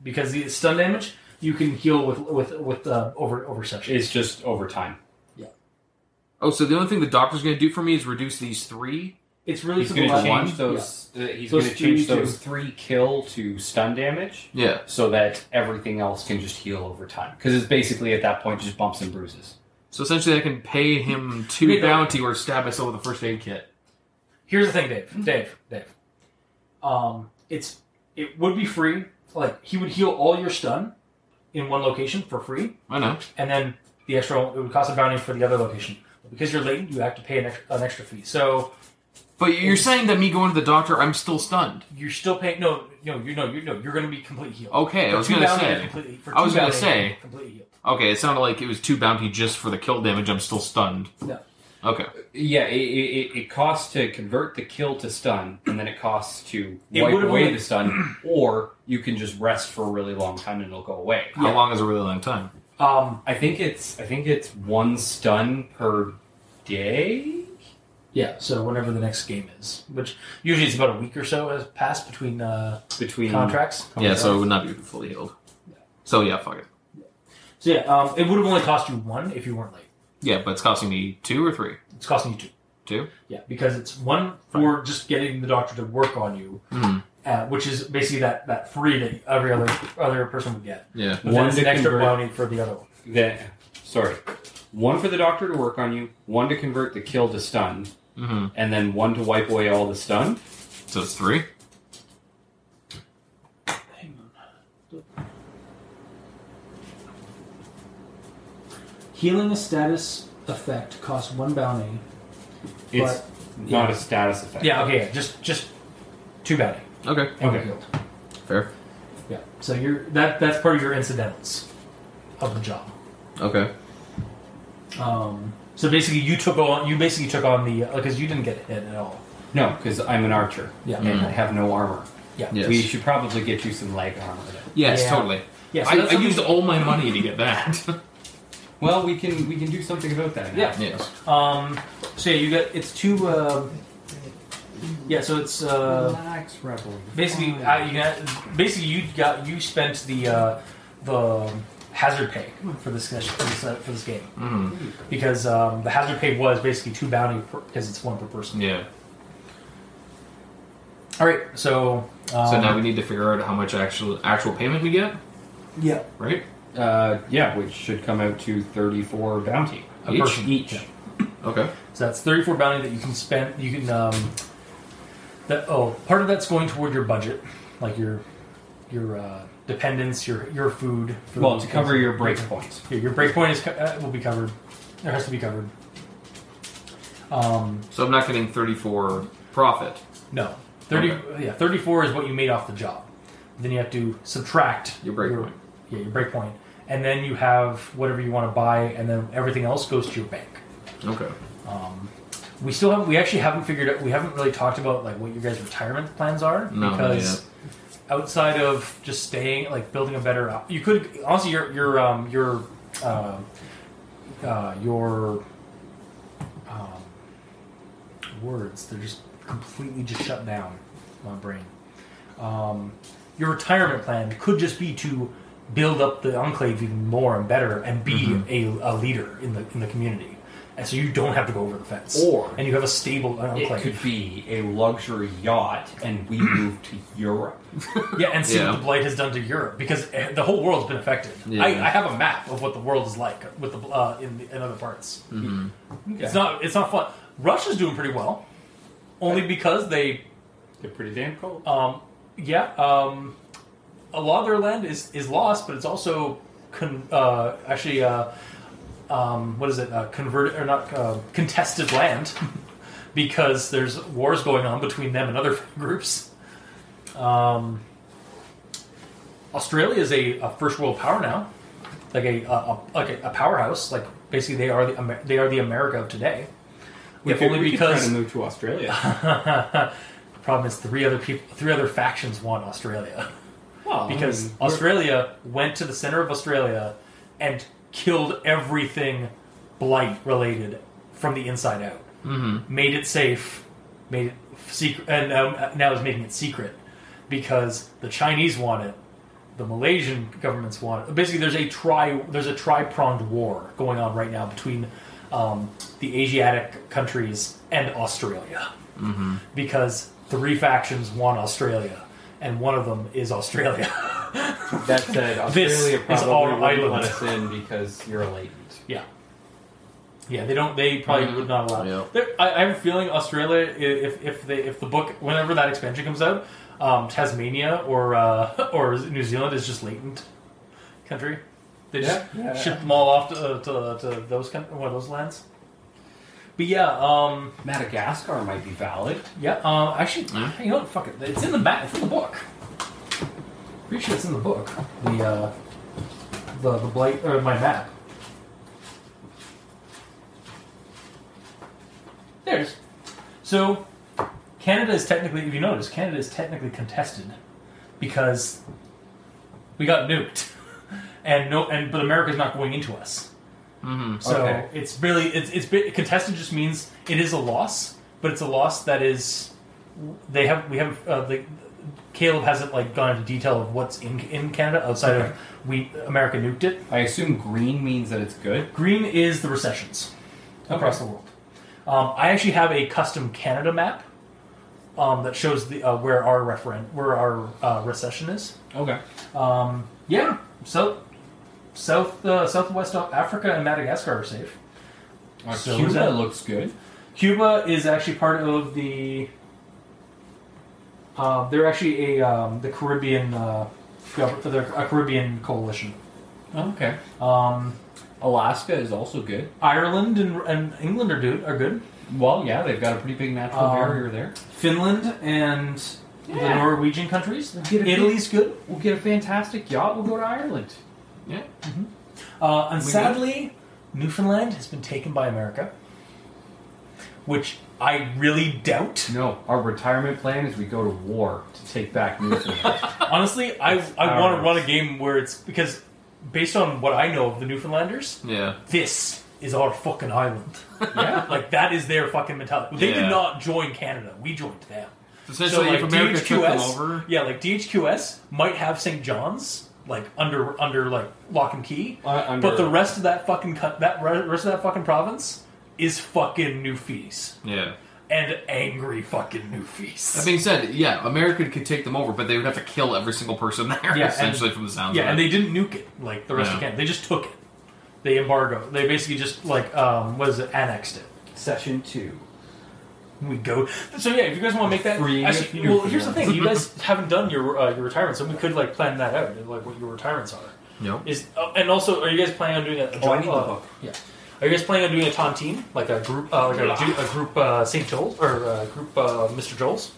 because the stun damage you can heal with with with uh, over over session.
It's just over time.
Oh, so the only thing the doctor's going to do for me is reduce these three?
It's really
He's
for the
going to
last
change
one.
those. uh, he's
Those
going to change
three to-
those three kill to stun damage,
Yeah.
so that everything else can just heal over time. Because it's basically at that point just bumps and bruises.
So essentially, I can pay him two
Wait, no.
bounty or stab myself with a first aid kit.
Here's the thing, Dave. Dave. Dave. Um, it's it would be free. Like he would heal all your stun in one location for free,
I know.
and then the extra it would cost a bounty for the other location. Because you're latent, you have to pay an extra, an extra fee. So
But you're saying that me going to the doctor, I'm still stunned.
you're still paying. No, no, you know, you know, you're going to be completely healed.
Okay, I
For
was
two
going to
bounty, you're
say.
completely- for
I was
two
gonna
bounty,
say-
you're completely healed.
Okay, it sounded like it was two bounty just for the kill damage. I'm still stunned.
No.
Okay.
Yeah, it, it, it costs to convert the kill to stun, and then it costs to
It
wipe
would've
away
only-
the stun, or you can just rest for a really long time and it'll go away.
How long is a really long time?
Um,
I think it's I think it's one stun per day.
yeah. So whenever the next game is, which usually it's about a week or so has passed between uh,
Between
contracts.
Yeah, so it would not be fully healed. So yeah, fuck it.
So yeah, um, it would have only cost you one if you weren't late.
Yeah, but it's costing me two or three.
It's costing you two.
Two?
Yeah, because it's one for just getting the doctor to work on you,
Mhm.
uh, which is basically that, that free that every other other person would get.
Yeah.
But
One
then it's an
to
extra
convert.
bounty for the other one.
that sorry. One for the doctor to work on you, one to convert the kill to stun,
Mm-hmm.
and then one to wipe away all the stun.
So it's three.
Healing a status effect costs one bounty.
It's not a status effect.
Yeah, okay, yeah, just just two bounty.
Okay.
and
Okay.
you're healed.
Fair.
Yeah. So you're that that's part of your incidentals of the job.
Okay.
Um, so basically, you took on you basically took on the because you didn't get hit at all.
No, because I'm an archer.
Yeah.
And I have no armor.
Yes.
We should probably get you some leg armor. Then.
yes,
Yeah.
totally.
Yeah. So
I,
that's
I
something-
used all my money to get that.
Well, we can we can do something about that.
Yeah.
yes.
Um, so yeah, you get it's two. Um, yeah, so it's uh,
Relax, rebel.
basically
Oh,
uh, you got, basically you got you spent the uh, the hazard pay for this for this, uh, for this game
Mm.
Mm-hmm.
because um, the hazard pay was basically two bounty per, because it's one per person.
Yeah.
All right, so um,
So now we need to figure out how much actual actual payment we get,
yeah
right?
Uh, yeah, which should come out to 34 bounty.
a
Each?
person each.
Okay.
So that's 34 bounty that you can spend. You can um, that oh, part of that's going toward your budget, like your your uh, dependents, your your food. food
Well, to cover your breakpoint.
Yeah, your breakpoint is co- uh, will be covered. It has to be covered. Um,
So I'm not getting 34 profit.
no, 30 yeah, 34 is what you made off the job. Then you have to subtract
Your breakpoint.
Your, yeah, your breakpoint, and then you have whatever you want to buy, and then everything else goes to your bank.
Okay.
Um, we still haven't. We actually haven't figured out. We haven't really talked about like what your guys' retirement plans are
No, not
because outside of just staying, like building a better, you could honestly your your um, your uh, uh, your um, words they're just completely just shut down in my brain. Um, your retirement plan could just be to build up the enclave even more and better and be
Mm-hmm.
a, a leader in the in the community. And so you don't have to go over the fence.
Or-
and you have a stable
It could
enclave.
be a luxury yacht, and we move to Europe.
yeah, and see
Yeah.
what the blight has done to Europe because eh, the whole world's been affected.
Yeah.
I, I have a map of what the world is like with the uh, in, the, in other parts.
Mhm.
It's not it's not fun. Russia's doing pretty well, only because they
They're pretty damn cold.
Um, yeah, um, a lot of their land is, is lost, but it's also con- uh, actually uh, um, what is it? Uh, converted or not uh, contested land because there's wars going on between them and other groups. Um, Australia is a, a first world power now. like a, a, a like a, a powerhouse. Like basically, they are the Amer- they are the America of today.
We
If
could-
only
we could try
because
to move to Australia.
problem is three other people, three other factions want Australia
Oh.
Well,
because
I mean,
Australia went to the center of Australia and killed everything blight related from the inside out. Mm-hmm. Made it safe, made it secret, and um, now is making it secret because the Chinese want it, the Malaysian governments want it. Basically, there's a tri there's a tri pronged war going on right now between um, the Asiatic countries and Australia because three factions want Australia, and one of them is Australia.
that said,
This
Australia
is
probably
our
wouldn't
island.
let us in because you're a latent.
yeah, yeah. They don't. They probably would not allow.
Yeah.
There- I, I have a feeling Australia, i- if if they if the book whenever that expansion comes out, um, Tasmania or uh, or New Zealand is just latent country. They just
Yeah, yeah.
ship them all off to, uh, to, to those kind one of those lands. But yeah, um,
Madagascar might be valid.
yeah. Um, actually, you know what? Fuck it. It's in the map. It's in the book. Pretty sure it's in the book. The uh, the the blight or my map. There's. So, Canada is technically, if you notice, Canada is technically contested because we got nuked, and no, and but America's not going into us. So
Okay.
it's really it's it's been- contested just means it is a loss, but it's a loss that is they have we have uh, the Caleb hasn't like gone into detail of what's in in Canada outside
Okay.
of we America nuked it.
I assume green means that it's good.
Green is the recessions across the world. Um, I actually have a custom Canada map um, that shows the uh, where our referen- where our uh, recession is.
Okay.
Um, yeah, so south uh, southwest of Africa and Madagascar are safe.
Uh,
So
Cuba
is that-
looks good.
Cuba is actually part of the. Uh, they're actually a um, the Caribbean uh, gov- they're a Caribbean coalition.
Oh, Okay.
Um,
Alaska is also good.
Ireland and, and England are good are good.
Well, yeah, they've got a pretty big natural
Um,
barrier there.
Finland and the
Yeah.
Norwegian countries.
Get a-
Italy's good.
We'll get a fantastic yacht. We'll go to Ireland.
Uh, and
We good?
sadly, Newfoundland has been taken by America, which I really doubt.
No, our retirement plan is we go to war to take back Newfoundland.
Honestly, I I
ours.
want to run a game where it's because based on what I know of the Newfoundlanders,
Yeah.
this is our fucking island.
yeah.
Like that is their fucking mentality. They
Yeah.
did not join Canada. We joined them.
Essentially, if America took them over,
yeah, like DHQS might have St. John's like under under like lock and key,
Uh, under-
but the rest of that fucking cut that re- rest of that fucking province is fucking Newfies
yeah.
and angry fucking Newfies.
That being said, yeah, America could take them over, but they would have to kill every single person there,
Yeah,
essentially,
and-
from the sounds
yeah,
of
and
it.
they didn't nuke it like the rest
No.
of Canada. They just took it. They embargo. They basically just like um, what is it? Annexed it.
Session two.
We go. So yeah, if you guys want to make that,
Free
actually,
if you
well,
want.
here's the thing: you guys haven't done your uh, your retirement, so we could like plan that out, and, like what your retirements are.
Nope.
Is uh, and also, are you guys planning on doing a?
Oh, I need the
uh,
book.
Yeah. Are you guys planning on doing a tontine, like a group, uh, like a, ju- a group uh, Saint Joel or a group uh, Mr. Joel's?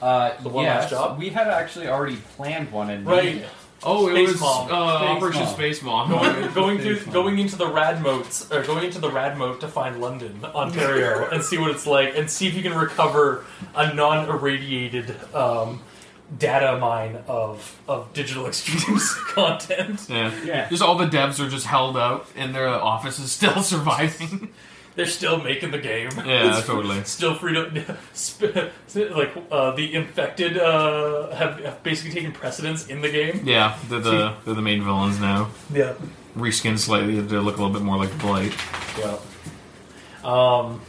Uh,
The one last
yes,
job?
we had actually already planned one and
Right.
Oh, it was
Space Mom.
Uh,
Space
Operation
Mom.
Space Mom.
Going, going through, going into the rad modes, or going into the rad mode to find London, Ontario, and see what it's like, and see if you can recover a non-irradiated um, data mine of of digital extremes content.
yeah.
Yeah.
Just all the devs are just held out, and their office is still surviving.
They're still making the game.
Yeah, totally.
Still free to sp- like uh, the infected uh, have, have basically taken precedence in the game.
yeah, they're the they're the main villains now.
Yeah.
Reskinned slightly to look a little bit more like Blight.
Yeah. Um.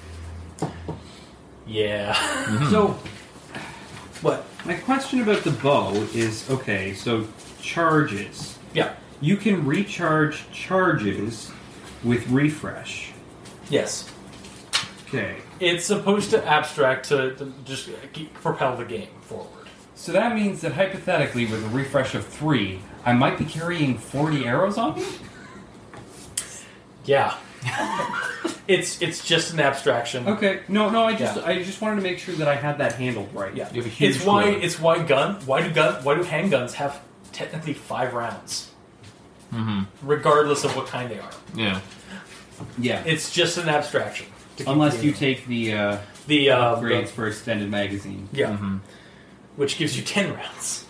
Yeah.
Mm-hmm.
So
What?
my question about the bow is okay. So charges.
Yeah.
You can recharge charges with refresh.
Yes.
Okay.
It's supposed to abstract to, to just keep, propel the game forward.
So that means that hypothetically, with a refresh of three, I might be carrying forty arrows on me.
Yeah. it's it's just an abstraction.
Okay. No, no. I just, I just wanted to make sure that I had that handled right.
Yeah.
You have a huge
it's why
clue.
it's why gun why do gun why do handguns have technically five rounds?
Mhm.
Mm-hmm.
regardless of what kind they are.
Yeah.
Yeah.
It's just an abstraction. to keep
Unless
the-
you take the uh,
the uh,
grades for extended magazine.
the- yeah,
Mhm.
which gives you ten rounds.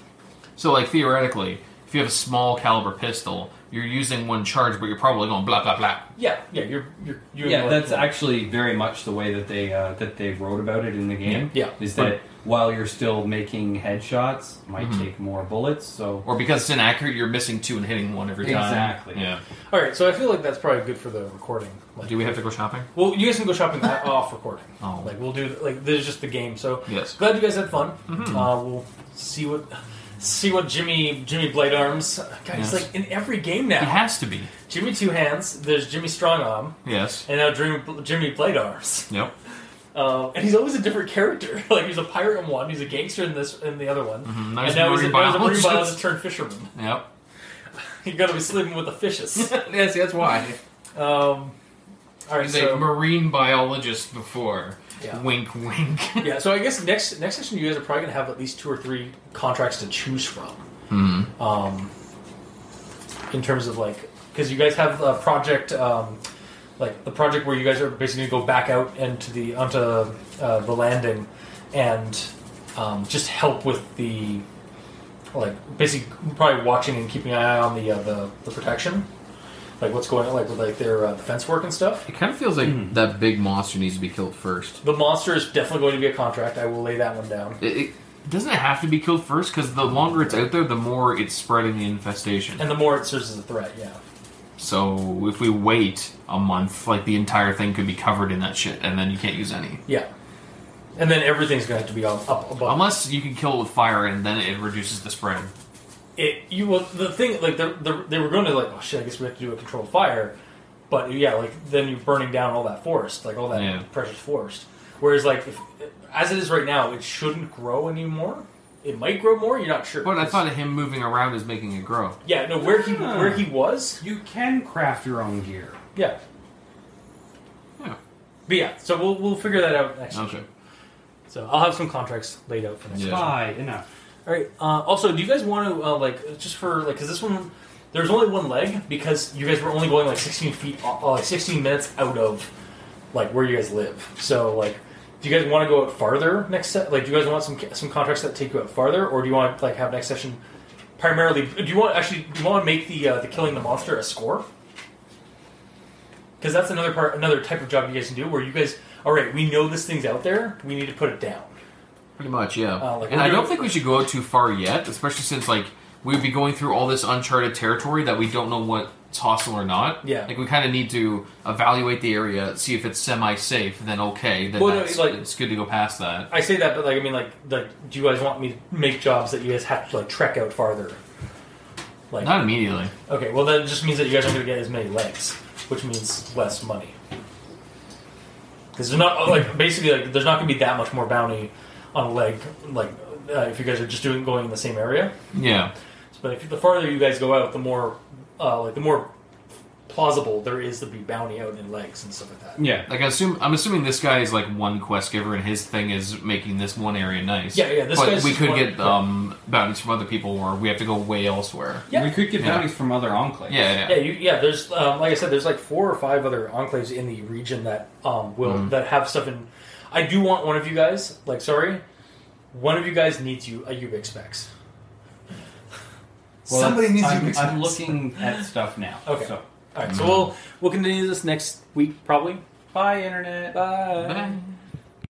So, like theoretically, if you have a small caliber pistol, you're using one charge, but you're probably going blah blah blah.
Yeah, yeah, you're you're, you're
Yeah,
like-
that's actually very much the way that they uh, that they wrote about it in the game.
Yeah.
is that while you're still making headshots, it might take more bullets. So
Or because it's inaccurate, you're missing two and hitting one every time.
Exactly.
Yeah.
all right. So I feel like that's probably good for the recording. Like,
Do we have to go shopping?
well, you guys can go shopping that off recording.
Oh.
Like we'll do like this is just the game. So
Yes. Mm-hmm.
glad you guys had fun. Uh, we'll see what see what Jimmy Jimmy Blade Arms. God,
Yes.
he's like in every game
It
now.
has to be.
Jimmy Two Hands. There's Jimmy Strong Arm,
Yes.
and now Jimmy, Jimmy Blade Arms.
Yep.
Uh, and he's always a different character. like he's a pirate in one, he's a gangster in this, in the other one,
Mhm,
and now he's, a, now he's a marine
biologist.
biologist turned fisherman.
Yep.
You got to be sleeping with the fishes.
yes, that's why.
um, all right,
He's
so
a marine biologist before.
Yeah.
Wink, wink.
yeah, so I guess next next session you guys are probably gonna have at least two or three contracts to choose from. Um, in terms of like, because you guys have a project, um, like the project where you guys are basically gonna go back out into the onto uh, the landing, and um, just help with the like basically probably watching and keeping an eye on the uh, the, the protection, like what's going on, like with like their uh, fence work and stuff.
It kind of feels like that big monster needs to be killed first.
The monster is definitely going to be a contract. I will lay that one down.
It, it doesn't it have to be killed first because the longer it's out there, the more it's spreading the infestation.
And the more it serves as a threat, yeah.
So if we wait a month, like the entire thing could be covered in that shit, and then you can't use any.
Yeah. And then everything's going to have to be up, up above.
Unless you can kill it with fire, and then it reduces the spread.
it, you well, the thing like the, the, they were going to like oh shit I guess we have to do a controlled fire, but yeah like then you're burning down all that forest like all that
Yeah.
precious forest. Whereas like if, as it is right now, it shouldn't grow anymore. It might grow more. You're not sure.
But I thought Ah. him moving around is making it grow.
yeah no where he where he was
you can craft your own gear.
yeah
Yeah.
but yeah so we'll we'll figure that out next.
Okay.
So I'll have some contracts laid out for next.
Yeah.
Spy enough.
All right. Uh, also, do you guys want to uh, like just for like because this one there's only one leg because you guys were only going like 16 feet, uh, like 16 minutes out of like where you guys live. So like, do you guys want to go out farther next set? Like, do you guys want some some contracts that take you out farther, or do you want to like have next session primarily? Do you want actually do you want to make the uh, the killing the monster a score? Because that's another part, another type of job you guys can do where you guys, all right, we know this thing's out there, we need to put it down.
Pretty much, yeah.
Uh, like,
and
we're
I don't
doing-
think we should go out too far yet, especially since like we'd be going through all this uncharted territory that we don't know what's hostile or not.
Yeah.
Like we kind of need to evaluate the area, see if it's semi-safe. Then okay, then
Well, no,
that's,
like-
it's good to go past that.
I say that, but like I mean, like like, do you guys want me to make jobs that you guys have to like trek out farther? Like,
Not immediately.
okay, well that just means that you guys aren't going to get as many legs, which means less money. Because there's not like basically like there's not going to be that much more bounty on a leg like uh, if you guys are just doing going in the same area.
Yeah.
But if the farther you guys go out, the more uh, like the more plausible there is to be bounty out in legs and stuff like that.
Yeah.
Like I assume, I'm assuming this guy is like one quest giver, and his thing is making this one area nice.
Yeah, yeah, this
but
guy's
we
just
could
one-
get um, bounties from other people, or we have to go way elsewhere.
Yeah.
We could get
Yeah.
bounties from other enclaves.
Yeah,
Yeah,
yeah.
you, yeah. There's um, like I said, there's like four or five other enclaves in the region that um, will that have stuff in. I do want one of you guys. Like, sorry, one of you guys needs you a Ubix specs.
Well,
Somebody needs to
I'm,
mix
I'm
this.
looking at stuff now.
Okay.
So.
All right, so we'll we'll continue this next week probably.
Bye, internet.
Bye.
Bye.